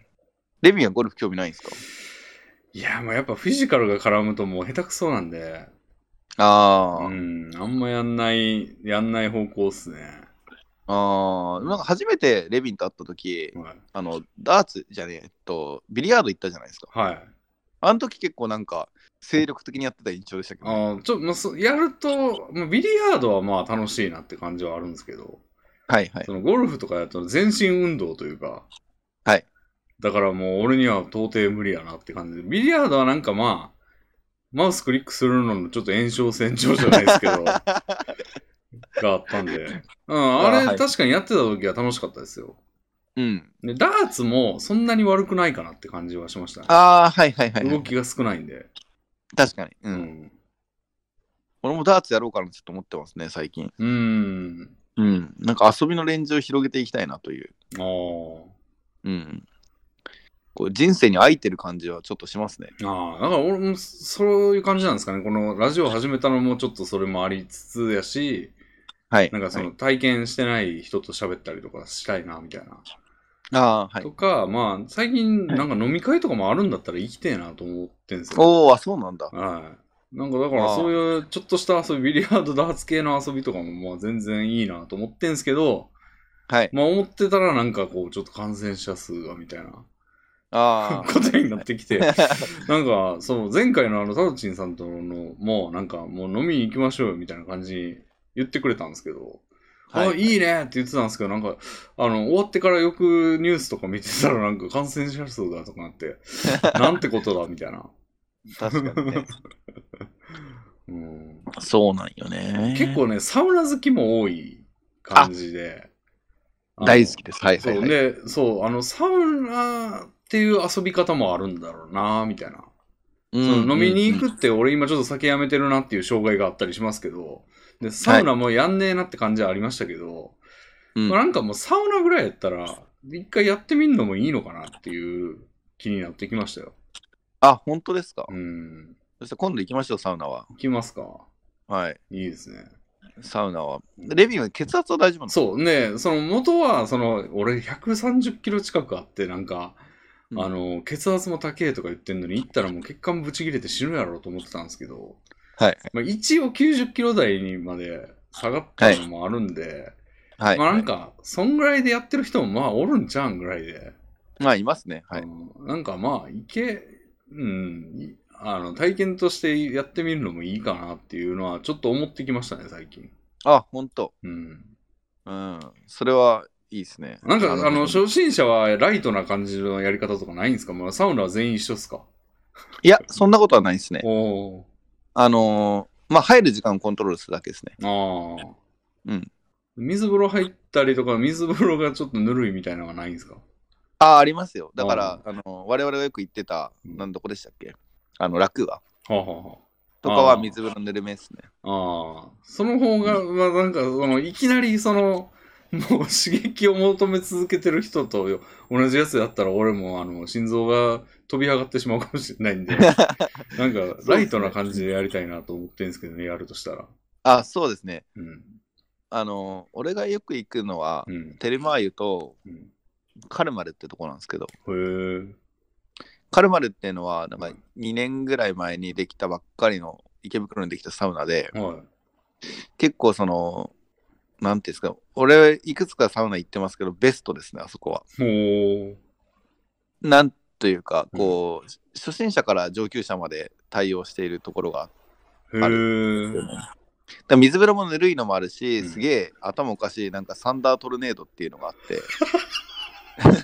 [SPEAKER 2] レミはゴルフ興味ないんですか
[SPEAKER 1] いやまあやっぱフィジカルが絡むともう下手くそなんで
[SPEAKER 2] ああ、
[SPEAKER 1] うんあんまやんないやんない方向っすね
[SPEAKER 2] ああ、なんか初めてレビンと会った時、
[SPEAKER 1] はい
[SPEAKER 2] あの、ダーツじゃねええっと、ビリヤード行ったじゃないですか。
[SPEAKER 1] はい
[SPEAKER 2] あの時結構なんか、精力的にやってた印象でしたけど。
[SPEAKER 1] ああちょっと、まあそう、やると、まあ、ビリヤードはまあ楽しいなって感じはあるんですけど
[SPEAKER 2] はいはい
[SPEAKER 1] そ。のゴルフとかやったら全身運動というか、
[SPEAKER 2] はい。
[SPEAKER 1] だからもう俺には到底無理やなって感じで、ビリヤードはなんかまあ、マウスクリックするののちょっと炎症線上じゃないですけ ど、があったんで、うん、あ
[SPEAKER 2] あー
[SPEAKER 1] れ
[SPEAKER 2] はい
[SPEAKER 1] 確かにやってた時は楽しかったですよ。
[SPEAKER 2] うん。
[SPEAKER 1] で、ダーツもそんなに悪くないかなって感じはしましたね。
[SPEAKER 2] ああ、はいはいはいはい、
[SPEAKER 1] 動きが少ないんで。
[SPEAKER 2] 確かに。う。
[SPEAKER 1] うんん。
[SPEAKER 2] 俺もダーツやろうかなってちょっと思ってますね、最近。
[SPEAKER 1] うーん。
[SPEAKER 2] うん。なんか遊びのレンジを広げていきたいなという。
[SPEAKER 1] ああ。
[SPEAKER 2] うん。こう人生に空いてる感じはちょっとしますね。
[SPEAKER 1] ああ、だから俺もそういう感じなんですかね。このラジオ始めたのもちょっとそれもありつつやし、
[SPEAKER 2] はい。
[SPEAKER 1] なんかそ
[SPEAKER 2] は
[SPEAKER 1] の
[SPEAKER 2] い
[SPEAKER 1] 体験してない人と喋ったりとかしたいな、みたいな。
[SPEAKER 2] ああ、はい
[SPEAKER 1] と。か、まあ、最近なんか飲み会とかもあるんだったら行きてえなと思ってんですよ。
[SPEAKER 2] おお、あ、そうなんだ。
[SPEAKER 1] はい。なんかだから
[SPEAKER 2] ああ
[SPEAKER 1] そういうちょっとした遊び、ビリヤード、ダーツ系の遊びとかもまあ全然いいなと思ってんすけど、
[SPEAKER 2] はい。
[SPEAKER 1] まあ思ってたらなんかこうちょっと感染者数がみたいな
[SPEAKER 2] あ あ。
[SPEAKER 1] ことになってき て、なんかそう前回のあのタロチンさんとのもうなんかもう飲みに行きましょうよみたいな感じに言ってくれたんですけど、
[SPEAKER 2] は
[SPEAKER 1] あ
[SPEAKER 2] い。
[SPEAKER 1] いいねって言ってたんですけど、なんか、あの、終わってからよくニュースとか見てたら、なんか感染者数がとかな って、なんてことだみたいな。
[SPEAKER 2] 確かにね。
[SPEAKER 1] うん、
[SPEAKER 2] そうなんよね。
[SPEAKER 1] 結構ね、サウナ好きも多い感じで。あの
[SPEAKER 2] 大好きです。はいは
[SPEAKER 1] そ
[SPEAKER 2] いうはい。
[SPEAKER 1] で、そう、あの、サウナっていう遊び方もあるんだろうな、みたいな。そ
[SPEAKER 2] う
[SPEAKER 1] の飲みに行
[SPEAKER 2] ん
[SPEAKER 1] くって、俺今ちょっと酒やめてるなっていう障害があったりしますけど、で、サウナもやんねえなって感じはありましたけど、
[SPEAKER 2] うん
[SPEAKER 1] まあなんかもうサウナぐらいやったら、一回やってみるのもいいのかなっていう気になってきましたよ。
[SPEAKER 2] あ、本当ですか。
[SPEAKER 1] うん。
[SPEAKER 2] そして今度行きましょう、サウナは。
[SPEAKER 1] 行きますか。
[SPEAKER 2] はい。
[SPEAKER 1] いいですね。
[SPEAKER 2] サウナは。レビューは血圧は大丈夫なの
[SPEAKER 1] そうね、その元は、その、俺130キロ近くあって、なんか、
[SPEAKER 2] うん
[SPEAKER 1] あの、血圧も高えとか言ってんのに、行ったらもう血管ぶち切れて死ぬやろうと思ってたんですけど、
[SPEAKER 2] はい。
[SPEAKER 1] まあ、一応90キロ台にまで下がったのもあるんで、
[SPEAKER 2] はい。
[SPEAKER 1] まあなん
[SPEAKER 2] か。
[SPEAKER 1] か、そんぐらいでやってる人もまあおるんちゃうんぐらいで、
[SPEAKER 2] まあ、いますね。はい。
[SPEAKER 1] うんなんかまあ、いけ、うん、いあの体験としてやってみるのもいいかなっていうのは、ちょっと思ってきましたね、最近。
[SPEAKER 2] あ、本当。
[SPEAKER 1] うん。
[SPEAKER 2] うん。それはいいですね。
[SPEAKER 1] なんか、あの、
[SPEAKER 2] い
[SPEAKER 1] 初心者はライトな感じのやり方とかないんですかもうサウナは全員一緒っすか
[SPEAKER 2] や、そんなことはないですね。
[SPEAKER 1] お
[SPEAKER 2] あのー、まあ、入る時間をコントロールするだけですね。
[SPEAKER 1] ー。ああ。
[SPEAKER 2] うん。
[SPEAKER 1] 水風呂入ったりとか、水風呂がちょっとぬるいみたいなのはないんですか
[SPEAKER 2] あ、ありますよ。だから
[SPEAKER 1] あ、
[SPEAKER 2] あのー、我々がよく行ってた、
[SPEAKER 1] うん
[SPEAKER 2] なんどこでしたっけあの、楽は。
[SPEAKER 1] はあ、は
[SPEAKER 2] とかは
[SPEAKER 1] あー
[SPEAKER 2] 水風呂ぬるめですね。
[SPEAKER 1] あはあ、ああ。その方が、まあなんか、その、いきなりその、もう刺激を求め続けてる人と同じやつだったら俺もあの心臓が飛び上がってしまうかもしれないん でなんかライトな感じでやりたいなと思ってるんですけどねやるとしたら
[SPEAKER 2] あ、そうですね。
[SPEAKER 1] うん
[SPEAKER 2] あのー、俺がよく行くのは、
[SPEAKER 1] うん
[SPEAKER 2] テルマー湯と
[SPEAKER 1] うん
[SPEAKER 2] カルマルってとこなんですけど、
[SPEAKER 1] へえ
[SPEAKER 2] カルマルっていうのは、なんか2年ぐらい前にできたばっかりの、池袋にできたサウナで、
[SPEAKER 1] は
[SPEAKER 2] 結構その、なんていうんですか、俺、いくつかサウナ行ってますけど、ベストですね、あそこは。
[SPEAKER 1] いもう
[SPEAKER 2] なんというか、こう、初心者から上級者まで対応しているところがあって、
[SPEAKER 1] へえ
[SPEAKER 2] だから水風呂もぬるいのもあるし、
[SPEAKER 1] うん
[SPEAKER 2] すげえ頭おかしい、なんかサンダートルネードっていうのがあっ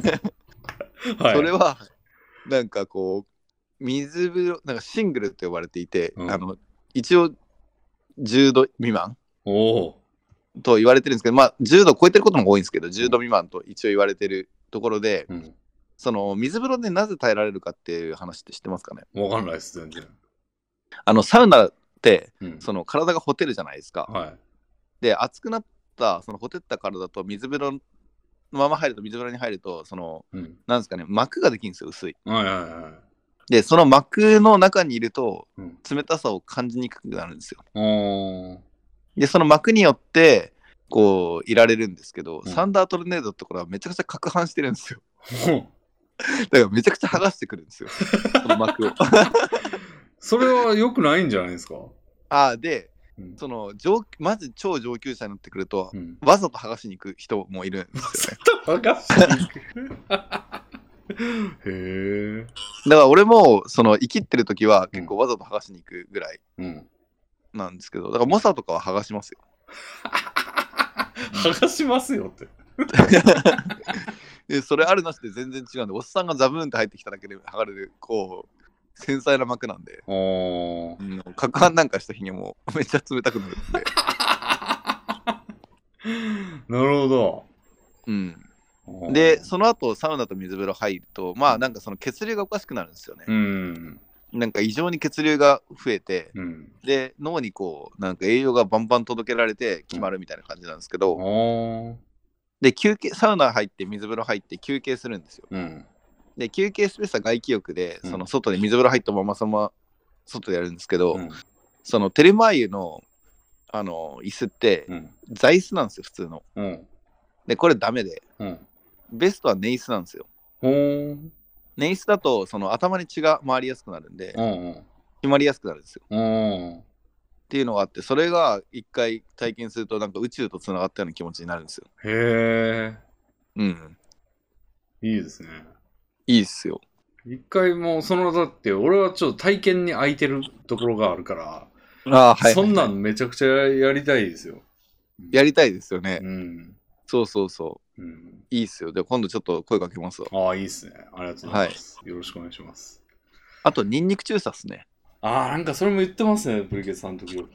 [SPEAKER 2] て、
[SPEAKER 1] はい
[SPEAKER 2] それは、なんかこう、水風呂、なんかシングルって呼ばれていて、
[SPEAKER 1] うん
[SPEAKER 2] あの、一応、10度未満
[SPEAKER 1] おお
[SPEAKER 2] と言われてるんですけど、まあ、10度超えてることも多いんですけど、10度未満と一応言われてるところで、
[SPEAKER 1] うん
[SPEAKER 2] その水風呂でなぜ耐えられるかっていう話って知ってますかね
[SPEAKER 1] わかんないです全然
[SPEAKER 2] あのサウナって
[SPEAKER 1] うん
[SPEAKER 2] その体がほてるじゃないですか。
[SPEAKER 1] はい
[SPEAKER 2] で、熱くなった、そのほてった体と水風呂のまま入ると、水風呂に入ると、その、
[SPEAKER 1] うん
[SPEAKER 2] なんですかね、膜ができるんですよ、薄い。
[SPEAKER 1] はいはいはい
[SPEAKER 2] で、その膜の中にいると
[SPEAKER 1] うん、
[SPEAKER 2] 冷たさを感じにくくなるんですよ。
[SPEAKER 1] おお
[SPEAKER 2] で、その膜によって、こう、いられるんですけど、
[SPEAKER 1] うん
[SPEAKER 2] サンダートルネードってところはめちゃくちゃ攪拌してるんですよ。 だからめちゃくちゃ剥がしてくるんですよ、その膜を。
[SPEAKER 1] それは良くないんじゃないですか
[SPEAKER 2] あーで、
[SPEAKER 1] うん
[SPEAKER 2] その上まず超上級者になってくると、
[SPEAKER 1] うん
[SPEAKER 2] わざと剥がしに行く人もいるんですよね。
[SPEAKER 1] わかってるへえ
[SPEAKER 2] だから俺も、その生きってる時は結構わざと剥がしに行くぐらい
[SPEAKER 1] うん
[SPEAKER 2] なんですけど、だから猛者とかは剥がしますよ。
[SPEAKER 1] 剥がしますよって
[SPEAKER 2] で、それあるなしで全然違うんで、おっさんがザブーンって入ってきただけで剥がれる、こう、繊細な膜なんで、
[SPEAKER 1] おお
[SPEAKER 2] うん、攪拌なんかした日にもうめっちゃ冷たくなるんで、
[SPEAKER 1] なるほど
[SPEAKER 2] うん。
[SPEAKER 1] おー
[SPEAKER 2] で、その後サウナと水風呂入ると、まあなんかその血流がおかしくなるんですよね。
[SPEAKER 1] うん
[SPEAKER 2] なんか異常に血流が増えて、
[SPEAKER 1] うん
[SPEAKER 2] で、脳にこう、なんか栄養がバンバン届けられて決まるみたいな感じなんですけど、
[SPEAKER 1] おお
[SPEAKER 2] で休憩サウナ入って水風呂入って休憩するんですよ
[SPEAKER 1] うん。
[SPEAKER 2] で休憩スペースは外気浴で
[SPEAKER 1] うん
[SPEAKER 2] その外で水風呂入ったままそのまま外でやるんですけど、
[SPEAKER 1] うん。
[SPEAKER 2] そのテレマ湯のあの椅子って
[SPEAKER 1] うん。
[SPEAKER 2] 座椅子なんですよ普通の
[SPEAKER 1] うん。
[SPEAKER 2] でこれダメで
[SPEAKER 1] うん。
[SPEAKER 2] ベストは寝椅子なんですよ
[SPEAKER 1] ほーん。
[SPEAKER 2] 寝椅子だとその頭に血が回りやすくなるんで
[SPEAKER 1] うん。
[SPEAKER 2] 決まりやすくなるんですよ
[SPEAKER 1] うん。
[SPEAKER 2] っていうのがあってそれが一回体験するとなんか宇宙とつながったような気持ちになるんですよ
[SPEAKER 1] へえ。
[SPEAKER 2] うん
[SPEAKER 1] いいですね。
[SPEAKER 2] いいっすよ
[SPEAKER 1] 一回もう、その、だって、俺はちょっと体験に空いてるところがあるから、
[SPEAKER 2] ああ
[SPEAKER 1] そんなんめちゃくちゃやりたいですよ。
[SPEAKER 2] やりたいですよね、
[SPEAKER 1] うん。
[SPEAKER 2] そうそうそう
[SPEAKER 1] うん。
[SPEAKER 2] いいっすよ。で、今度ちょっと声かけますわ。
[SPEAKER 1] ああ、いいですね。ありがとうございます。よろしくお願いします。
[SPEAKER 2] あと、ニンニク中殺っすね。
[SPEAKER 1] ああ、なんかそれも言ってますね、ブリケツさん時々。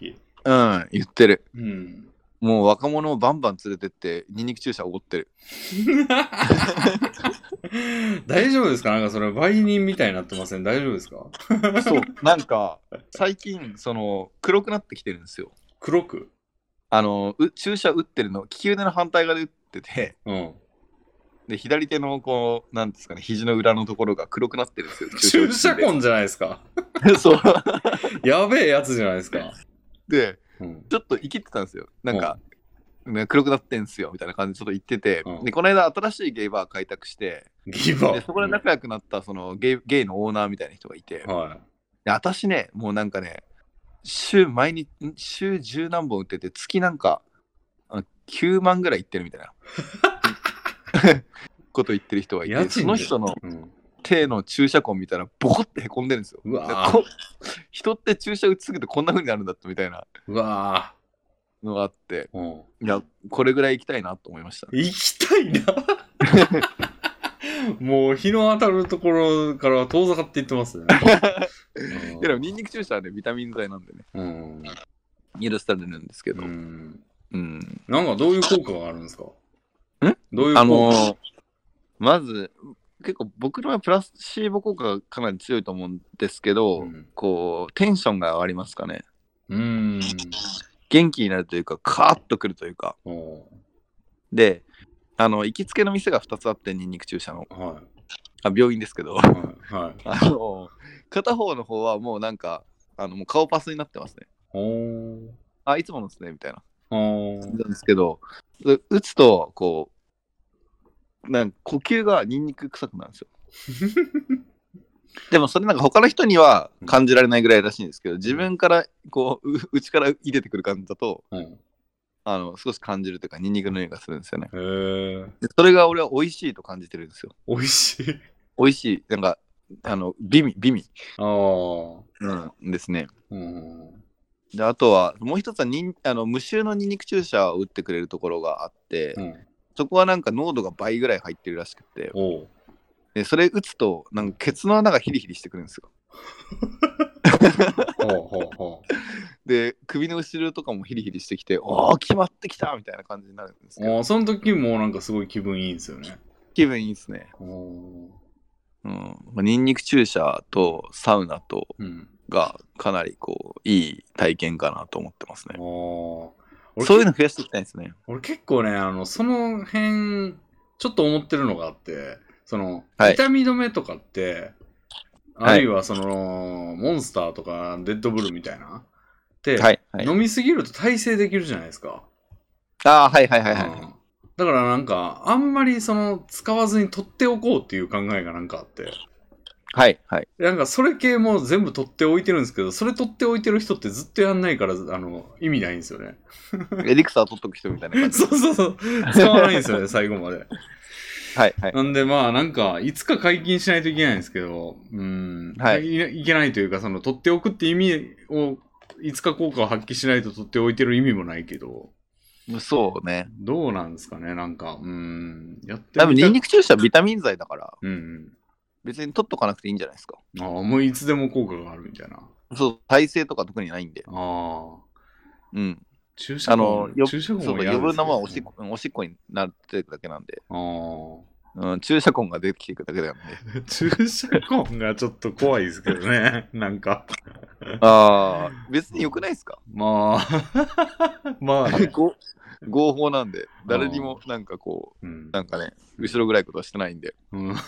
[SPEAKER 2] うん、言ってる。
[SPEAKER 1] うん。
[SPEAKER 2] もう若者をバンバン連れてって、ニンニク注射おごってる。
[SPEAKER 1] 大丈夫ですかなんかそれ売人みたいになってません大丈夫ですか
[SPEAKER 2] そう、なんか、最近、その、黒くなってきてるんですよ。
[SPEAKER 1] 黒く
[SPEAKER 2] あの、う注射打ってるの、利き腕の反対側で打ってて、
[SPEAKER 1] うん。
[SPEAKER 2] で、左手の、こう、なんですかね、肘の裏のところが黒くなってるんですよ。
[SPEAKER 1] 注射
[SPEAKER 2] 打って
[SPEAKER 1] 痕じゃないですか。
[SPEAKER 2] て そう。
[SPEAKER 1] やべえやつじゃないですか。
[SPEAKER 2] で、
[SPEAKER 1] うん。
[SPEAKER 2] ちょっと生きてたんですよ。なんか、ね黒くなってんすよみたいな感じでちょっと言ってて、
[SPEAKER 1] うん
[SPEAKER 2] でこの間新しいゲイバー開拓して、
[SPEAKER 1] ギバ
[SPEAKER 2] でそこで仲良くなったそのゲイゲイのオーナーみたいな人がいて、
[SPEAKER 1] は
[SPEAKER 2] で私ねもうなんかね週毎日ん週十何本打ってて月なんかあ9万ぐらいいってるみたい なこと言ってる人がい
[SPEAKER 1] 家賃
[SPEAKER 2] て
[SPEAKER 1] で
[SPEAKER 2] その人の
[SPEAKER 1] い。うん。
[SPEAKER 2] 手の注射痕見たらボコってへこんでるんですよ。
[SPEAKER 1] う
[SPEAKER 2] で
[SPEAKER 1] わ
[SPEAKER 2] こ
[SPEAKER 1] ぁ。
[SPEAKER 2] 人って注射打ちすぎてこんな風になるんだったみたいな
[SPEAKER 1] うわ
[SPEAKER 2] のがあって
[SPEAKER 1] ぁ。うん。
[SPEAKER 2] いやこれぐらい行きたいなと思いました。
[SPEAKER 1] 行きたい な。もう日の当たるところから遠ざかっていって ますね。
[SPEAKER 2] いやでもニンニク注射はねビタミン剤なんでね
[SPEAKER 1] うん。
[SPEAKER 2] 許されるんですけど、
[SPEAKER 1] う
[SPEAKER 2] うん
[SPEAKER 1] ん。
[SPEAKER 2] うん、
[SPEAKER 1] なんかどういう効果があるんですか
[SPEAKER 2] ん
[SPEAKER 1] どういう効果
[SPEAKER 2] あのーまず結構僕の場合プラスシーボ効果がかなり強いと思うんですけど、
[SPEAKER 1] うん
[SPEAKER 2] こうテンションが上がりますかね
[SPEAKER 1] うーん。
[SPEAKER 2] 元気になるというかカーッとくるというか
[SPEAKER 1] お
[SPEAKER 2] であの行きつけの店が2つあってニンニク注射の
[SPEAKER 1] ーは
[SPEAKER 2] あ病院です けど
[SPEAKER 1] い。はい。はい。
[SPEAKER 2] あの片方の方はもうなんかあのもう顔パスになってますね
[SPEAKER 1] おー。
[SPEAKER 2] あいつものですねみたいな
[SPEAKER 1] おー。
[SPEAKER 2] なんですけどう打つとこうなんか呼吸がニンニク臭くなるんですよ でもそれなんか他の人には感じられないぐらいらしいんですけど、自分からこうう内から入れてくる感じだと
[SPEAKER 1] うん。
[SPEAKER 2] あの少し感じるというかニンニクの匂いがするんですよね
[SPEAKER 1] へー。
[SPEAKER 2] でそれが俺は美味しいと感じてるんですよ
[SPEAKER 1] 美味しい。
[SPEAKER 2] 美味しいなんかあの美味美味、
[SPEAKER 1] あー。
[SPEAKER 2] うん、ですね
[SPEAKER 1] うん。
[SPEAKER 2] であとはもう一つはにんあの無臭のニンニク注射を打ってくれるところがあって、
[SPEAKER 1] うん。
[SPEAKER 2] そこはなんか濃度が倍ぐらい入ってるらしくて
[SPEAKER 1] おー。
[SPEAKER 2] でそれ打つとなんかケツの穴がヒリヒリしてくるんですよ
[SPEAKER 1] ほうほうほう。
[SPEAKER 2] で首の後ろとかもヒリヒリしてきておお決まってきたみたいな感じになるんですけど
[SPEAKER 1] あーその時もなんかすごい気分いいんですよね。
[SPEAKER 2] 気分いいですね。
[SPEAKER 1] おー。
[SPEAKER 2] うん。まあニンニク注射とサウナと
[SPEAKER 1] うん。
[SPEAKER 2] がかなりこう、いい体験かなと思ってますね。
[SPEAKER 1] おー。
[SPEAKER 2] そういう
[SPEAKER 1] の
[SPEAKER 2] の増やしていきたいですね。
[SPEAKER 1] 俺結構ね、あの、その辺、ちょっと思ってるのがあって、その、
[SPEAKER 2] はい
[SPEAKER 1] 痛み止めとかって、
[SPEAKER 2] はい
[SPEAKER 1] あるいはその、モンスターとか、デッドブルみたいな、って、
[SPEAKER 2] はい。はい、
[SPEAKER 1] 飲みすぎると耐性できるじゃないですか。
[SPEAKER 2] ああ、はいはいはいは
[SPEAKER 1] う
[SPEAKER 2] い。
[SPEAKER 1] んだからなんか、あんまりその、使わずに取っておこうっていう考えがなんかあって、
[SPEAKER 2] はいはい。
[SPEAKER 1] なんかそれ系も全部取っておいてるんですけど、それ取っておいてる人ってずっとやんないから、あの、意味ないんですよね。
[SPEAKER 2] エリクサー取っとく人みたいな感じ
[SPEAKER 1] そ。うそうそう。使わないんですよね、最後まで。
[SPEAKER 2] はいは い。
[SPEAKER 1] なんでまあなんか、いつか解禁しないといけないんですけど、うん、
[SPEAKER 2] はい
[SPEAKER 1] い、いけないというか、その、取っておくって意味を、いつか効果を発揮しないと取っておいてる意味もないけど、
[SPEAKER 2] そうね。
[SPEAKER 1] どうなんですかね、なんか、うん、やってみた
[SPEAKER 2] 多分ニンニク注射はビタミン剤だから、
[SPEAKER 1] うん
[SPEAKER 2] 別に取っとかなくていいんじゃないですか。
[SPEAKER 1] うん。ああ、もういつでも効果があるみたいな。
[SPEAKER 2] そう、耐性とか特にないんで。
[SPEAKER 1] ああ、
[SPEAKER 2] うん。
[SPEAKER 1] 注射
[SPEAKER 2] あの、よ
[SPEAKER 1] 注射
[SPEAKER 2] そう
[SPEAKER 1] 痕
[SPEAKER 2] そう
[SPEAKER 1] も
[SPEAKER 2] 余分なものはおしっ
[SPEAKER 1] こ。
[SPEAKER 2] こおしっこになってるだけなんで、
[SPEAKER 1] ああ。
[SPEAKER 2] うん、注射痕が出てきていくだけなんで。
[SPEAKER 1] 注射痕がちょっと怖いですけどね、なんか。
[SPEAKER 2] ああ、別に良くないですか
[SPEAKER 1] まあ、まあね、
[SPEAKER 2] ご合法なんで、誰にもなんかこ
[SPEAKER 1] うん
[SPEAKER 2] う、なんかね、後ろぐらいことはしてないんで。
[SPEAKER 1] うんあ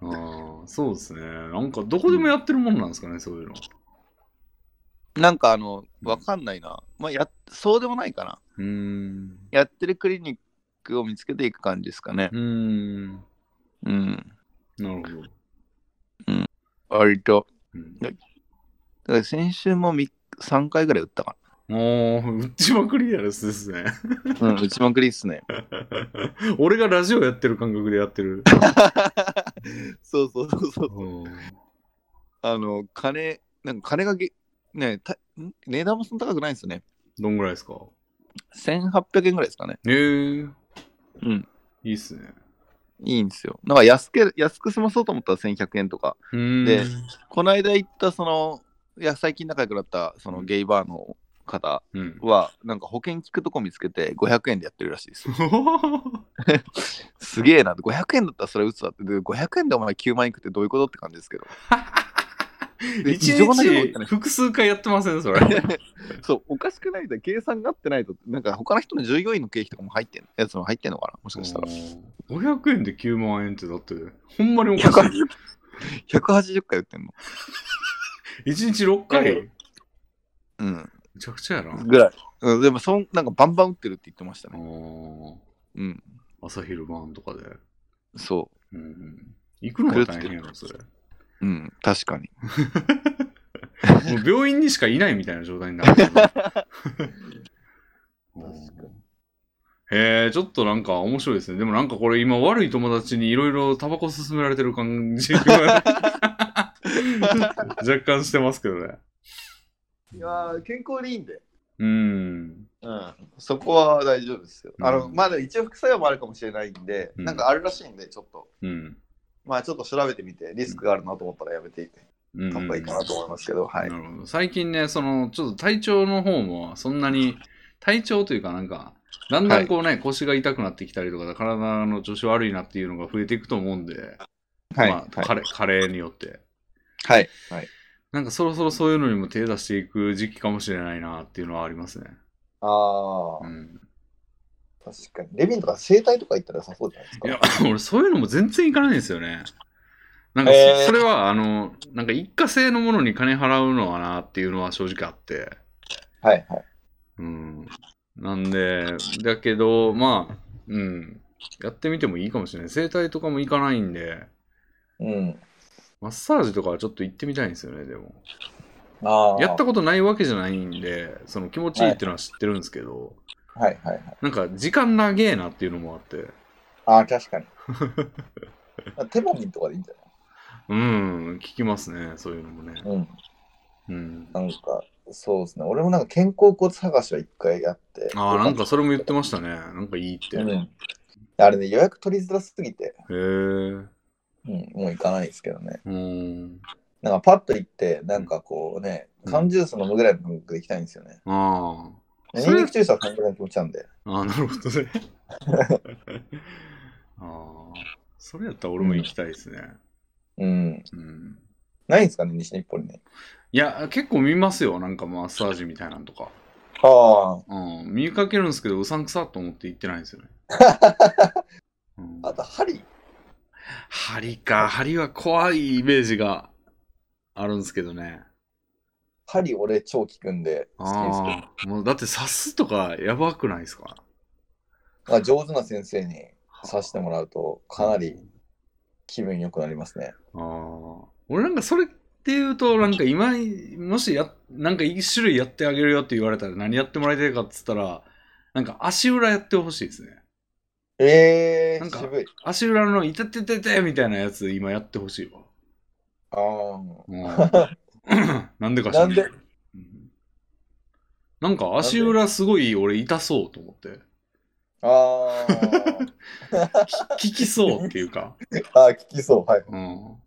[SPEAKER 1] ーそうですね。なんかどこでもやってるもんなんですかね、そういうの。
[SPEAKER 2] なんかあの、わかんないな。まあ、や、そうでもないかな。
[SPEAKER 1] うーん。
[SPEAKER 2] やってるクリニックを見つけていく感じですかね
[SPEAKER 1] う。ーん。
[SPEAKER 2] うん。
[SPEAKER 1] なるほど。
[SPEAKER 2] 割と。
[SPEAKER 1] うん
[SPEAKER 2] だから先週もみ3回ぐらい打ったか
[SPEAKER 1] もう、打ちまくりやるっすですね。
[SPEAKER 2] な。うん、打ちまくりっ すね。
[SPEAKER 1] 俺がラジオやってる感覚でやってる。
[SPEAKER 2] そうそうそうそう。
[SPEAKER 1] うん
[SPEAKER 2] あの、金、なんか金がげ、ねたん値段もそんな高くないんですよね。
[SPEAKER 1] どんぐらいですか
[SPEAKER 2] 1800円ぐらいですかね。
[SPEAKER 1] ええー。
[SPEAKER 2] うん。
[SPEAKER 1] いいっすね。
[SPEAKER 2] いいんですよ。なんか安け安く済まそうと思ったら1100円とか。
[SPEAKER 1] うーん。
[SPEAKER 2] でこの間行った、その、いや、最近仲良くなった、そのゲイバーの方
[SPEAKER 1] うん。
[SPEAKER 2] は、なんか保険聞くとこ見つけて500円でやってるらしいです。
[SPEAKER 1] う
[SPEAKER 2] すげえな。500円だったらそれ打つだって。で500円でお前9万いくってどういうことって感じですけど。
[SPEAKER 1] ん
[SPEAKER 2] で
[SPEAKER 1] 一
[SPEAKER 2] 異常な量打っ
[SPEAKER 1] 日
[SPEAKER 2] てない
[SPEAKER 1] 複数回やってませんそれ。
[SPEAKER 2] そう、おかしくないと計算が合ってないと、なんか他の人の従業員の経費とかも入ってんやつも入ってんのかなもしかしたら。
[SPEAKER 1] おー500円で9万円ってだって、ほんまにおかしい。
[SPEAKER 2] 180回売ってんの
[SPEAKER 1] 一日6回め
[SPEAKER 2] う
[SPEAKER 1] ちゃくちゃやな。
[SPEAKER 2] ん。ぐらい。うん、でもそん、なんかバンバン打ってるって言ってました
[SPEAKER 1] あ
[SPEAKER 2] ね。
[SPEAKER 1] ー
[SPEAKER 2] うん。
[SPEAKER 1] 朝昼晩とかで。
[SPEAKER 2] そ
[SPEAKER 1] うんうん。行くのが大変やろ、それ。
[SPEAKER 2] う。うん、確かに。
[SPEAKER 1] もう病院にしかいないみたいな状態になる。 確へえ、ちょっとなんか面白いですね。でもなんかこれ今悪い友達にいろいろタバコ勧められてる感じが 若干してますけどね。
[SPEAKER 2] いやー健康でいいんで。
[SPEAKER 1] うん。
[SPEAKER 2] うん、そこは大丈夫ですよ。あの、
[SPEAKER 1] うん
[SPEAKER 2] まだ一応副作用もあるかもしれないんで、
[SPEAKER 1] うん
[SPEAKER 2] なんかあるらしいんで、ちょっと、
[SPEAKER 1] うん。
[SPEAKER 2] まあちょっと調べてみて、リスクがあるなと思ったらやめていって、
[SPEAKER 1] うん。
[SPEAKER 2] た方がいいかなと思いますけど、はい。
[SPEAKER 1] なるほど。最近ね、その、ちょっと体調の方も、そんなに、体調というかなんか、だんだんこうね、腰が痛くなってきたりとか、体の調子悪いなっていうのが増えていくと思うんで、
[SPEAKER 2] はい。
[SPEAKER 1] まあ、
[SPEAKER 2] はい
[SPEAKER 1] カレカレーによって。
[SPEAKER 2] はい。はい、
[SPEAKER 1] なんかそろそろそういうのにも手出していく時期かもしれないなっていうのはありますね。
[SPEAKER 2] あ
[SPEAKER 1] う
[SPEAKER 2] あ、
[SPEAKER 1] ん。
[SPEAKER 2] 確かに。レビンとか整体とか行ったら良さそうじゃないです
[SPEAKER 1] いや
[SPEAKER 2] か。、
[SPEAKER 1] 俺そういうのも全然いかないんですよね。なんかそ、
[SPEAKER 2] えー
[SPEAKER 1] それは、あの、なんか一過性のものに金払うのはなっていうのは正直あって。
[SPEAKER 2] はいはい。
[SPEAKER 1] うん。なんで、だけど、まあ、うん。やってみてもいいかもしれない。整体とかも行かないんで、
[SPEAKER 2] うん。
[SPEAKER 1] マッサージとかはちょっと行ってみたいんですよね、でも。
[SPEAKER 2] ああ。
[SPEAKER 1] やったことないわけじゃないんで、その気持ちいいっていうのは知ってるんですけど、
[SPEAKER 2] はいはいはい。
[SPEAKER 1] なんか時間長えなっていうのもあって。
[SPEAKER 2] あ あ、確かに。まあ、テボミンとかでいいんじゃ
[SPEAKER 1] うん、聞きますね、そういうのもね。
[SPEAKER 2] ないうん。
[SPEAKER 1] うん。
[SPEAKER 2] なんか、そうですね。俺もなんか肩甲骨探しは一回やって。
[SPEAKER 1] ああ、なんかそれも言ってましたね。なんかいいって。
[SPEAKER 2] う
[SPEAKER 1] へ
[SPEAKER 2] ん。あれね、予約取りづらすぎて、
[SPEAKER 1] え。う
[SPEAKER 2] うん、もう行かないですけどね。
[SPEAKER 1] ーん。
[SPEAKER 2] なんかパッと行って、なんかこうね、
[SPEAKER 1] うん
[SPEAKER 2] 缶ジュース飲むぐらいの感覚で行きたいんですよね。
[SPEAKER 1] あそれ
[SPEAKER 2] ニンニクジュースは感覚の気持ちなんで。
[SPEAKER 1] あ。ああ、なるほどね。 ああ。それやったら俺も行きたいですね。
[SPEAKER 2] うん。
[SPEAKER 1] うん。
[SPEAKER 2] ないんですかね、西日暮里ね。
[SPEAKER 1] いや、結構見ますよ。なんかマッサージみたいなのとか。
[SPEAKER 2] あ
[SPEAKER 1] うん。見かけるんですけど、うさんくさと思って行ってないんですよね。うん
[SPEAKER 2] あ。あと、針。
[SPEAKER 1] 針か。針は怖いイメージがあるんですけどね。
[SPEAKER 2] 針、俺、超効くんで、好きですけど
[SPEAKER 1] ああ。もうだって刺すとかやばくないですか
[SPEAKER 2] まあ、上手な先生に刺してもらうと、かなり気分良くなりますね。
[SPEAKER 1] ああ。俺なんかそれって言うと、なんか今、もしや、なんか一種類やってあげるよって言われたら何やってもらいたいかっつったら、なんか足裏やってほしいですね。
[SPEAKER 2] え
[SPEAKER 1] なん
[SPEAKER 2] ー、
[SPEAKER 1] か
[SPEAKER 2] 渋い。
[SPEAKER 1] 足裏のいたてててみたいなやつ今やってほしいわ。
[SPEAKER 2] ああ。
[SPEAKER 1] うんなんでか知ら
[SPEAKER 2] なんで
[SPEAKER 1] うんなんか足裏すごい俺痛そうと思って。
[SPEAKER 2] あー
[SPEAKER 1] き効きそうっていうか。
[SPEAKER 2] あー、聞きそう。はい。
[SPEAKER 1] うん。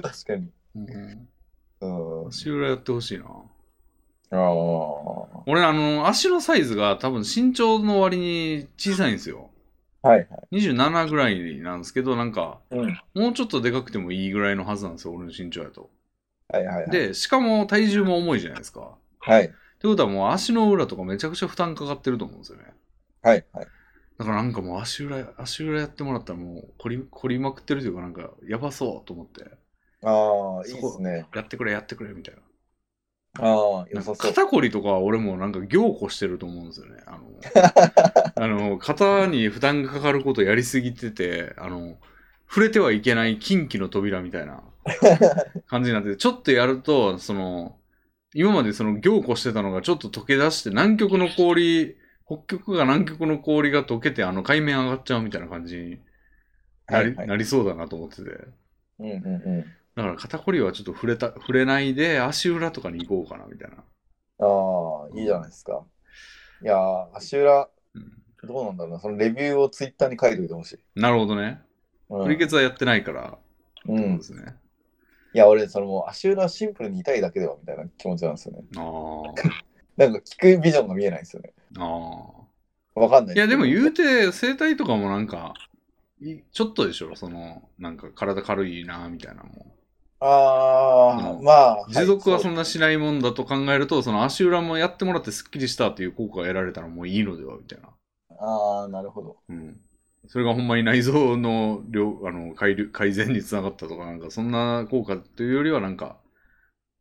[SPEAKER 2] 確かに。
[SPEAKER 1] うん
[SPEAKER 2] うん。あ
[SPEAKER 1] 足裏やってほしいな。
[SPEAKER 2] あ。
[SPEAKER 1] 俺、あの、足のサイズが多分身長の割に小さいんですよ。
[SPEAKER 2] はいはい。
[SPEAKER 1] 27ぐらいなんですけど、なんか、
[SPEAKER 2] うん。
[SPEAKER 1] もうちょっとでかくてもいいぐらいのはずなんですよ、俺の身長やと。
[SPEAKER 2] はいはいはい。
[SPEAKER 1] で、しかも体重も重いじゃないですか。
[SPEAKER 2] はい。
[SPEAKER 1] ってことはもう足の裏とかめちゃくちゃ負担かかってると思うんですよね。
[SPEAKER 2] はいはい。
[SPEAKER 1] だからなんかもう足裏、足裏やってもらったらもう凝り凝りまくってるというかなんかやばそうと思って、
[SPEAKER 2] ああ、いい
[SPEAKER 1] そ
[SPEAKER 2] で
[SPEAKER 1] こ
[SPEAKER 2] すね。
[SPEAKER 1] やってくれやってくれみたいな。
[SPEAKER 2] ああ、良
[SPEAKER 1] なん
[SPEAKER 2] さ
[SPEAKER 1] か
[SPEAKER 2] そう。
[SPEAKER 1] 肩こりとかは俺もなんか凝固してると思うんですよね。 あのあの肩に負担がかかることやりすぎてて、あの触れてはいけない近畿の扉みたい な感じになってて、ちょっとやると、その今までその凝固してたのがちょっと溶け出して、南極の氷、北極が南極の氷が溶けて、あの海面上がっちゃうみたいな感じになり,、
[SPEAKER 2] はいはい
[SPEAKER 1] なりそうだなと思ってて。
[SPEAKER 2] うんうんうん。
[SPEAKER 1] だから肩こりはちょっと触れた触れないで足裏とかに行こうかなみたいな。
[SPEAKER 2] ああ、いいじゃないですか。いやー、足裏、
[SPEAKER 1] うん
[SPEAKER 2] どうなんだろうな。そのレビューをツイッターに書いておいてほしい。
[SPEAKER 1] なるほどね。
[SPEAKER 2] うん
[SPEAKER 1] プリケツはやってないから、
[SPEAKER 2] う
[SPEAKER 1] そうで
[SPEAKER 2] ん。
[SPEAKER 1] すね。
[SPEAKER 2] いや、俺、そのもう足裏シンプルに痛いだけではみたいな気持ちなんですよね。
[SPEAKER 1] あ
[SPEAKER 2] なんか聞くビジョンが見えないんですよね。
[SPEAKER 1] あ。あ
[SPEAKER 2] わかんな
[SPEAKER 1] あ。
[SPEAKER 2] い。
[SPEAKER 1] いや、でも言うて、整体とかもなんか、いちょっとでしょ、その、なんか体軽いな、みたいなもう
[SPEAKER 2] ああ、
[SPEAKER 1] ん
[SPEAKER 2] まあ。
[SPEAKER 1] ん。持続は
[SPEAKER 2] はい
[SPEAKER 1] そんなしないもんだと考えると、その足裏もやってもらってスッキリしたという効果が得られたらもういいのでは、みたいな。
[SPEAKER 2] そうああ、なるほど。
[SPEAKER 1] うん。それがほんまに内臓の量あの改良改善につながったとか、なんかそんな効果というよりは、なんか、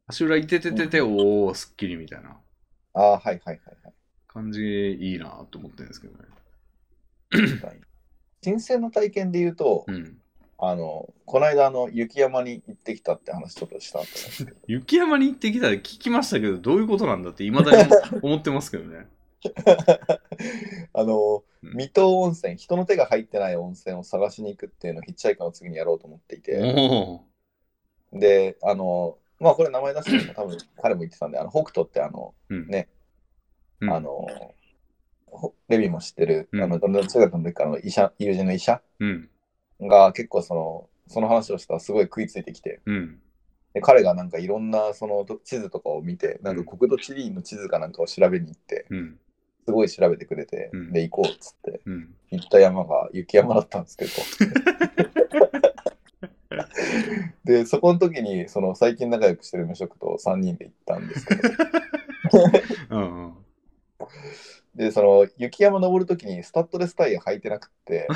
[SPEAKER 1] 足裏いてててて、おお、スッキリみたいな
[SPEAKER 2] ああ、はいはいはいはい。
[SPEAKER 1] 感じいいなと思ってるんですけどね。
[SPEAKER 2] 確かに人生の体験で言うと、
[SPEAKER 1] うん。
[SPEAKER 2] あの、この間、あの、雪山に行ってきたって話ちょっとしたんですけど
[SPEAKER 1] 雪山に行ってきたら聞きましたけど、どういうことなんだって、いまだに思思ってますけど ね。
[SPEAKER 2] あ
[SPEAKER 1] う
[SPEAKER 2] の、
[SPEAKER 1] ん
[SPEAKER 2] 水戸温泉、人の手が入ってない温泉を探しに行くっていうのをヒッチハイクの次にやろうと思っていて、
[SPEAKER 1] おお。
[SPEAKER 2] で、あの、まあ、これ名前出しても多分彼も言ってたんで、あの、北斗ってあの、
[SPEAKER 1] うん
[SPEAKER 2] ね、
[SPEAKER 1] うん
[SPEAKER 2] あの、ほレビも知ってる、
[SPEAKER 1] うん
[SPEAKER 2] あの、中学の時からの医者、友人の医者
[SPEAKER 1] うん。
[SPEAKER 2] が結構その、その話をしたらすごい食いついてきて、
[SPEAKER 1] うん。
[SPEAKER 2] で彼がなんかいろんなそのど地図とかを見て、なんか国土地理院の地図かなんかを調べに行って、
[SPEAKER 1] うん。
[SPEAKER 2] すごい調べてくれて、
[SPEAKER 1] うん
[SPEAKER 2] で行こうっつって、
[SPEAKER 1] うん。
[SPEAKER 2] 行った山が雪山だったんですけど。で、そこの時に、その最近仲良くしてる無職と3人で行ったんですけど、
[SPEAKER 1] うん。
[SPEAKER 2] で、その雪山登る時にスタッドレスタイヤ履いてなくって、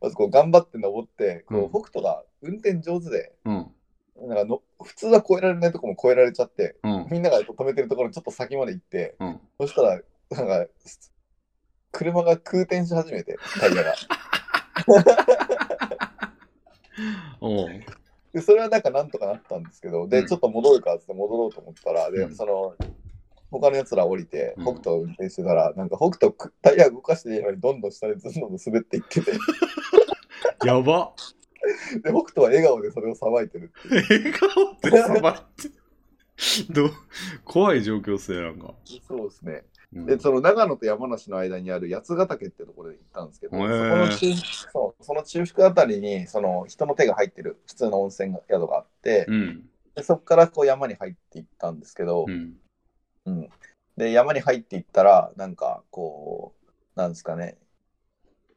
[SPEAKER 2] まずこう頑張って登って、こう
[SPEAKER 1] う
[SPEAKER 2] 北斗が運転上手で、
[SPEAKER 1] うん。
[SPEAKER 2] なんかの普通は越えられないとこも越えられちゃって、
[SPEAKER 1] うん。
[SPEAKER 2] みんなが止めてるところのちょっと先まで行って、
[SPEAKER 1] うん。
[SPEAKER 2] そしたら、なんか、す車が空転し始めて、タイヤが。
[SPEAKER 1] おう
[SPEAKER 2] で、それはなんかなんとかなったんですけど、
[SPEAKER 1] う
[SPEAKER 2] で、
[SPEAKER 1] ん
[SPEAKER 2] ちょっと戻るかっつって戻ろうと思ったら、
[SPEAKER 1] う
[SPEAKER 2] で、
[SPEAKER 1] ん
[SPEAKER 2] その、他のやつら降りて、
[SPEAKER 1] うん
[SPEAKER 2] 北斗を運転してたら、なんか北斗く、タイヤ動かしてないのに、どんどん下でずんどん滑っていってて、で、
[SPEAKER 1] やば。
[SPEAKER 2] 北斗は笑顔でそれをさばいてるっていう。
[SPEAKER 1] 笑顔ってさばって。どう怖い状況っすね、なんか。
[SPEAKER 2] そうですね。
[SPEAKER 1] うん
[SPEAKER 2] で、その長野と山梨の間にある八ヶ岳ってところに行ったんですけど、
[SPEAKER 1] へ
[SPEAKER 2] そこ
[SPEAKER 1] ー
[SPEAKER 2] の中そうその中腹あたりに、その人の手が入ってる普通の温泉が宿があって、
[SPEAKER 1] うん。
[SPEAKER 2] でそこからこう山に入っていったんですけど、
[SPEAKER 1] うん。
[SPEAKER 2] うんで山に入っていったらなんかこうなんですかね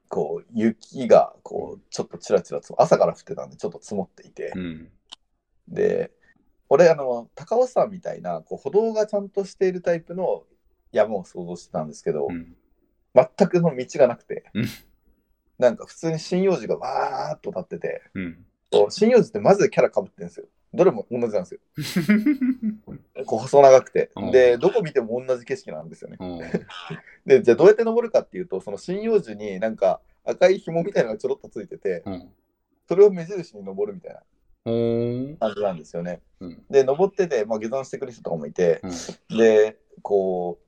[SPEAKER 2] こう雪がこうちょっとちらちらつ朝から降ってたんでちょっと積もっていて
[SPEAKER 1] う、ん。
[SPEAKER 2] で俺あの高尾山みたいなこう歩道がちゃんとしているタイプの山を想像してたんですけど、
[SPEAKER 1] うん。
[SPEAKER 2] 全くその道がなくて、
[SPEAKER 1] うん
[SPEAKER 2] なんか普通に針葉樹がわーっと立ってて
[SPEAKER 1] うん。
[SPEAKER 2] こう針葉樹ってマジでキャラかぶってるんですよどれも同じなんですよこう細長くて
[SPEAKER 1] うん、
[SPEAKER 2] で、どこ見ても同じ景色なんですよね。
[SPEAKER 1] おう
[SPEAKER 2] で、じゃあどうやって登るかっていうと、その針葉樹になんか赤い紐みたいなのがちょろっとついてて、
[SPEAKER 1] うん。
[SPEAKER 2] それを目印に登るみたいな
[SPEAKER 1] おー
[SPEAKER 2] 感じなんですよね。
[SPEAKER 1] うん。
[SPEAKER 2] で、登ってて、まあ、下山してくる人とかもいて、
[SPEAKER 1] うん。
[SPEAKER 2] で、こ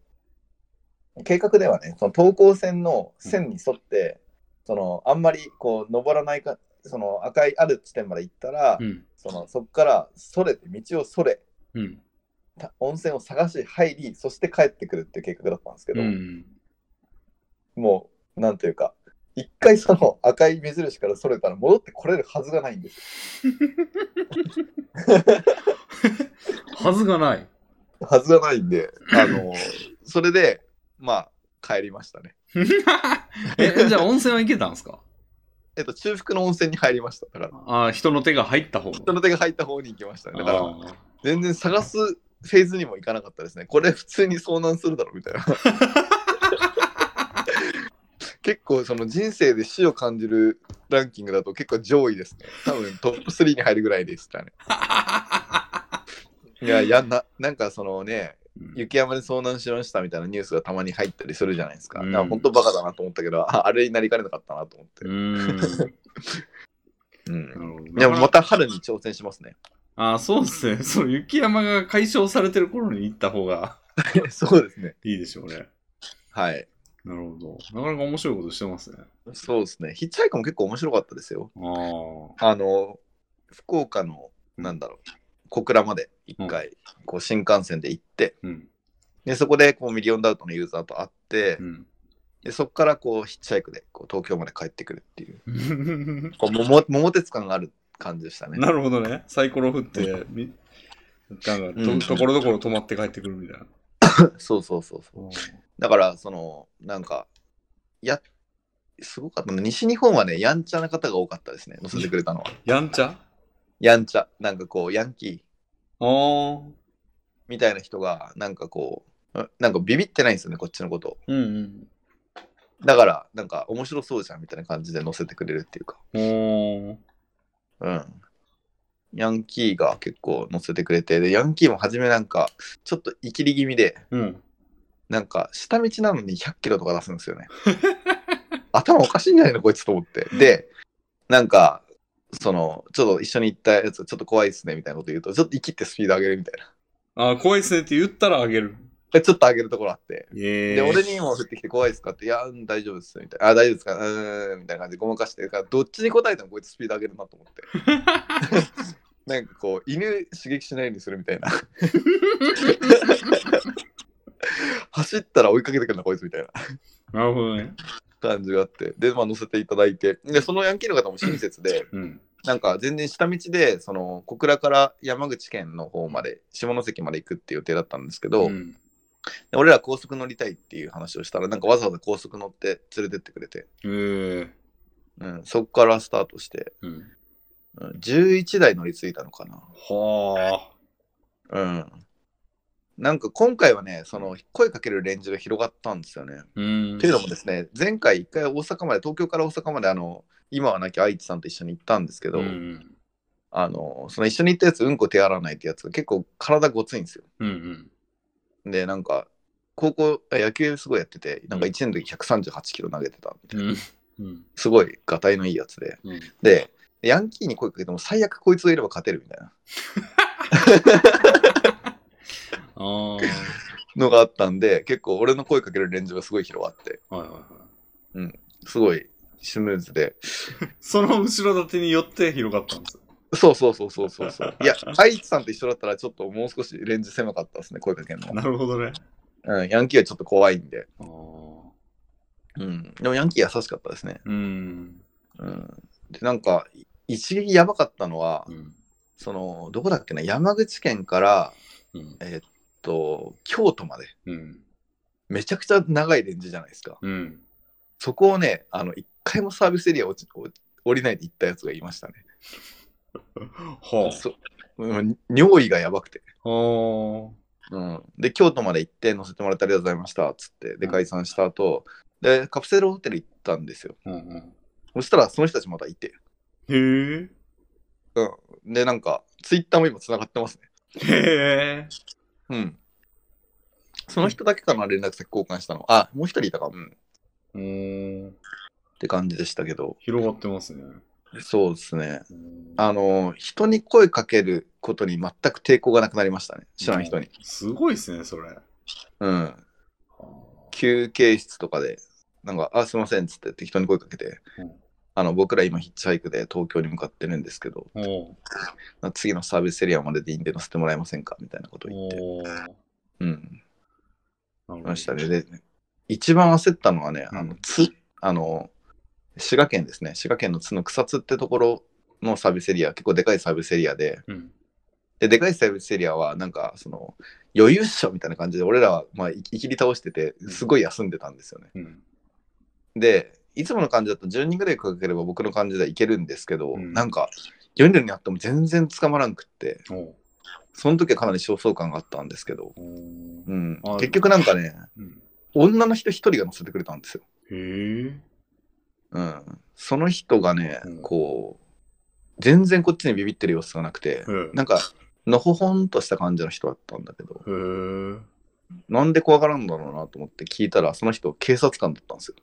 [SPEAKER 2] う、計画ではね、その等高線の線に沿って、そのあんまりこう登らないか、その赤いある地点まで行ったら、
[SPEAKER 1] うん。
[SPEAKER 2] そのそこからそれて、道をそれ、
[SPEAKER 1] うん。
[SPEAKER 2] た温泉を探し入りそして帰ってくるっていう計画だったんですけど、
[SPEAKER 1] うん。
[SPEAKER 2] もうなんというか一回その赤い目印からそれたら戻ってこれるはずがないんです
[SPEAKER 1] はずがない。
[SPEAKER 2] はずがないんであ のそれでまあ帰りましたね
[SPEAKER 1] え、じゃあ温泉は行けたんですか
[SPEAKER 2] えっと中腹の温泉に入りましただから
[SPEAKER 1] ああ、人の手が入った方
[SPEAKER 2] 人の手が入った方に行きましたねだから
[SPEAKER 1] あ
[SPEAKER 2] 全然探すフェーズにもいかなかったですね。これ普通に遭難するだろみたいな。結構その人生で死を感じるランキングだと結構上位ですね。多分トップ3に入るぐらいでしたね。いや、やんな、なんかそのね、雪山で遭難しましたみたいなニュースがたまに入ったりするじゃないですか。
[SPEAKER 1] うん
[SPEAKER 2] だから本当バカだなと思ったけど、ああれになりかねなかったなと思って
[SPEAKER 1] う。ん。
[SPEAKER 2] うん。
[SPEAKER 1] い
[SPEAKER 2] いや、また春に挑戦しますね。
[SPEAKER 1] あ、そうですね。 その雪山が解消されてる頃に行った方が
[SPEAKER 2] そうですね。
[SPEAKER 1] いいでしょうね。
[SPEAKER 2] はい。
[SPEAKER 1] なるほど。なかなか面白いことしてますね。
[SPEAKER 2] そうですね。ヒッチハイクも結構面白かったですよ。
[SPEAKER 1] ああ。
[SPEAKER 2] あの、福岡の、なんだろう、小倉まで一回、こう新幹線で行って、
[SPEAKER 1] うん。
[SPEAKER 2] で、そこでこうミリオンダウトのユーザーと会って
[SPEAKER 1] う、 ん。
[SPEAKER 2] でそこからこうヒッチハイクでこう東京まで帰ってくるっていう、こう桃桃鉄感がある感じでしたね。
[SPEAKER 1] なるほどね。サイコロ振って、みなんかと、
[SPEAKER 2] うん
[SPEAKER 1] ところどころ止まって帰ってくるみたいな。
[SPEAKER 2] そうそうそうそう。だから、その、なんか、や、すごかったね。西日本はね、やんちゃな方が多かったですね。乗せてくれたのは。
[SPEAKER 1] やんちゃ
[SPEAKER 2] やんちゃ。なんかこう、ヤンキー
[SPEAKER 1] ああ。
[SPEAKER 2] みたいな人が、なんかこう、うなんかビビってないんですよね、こっちのことを。
[SPEAKER 1] うん
[SPEAKER 2] だから、なんか面白そうじゃんみたいな感じで乗せてくれるっていうか。
[SPEAKER 1] うん。おー。
[SPEAKER 2] うん。ヤンキーが結構乗せてくれて、で、ヤンキーも初めなんか、ちょっとイキり気味で、
[SPEAKER 1] うん。
[SPEAKER 2] なんか、下道なのに100キロとか出すんですよね。頭おかしいんじゃないのこいつと思って。で、なんか、その、ちょっと一緒に行ったやつ、ちょっと怖いっすね、みたいなこと言うと、ちょっと生きってスピード上げるみたいな。
[SPEAKER 1] あー怖いっすねって言ったらあげる。
[SPEAKER 2] でちょっと上げるところあって。
[SPEAKER 1] ええ
[SPEAKER 2] で、俺にも降ってきて怖いっすかって、いや、うん大丈夫っす、みたいな。あ、大丈夫ですかうーん、みたいな感じでごまかしてるから、どっちに答えてもこいつスピード上げるなと思って。なんかこう、犬刺激しないようにするみたいな。走ったら追いかけてくるな、こいつみたいな。
[SPEAKER 1] なるほどね。
[SPEAKER 2] 感じがあって、で、まあ、乗せていただいて、で、そのヤンキーの方も親切で、
[SPEAKER 1] うん。
[SPEAKER 2] なんか全然下道で、その小倉から山口県の方まで、下関まで行くっていう予定だったんですけど、
[SPEAKER 1] うん
[SPEAKER 2] で俺ら高速乗りたいっていう話をしたら、なんかわざわざ高速乗って連れてってくれて、
[SPEAKER 1] えー
[SPEAKER 2] うん、そこからスタートして、
[SPEAKER 1] うん。
[SPEAKER 2] うん、11台乗り継いだのかな。
[SPEAKER 1] は
[SPEAKER 2] うん。なんか今回はね、その声かけるレンジが広がったんですよね。
[SPEAKER 1] あ。うん。
[SPEAKER 2] というのもですね、前回一回大阪まで、東京から大阪まで、あの、今はなき愛知さんと一緒に行ったんですけど、
[SPEAKER 1] うん
[SPEAKER 2] あの、その一緒に行ったやつ、うんこ手洗わないってやつが結構体ごついんですよ。
[SPEAKER 1] うんうん。
[SPEAKER 2] で、なんか、高校、あ野球すごいやってて、なんか1年の時138キロ投げてたみたいな、
[SPEAKER 1] うんうん
[SPEAKER 2] すごい、がたいのいいやつで。
[SPEAKER 1] うん。
[SPEAKER 2] で、ヤンキーに声かけても最悪こいつがいれば勝てるみたいな
[SPEAKER 1] あ
[SPEAKER 2] のがあったんで、結構俺の声かけるレンジがすごい広がって、
[SPEAKER 1] あ。はいはいはい。
[SPEAKER 2] すごいスムーズで。
[SPEAKER 1] その後ろ盾によって広がったんです。
[SPEAKER 2] そうそうそうそうそ うそう。いや、愛知さんと一緒だったらちょっともう少しレンジ狭かったですね、声かけるの
[SPEAKER 1] な
[SPEAKER 2] は。
[SPEAKER 1] るほどね。
[SPEAKER 2] うん、ヤンキーはちょっと怖いんで。
[SPEAKER 1] ああ。
[SPEAKER 2] うん。でもヤンキー優しかったですね。
[SPEAKER 1] うん。
[SPEAKER 2] うんでなんかい一撃やばかったのは
[SPEAKER 1] うん。
[SPEAKER 2] そのどこだっけな山口県から、
[SPEAKER 1] うん。
[SPEAKER 2] えっと京都まで
[SPEAKER 1] うん。
[SPEAKER 2] めちゃくちゃ長いレンジじゃないですか
[SPEAKER 1] うん。
[SPEAKER 2] そこをねあの一回もサービスエリア落ち落ち降りないで行ったやつがいましたね
[SPEAKER 1] は
[SPEAKER 2] そうん尿意がやばくて、
[SPEAKER 1] あ。は
[SPEAKER 2] うん、で京都まで行って乗せてもらってありがとうございましたっつってで
[SPEAKER 1] うん
[SPEAKER 2] 解散した後でカプセルホテル行ったんですよ
[SPEAKER 1] あ。うん
[SPEAKER 2] そしたらその人たちまたいて、
[SPEAKER 1] うん。へえ。
[SPEAKER 2] うん、でなんかツイッターも今つながってますね
[SPEAKER 1] へえ。
[SPEAKER 2] うん。その人だけかな、連絡先交換したの。あ、もう一人いたか。うん。っ
[SPEAKER 1] うーん。
[SPEAKER 2] て感じでしたけど。
[SPEAKER 1] 広がってますね。
[SPEAKER 2] そうですね。
[SPEAKER 1] うん
[SPEAKER 2] あの、人に声かけることに全く抵抗がなくなりましたね。知らん人に。
[SPEAKER 1] すごいですね、それ。
[SPEAKER 2] うん。休憩室とかで、なんか、あ、すいませんっつって適当に声かけて
[SPEAKER 1] うん、
[SPEAKER 2] あの、僕ら今ヒッチハイクで東京に向かってるんですけど、
[SPEAKER 1] おう
[SPEAKER 2] 次のサービスエリアまででいいんで乗せてもらえませんかみたいなことを言って。
[SPEAKER 1] おう
[SPEAKER 2] う
[SPEAKER 1] な
[SPEAKER 2] ん。
[SPEAKER 1] るほど
[SPEAKER 2] ましたね。で、一番焦ったのはね、
[SPEAKER 1] うん
[SPEAKER 2] あの、つ、あの、滋賀県ですね。滋賀県の津の草津ってところのサービスエリア、結構でかいサービスエリアで、
[SPEAKER 1] うん。
[SPEAKER 2] で、でかいサービスエリアは、なんか、その、余裕っしょみたいな感じで、俺らは、まあ、いいきり倒してて、すごい休んでたんですよね。
[SPEAKER 1] うん。
[SPEAKER 2] で、いつもの感じだと10人ぐらいかければ僕の感じではいけるんですけど、
[SPEAKER 1] うん
[SPEAKER 2] なんか、4人になっても全然捕まらんくって、
[SPEAKER 1] おう
[SPEAKER 2] その時はかなり焦燥感があったんですけど、
[SPEAKER 1] うん
[SPEAKER 2] うん
[SPEAKER 1] あ、
[SPEAKER 2] 結局なんかね、女の人一人が乗せてくれたんですよ。
[SPEAKER 1] へえ。
[SPEAKER 2] うん、その人がね、
[SPEAKER 1] うん
[SPEAKER 2] こう、全然こっちにビビってる様子がなくて、
[SPEAKER 1] うん
[SPEAKER 2] なんか、のほほんとした感じの人だったんだけど、
[SPEAKER 1] へえ。
[SPEAKER 2] なんで怖がらんだろうなと思って聞いたら、その人、警察官だったん ですよ。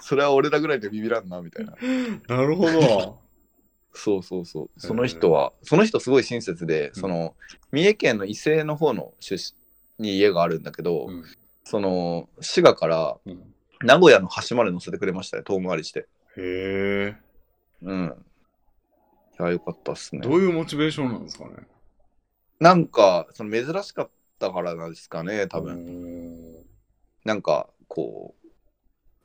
[SPEAKER 2] それは俺らぐらいでビビらんな、みたいな。
[SPEAKER 1] なるほ ど。
[SPEAKER 2] そうそうそう。その人は、その人すごい親切で、その、三重県の伊勢の方の出身に家があるんだけど、
[SPEAKER 1] うん
[SPEAKER 2] その、滋賀から
[SPEAKER 1] うん
[SPEAKER 2] 名古屋の端まで乗せてくれましたよ、遠回りして。
[SPEAKER 1] へえ。
[SPEAKER 2] うん。いや、よかったっすね。
[SPEAKER 1] どういうモチベーションなんですかね
[SPEAKER 2] なんか、その珍しかったからなんですかね、多分。
[SPEAKER 1] 分。
[SPEAKER 2] なんかこ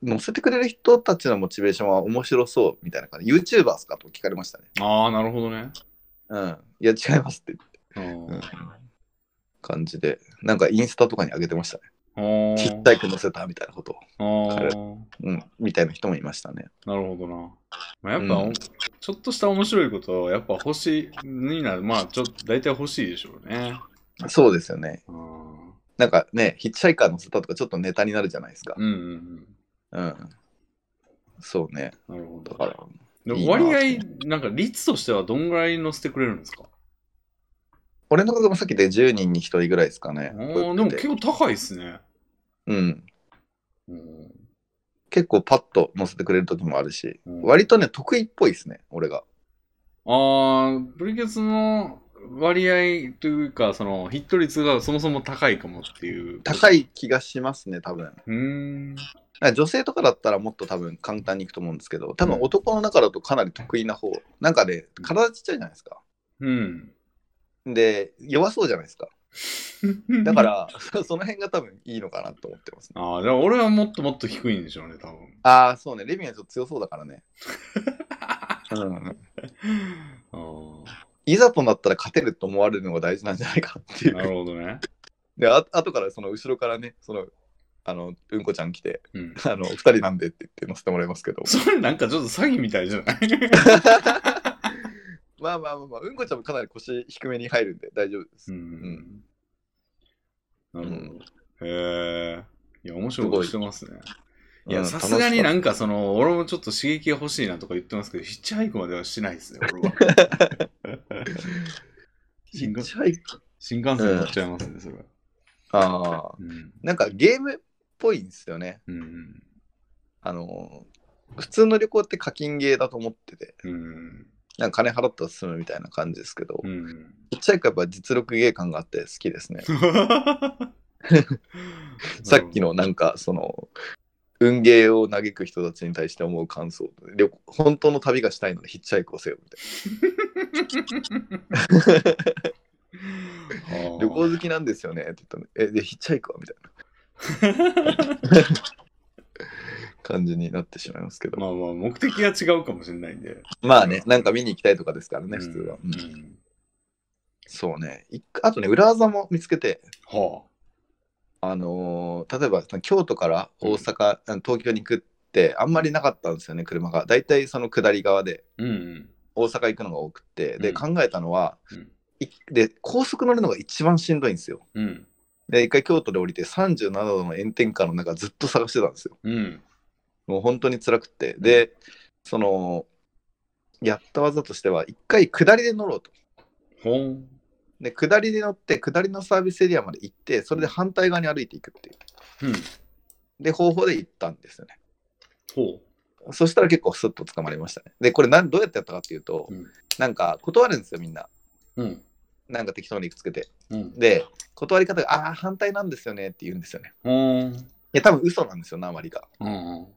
[SPEAKER 2] う載せてくれる人たちのモチベーションは面白そうみたいな感じ YouTuber ですかと聞かれましたね
[SPEAKER 1] ああ、なるほどね。
[SPEAKER 2] うんいや違いますって
[SPEAKER 1] うん
[SPEAKER 2] うん感じでなんかインスタとかに上げてましたね
[SPEAKER 1] あー
[SPEAKER 2] ヒッタイク載せたみたいなことを
[SPEAKER 1] あー
[SPEAKER 2] うんみたいな人もいましたね
[SPEAKER 1] なるほどな。まあ、やっぱ、
[SPEAKER 2] うん
[SPEAKER 1] ちょっとした面白いことを、やっぱ欲しい、になる、まあ、ちょっと大体欲しいでしょうね。
[SPEAKER 2] そうですよね
[SPEAKER 1] うん
[SPEAKER 2] なんかねヒッチハイカー載せたとかちょっとネタになるじゃないですか
[SPEAKER 1] うんうん
[SPEAKER 2] うんそうね
[SPEAKER 1] うん。なるほど。
[SPEAKER 2] だから
[SPEAKER 1] で
[SPEAKER 2] いい
[SPEAKER 1] も
[SPEAKER 2] な
[SPEAKER 1] 割合、なんか率としてはどんぐらい乗せてくれるんですか
[SPEAKER 2] 俺のこともさっきで10人に1人ぐらいですか
[SPEAKER 1] あ
[SPEAKER 2] ね
[SPEAKER 1] ーでも結構高いっすね。
[SPEAKER 2] うん
[SPEAKER 1] うん
[SPEAKER 2] 結構パッと載せてくれる時もあるし
[SPEAKER 1] うん
[SPEAKER 2] 割とね得意っぽいですね俺が
[SPEAKER 1] ああ、プリケツの割合というか、そのヒット率がそもそも高いかもっていう。
[SPEAKER 2] 高
[SPEAKER 1] い。
[SPEAKER 2] い気がしますね、多分。
[SPEAKER 1] うーん。
[SPEAKER 2] なんか女性とかだったらもっと多分簡単にいくと思うんですけど、多
[SPEAKER 1] う
[SPEAKER 2] 分
[SPEAKER 1] ん
[SPEAKER 2] 男の中だとかなり得意な方。なんかね、体ちっちゃいじゃないですか。
[SPEAKER 1] うん。
[SPEAKER 2] で、弱そうじゃないですか。 だか。ら、 その辺が多分いいのかなと思ってますね。
[SPEAKER 1] ああ、じゃあ俺はもっともっと低いんでしょうね、多分。
[SPEAKER 2] ああ、そうね、レビンはちょっと強そうだからね。うん、
[SPEAKER 1] あ
[SPEAKER 2] いざとなったら勝てると思われるのが大事なんじゃないかってい
[SPEAKER 1] あ、な
[SPEAKER 2] う。
[SPEAKER 1] るほどね。
[SPEAKER 2] で、あ後からその後ろからね、その、あの、うんこちゃん来て、
[SPEAKER 1] うん。
[SPEAKER 2] あの、二人なんでって言って乗せてもらいますけど。
[SPEAKER 1] それなんかち ょっと詐欺みたいじゃ ない
[SPEAKER 2] まあまあまあまあ、うんこちゃんもかなり腰低めに入るんで大丈夫です
[SPEAKER 1] う。ん。なるほど。
[SPEAKER 2] うん
[SPEAKER 1] へえ。いや、面白いことしてますね。いや、
[SPEAKER 2] うん
[SPEAKER 1] さすがにな
[SPEAKER 2] 楽し
[SPEAKER 1] んかその、俺もちょっと刺激が欲しいなとか言ってますけど、ヒッチハイクまではしないですね、俺は。
[SPEAKER 2] ヒッチハイク
[SPEAKER 1] 新幹線乗っちゃいますね、それは。
[SPEAKER 2] ああ。
[SPEAKER 1] うん。
[SPEAKER 2] なんかゲームっぽいんですよね。
[SPEAKER 1] うん。
[SPEAKER 2] あのー普通の旅行って課金ゲーだと思ってて、
[SPEAKER 1] うん。
[SPEAKER 2] なんか金払ったら済むみたいな感じですけど、
[SPEAKER 1] うん。
[SPEAKER 2] ヒッチハイクはやっぱ実力ゲー感があって好きですね。さっき
[SPEAKER 1] の。
[SPEAKER 2] のなんかその、運ゲーを嘆く人たちに対して思う感想、旅行本当の旅がしたいのでヒッチハイクをせよみたいな。旅行好きなんですよねって言ったの。え、で、ヒッチハイクはみたいな 感じになってしまいますけど。
[SPEAKER 1] まあまあ、目的が違うかもしれないんで。
[SPEAKER 2] まあね、なんか見に行きたいとかですからね、普通は。
[SPEAKER 1] うん
[SPEAKER 2] うん
[SPEAKER 1] うん
[SPEAKER 2] そうね。一回あとね、裏技も見つけて、
[SPEAKER 1] は
[SPEAKER 2] あのー例えばその京都から大阪、あの東京に行くって、あんまりなかったんですよね、車が。大体その下り側で、
[SPEAKER 1] あ。うんうん。
[SPEAKER 2] 大阪行くのが多くて、
[SPEAKER 1] う
[SPEAKER 2] で、
[SPEAKER 1] ん
[SPEAKER 2] 考えたのは、
[SPEAKER 1] うん
[SPEAKER 2] いで、高速乗るのが一番しんどいんですよ。
[SPEAKER 1] うん。
[SPEAKER 2] で、一回京都で降りて、37度の炎天下の中、ずっと探してたんですよ。
[SPEAKER 1] うん。
[SPEAKER 2] もう本当に辛くて。で、その、やった技としては、一回下りで乗ろうと。
[SPEAKER 1] ほん。
[SPEAKER 2] で、下りで乗って、下りのサービスエリアまで行って、それで反対側に歩いていくっていう。
[SPEAKER 1] うん。
[SPEAKER 2] で、方法で行ったんですよね。
[SPEAKER 1] ほ
[SPEAKER 2] そしたら結構スッと捕まりましたね。で、これなんどうやってやったかっていうと、
[SPEAKER 1] うん
[SPEAKER 2] なんか断るんですよ、みんな。
[SPEAKER 1] う。うん。
[SPEAKER 2] なんか適当にいくつけて。
[SPEAKER 1] うん。
[SPEAKER 2] で、断り方が、ああー、反対なんですよねって言うんですよね。
[SPEAKER 1] ほん。
[SPEAKER 2] いや、多分嘘なんですよ、何割か。
[SPEAKER 1] うん。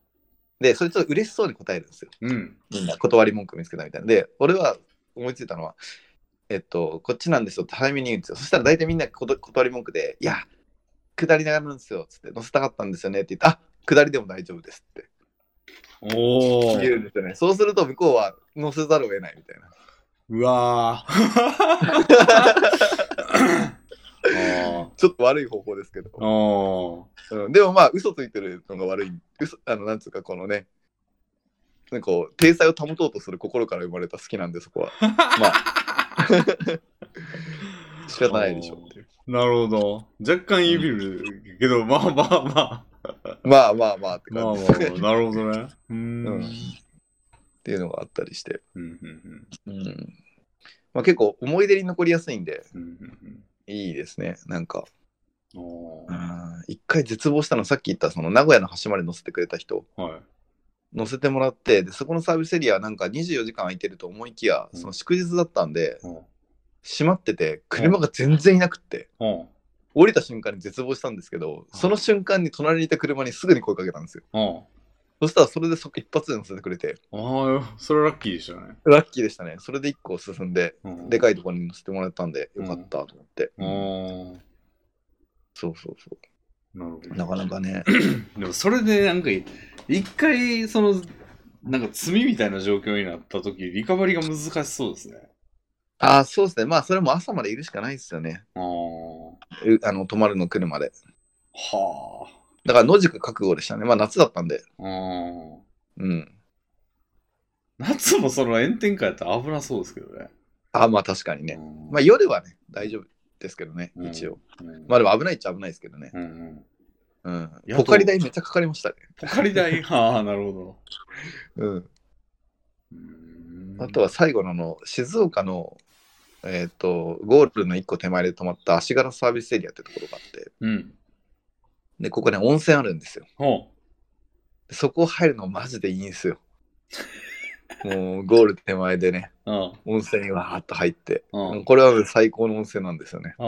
[SPEAKER 2] で、それちょっと嬉しそうに答えるんですよ。
[SPEAKER 1] うん。
[SPEAKER 2] みんな断り文句見つけたみたいな。で、俺は思いついたのは、えっと、こっちなんですよって早めに言うんですよ。そしたら大体みんなこと断り文句で、いや、下りながらなんですよっつって、乗せたかったんですよねって言って、あ下りでも大丈夫ですって
[SPEAKER 1] お
[SPEAKER 2] 言
[SPEAKER 1] ー。
[SPEAKER 2] うんですよね。そうすると向こうは乗せざるを得ないみたいな。
[SPEAKER 1] うわー。あ
[SPEAKER 2] ちょっと悪い方法ですけど
[SPEAKER 1] ー。。あー。
[SPEAKER 2] うん、でもまあ、嘘ついてるのが悪い。嘘あの、なんつうか、このね、なんかこう体裁を保とうとする心から生まれた好きなんでそ こはまあ仕方ないでしょっていう
[SPEAKER 1] なるほど。若干いいビルけど、まあまあまあ。
[SPEAKER 2] まあまあまあって
[SPEAKER 1] まあまあ
[SPEAKER 2] 感じ
[SPEAKER 1] ま
[SPEAKER 2] ですね、
[SPEAKER 1] あ、なるほどね。うー
[SPEAKER 2] うん
[SPEAKER 1] ん。
[SPEAKER 2] っていうのがあったりして、
[SPEAKER 1] うんうん
[SPEAKER 2] うんまあ、結構思い出に残りやすいんで
[SPEAKER 1] うんうん
[SPEAKER 2] いいですねなんか
[SPEAKER 1] うんおー
[SPEAKER 2] うん一回絶望したのさっき言ったその名古屋の端まで乗せてくれた人
[SPEAKER 1] はい。
[SPEAKER 2] 乗せてもらってでそこのサービスエリアはなんか24時間空いてると思いきや
[SPEAKER 1] うん
[SPEAKER 2] その祝日だったんで
[SPEAKER 1] お
[SPEAKER 2] 閉まってて車が全然いなくって
[SPEAKER 1] お
[SPEAKER 2] 降りた瞬間に絶望したんですけどその瞬間に隣にいた車にすぐに声かけたんですよ
[SPEAKER 1] お
[SPEAKER 2] そしたらそれでそ一発で乗せてくれて
[SPEAKER 1] ああ、それラッキーでしたね。
[SPEAKER 2] ラッキーでしたねそれで1個進んで
[SPEAKER 1] うん
[SPEAKER 2] でかいところに乗せてもらったんでよかったと思って、
[SPEAKER 1] おー
[SPEAKER 2] そうそうそ
[SPEAKER 1] なるほど
[SPEAKER 2] う。なかなかね
[SPEAKER 1] でもそれでなんかい一回そのなんか罪みたいな状況になった時リカバリーが難しそうですね。
[SPEAKER 2] ああそうですねまあそれも朝までいるしかないですよね
[SPEAKER 1] あー
[SPEAKER 2] うあの泊まるの来るまで
[SPEAKER 1] は
[SPEAKER 2] だから野宿覚悟でしたねまあ夏だったんで
[SPEAKER 1] あ。うん。
[SPEAKER 2] うん
[SPEAKER 1] 夏もその炎天下やったら危なそうですけどね。
[SPEAKER 2] ああまあ確かにね
[SPEAKER 1] うん
[SPEAKER 2] まあ夜はね、大丈夫ですけどね、
[SPEAKER 1] うん
[SPEAKER 2] 一応。
[SPEAKER 1] うん
[SPEAKER 2] まあでも危ないっちゃ危ないですけどね。
[SPEAKER 1] うんうん、
[SPEAKER 2] うん。
[SPEAKER 1] やっと
[SPEAKER 2] ポカリ代めっちゃかかりましたね。
[SPEAKER 1] ポカリ 代ああ、なるほど。
[SPEAKER 2] うん。
[SPEAKER 1] うーん
[SPEAKER 2] あとは、最後のあの、静岡の、えっ、と、ゴールの一個手前で止まった足柄サービスエリアってところがあって、
[SPEAKER 1] うん。
[SPEAKER 2] で、ここね、温泉あるんですよ。
[SPEAKER 1] ほ
[SPEAKER 2] でそこ入るのマジでいいん ですよ。もう、ゴール手前でね、
[SPEAKER 1] う。うん。
[SPEAKER 2] 温泉にわーっと入って、
[SPEAKER 1] う
[SPEAKER 2] うん
[SPEAKER 1] ん。
[SPEAKER 2] これはね最高の温泉なんですよね。
[SPEAKER 1] あ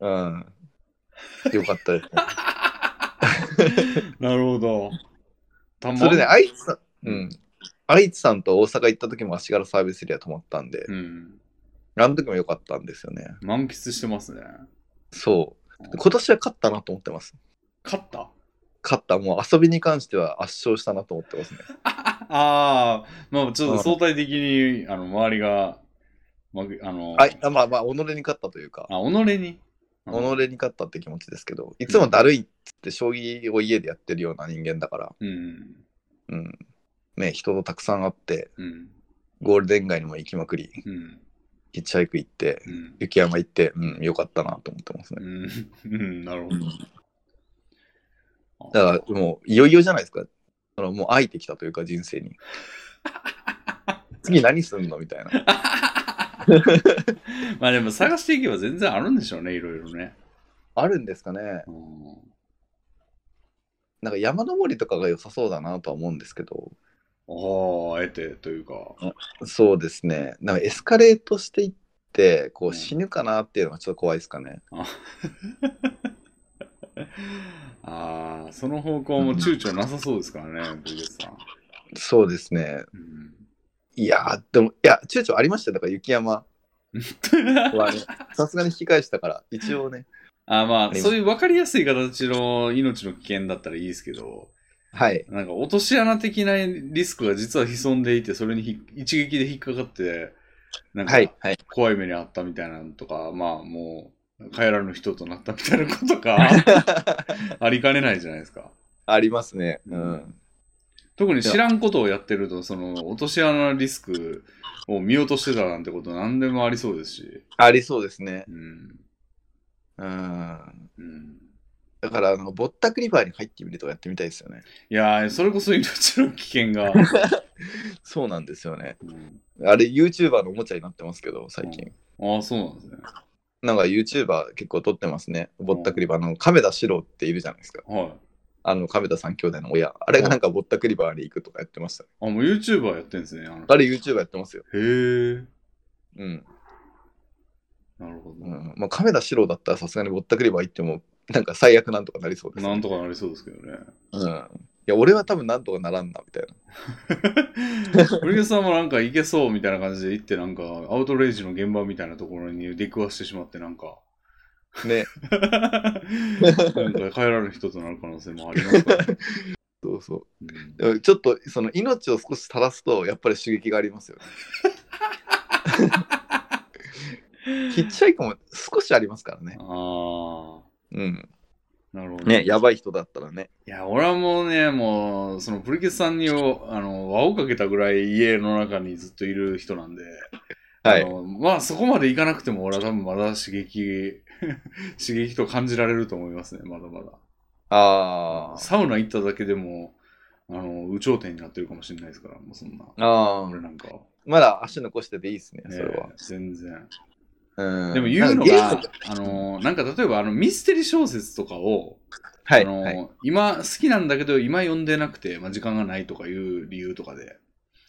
[SPEAKER 1] あ。
[SPEAKER 2] うん。よか ったです、ね。
[SPEAKER 1] なるほど。たま
[SPEAKER 2] それね、愛知さん、うん。愛知さんと大阪行った時も足柄サービスエリア泊まったんで、
[SPEAKER 1] うん。
[SPEAKER 2] あの時も良かったんですよね。
[SPEAKER 1] 満喫してますね。
[SPEAKER 2] そう。で今年は勝ったなと思ってます。
[SPEAKER 1] 勝った
[SPEAKER 2] 勝った、もう遊びに関しては圧勝したなと思ってますね。
[SPEAKER 1] ああ、まあちょっと相対的に、あの、周りが、まぐ、あの、
[SPEAKER 2] はい、あまあまあ、己に勝ったというか、
[SPEAKER 1] あ、己に。
[SPEAKER 2] 己
[SPEAKER 1] うん
[SPEAKER 2] に勝ったって気持ちですけど、いつもだるいっつって将棋を家でやってるような人間だから、
[SPEAKER 1] うん。
[SPEAKER 2] うん。ね、人とたくさん会って、
[SPEAKER 1] うん。
[SPEAKER 2] ゴールデン街にも行きまくり、
[SPEAKER 1] うん。
[SPEAKER 2] ヒッチハイク行って、
[SPEAKER 1] うん。
[SPEAKER 2] 雪山行って、うん、良かったなと思ってます
[SPEAKER 1] う
[SPEAKER 2] ね。
[SPEAKER 1] ん。うんなるほど。
[SPEAKER 2] だからもういよいよじゃないですか。そのもう飽いてきたというか人生 に。次何すんのみたいな。
[SPEAKER 1] まあでも探していけば全然あるんでしょうね、いろいろね。
[SPEAKER 2] あるんですかね。
[SPEAKER 1] うん
[SPEAKER 2] なんか山登りとかが良さそうだなとは思うんですけど、
[SPEAKER 1] ああ、得てというか。
[SPEAKER 2] そうですね。なんかエスカレートしていって、こ
[SPEAKER 1] うん
[SPEAKER 2] う死ぬかなっていうのがちょっと怖いですかね。
[SPEAKER 1] ああ、その方向も躊躇なさそうですからね、ブリゲスさん。
[SPEAKER 2] そうですね。
[SPEAKER 1] うん
[SPEAKER 2] いやー、でも、いや、躊躇ありましたよ。だから雪山は ね、さすがに引き返したから、一応ね。
[SPEAKER 1] あま
[SPEAKER 2] あ
[SPEAKER 1] あ、
[SPEAKER 2] ります
[SPEAKER 1] そういう分かりやすい形の命の危険だったらいいですけど、
[SPEAKER 2] はい。
[SPEAKER 1] なんか落とし穴的なリスクが実は潜んでいて、それにひ一撃で引っかかって、なんか
[SPEAKER 2] はい。はい。
[SPEAKER 1] 怖い目にあったみたいなのとか、まあもう帰らぬ人となったみたいなこと がありかねないじゃないですか。
[SPEAKER 2] ありますね。う。
[SPEAKER 1] うん特に知らんことをやってると、その落とし穴のリスクを見落としてたなんてこと何でもありそうですし。
[SPEAKER 2] ありそうですね。
[SPEAKER 1] うん。
[SPEAKER 2] うん。
[SPEAKER 1] うん、
[SPEAKER 2] だから、あのぼったくりバーに入ってみるとかやってみたいですよね。
[SPEAKER 1] いやー、それこそ命の危険 が。
[SPEAKER 2] そうなんですよね。
[SPEAKER 1] うん
[SPEAKER 2] あれ、YouTuber のおもちゃになってますけど、最近。
[SPEAKER 1] ああ、そうなんですね。
[SPEAKER 2] なんか YouTuber 結構撮ってますね。ぼったくりバーの亀田史郎っているじゃないですか。
[SPEAKER 1] はい。
[SPEAKER 2] あの亀田三兄弟の親。あれがなんかぼったくりバーに行くとかやってましたね。
[SPEAKER 1] あ、もう YouTuber やってんですね。あの
[SPEAKER 2] あれ YouTuber やってますよ。
[SPEAKER 1] へえ。
[SPEAKER 2] うん。
[SPEAKER 1] なるほ
[SPEAKER 2] う
[SPEAKER 1] ど。
[SPEAKER 2] んまあ、亀田史郎だったらさすがにぼったくりバー行っても、なんか最悪なんとかなりそうです、
[SPEAKER 1] なんとかなりそうですけどね。
[SPEAKER 2] うん。いや、俺は多分なんとかならんな、みたいな。
[SPEAKER 1] 堀江さんもなんかいけそうみたいな感じで行って、なんかアウトレイジの現場みたいなところに出くわしてしまって、なんか、
[SPEAKER 2] ね。
[SPEAKER 1] なんか帰られる人となる可能性もあります からね。
[SPEAKER 2] そうそうう。でもちょっと、その命を少し垂らすと、やっぱり刺激があります よね。ヒッ
[SPEAKER 1] ん
[SPEAKER 2] チハイクも少しありますからね。
[SPEAKER 1] ああ、
[SPEAKER 2] うん。
[SPEAKER 1] なるほど。
[SPEAKER 2] ね、やばい人だったらね。
[SPEAKER 1] いや、俺はもうね、もう、そのプリケツさんにを、あの、輪をかけたぐらい家の中にずっといる人なんで、
[SPEAKER 2] は
[SPEAKER 1] あ
[SPEAKER 2] い。
[SPEAKER 1] のまあ、そこまでいかなくても、俺は多分まだ刺激、 刺激と感じられると思いますね、まだま
[SPEAKER 2] あ
[SPEAKER 1] だ。サウナ行っただけでも、あの、有頂天になってるかもしれないですから、もうそんな。
[SPEAKER 2] あ。ああ
[SPEAKER 1] 俺。なんかは、
[SPEAKER 2] まだ足残してていいですね、それは
[SPEAKER 1] ね。全然。
[SPEAKER 2] うん
[SPEAKER 1] でも言うの
[SPEAKER 2] なん
[SPEAKER 1] が
[SPEAKER 2] かゲーム、
[SPEAKER 1] あの、なんか例えば、あの、ミステリー小説とかを、
[SPEAKER 2] は
[SPEAKER 1] あ
[SPEAKER 2] い、
[SPEAKER 1] の
[SPEAKER 2] はい、
[SPEAKER 1] 今好きなんだけど今読んでなくて、まあ、時間がないとかいう理由とかで、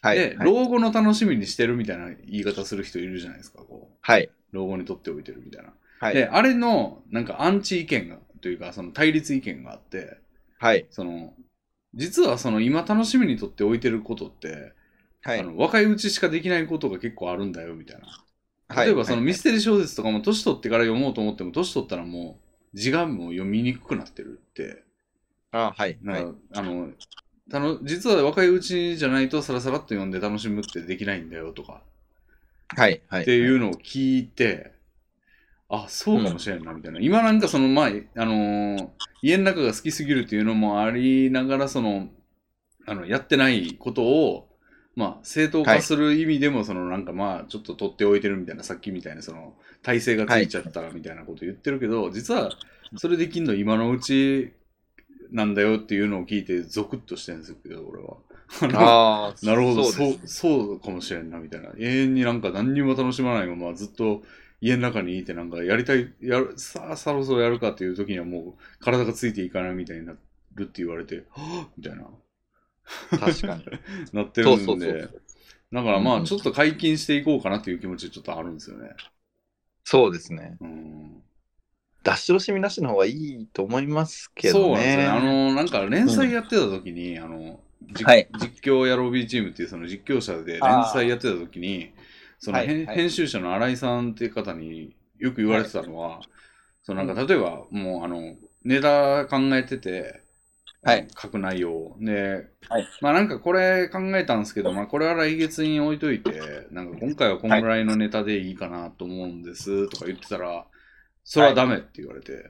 [SPEAKER 2] はい、
[SPEAKER 1] で、
[SPEAKER 2] はい
[SPEAKER 1] 老後の楽しみにしてるみたいな言い方する人いるじゃないですかこう
[SPEAKER 2] はい、
[SPEAKER 1] 老後にとっておいてるみたいな、
[SPEAKER 2] はい、
[SPEAKER 1] であれのなんかアンチ意見がというかその対立意見があって
[SPEAKER 2] はい、
[SPEAKER 1] その実はその今楽しみにとっておいてることって、
[SPEAKER 2] はい
[SPEAKER 1] あの若いうちしかできないことが結構あるんだよみたいな
[SPEAKER 2] はい
[SPEAKER 1] 例えばそのミ
[SPEAKER 2] ス、
[SPEAKER 1] ステリー小説とかも年取ってから読もうと思っても年取ったらもう字がもう読みにくくなってるって
[SPEAKER 2] あ、はい、
[SPEAKER 1] な
[SPEAKER 2] は
[SPEAKER 1] ん
[SPEAKER 2] い
[SPEAKER 1] か、、あの、たの実は若いうちじゃないとサラサラっと読んで楽しむってできないんだよとか
[SPEAKER 2] はい、はい。
[SPEAKER 1] っていうのを聞いて、あ、そうかもしれんなみたいな。今なんかその、まあ、あのー家の中が好きすぎるっていうのもありながら、その、あの、やってないことを、まあ、正当化する意味でも、そのなんかまあ、ちょっと取っておいてるみたいな、さっきみたいな、その、体勢がついちゃったらみたいなこと言ってるけど、実は、それできんの今のうちなんだよっていうのを聞いて、ゾクッとしてるんですけど、俺は。あの
[SPEAKER 2] ああ、
[SPEAKER 1] なるほど、
[SPEAKER 2] そう
[SPEAKER 1] そう
[SPEAKER 2] で
[SPEAKER 1] そうかもしれんな、みたいな。永遠になんか何にも楽しまないまま、ずっと家の中にいて、なんかやりたい、やるさあ、そろそろやるかっていう時にはもう体がついていかないみたいになるって言われて、はぁみたいな、
[SPEAKER 2] す確かに。
[SPEAKER 1] なってる
[SPEAKER 2] そう ん
[SPEAKER 1] で、
[SPEAKER 2] そうそう。
[SPEAKER 1] だからま
[SPEAKER 2] う
[SPEAKER 1] あ、
[SPEAKER 2] ん
[SPEAKER 1] ちょっと解禁していこうかなっていう気持ちちょっとあるんですよね。
[SPEAKER 2] そうですね。
[SPEAKER 1] うん
[SPEAKER 2] 出し惜しみなしの方がいいと思いますけ
[SPEAKER 1] そう
[SPEAKER 2] ど
[SPEAKER 1] なんですよね。あ
[SPEAKER 2] ね。
[SPEAKER 1] の、なんか連載やってた時に、あの、じ
[SPEAKER 2] はい
[SPEAKER 1] 実況やロビーチームっていうその実況者で連載やってた時に、その、
[SPEAKER 2] はい
[SPEAKER 1] 編
[SPEAKER 2] はい
[SPEAKER 1] 編集者の新井さんっていう方によく言われてたのは、そのなんか例えば、もうあの、ネタ考えてて、
[SPEAKER 2] はい
[SPEAKER 1] 書く内容をで、
[SPEAKER 2] はい
[SPEAKER 1] まあなんかこれ考えたんですけど、まあこれは来月に置いといて、なんか今回はこんぐらいのネタでいいかなと思うんですとか言ってたら、それはダメって言われて、
[SPEAKER 2] はい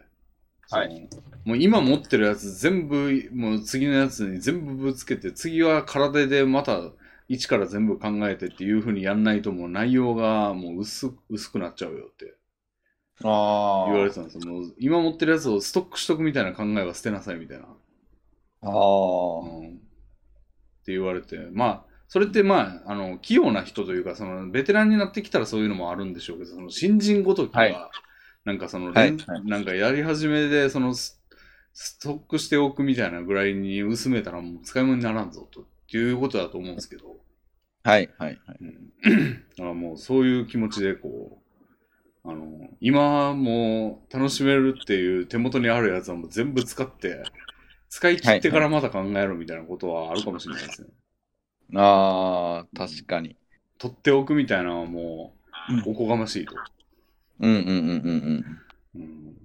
[SPEAKER 1] そのもう今持ってるやつ全部、もう次のやつに全部ぶつけて、次は体でまた一から全部考えてっていう風にやんないともう内容がもう薄薄くなっちゃうよって
[SPEAKER 2] あ
[SPEAKER 1] 言われてたんですよ。もう今持ってるやつをストックしとくみたいな考えは捨てなさいみたいな。
[SPEAKER 2] あ
[SPEAKER 1] うん、っ
[SPEAKER 2] ー。
[SPEAKER 1] て言われて、まあ、それってまあ、あの、器用な人というか、その、ベテランになってきたらそういうのもあるんでしょうけど、その、新人ごときは、
[SPEAKER 2] はい
[SPEAKER 1] なんかその、
[SPEAKER 2] はい
[SPEAKER 1] 連
[SPEAKER 2] はい
[SPEAKER 1] なんかやり始めで、そのス、ストックしておくみたいなぐらいに薄めたらもう使い物にならんぞと、っていうことだと思うんですけど、
[SPEAKER 2] はい、はい、はい。
[SPEAKER 1] うん、だからもうそういう気持ちでこう、あの、今もう楽しめるっていう手元にあるやつはもう全部使って、使い切ってからまた考えろみたいなことはあるかもしれないですね。
[SPEAKER 2] ああ、確かに。
[SPEAKER 1] 取っておくみたいなのはもう、
[SPEAKER 2] う
[SPEAKER 1] おこがましいと、
[SPEAKER 2] うんうんうんうんうん。
[SPEAKER 1] うん、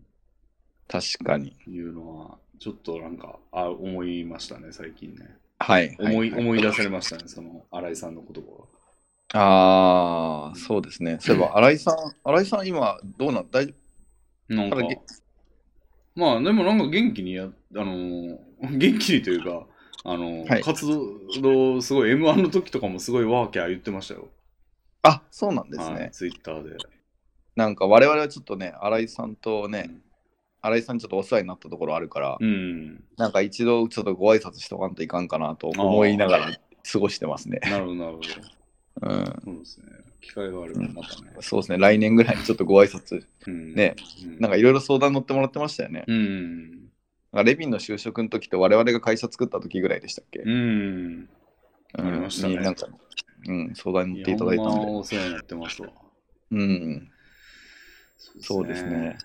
[SPEAKER 2] 確かに。
[SPEAKER 1] いうのは、ちょっとなんか、あ思いましたね、最近ね。
[SPEAKER 2] はい。は
[SPEAKER 1] 思い,、
[SPEAKER 2] は
[SPEAKER 1] 思い出されましたね、その、新井さんの言葉が。
[SPEAKER 2] ああ、そうですね。そういえば、新井さん、新井さん、今、どうなん大丈
[SPEAKER 1] なんか
[SPEAKER 2] ただげ、
[SPEAKER 1] まあでもなんか元気にや、あのー元気にというか、あのー
[SPEAKER 2] はい
[SPEAKER 1] 活動、すごい M1 の時とかもすごいワーキャー言ってましたよ。
[SPEAKER 2] あ、そうなんです
[SPEAKER 1] は
[SPEAKER 2] ね
[SPEAKER 1] い、。ツイッターで。
[SPEAKER 2] なんか、我々はちょっとね、新井さんとね
[SPEAKER 1] うん、
[SPEAKER 2] 新井さんにちょっとお世話になったところあるから、
[SPEAKER 1] うん。
[SPEAKER 2] なんか一度ちょっとご挨拶しとかんといかんかなと思いながら過ごしてますね。
[SPEAKER 1] なるほど、なるほど。
[SPEAKER 2] うん。
[SPEAKER 1] そうですね。機会があればまたね。
[SPEAKER 2] そうですね、来年ぐらいにちょっとご挨拶、
[SPEAKER 1] うん、
[SPEAKER 2] ね
[SPEAKER 1] うん、
[SPEAKER 2] なんかいろいろ相談乗ってもらってましたよね。
[SPEAKER 1] うん。
[SPEAKER 2] なんかレビンの就職の時って我々が会社作った時ぐらいでしたっけ
[SPEAKER 1] うん。んありましたね
[SPEAKER 2] になんか、うん、相談に乗っていた
[SPEAKER 1] ほ
[SPEAKER 2] だ
[SPEAKER 1] ん
[SPEAKER 2] いた
[SPEAKER 1] ま
[SPEAKER 2] んで。
[SPEAKER 1] お世話になってますわ。
[SPEAKER 2] うん。そうですね。。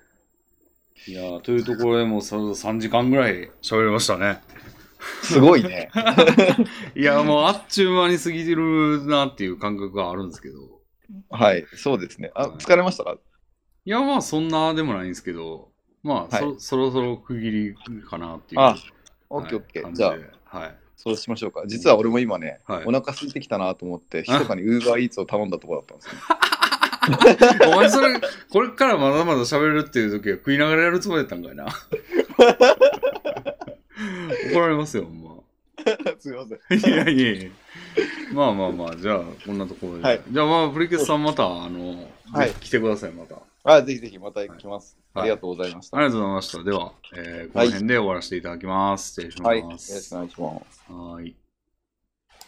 [SPEAKER 1] いやーというところでもうさ3時間ぐらい喋りましたね。
[SPEAKER 2] すごいね。
[SPEAKER 1] いや、もうあっちゅう間に過ぎてるなっていう感覚があるんですけど。
[SPEAKER 2] はい、そうですね。あ、
[SPEAKER 1] はい
[SPEAKER 2] 疲れましたか
[SPEAKER 1] いや、まあそんなでもないんですけど、まあ、そそろそろ区切りかなっていう。
[SPEAKER 2] あ
[SPEAKER 1] はい、
[SPEAKER 2] オッケーオッケー。
[SPEAKER 1] 感
[SPEAKER 2] じゃあ、
[SPEAKER 1] ではい。
[SPEAKER 2] そうしましょうか。実は俺も今ね、
[SPEAKER 1] はい
[SPEAKER 2] お腹空いてきたなと思って、密かにウーバーイーツを頼んだところだったんですよ。
[SPEAKER 1] お前それ、 これからまだまだ喋るっていう時は食いながらやるつもりだったんか いな。怒られますよ、ほんま。
[SPEAKER 2] すいません。
[SPEAKER 1] いやいやいや。まあまあまあ、じゃあ、こんなところで。
[SPEAKER 2] はい
[SPEAKER 1] じゃあまあ、プリケツさんまた、あの、
[SPEAKER 2] はい
[SPEAKER 1] ぜひ来てください、また。
[SPEAKER 2] あ、ぜひぜひまた来ます。
[SPEAKER 1] はい
[SPEAKER 2] ありがとうございました。
[SPEAKER 1] ありがとうございました。では、えーこの辺で終わらせていただきます。失礼します。
[SPEAKER 2] はい。よろしくお願いします。
[SPEAKER 1] はーい